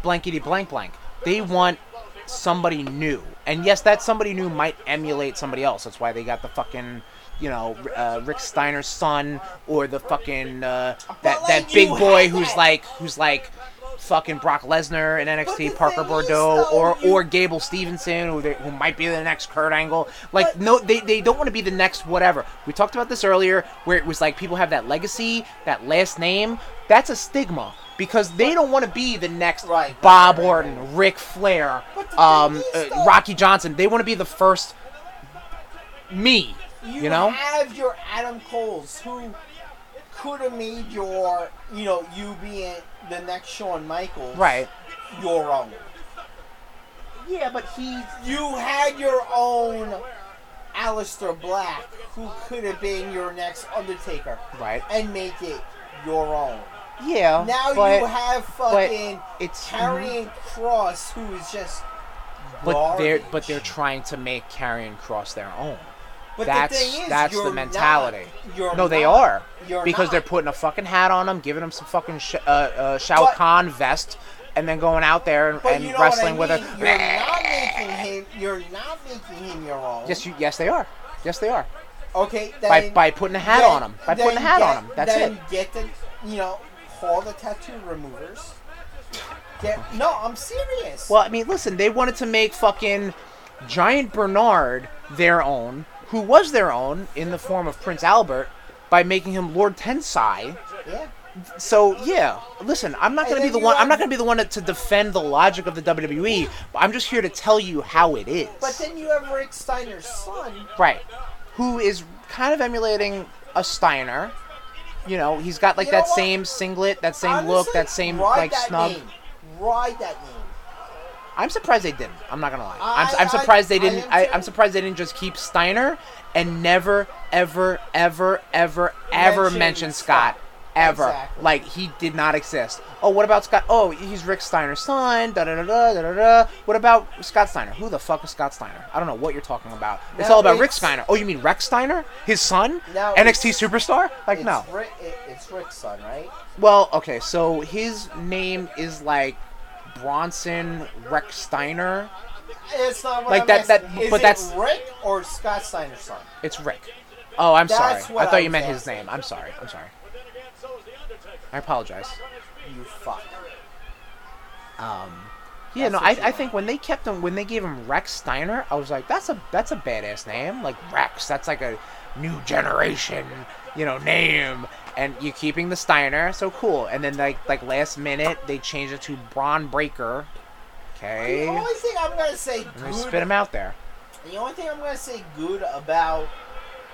[SPEAKER 1] blankety blank blank. They want somebody new. And yes, that somebody new might emulate somebody else. That's why they got the fucking, you know, uh, Rick Steiner's son or the fucking uh, that
[SPEAKER 3] like,
[SPEAKER 1] that big
[SPEAKER 3] you
[SPEAKER 1] boy
[SPEAKER 3] had
[SPEAKER 1] who's
[SPEAKER 3] that.
[SPEAKER 1] like who's like fucking Brock Lesnar in
[SPEAKER 3] But the
[SPEAKER 1] NXT, Parker
[SPEAKER 3] thing is,
[SPEAKER 1] Bordeaux,
[SPEAKER 3] though,
[SPEAKER 1] or
[SPEAKER 3] you-
[SPEAKER 1] or Gable Stevenson, who they, who might be the next Kurt Angle. Like no, they they don't want to be the next whatever. We talked about this earlier, where it was like people have that legacy, that last name. That's a stigma because they don't want to be the next
[SPEAKER 3] Right, right,
[SPEAKER 1] Bob
[SPEAKER 3] right,
[SPEAKER 1] Orton, Rick Flair,
[SPEAKER 3] But the
[SPEAKER 1] um,
[SPEAKER 3] thing is,
[SPEAKER 1] uh,
[SPEAKER 3] though-
[SPEAKER 1] Rocky Johnson. They want to be the first me.
[SPEAKER 3] you,
[SPEAKER 1] you know.
[SPEAKER 3] have your Adam Coles who could have made your you know you being the next Shawn Michaels
[SPEAKER 1] Right.
[SPEAKER 3] your own.
[SPEAKER 1] Yeah, but he's
[SPEAKER 3] You had your own Alistair Black who could have been your next Undertaker
[SPEAKER 1] right.
[SPEAKER 3] and make it your own.
[SPEAKER 1] Yeah.
[SPEAKER 3] Now
[SPEAKER 1] but,
[SPEAKER 3] you have fucking
[SPEAKER 1] it's-
[SPEAKER 3] carrying Cross who is just
[SPEAKER 1] but they're
[SPEAKER 3] garbage.
[SPEAKER 1] but they're trying to make Carrion Cross their own.
[SPEAKER 3] But
[SPEAKER 1] that's
[SPEAKER 3] the thing is,
[SPEAKER 1] that's
[SPEAKER 3] you're
[SPEAKER 1] the mentality.
[SPEAKER 3] Not, you're
[SPEAKER 1] no, they
[SPEAKER 3] not.
[SPEAKER 1] are
[SPEAKER 3] You're
[SPEAKER 1] because
[SPEAKER 3] not.
[SPEAKER 1] they're putting a fucking hat on them, giving them some fucking sh- uh, uh, Shao
[SPEAKER 3] But-
[SPEAKER 1] Kahn vest, and then going out there and,
[SPEAKER 3] But
[SPEAKER 1] and
[SPEAKER 3] you know
[SPEAKER 1] wrestling
[SPEAKER 3] what I mean?
[SPEAKER 1] with
[SPEAKER 3] You're
[SPEAKER 1] a.
[SPEAKER 3] not making him. You're not making him your own.
[SPEAKER 1] Yes, you, yes, they are. Yes, they are.
[SPEAKER 3] okay. Then,
[SPEAKER 1] By- by putting a hat on him. By putting
[SPEAKER 3] then
[SPEAKER 1] a hat
[SPEAKER 3] get-
[SPEAKER 1] on him. That's
[SPEAKER 3] then
[SPEAKER 1] it.
[SPEAKER 3] Get the you know call the tattoo removers. Get no. I'm serious.
[SPEAKER 1] Well, I mean, listen, they wanted to make fucking Giant Bernard their own, who was their own in the form of Prince Albert, by making him Lord Tensai.
[SPEAKER 3] yeah.
[SPEAKER 1] So yeah, listen, I'm not
[SPEAKER 3] And
[SPEAKER 1] gonna be
[SPEAKER 3] then
[SPEAKER 1] the
[SPEAKER 3] you
[SPEAKER 1] one. I'm
[SPEAKER 3] have-
[SPEAKER 1] not gonna be the one to, to defend the logic of the WWE. But I'm just here to tell you how it is.
[SPEAKER 3] But then you have Rick Steiner's son.
[SPEAKER 1] right, who is kind of emulating a Steiner. You know, he's got like
[SPEAKER 3] You know
[SPEAKER 1] that
[SPEAKER 3] what?
[SPEAKER 1] same singlet, that same
[SPEAKER 3] Honestly,
[SPEAKER 1] look, that same
[SPEAKER 3] ride
[SPEAKER 1] like
[SPEAKER 3] that
[SPEAKER 1] snug.
[SPEAKER 3] Name. Ride that name.
[SPEAKER 1] I'm surprised they didn't. I'm not gonna lie. I'm,
[SPEAKER 3] I-
[SPEAKER 1] I'm
[SPEAKER 3] I-
[SPEAKER 1] surprised
[SPEAKER 3] I
[SPEAKER 1] they didn't.
[SPEAKER 3] am
[SPEAKER 1] I,
[SPEAKER 3] too.
[SPEAKER 1] I'm surprised they didn't just keep Steiner and never, ever, ever, ever, ever
[SPEAKER 3] Mention
[SPEAKER 1] mention Scott.
[SPEAKER 3] Scott.
[SPEAKER 1] Ever.
[SPEAKER 3] Exactly.
[SPEAKER 1] Like he did not exist. Oh, what about Scott? Oh, he's Rick Steiner's son. Da da da da da da. da. What about Scott Steiner? Who the fuck is Scott Steiner? I don't know what you're talking about. It's
[SPEAKER 3] No,
[SPEAKER 1] all about Rick
[SPEAKER 3] it's-
[SPEAKER 1] Steiner. Oh, you mean Rex Steiner? His son?
[SPEAKER 3] No,
[SPEAKER 1] NXT
[SPEAKER 3] it's-
[SPEAKER 1] superstar? Like
[SPEAKER 3] It's
[SPEAKER 1] no.
[SPEAKER 3] Rick, it, it's Rick's son, right?
[SPEAKER 1] Well, okay, so his name is like Bronson Rex Steiner.
[SPEAKER 3] It's not what
[SPEAKER 1] Like
[SPEAKER 3] I'm
[SPEAKER 1] that- that-
[SPEAKER 3] asking. Is
[SPEAKER 1] but
[SPEAKER 3] it
[SPEAKER 1] that's-
[SPEAKER 3] Rick or Scott Steiner's son.
[SPEAKER 1] It's Rick. Oh, I'm
[SPEAKER 3] That's
[SPEAKER 1] sorry.
[SPEAKER 3] what
[SPEAKER 1] I thought
[SPEAKER 3] I
[SPEAKER 1] you meant
[SPEAKER 3] was
[SPEAKER 1] his
[SPEAKER 3] asking.
[SPEAKER 1] name. I'm sorry. I'm sorry. I apologize.
[SPEAKER 3] You fuck.
[SPEAKER 1] Yeah,
[SPEAKER 3] That's
[SPEAKER 1] no,
[SPEAKER 3] what
[SPEAKER 1] I,
[SPEAKER 3] you
[SPEAKER 1] I think when they kept him when they gave him Rex Steiner, I was like, that's a that's a badass name. Like Rex, that's like a new generation, you know, name. And you keeping the Steiner, so cool. And then like like last minute they changed it to Braun Breaker. Okay.
[SPEAKER 3] The only thing I'm gonna say
[SPEAKER 1] And they
[SPEAKER 3] good.
[SPEAKER 1] Eh. spit him out there.
[SPEAKER 3] The only thing I'm gonna say good about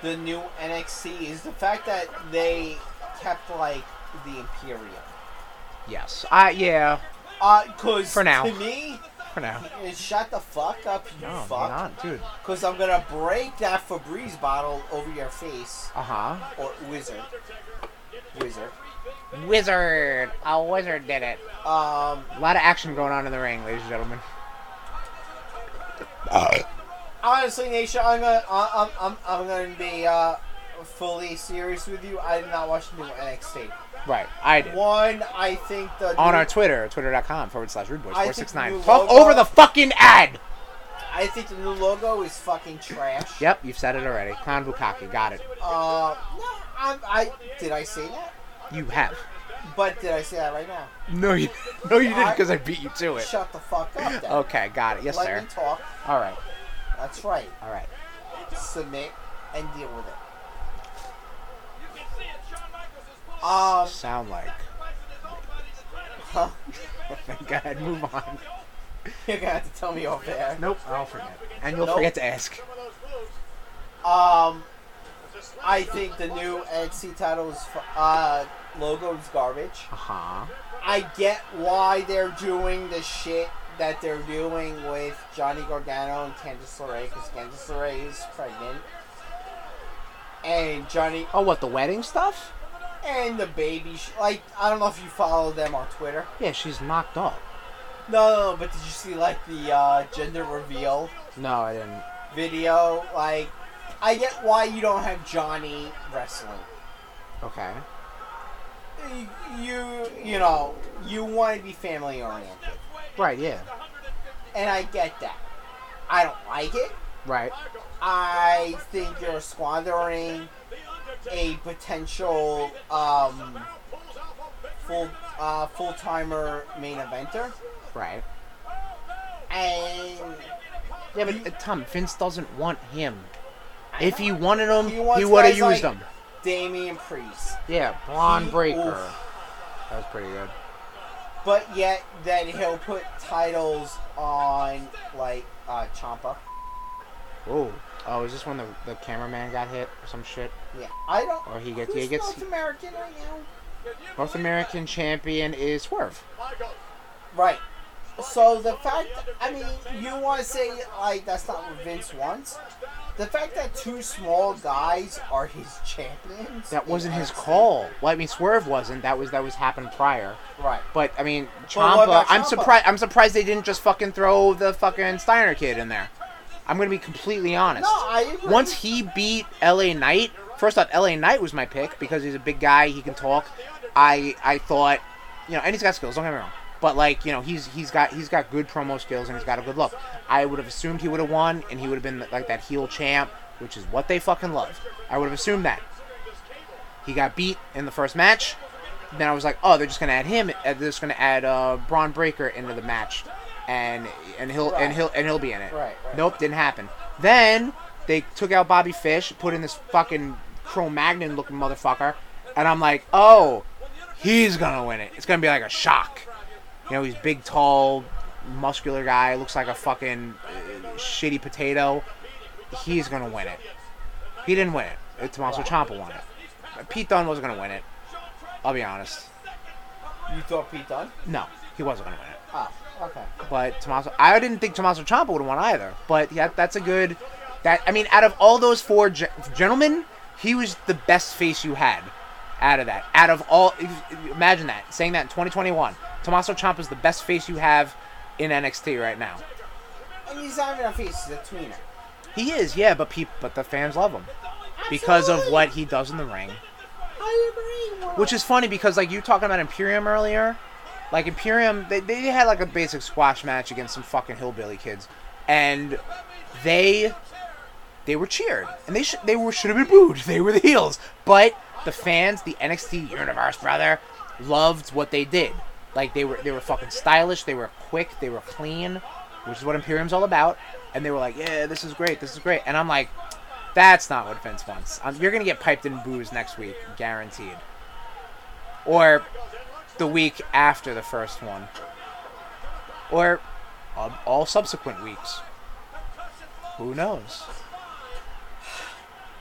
[SPEAKER 3] the new NXT is the fact that they kept like the Imperium.
[SPEAKER 1] Yes. I yeah.
[SPEAKER 3] Uh, cause
[SPEAKER 1] For now.
[SPEAKER 3] to me,
[SPEAKER 1] For now.
[SPEAKER 3] eh, shut the fuck up, you
[SPEAKER 1] No,
[SPEAKER 3] fuck.
[SPEAKER 1] you're not, dude.
[SPEAKER 3] Cause I'm gonna break that Febreze bottle over your face,
[SPEAKER 1] Uh huh.
[SPEAKER 3] or wizard, wizard.
[SPEAKER 1] Wizard. A wizard did it.
[SPEAKER 3] Um,
[SPEAKER 1] A lot of action going on in the ring, ladies and gentlemen.
[SPEAKER 3] honestly, Nation, I'm gonna, I- I'm, I'm, I'm gonna be uh, fully serious with you. I did not watch the new NXT.
[SPEAKER 1] Right. I did.
[SPEAKER 3] One, I think the
[SPEAKER 1] On
[SPEAKER 3] new,
[SPEAKER 1] our Twitter, twitter.com forward slash rudeboys
[SPEAKER 3] I think the
[SPEAKER 1] 469.
[SPEAKER 3] new
[SPEAKER 1] Fuck
[SPEAKER 3] logo-
[SPEAKER 1] over the fucking ad!
[SPEAKER 3] I think the new logo is fucking trash.
[SPEAKER 1] Yep, you've said it already. Clown Bukaki. Got it.
[SPEAKER 3] Uh, no, I, I did I say that?
[SPEAKER 1] You have.
[SPEAKER 3] But did I say that right now?
[SPEAKER 1] No, you, no, you didn't because I beat you to it.
[SPEAKER 3] Shut the fuck up. Then.
[SPEAKER 1] Okay, got it. Yes,
[SPEAKER 3] Let
[SPEAKER 1] sir.
[SPEAKER 3] me talk.
[SPEAKER 1] All right.
[SPEAKER 3] That's right.
[SPEAKER 1] All right.
[SPEAKER 3] Submit and deal with it. Um,
[SPEAKER 1] Sound like.
[SPEAKER 3] huh?
[SPEAKER 1] Go ahead, move on.
[SPEAKER 3] you're gonna have to tell me off air.
[SPEAKER 1] Nope, I'll forget. And you'll
[SPEAKER 3] Nope.
[SPEAKER 1] forget to ask.
[SPEAKER 3] Um, I think the new NXT titles uh, logo is garbage.
[SPEAKER 1] Uh huh.
[SPEAKER 3] I get why they're doing the shit that they're doing with Johnny Gargano and Candice LeRae because Candice LeRae is pregnant, and Johnny
[SPEAKER 1] Oh, what, the wedding stuff?
[SPEAKER 3] and the baby. Sh- like I don't know if you follow them on Twitter.
[SPEAKER 1] Yeah, she's knocked up.
[SPEAKER 3] No, no, no, but did you see like the uh, gender reveal
[SPEAKER 1] No, I didn't.
[SPEAKER 3] video? Like, I get why you don't have Johnny wrestling.
[SPEAKER 1] Okay.
[SPEAKER 3] you you know you want to be family oriented
[SPEAKER 1] Right, yeah.
[SPEAKER 3] and i get that i don't like it
[SPEAKER 1] Right.
[SPEAKER 3] i think you're squandering a potential um full uh, full-timer main eventer
[SPEAKER 1] Right.
[SPEAKER 3] and
[SPEAKER 1] Yeah, but uh, Tom, Vince doesn't want him. If he wanted him,
[SPEAKER 3] He
[SPEAKER 1] he,
[SPEAKER 3] wants
[SPEAKER 1] would have
[SPEAKER 3] guys
[SPEAKER 1] used
[SPEAKER 3] like-
[SPEAKER 1] him.
[SPEAKER 3] Damian Priest
[SPEAKER 1] Yeah, Blonde
[SPEAKER 3] He-
[SPEAKER 1] Breaker.
[SPEAKER 3] oof.
[SPEAKER 1] That was pretty good.
[SPEAKER 3] but yet then he'll put titles on like uh Champa
[SPEAKER 1] Oh. Oh, is this when the, the cameraman got hit or some shit?
[SPEAKER 3] yeah I don't
[SPEAKER 1] Or he gets
[SPEAKER 3] who's
[SPEAKER 1] he gets
[SPEAKER 3] North American right now
[SPEAKER 1] North American champion is Swerve.
[SPEAKER 3] Right. So the fact, I mean, you want to say like that's not what Vince wants. The fact that two small guys are his champions.
[SPEAKER 1] That
[SPEAKER 3] in
[SPEAKER 1] wasn't his
[SPEAKER 3] NXT.
[SPEAKER 1] call. Well, I mean, Swerve wasn't. That was that was happened prior.
[SPEAKER 3] Right.
[SPEAKER 1] But I mean,
[SPEAKER 3] Well,
[SPEAKER 1] Champa.
[SPEAKER 3] what about
[SPEAKER 1] I'm
[SPEAKER 3] Ciampa?
[SPEAKER 1] surprised. I'm surprised they didn't just fucking throw the fucking Steiner kid in there. I'm gonna be completely honest.
[SPEAKER 3] No, I agree.
[SPEAKER 1] Once he beat LA Knight, first off, LA Knight was my pick because he's a big guy. He can talk. I I thought, you know, and he's got skills. Don't get me wrong. But like, you know, he's he's got he's got good promo skills and he's got a good look. I would have assumed he would have won and he would have been like that heel champ, which is what they fucking love. I would have assumed that. He got beat in the first match. Then I was like, oh, they're just gonna add him. uh, They're just gonna add uh, Braun Breaker into the match, and and he'll and he'll and he'll be in it.
[SPEAKER 3] Right, right.
[SPEAKER 1] Nope, didn't happen. Then they took out Bobby Fish, put in this fucking Cro-Magnon looking motherfucker, and I'm like, oh, he's gonna win it. It's gonna be like a shock. You know, he's big, tall, muscular guy. Looks like a fucking uh, shitty potato. He's gonna win it. He didn't win it. Uh, Tommaso Ciampa won it. Pete Dunne wasn't gonna win it. I'll be honest.
[SPEAKER 3] You thought Pete Dunne?
[SPEAKER 1] No, he wasn't gonna win it.
[SPEAKER 3] Oh, okay.
[SPEAKER 1] But Tommaso, I didn't think Tommaso Ciampa would have won either. But yeah, that's a good. That I mean, out of all those four ge- gentlemen, he was the best face you had. Out of that, out of all, imagine that saying that in 2021, Tommaso Ciampa is the best face you have in NXT right now.
[SPEAKER 3] And he's not even a face; he's a tweener.
[SPEAKER 1] He is, yeah, but peop but the fans love him because of
[SPEAKER 3] Absolutely.
[SPEAKER 1] what he does in the ring.
[SPEAKER 3] I agree.
[SPEAKER 1] Which is funny because like you talking about Imperium earlier, like Imperium, they, they had like a basic squash match against some fucking hillbilly kids, and they they were cheered and they should they were should have been booed. They were the heels, but the fans, the NXT universe, brother, loved what they did. Like they were they were fucking stylish, they were quick, they were clean, which is what Imperium's all about. And they were like, yeah, this is great, this is great. And I'm like, that's not what Vince wants. Um, you're gonna get piped in booze next week, guaranteed or the week after the first one, or um, all subsequent weeks. Who knows?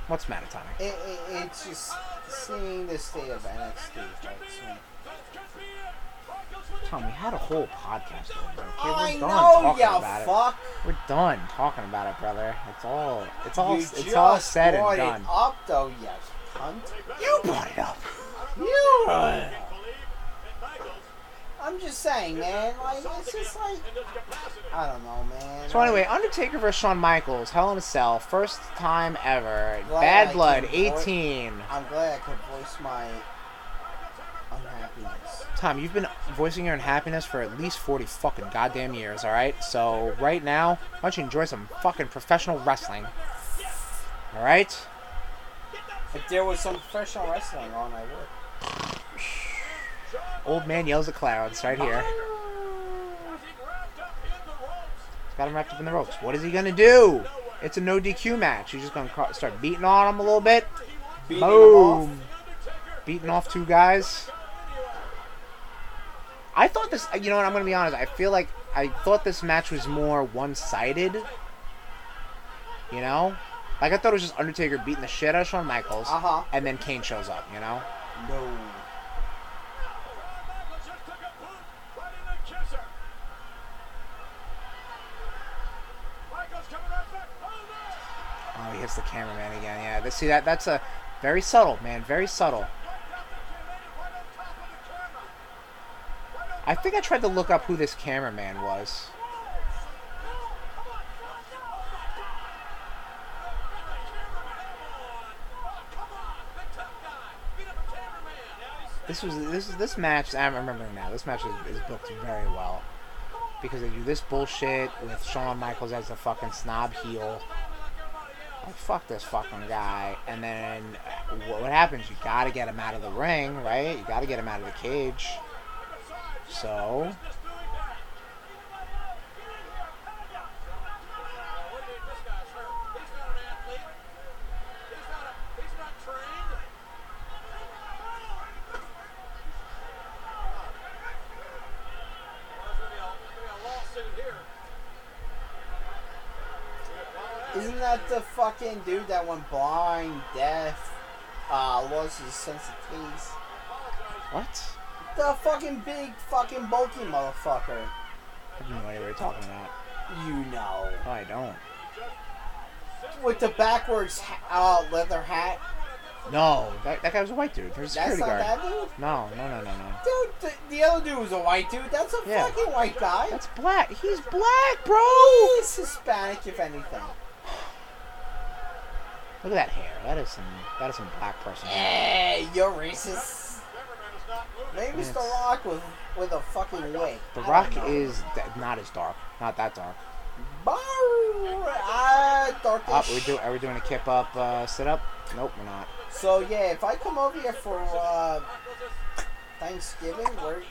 [SPEAKER 1] What's the matter, Tommy?
[SPEAKER 3] it, it, it's just seeing the state of NXT hurts me.
[SPEAKER 1] Tom, we had a whole podcast over. it, Okay,
[SPEAKER 3] Oh, I
[SPEAKER 1] we're done
[SPEAKER 3] know,
[SPEAKER 1] talking about
[SPEAKER 3] you
[SPEAKER 1] it.
[SPEAKER 3] fuck.
[SPEAKER 1] We're done talking about it, brother. It's all it's all
[SPEAKER 3] you
[SPEAKER 1] it's all
[SPEAKER 3] just
[SPEAKER 1] said
[SPEAKER 3] brought
[SPEAKER 1] and
[SPEAKER 3] it
[SPEAKER 1] done.
[SPEAKER 3] up, though, yes, cunt.
[SPEAKER 1] You brought it up.
[SPEAKER 3] You.
[SPEAKER 5] Believe that Michaels
[SPEAKER 3] I'm just saying, man. Like, it's
[SPEAKER 5] assaulted
[SPEAKER 3] just
[SPEAKER 5] him
[SPEAKER 3] like,
[SPEAKER 5] in this capacity.
[SPEAKER 3] I don't know, man.
[SPEAKER 1] So anyway, Undertaker vs. Shawn Michaels, Hell in a Cell, first time ever.
[SPEAKER 3] Glad I
[SPEAKER 1] Bad Blood,
[SPEAKER 3] can voice-
[SPEAKER 1] 18.
[SPEAKER 3] I'm glad I could voice my unhappiness.
[SPEAKER 1] Tom, you've been voicing your unhappiness for at least 40 fucking goddamn years, alright? So right now, why don't you enjoy some fucking professional wrestling? Alright?
[SPEAKER 3] If there was some professional wrestling on, I would.
[SPEAKER 1] Old man yells at clowns right here. Got him wrapped up in the ropes. What is he gonna do? It's a no DQ match. He's just gonna ca- start beating on him a little bit.
[SPEAKER 3] Beating him off.
[SPEAKER 1] Boom. Beating off two guys. I thought this, you know what, I'm going to be honest. I feel like I thought this match was more one sided. You know? Like, I thought it was just Undertaker beating the shit out of Shawn Michaels.
[SPEAKER 3] Uh-huh.
[SPEAKER 1] And then Kane shows up, you know?
[SPEAKER 3] No.
[SPEAKER 1] Oh, he hits the cameraman again. Yeah, that- see, that that's a very subtle, man. Very subtle. I think I tried to look up who this cameraman was. This was this is this match. I'm remembering now. This match is, is booked very well because they do this bullshit with Shawn Michaels as the fucking snob heel. Like fuck this fucking guy, and then uh, what, what happens? You gotta get him out of the ring, right? You gotta get him out of the cage. So
[SPEAKER 3] Isn't that the fucking dude that went blind, deaf, uh, lost his sense of taste?
[SPEAKER 1] what?
[SPEAKER 3] The fucking big fucking bulky motherfucker.
[SPEAKER 1] I have no idea what you're talking about.
[SPEAKER 3] You know.
[SPEAKER 1] Oh, I don't.
[SPEAKER 3] With the backwards ha- uh, leather hat.
[SPEAKER 1] No, that, that guy was a white dude. There's a
[SPEAKER 3] That's
[SPEAKER 1] security
[SPEAKER 3] not
[SPEAKER 1] guard.
[SPEAKER 3] that dude?
[SPEAKER 1] No, no, no, no, no.
[SPEAKER 3] Dude, the, the other dude was a white dude. That's a
[SPEAKER 1] Yeah.
[SPEAKER 3] fucking white guy.
[SPEAKER 1] That's black. He's black, bro.
[SPEAKER 3] He's Hispanic, if anything.
[SPEAKER 1] Look at that hair. That is some. That is some black person.
[SPEAKER 3] Hey, you're racist. Maybe it's The
[SPEAKER 1] It's-
[SPEAKER 3] Rock with, with a fucking wig.
[SPEAKER 1] The
[SPEAKER 3] I don't
[SPEAKER 1] Rock
[SPEAKER 3] know.
[SPEAKER 1] is d- not as dark. Not that dark.
[SPEAKER 3] Bar- ah, dark
[SPEAKER 1] Up,
[SPEAKER 3] as
[SPEAKER 1] Oh, we do. Are we doing a kip up uh, sit up? Nope, we're not.
[SPEAKER 3] So yeah, if I come over here for uh, Thanksgiving, we're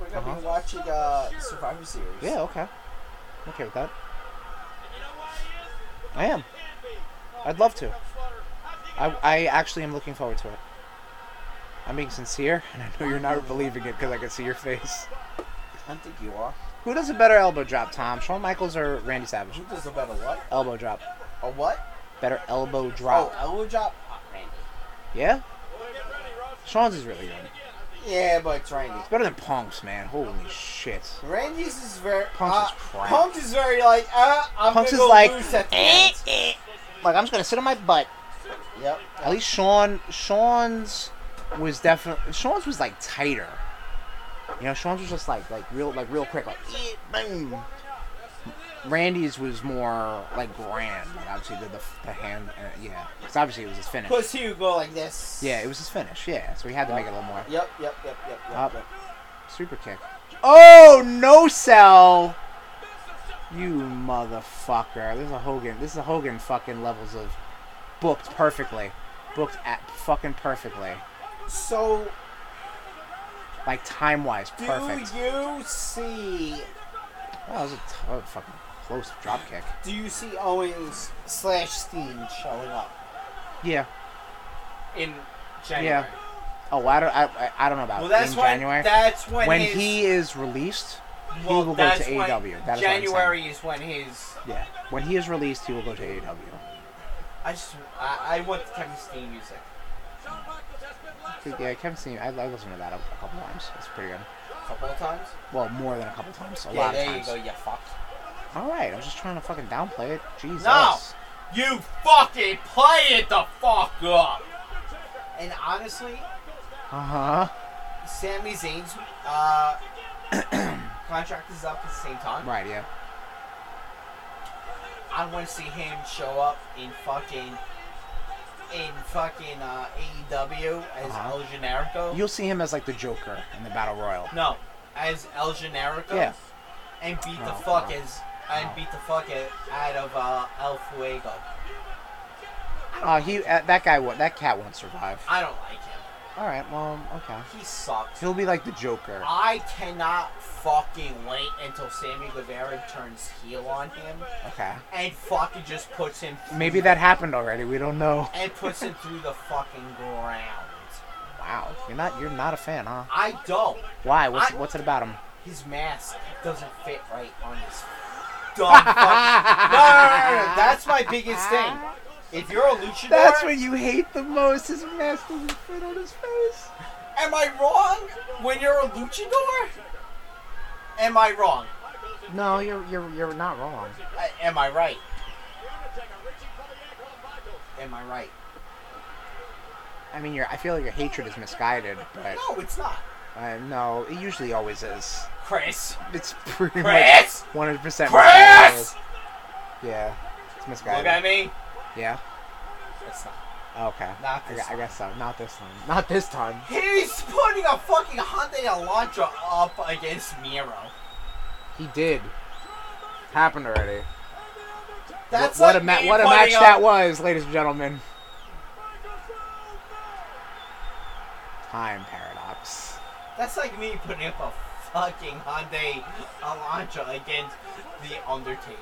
[SPEAKER 3] we're gonna be watching uh, Survivor Series.
[SPEAKER 1] Uh-huh. Yeah, okay. I'm okay with that. I am. I'd love to. I, I actually am looking forward to it. I'm being sincere, and I know you're not believing it because I can see your face.
[SPEAKER 3] I think you are.
[SPEAKER 1] Who does a better elbow drop, Tom? Shawn Michaels or Randy Savage?
[SPEAKER 3] Who does a better what?
[SPEAKER 1] Elbow drop.
[SPEAKER 3] A what?
[SPEAKER 1] Better elbow
[SPEAKER 3] Oh,
[SPEAKER 1] drop.
[SPEAKER 3] elbow drop. Ah, Randy.
[SPEAKER 1] Yeah? Shawn's is really good.
[SPEAKER 3] Yeah, but it's Randy.
[SPEAKER 1] It's better than Punk's, man. Holy shit.
[SPEAKER 3] Randy's is very.
[SPEAKER 1] Punk's
[SPEAKER 3] uh,
[SPEAKER 1] is crap.
[SPEAKER 3] Punk's is very like. Uh, I'm
[SPEAKER 1] Punk's
[SPEAKER 3] gonna
[SPEAKER 1] is like,
[SPEAKER 3] lose at the
[SPEAKER 1] "Eh,
[SPEAKER 3] end."
[SPEAKER 1] eh." Like, I'm just going to sit on my butt.
[SPEAKER 3] Yep.
[SPEAKER 1] At least Sean Sean's was definitely Sean's was like tighter. You know, Sean's was just like like real like real quick like eh, boom. Randy's was more like grand. Like obviously the the, the hand uh, yeah. Because obviously it was his finish.
[SPEAKER 3] Plus he would go like this.
[SPEAKER 1] Yeah, it was his finish. Yeah, so he had to make it a little more.
[SPEAKER 3] Yep, yep, yep, yep,
[SPEAKER 1] Up.
[SPEAKER 3] yep. yep.
[SPEAKER 1] Super kick. Oh no sell. You motherfucker. This is a Hogan. This is a Hogan fucking levels of booked perfectly. Booked at fucking perfectly.
[SPEAKER 3] So,
[SPEAKER 1] like time wise,
[SPEAKER 3] do
[SPEAKER 1] perfect.
[SPEAKER 3] you see?
[SPEAKER 1] Wow, that was a t- oh, fucking close drop kick.
[SPEAKER 3] Do you see Owens slash Steen showing up?
[SPEAKER 1] Yeah,
[SPEAKER 3] in
[SPEAKER 1] yeah.
[SPEAKER 3] January.
[SPEAKER 1] Oh, I don't, I, I- I don't know about
[SPEAKER 3] Well,
[SPEAKER 1] it.
[SPEAKER 3] that's
[SPEAKER 1] in
[SPEAKER 3] when,
[SPEAKER 1] January.
[SPEAKER 3] That's when,
[SPEAKER 1] when
[SPEAKER 3] his,
[SPEAKER 1] he is released, he
[SPEAKER 3] well,
[SPEAKER 1] will go
[SPEAKER 3] that's
[SPEAKER 1] to
[SPEAKER 3] when-
[SPEAKER 1] AEW. That is what I'm
[SPEAKER 3] January is when his.
[SPEAKER 1] saying. Yeah, when he is released, he will go to E AEW.
[SPEAKER 3] I just I, I want the Kevin Steen music.
[SPEAKER 1] Yeah, Kevin Steen, I, I listened to that a, a couple times. That's pretty good.
[SPEAKER 3] couple of times.
[SPEAKER 1] Well, more than a couple times. A
[SPEAKER 3] Yeah,
[SPEAKER 1] lot of
[SPEAKER 3] there you
[SPEAKER 1] times.
[SPEAKER 3] go. You fuck.
[SPEAKER 1] All right, I'm just trying to fucking downplay it. Jesus.
[SPEAKER 3] No!
[SPEAKER 15] You fucking play it the fuck up.
[SPEAKER 3] And honestly,
[SPEAKER 1] Uh huh.
[SPEAKER 3] Sami Zayn's uh, contract is up at the same time.
[SPEAKER 1] Right, yeah.
[SPEAKER 3] I want to see him show up in fucking in fucking uh, AEW as
[SPEAKER 1] Uh-huh.
[SPEAKER 3] El Generico.
[SPEAKER 1] You'll see him as like the Joker in the Battle Royal.
[SPEAKER 3] no, as El Generico.
[SPEAKER 1] Yeah.
[SPEAKER 3] And beat the
[SPEAKER 1] No,
[SPEAKER 3] fuck
[SPEAKER 1] no,
[SPEAKER 3] as and beat the fuck it out of uh, El Fuego.
[SPEAKER 1] Uh, he uh, that guy won't. That cat won't survive.
[SPEAKER 3] I don't like him.
[SPEAKER 1] All right. Well, okay.
[SPEAKER 3] He sucks.
[SPEAKER 1] He'll be like the Joker.
[SPEAKER 3] I cannot fucking wait until Sammy Guevara turns heel on him
[SPEAKER 1] Okay.
[SPEAKER 3] and fucking just puts him
[SPEAKER 1] Maybe that happened already. We don't know.
[SPEAKER 3] and puts him through the fucking ground.
[SPEAKER 1] Wow. You're not. You're not a fan, huh?
[SPEAKER 3] I don't.
[SPEAKER 1] Why? What's
[SPEAKER 3] I-
[SPEAKER 1] What's it about him?
[SPEAKER 3] His mask doesn't fit right on his dumb fucking. No, no, no, no, no, That's my biggest thing. If you're a luchador,
[SPEAKER 1] That's what you hate the most. His mask doesn't fit on his face.
[SPEAKER 3] am I wrong? When you're a luchador, am I wrong?
[SPEAKER 1] No, you're you're you're not wrong.
[SPEAKER 3] I- am I right? Am I right?
[SPEAKER 1] I mean, your I feel like your hatred is misguided, but
[SPEAKER 3] No, it's not.
[SPEAKER 1] uh, no, it usually always is.
[SPEAKER 3] Chris,
[SPEAKER 1] It's pretty
[SPEAKER 3] Chris?
[SPEAKER 1] much one hundred percent.
[SPEAKER 3] Chris,
[SPEAKER 1] Yeah, it's misguided.
[SPEAKER 3] look at me.
[SPEAKER 1] Yeah. Oh,
[SPEAKER 3] It's not.
[SPEAKER 1] Okay.
[SPEAKER 3] Not
[SPEAKER 1] I,
[SPEAKER 3] this
[SPEAKER 1] gu- I guess so. Not this time. Not this time.
[SPEAKER 3] He's putting a fucking Hyundai Elantra up against Miro.
[SPEAKER 1] He did. Happened already.
[SPEAKER 3] That's
[SPEAKER 1] what
[SPEAKER 3] like
[SPEAKER 1] a ma-
[SPEAKER 3] me
[SPEAKER 1] what a
[SPEAKER 3] putting
[SPEAKER 1] match
[SPEAKER 3] up-
[SPEAKER 1] that was, ladies and gentlemen. Time paradox.
[SPEAKER 3] That's like me putting up a fucking Hyundai Elantra against the Undertaker.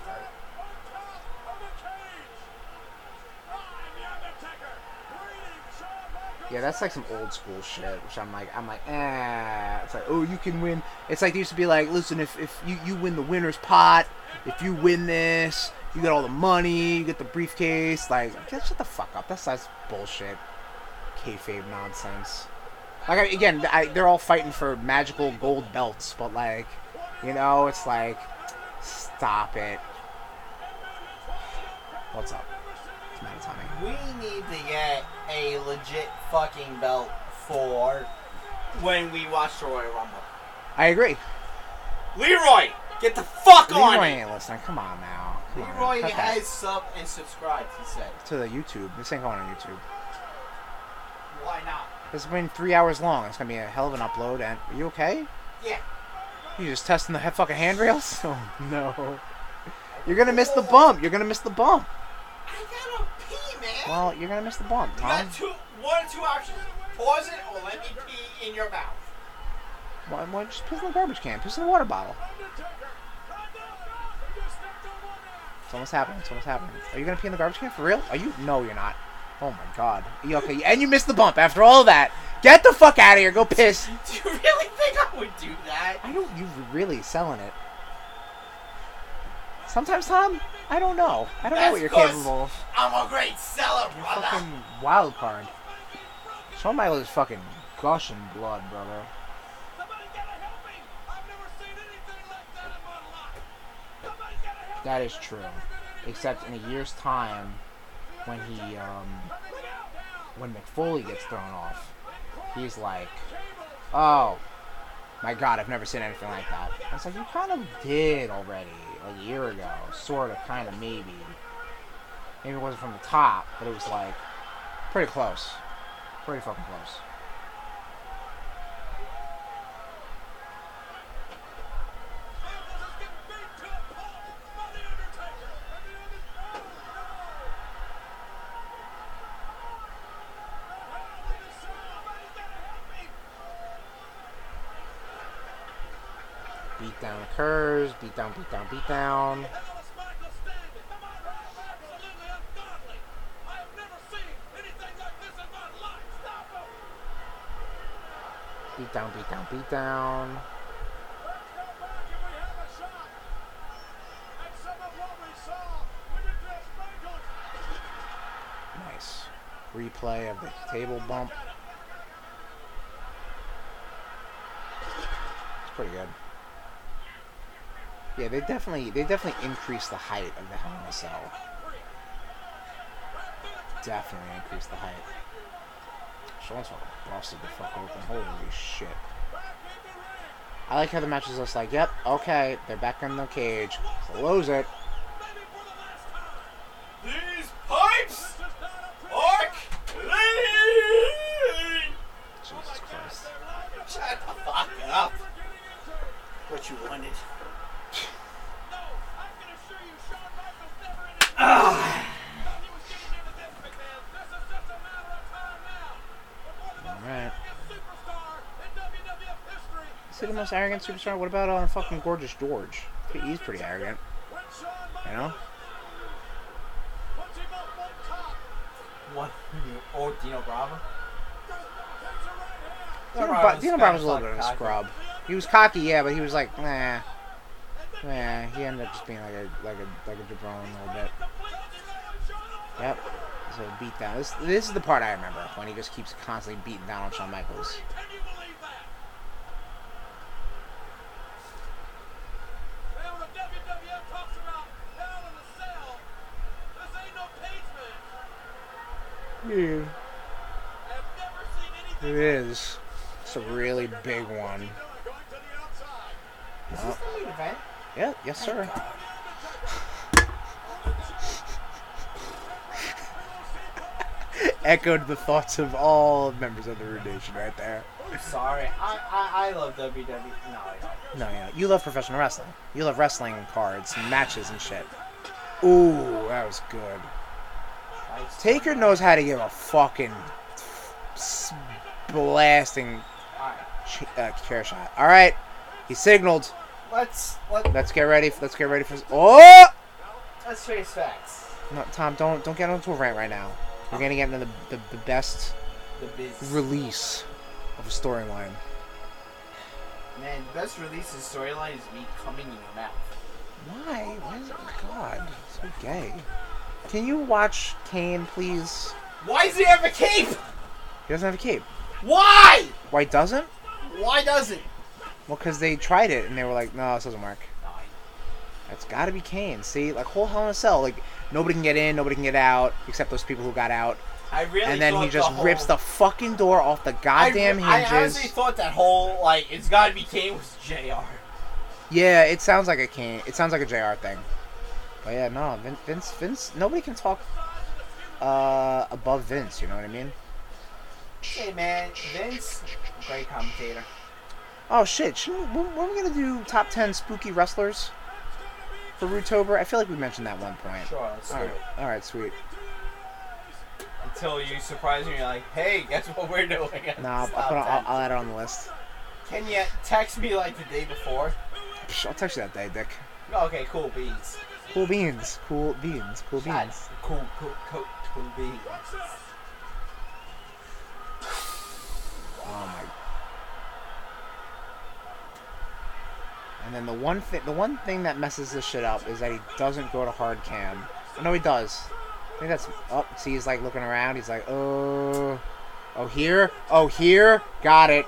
[SPEAKER 1] Yeah, that's like some old school shit, which I'm like, I'm like, eh. It's like, oh, you can win. It's like they used to be like, listen, if, if you, you win the winner's pot, if you win this, you get all the money, you get the briefcase. Like, just shut the fuck up. That's that's bullshit, kayfabe nonsense. Like I, again, I, they're all fighting for magical gold belts, but like, you know, it's like, stop it. What's up? It's Matt and Tommy.
[SPEAKER 3] We need to get a legit fucking belt for when we watch the Royal Rumble.
[SPEAKER 1] I agree.
[SPEAKER 15] Leroy,
[SPEAKER 3] Get the fuck on
[SPEAKER 1] Leroy
[SPEAKER 3] it!
[SPEAKER 1] ain't listening. Come on now. Come on,
[SPEAKER 3] Leroy
[SPEAKER 1] cut that.
[SPEAKER 3] has sub and subscribed, he said.
[SPEAKER 1] to the YouTube. This ain't going on YouTube.
[SPEAKER 3] Why not?
[SPEAKER 1] This has been three hours long. It's gonna be a hell of an upload. And are you okay?
[SPEAKER 3] Yeah.
[SPEAKER 1] You just testing the he- fucking handrails? Oh no. You're gonna miss the bump. You're gonna miss the bump.
[SPEAKER 3] I gotta pee, man!
[SPEAKER 1] Well, you're gonna miss the bump,
[SPEAKER 3] you
[SPEAKER 1] Tom.
[SPEAKER 3] got two, one or two options. Pause it or let me pee in your mouth.
[SPEAKER 1] Why, why just piss in the garbage can? Piss in the water bottle. It's almost happening. It's almost happening. Are you gonna pee in the garbage can for real? Are you? No, you're not. Oh my god. You okay? And you missed the bump after all that. Get the fuck out of here. Go piss.
[SPEAKER 3] Do you really think I would do that?
[SPEAKER 1] I don't. You really selling it. Sometimes, Tom. I don't know. I don't know
[SPEAKER 3] That's
[SPEAKER 1] what you're
[SPEAKER 3] 'cause
[SPEAKER 1] capable of.
[SPEAKER 3] I'm a great seller, brother!
[SPEAKER 1] Fucking wild card. Shawn Michaels is fucking gushing blood, brother. That is true. Except in a year's time, when he, um, when McFoley gets thrown off, he's like, oh, my God, I've never seen anything like that. I was like, you kind of did already a year ago, sort of, kind of, maybe. Maybe it wasn't from the top, but it was like pretty close, pretty fucking close. Beatdown occurs. Beatdown, beatdown, beatdown. Beatdown, beatdown, beatdown. Nice. Replay of the table bump. pretty good. Yeah, they definitely they definitely increased the height of the Hell in a Cell. Definitely increased the height. Sean's fucking busted the fuck open. Holy shit. I like how the match is just like, yep, okay, they're back in the cage. Close it.
[SPEAKER 15] These pipes are clean!
[SPEAKER 1] Jesus Christ.
[SPEAKER 3] Shut the fuck up. What you wanted.
[SPEAKER 1] Alright. Is he the most arrogant superstar? What about uh, fucking Gorgeous George? He's pretty arrogant. You know?
[SPEAKER 3] What? Or Dino Bravo?
[SPEAKER 1] Dino, Bra- Dino Bravo's a little bit of a scrub. He was cocky, yeah, but he was like, nah. Nah, he ended up just being like a like a like a jabron a little bit. Yep. So beat down. This this is the part I remember when he just keeps constantly beating down on Shawn Michaels. Yeah. It is. It's a really big one.
[SPEAKER 3] Is this the main event?
[SPEAKER 1] Yeah, yes sir. Echoed the thoughts of all members of the Rude Nation right there.
[SPEAKER 3] I'm sorry. I, I, I love WWE. No, I don't.
[SPEAKER 1] No, yeah. You love professional wrestling. You love wrestling cards, and matches, and shit. Ooh, that was good.
[SPEAKER 3] I-
[SPEAKER 1] Taker knows how to give a fucking s- blasting
[SPEAKER 3] Alright.
[SPEAKER 1] ch- uh, chair shot. All right, he signaled.
[SPEAKER 3] Let's let,
[SPEAKER 1] Let's get ready. Let's get ready for. Oh
[SPEAKER 3] let's face facts.
[SPEAKER 1] no, Tom! Don't don't get onto a rant right now. We're gonna get into the, the, the best
[SPEAKER 3] The biz.
[SPEAKER 1] release of a storyline.
[SPEAKER 3] Man, the best release in storyline is me coming in your mouth.
[SPEAKER 1] Why? Why is it?
[SPEAKER 3] oh
[SPEAKER 1] God, so gay. Can you watch Kane, please?
[SPEAKER 3] Why does he have a cape?
[SPEAKER 1] He doesn't have a cape.
[SPEAKER 3] Why?
[SPEAKER 1] Why doesn't?
[SPEAKER 3] Why doesn't?
[SPEAKER 1] Well, because they tried it and they were like, no, this doesn't work.
[SPEAKER 3] Nine.
[SPEAKER 1] It's got to be Kane. See, like whole Hell in a Cell. Like nobody can get in, nobody can get out, except those people who got out.
[SPEAKER 3] I really.
[SPEAKER 1] And then
[SPEAKER 3] thought
[SPEAKER 1] he just
[SPEAKER 3] the whole,
[SPEAKER 1] rips the fucking door off the goddamn
[SPEAKER 3] I, re-
[SPEAKER 1] hinges.
[SPEAKER 3] I honestly thought that whole like it's got to be Kane was Jr.
[SPEAKER 1] Yeah, it sounds like a Kane. It sounds like a JR thing. But yeah, no, Vin- Vince, Vince, nobody can talk uh, above Vince. You know what I mean?
[SPEAKER 3] Hey man, Vince, great commentator.
[SPEAKER 1] Oh shit! Shouldn't, when, when are we gonna do top ten spooky wrestlers for Rootober? I feel like we mentioned that at one point.
[SPEAKER 3] Sure, let's do
[SPEAKER 1] All right,
[SPEAKER 3] it.
[SPEAKER 1] all right, sweet.
[SPEAKER 3] Until you surprise me, you're like, hey, guess what we're doing? at
[SPEAKER 1] No, I'll,
[SPEAKER 3] this
[SPEAKER 1] I'll,
[SPEAKER 3] top
[SPEAKER 1] put it- I'll,
[SPEAKER 3] ten?"
[SPEAKER 1] I'll add it on the list.
[SPEAKER 3] Can you text me like the day before?
[SPEAKER 1] Psh, I'll text you that day, Dick.
[SPEAKER 3] Okay, cool beans.
[SPEAKER 1] Cool beans, cool beans, cool
[SPEAKER 3] God,
[SPEAKER 1] beans.
[SPEAKER 3] cool, cool, cool, cool beans.
[SPEAKER 1] Oh my. And then the one thing, the one thing that messes this shit up is that he doesn't go to hard cam. Oh, No, he does. I think that's up. see, he's like looking around. He's like, oh, oh here, oh here, got it.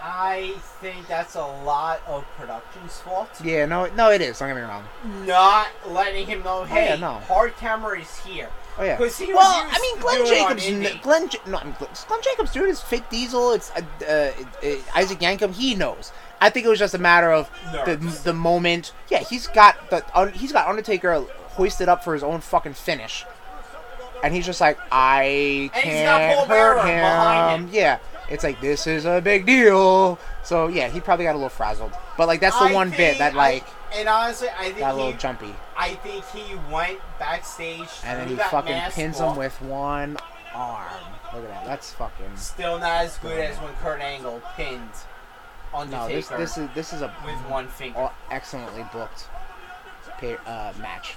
[SPEAKER 3] I think that's a lot of production's fault.
[SPEAKER 1] Yeah, no, no, it is. Don't get me wrong.
[SPEAKER 3] Not letting him know, hey,
[SPEAKER 1] Oh, yeah, no.
[SPEAKER 3] hard camera is here.
[SPEAKER 1] Oh yeah.
[SPEAKER 3] Because he was
[SPEAKER 1] well,
[SPEAKER 3] used
[SPEAKER 1] I mean,
[SPEAKER 3] to
[SPEAKER 1] Glenn
[SPEAKER 3] doing it on
[SPEAKER 1] Jacobs, kn-
[SPEAKER 3] indie.
[SPEAKER 1] Glenn, Ja- no, I mean, Glenn, Glenn Jacobs, dude, is fake Diesel. It's uh, uh, uh, Isaac Yankum. He knows. I think it was just a matter of the,
[SPEAKER 3] Nerves.
[SPEAKER 1] the moment. Yeah, he's got the un, he's got Undertaker hoisted up for his own fucking finish, and he's just like, I
[SPEAKER 3] And he's got
[SPEAKER 1] can't
[SPEAKER 3] Paul
[SPEAKER 1] hurt
[SPEAKER 3] Bearer
[SPEAKER 1] him.
[SPEAKER 3] behind him.
[SPEAKER 1] Yeah, it's like this is a big deal. So yeah, he probably got a little frazzled, but like that's the
[SPEAKER 3] I
[SPEAKER 1] one bit
[SPEAKER 3] think
[SPEAKER 1] that
[SPEAKER 3] I-
[SPEAKER 1] like
[SPEAKER 3] and honestly, I think
[SPEAKER 1] got a little
[SPEAKER 3] he,
[SPEAKER 1] jumpy,
[SPEAKER 3] I think he went backstage
[SPEAKER 1] and then
[SPEAKER 3] threw
[SPEAKER 1] he
[SPEAKER 3] that
[SPEAKER 1] fucking
[SPEAKER 3] mask
[SPEAKER 1] pins
[SPEAKER 3] off.
[SPEAKER 1] him with one arm. Look at that. That's fucking.
[SPEAKER 3] Still not as good as when Kurt Angle pinned
[SPEAKER 1] No,
[SPEAKER 3] Undertaker
[SPEAKER 1] this this is Oh, this is a
[SPEAKER 3] with one finger.
[SPEAKER 1] aw- excellently booked pay, uh, match.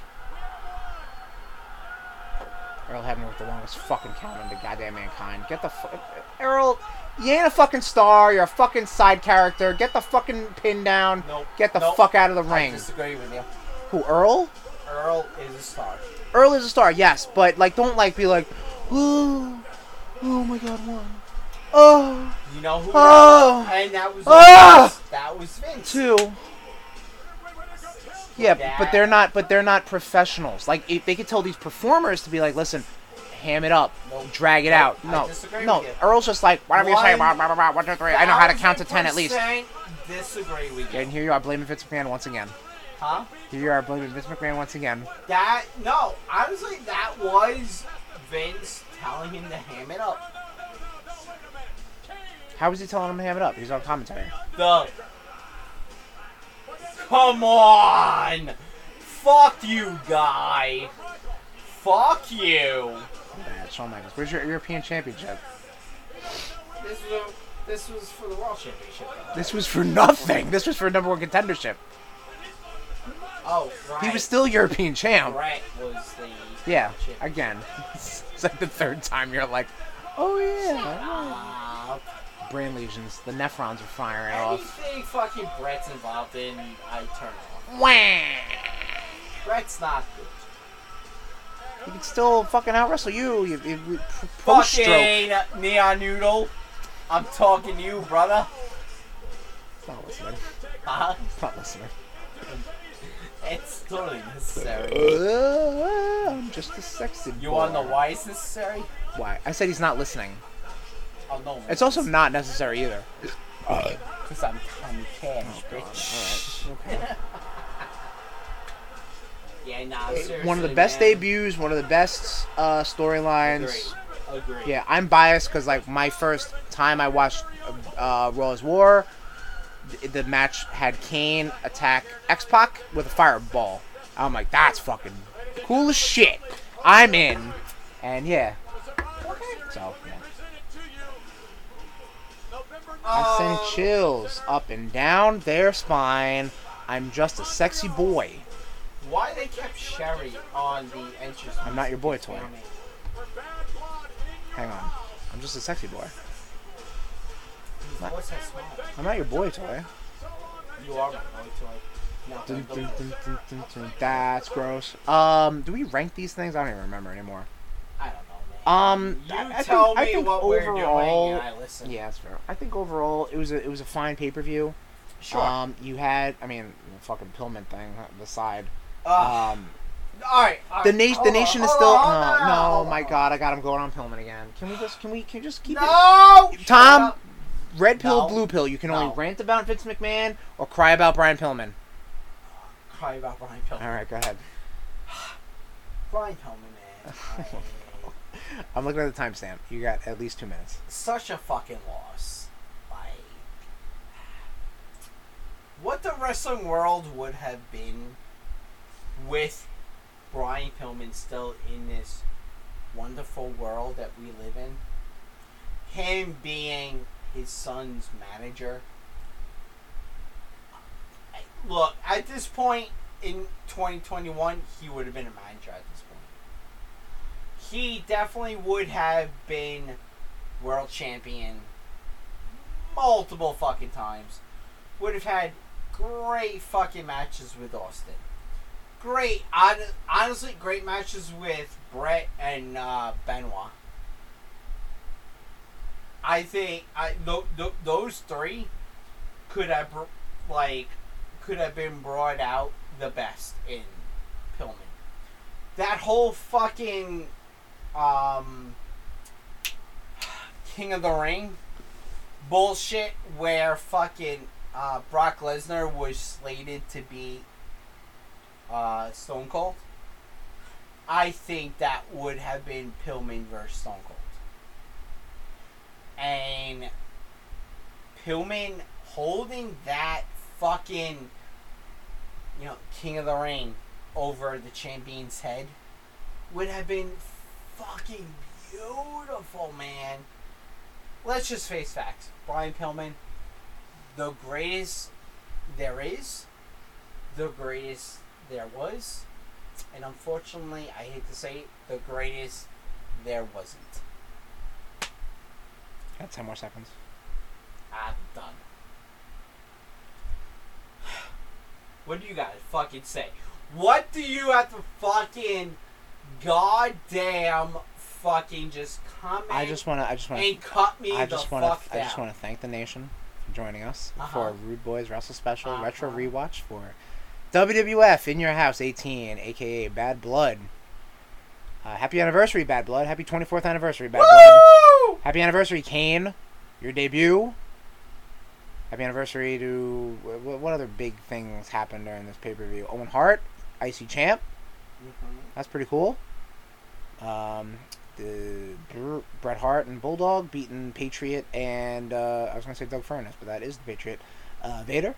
[SPEAKER 1] Earl Hebner with the longest fucking count on the goddamn mankind. Get the fuck, Earl. You ain't a fucking star. You're a fucking side character. Get the fucking pin down.
[SPEAKER 3] Nope,
[SPEAKER 1] Get the
[SPEAKER 3] nope.
[SPEAKER 1] fuck out of the
[SPEAKER 3] I
[SPEAKER 1] ring.
[SPEAKER 3] disagree with you.
[SPEAKER 1] Who Earl?
[SPEAKER 3] Earl is a star.
[SPEAKER 1] Earl is a star, yes, but like don't like be like, oh, oh my god, one. Oh,
[SPEAKER 3] You know who?
[SPEAKER 1] Oh.
[SPEAKER 3] knows? and that was
[SPEAKER 1] Ah.
[SPEAKER 3] that was Vince.
[SPEAKER 1] two. Yeah, b- but they're not. But they're not professionals. Like if they could tell these performers to be like, listen, ham it up,
[SPEAKER 3] Nope.
[SPEAKER 1] drag it out.
[SPEAKER 3] I
[SPEAKER 1] No,
[SPEAKER 3] disagree
[SPEAKER 1] no.
[SPEAKER 3] with you.
[SPEAKER 1] Earl's just like whatever you say.
[SPEAKER 3] One
[SPEAKER 1] Blah, blah, blah, blah, one, two, three. I know how to count to ten at least.
[SPEAKER 3] 1000% Disagree with you,
[SPEAKER 1] And here you are blaming Vince McMahon once again.
[SPEAKER 3] huh?
[SPEAKER 1] Here you are blaming Vince McMahon once again.
[SPEAKER 3] That no, honestly, that was Vince telling him to ham it up.
[SPEAKER 1] How was he telling him to ham it up? He's on commentary.
[SPEAKER 3] The come on, fuck you, guy, fuck you.
[SPEAKER 1] Bad, Shawn Michaels. Where's your European Championship?
[SPEAKER 3] This was a, this was for the world championship.
[SPEAKER 1] This was for nothing. This was for a number one contendership.
[SPEAKER 3] Oh, right.
[SPEAKER 1] He was still European champ.
[SPEAKER 3] Brett was the
[SPEAKER 1] Yeah,
[SPEAKER 3] championship.
[SPEAKER 1] again. It's like the third time you're like, oh
[SPEAKER 3] Uh,
[SPEAKER 1] yeah. Brain lesions. The nephrons are firing off.
[SPEAKER 3] anything fucking Brett's involved in, I turn off.
[SPEAKER 1] Wah!
[SPEAKER 3] Brett's not good.
[SPEAKER 1] He can still fucking out wrestle you. you, you, you Post stroke.
[SPEAKER 3] Fucking neon noodle. I'm talking to you, brother.
[SPEAKER 1] Not listening.
[SPEAKER 3] Huh?
[SPEAKER 1] Not listening.
[SPEAKER 3] It's totally necessary.
[SPEAKER 1] Uh, I'm just a sexy.
[SPEAKER 3] You
[SPEAKER 1] boy.
[SPEAKER 3] want to know why it's necessary?
[SPEAKER 1] Why? I said he's not listening.
[SPEAKER 3] Oh no.
[SPEAKER 1] It's also not necessary either.
[SPEAKER 3] because I'm Tommy Cash, bitch. yeah, nah. Seriously,
[SPEAKER 1] One of the best
[SPEAKER 3] man.
[SPEAKER 1] debuts. One of the best uh, storylines.
[SPEAKER 3] Great. Agree.
[SPEAKER 1] Yeah, I'm biased because like my first time I watched uh, Raw's War, th- the match had Kane attack X Pac with a fireball. I'm like, that's fucking cool as shit. I'm in, and yeah. So yeah. I send chills up and down their spine. I'm just a sexy boy.
[SPEAKER 3] Why they kept Sherry on the entrance?
[SPEAKER 1] I'm not your boy toy.
[SPEAKER 3] music?
[SPEAKER 1] Hang on. I'm just a sexy boy.
[SPEAKER 3] What's that smile?
[SPEAKER 1] I'm not your boy toy.
[SPEAKER 3] You are my boy toy. No,
[SPEAKER 1] Dun,
[SPEAKER 3] but-
[SPEAKER 1] dun, dun, dun, dun, dun. That's gross. Um, do we rank these things? I don't even remember anymore.
[SPEAKER 3] I don't know, man.
[SPEAKER 1] Um,
[SPEAKER 3] you
[SPEAKER 1] I- I think-
[SPEAKER 3] tell
[SPEAKER 1] I
[SPEAKER 3] me
[SPEAKER 1] think
[SPEAKER 3] what
[SPEAKER 1] overall-
[SPEAKER 3] we're doing, and I listen.
[SPEAKER 1] Yeah, that's fair. I think overall it was a it was a fine pay per view.
[SPEAKER 3] sure.
[SPEAKER 1] Um, you had I mean the fucking Pillman thing on the side.
[SPEAKER 3] Uh,
[SPEAKER 1] Um,
[SPEAKER 3] all right. all
[SPEAKER 1] the
[SPEAKER 3] right,
[SPEAKER 1] nation the
[SPEAKER 3] hold on,
[SPEAKER 1] nation is
[SPEAKER 3] hold
[SPEAKER 1] still
[SPEAKER 3] on, hold
[SPEAKER 1] no
[SPEAKER 3] on,
[SPEAKER 1] no oh
[SPEAKER 3] hold
[SPEAKER 1] my
[SPEAKER 3] on.
[SPEAKER 1] god I got him going on Pillman again. Can we just can we can we just keep it
[SPEAKER 3] No.
[SPEAKER 1] Tom,
[SPEAKER 3] Shut up.
[SPEAKER 1] red pill
[SPEAKER 3] No.
[SPEAKER 1] blue pill? You can
[SPEAKER 3] No.
[SPEAKER 1] only rant about Vince McMahon or cry about Brian Pillman.
[SPEAKER 3] Cry about Brian Pillman.
[SPEAKER 1] All right, go ahead.
[SPEAKER 3] Brian Pillman, man. I-
[SPEAKER 1] I'm looking at the timestamp. You got at least two minutes.
[SPEAKER 3] such a fucking loss. Like, what the wrestling world would have been with Brian Pillman still in this wonderful world that we live in. Him being his son's manager. I- Look, at this point in 2021, he would have been a manager at this point. He definitely would have been world champion multiple fucking times. Would have had great fucking matches with Austin. Great, hon- honestly, great matches with Brett and uh, Benoit. I think I th- th- those three could have br- like could have been brought out the best in Pillman. That whole fucking um, King of the Ring bullshit where fucking uh, Brock Lesnar was slated to be uh, Stone Cold. I think that would have been Pillman versus Stone Cold. And Pillman holding that fucking, you know, King of the Ring over the champion's head would have been fucking beautiful, man. Let's just face facts. Brian Pillman, the greatest there is, the greatest there was, and unfortunately, I hate to say it, the greatest there wasn't.
[SPEAKER 1] Got ten more seconds.
[SPEAKER 3] I'm done. What do you guys fucking say? What do you have to fucking goddamn fucking just comment
[SPEAKER 1] I just want to. I just want
[SPEAKER 3] and
[SPEAKER 1] to.
[SPEAKER 3] cut me
[SPEAKER 1] I
[SPEAKER 3] the
[SPEAKER 1] just
[SPEAKER 3] fuck
[SPEAKER 1] want
[SPEAKER 3] down.
[SPEAKER 1] to. I just want to thank the nation for joining us for
[SPEAKER 3] Uh-huh.
[SPEAKER 1] our Rude Boys Wrestle Special Retro
[SPEAKER 3] Uh-huh.
[SPEAKER 1] Rewatch for WWF In Your House 18, aka Bad Blood. Uh, happy anniversary, Bad Blood. Happy 24th anniversary, Bad Blood. Happy anniversary, Kane. Your debut. Happy anniversary to wh- wh- what other big things happened during this pay per view? Owen Hart, Icy Champ. That's pretty cool. Um, the Br- Bret Hart and Bulldog beating Patriot and uh, I was gonna say Doug Furness, but that is the Patriot. Uh, Vader.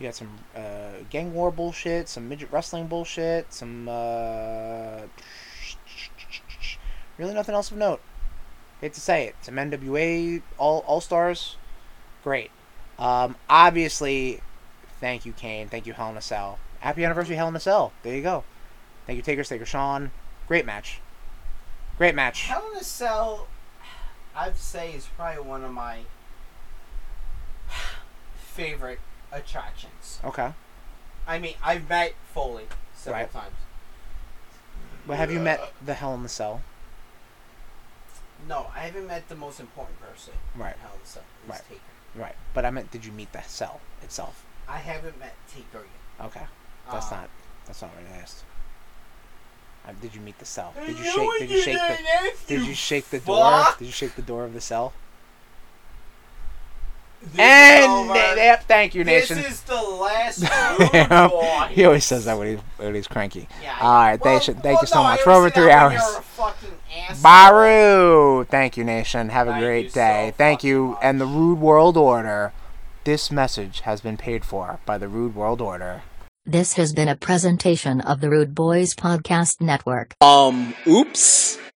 [SPEAKER 1] You got some uh, gang war bullshit, some midget wrestling bullshit, some uh, really nothing else of note. Hate to say it, some NWA all all stars, great. Um, obviously, thank you Kane, thank you Hell in a Cell. Happy anniversary Hell in a Cell. There you go. Thank you Taker, Taker Sean. Great match. Great match.
[SPEAKER 3] Hell in a Cell, I'd say is probably one of my favorite attractions.
[SPEAKER 1] Okay.
[SPEAKER 3] I mean, I've met Foley several
[SPEAKER 1] Right.
[SPEAKER 3] times.
[SPEAKER 1] Well, have you met the Hell in the Cell?
[SPEAKER 3] No, I haven't met the most important person. in
[SPEAKER 1] Right.
[SPEAKER 3] Hell in a Cell. It's
[SPEAKER 1] Right.
[SPEAKER 3] Taker.
[SPEAKER 1] Right. But I meant, did you meet the cell itself?
[SPEAKER 3] I haven't met Taker yet.
[SPEAKER 1] Okay. That's
[SPEAKER 3] Uh,
[SPEAKER 1] not. That's not what I asked. Uh, did you meet the cell?
[SPEAKER 3] I
[SPEAKER 1] Did you
[SPEAKER 3] knew
[SPEAKER 1] shake?
[SPEAKER 3] what
[SPEAKER 1] Did you shake the?
[SPEAKER 3] done asked,
[SPEAKER 1] Did you shake the door?
[SPEAKER 3] fuck!
[SPEAKER 1] Did you shake the door of the cell?
[SPEAKER 3] This is
[SPEAKER 1] And
[SPEAKER 3] over.
[SPEAKER 1] yep, thank you,
[SPEAKER 3] This
[SPEAKER 1] nation.
[SPEAKER 3] is the last
[SPEAKER 1] Yeah,
[SPEAKER 3] Rude Boys.
[SPEAKER 1] he always says that when, he, when he's cranky.
[SPEAKER 3] Yeah,
[SPEAKER 1] All right,
[SPEAKER 3] well-
[SPEAKER 1] thank you, thank
[SPEAKER 3] well,
[SPEAKER 1] you so
[SPEAKER 3] no, I
[SPEAKER 1] much. For over
[SPEAKER 3] always say
[SPEAKER 1] three
[SPEAKER 3] that when
[SPEAKER 1] hours.
[SPEAKER 3] you're a fucking asshole.
[SPEAKER 1] Baru, thank you, nation. Have a
[SPEAKER 3] Thank
[SPEAKER 1] great
[SPEAKER 3] you so
[SPEAKER 1] day. thank
[SPEAKER 3] fucking
[SPEAKER 1] you,
[SPEAKER 3] much.
[SPEAKER 1] and the Rude World Order. This message has been paid for by the Rude World Order.
[SPEAKER 17] This has been a presentation of the Rude Boys Podcast Network.
[SPEAKER 18] Um, oops.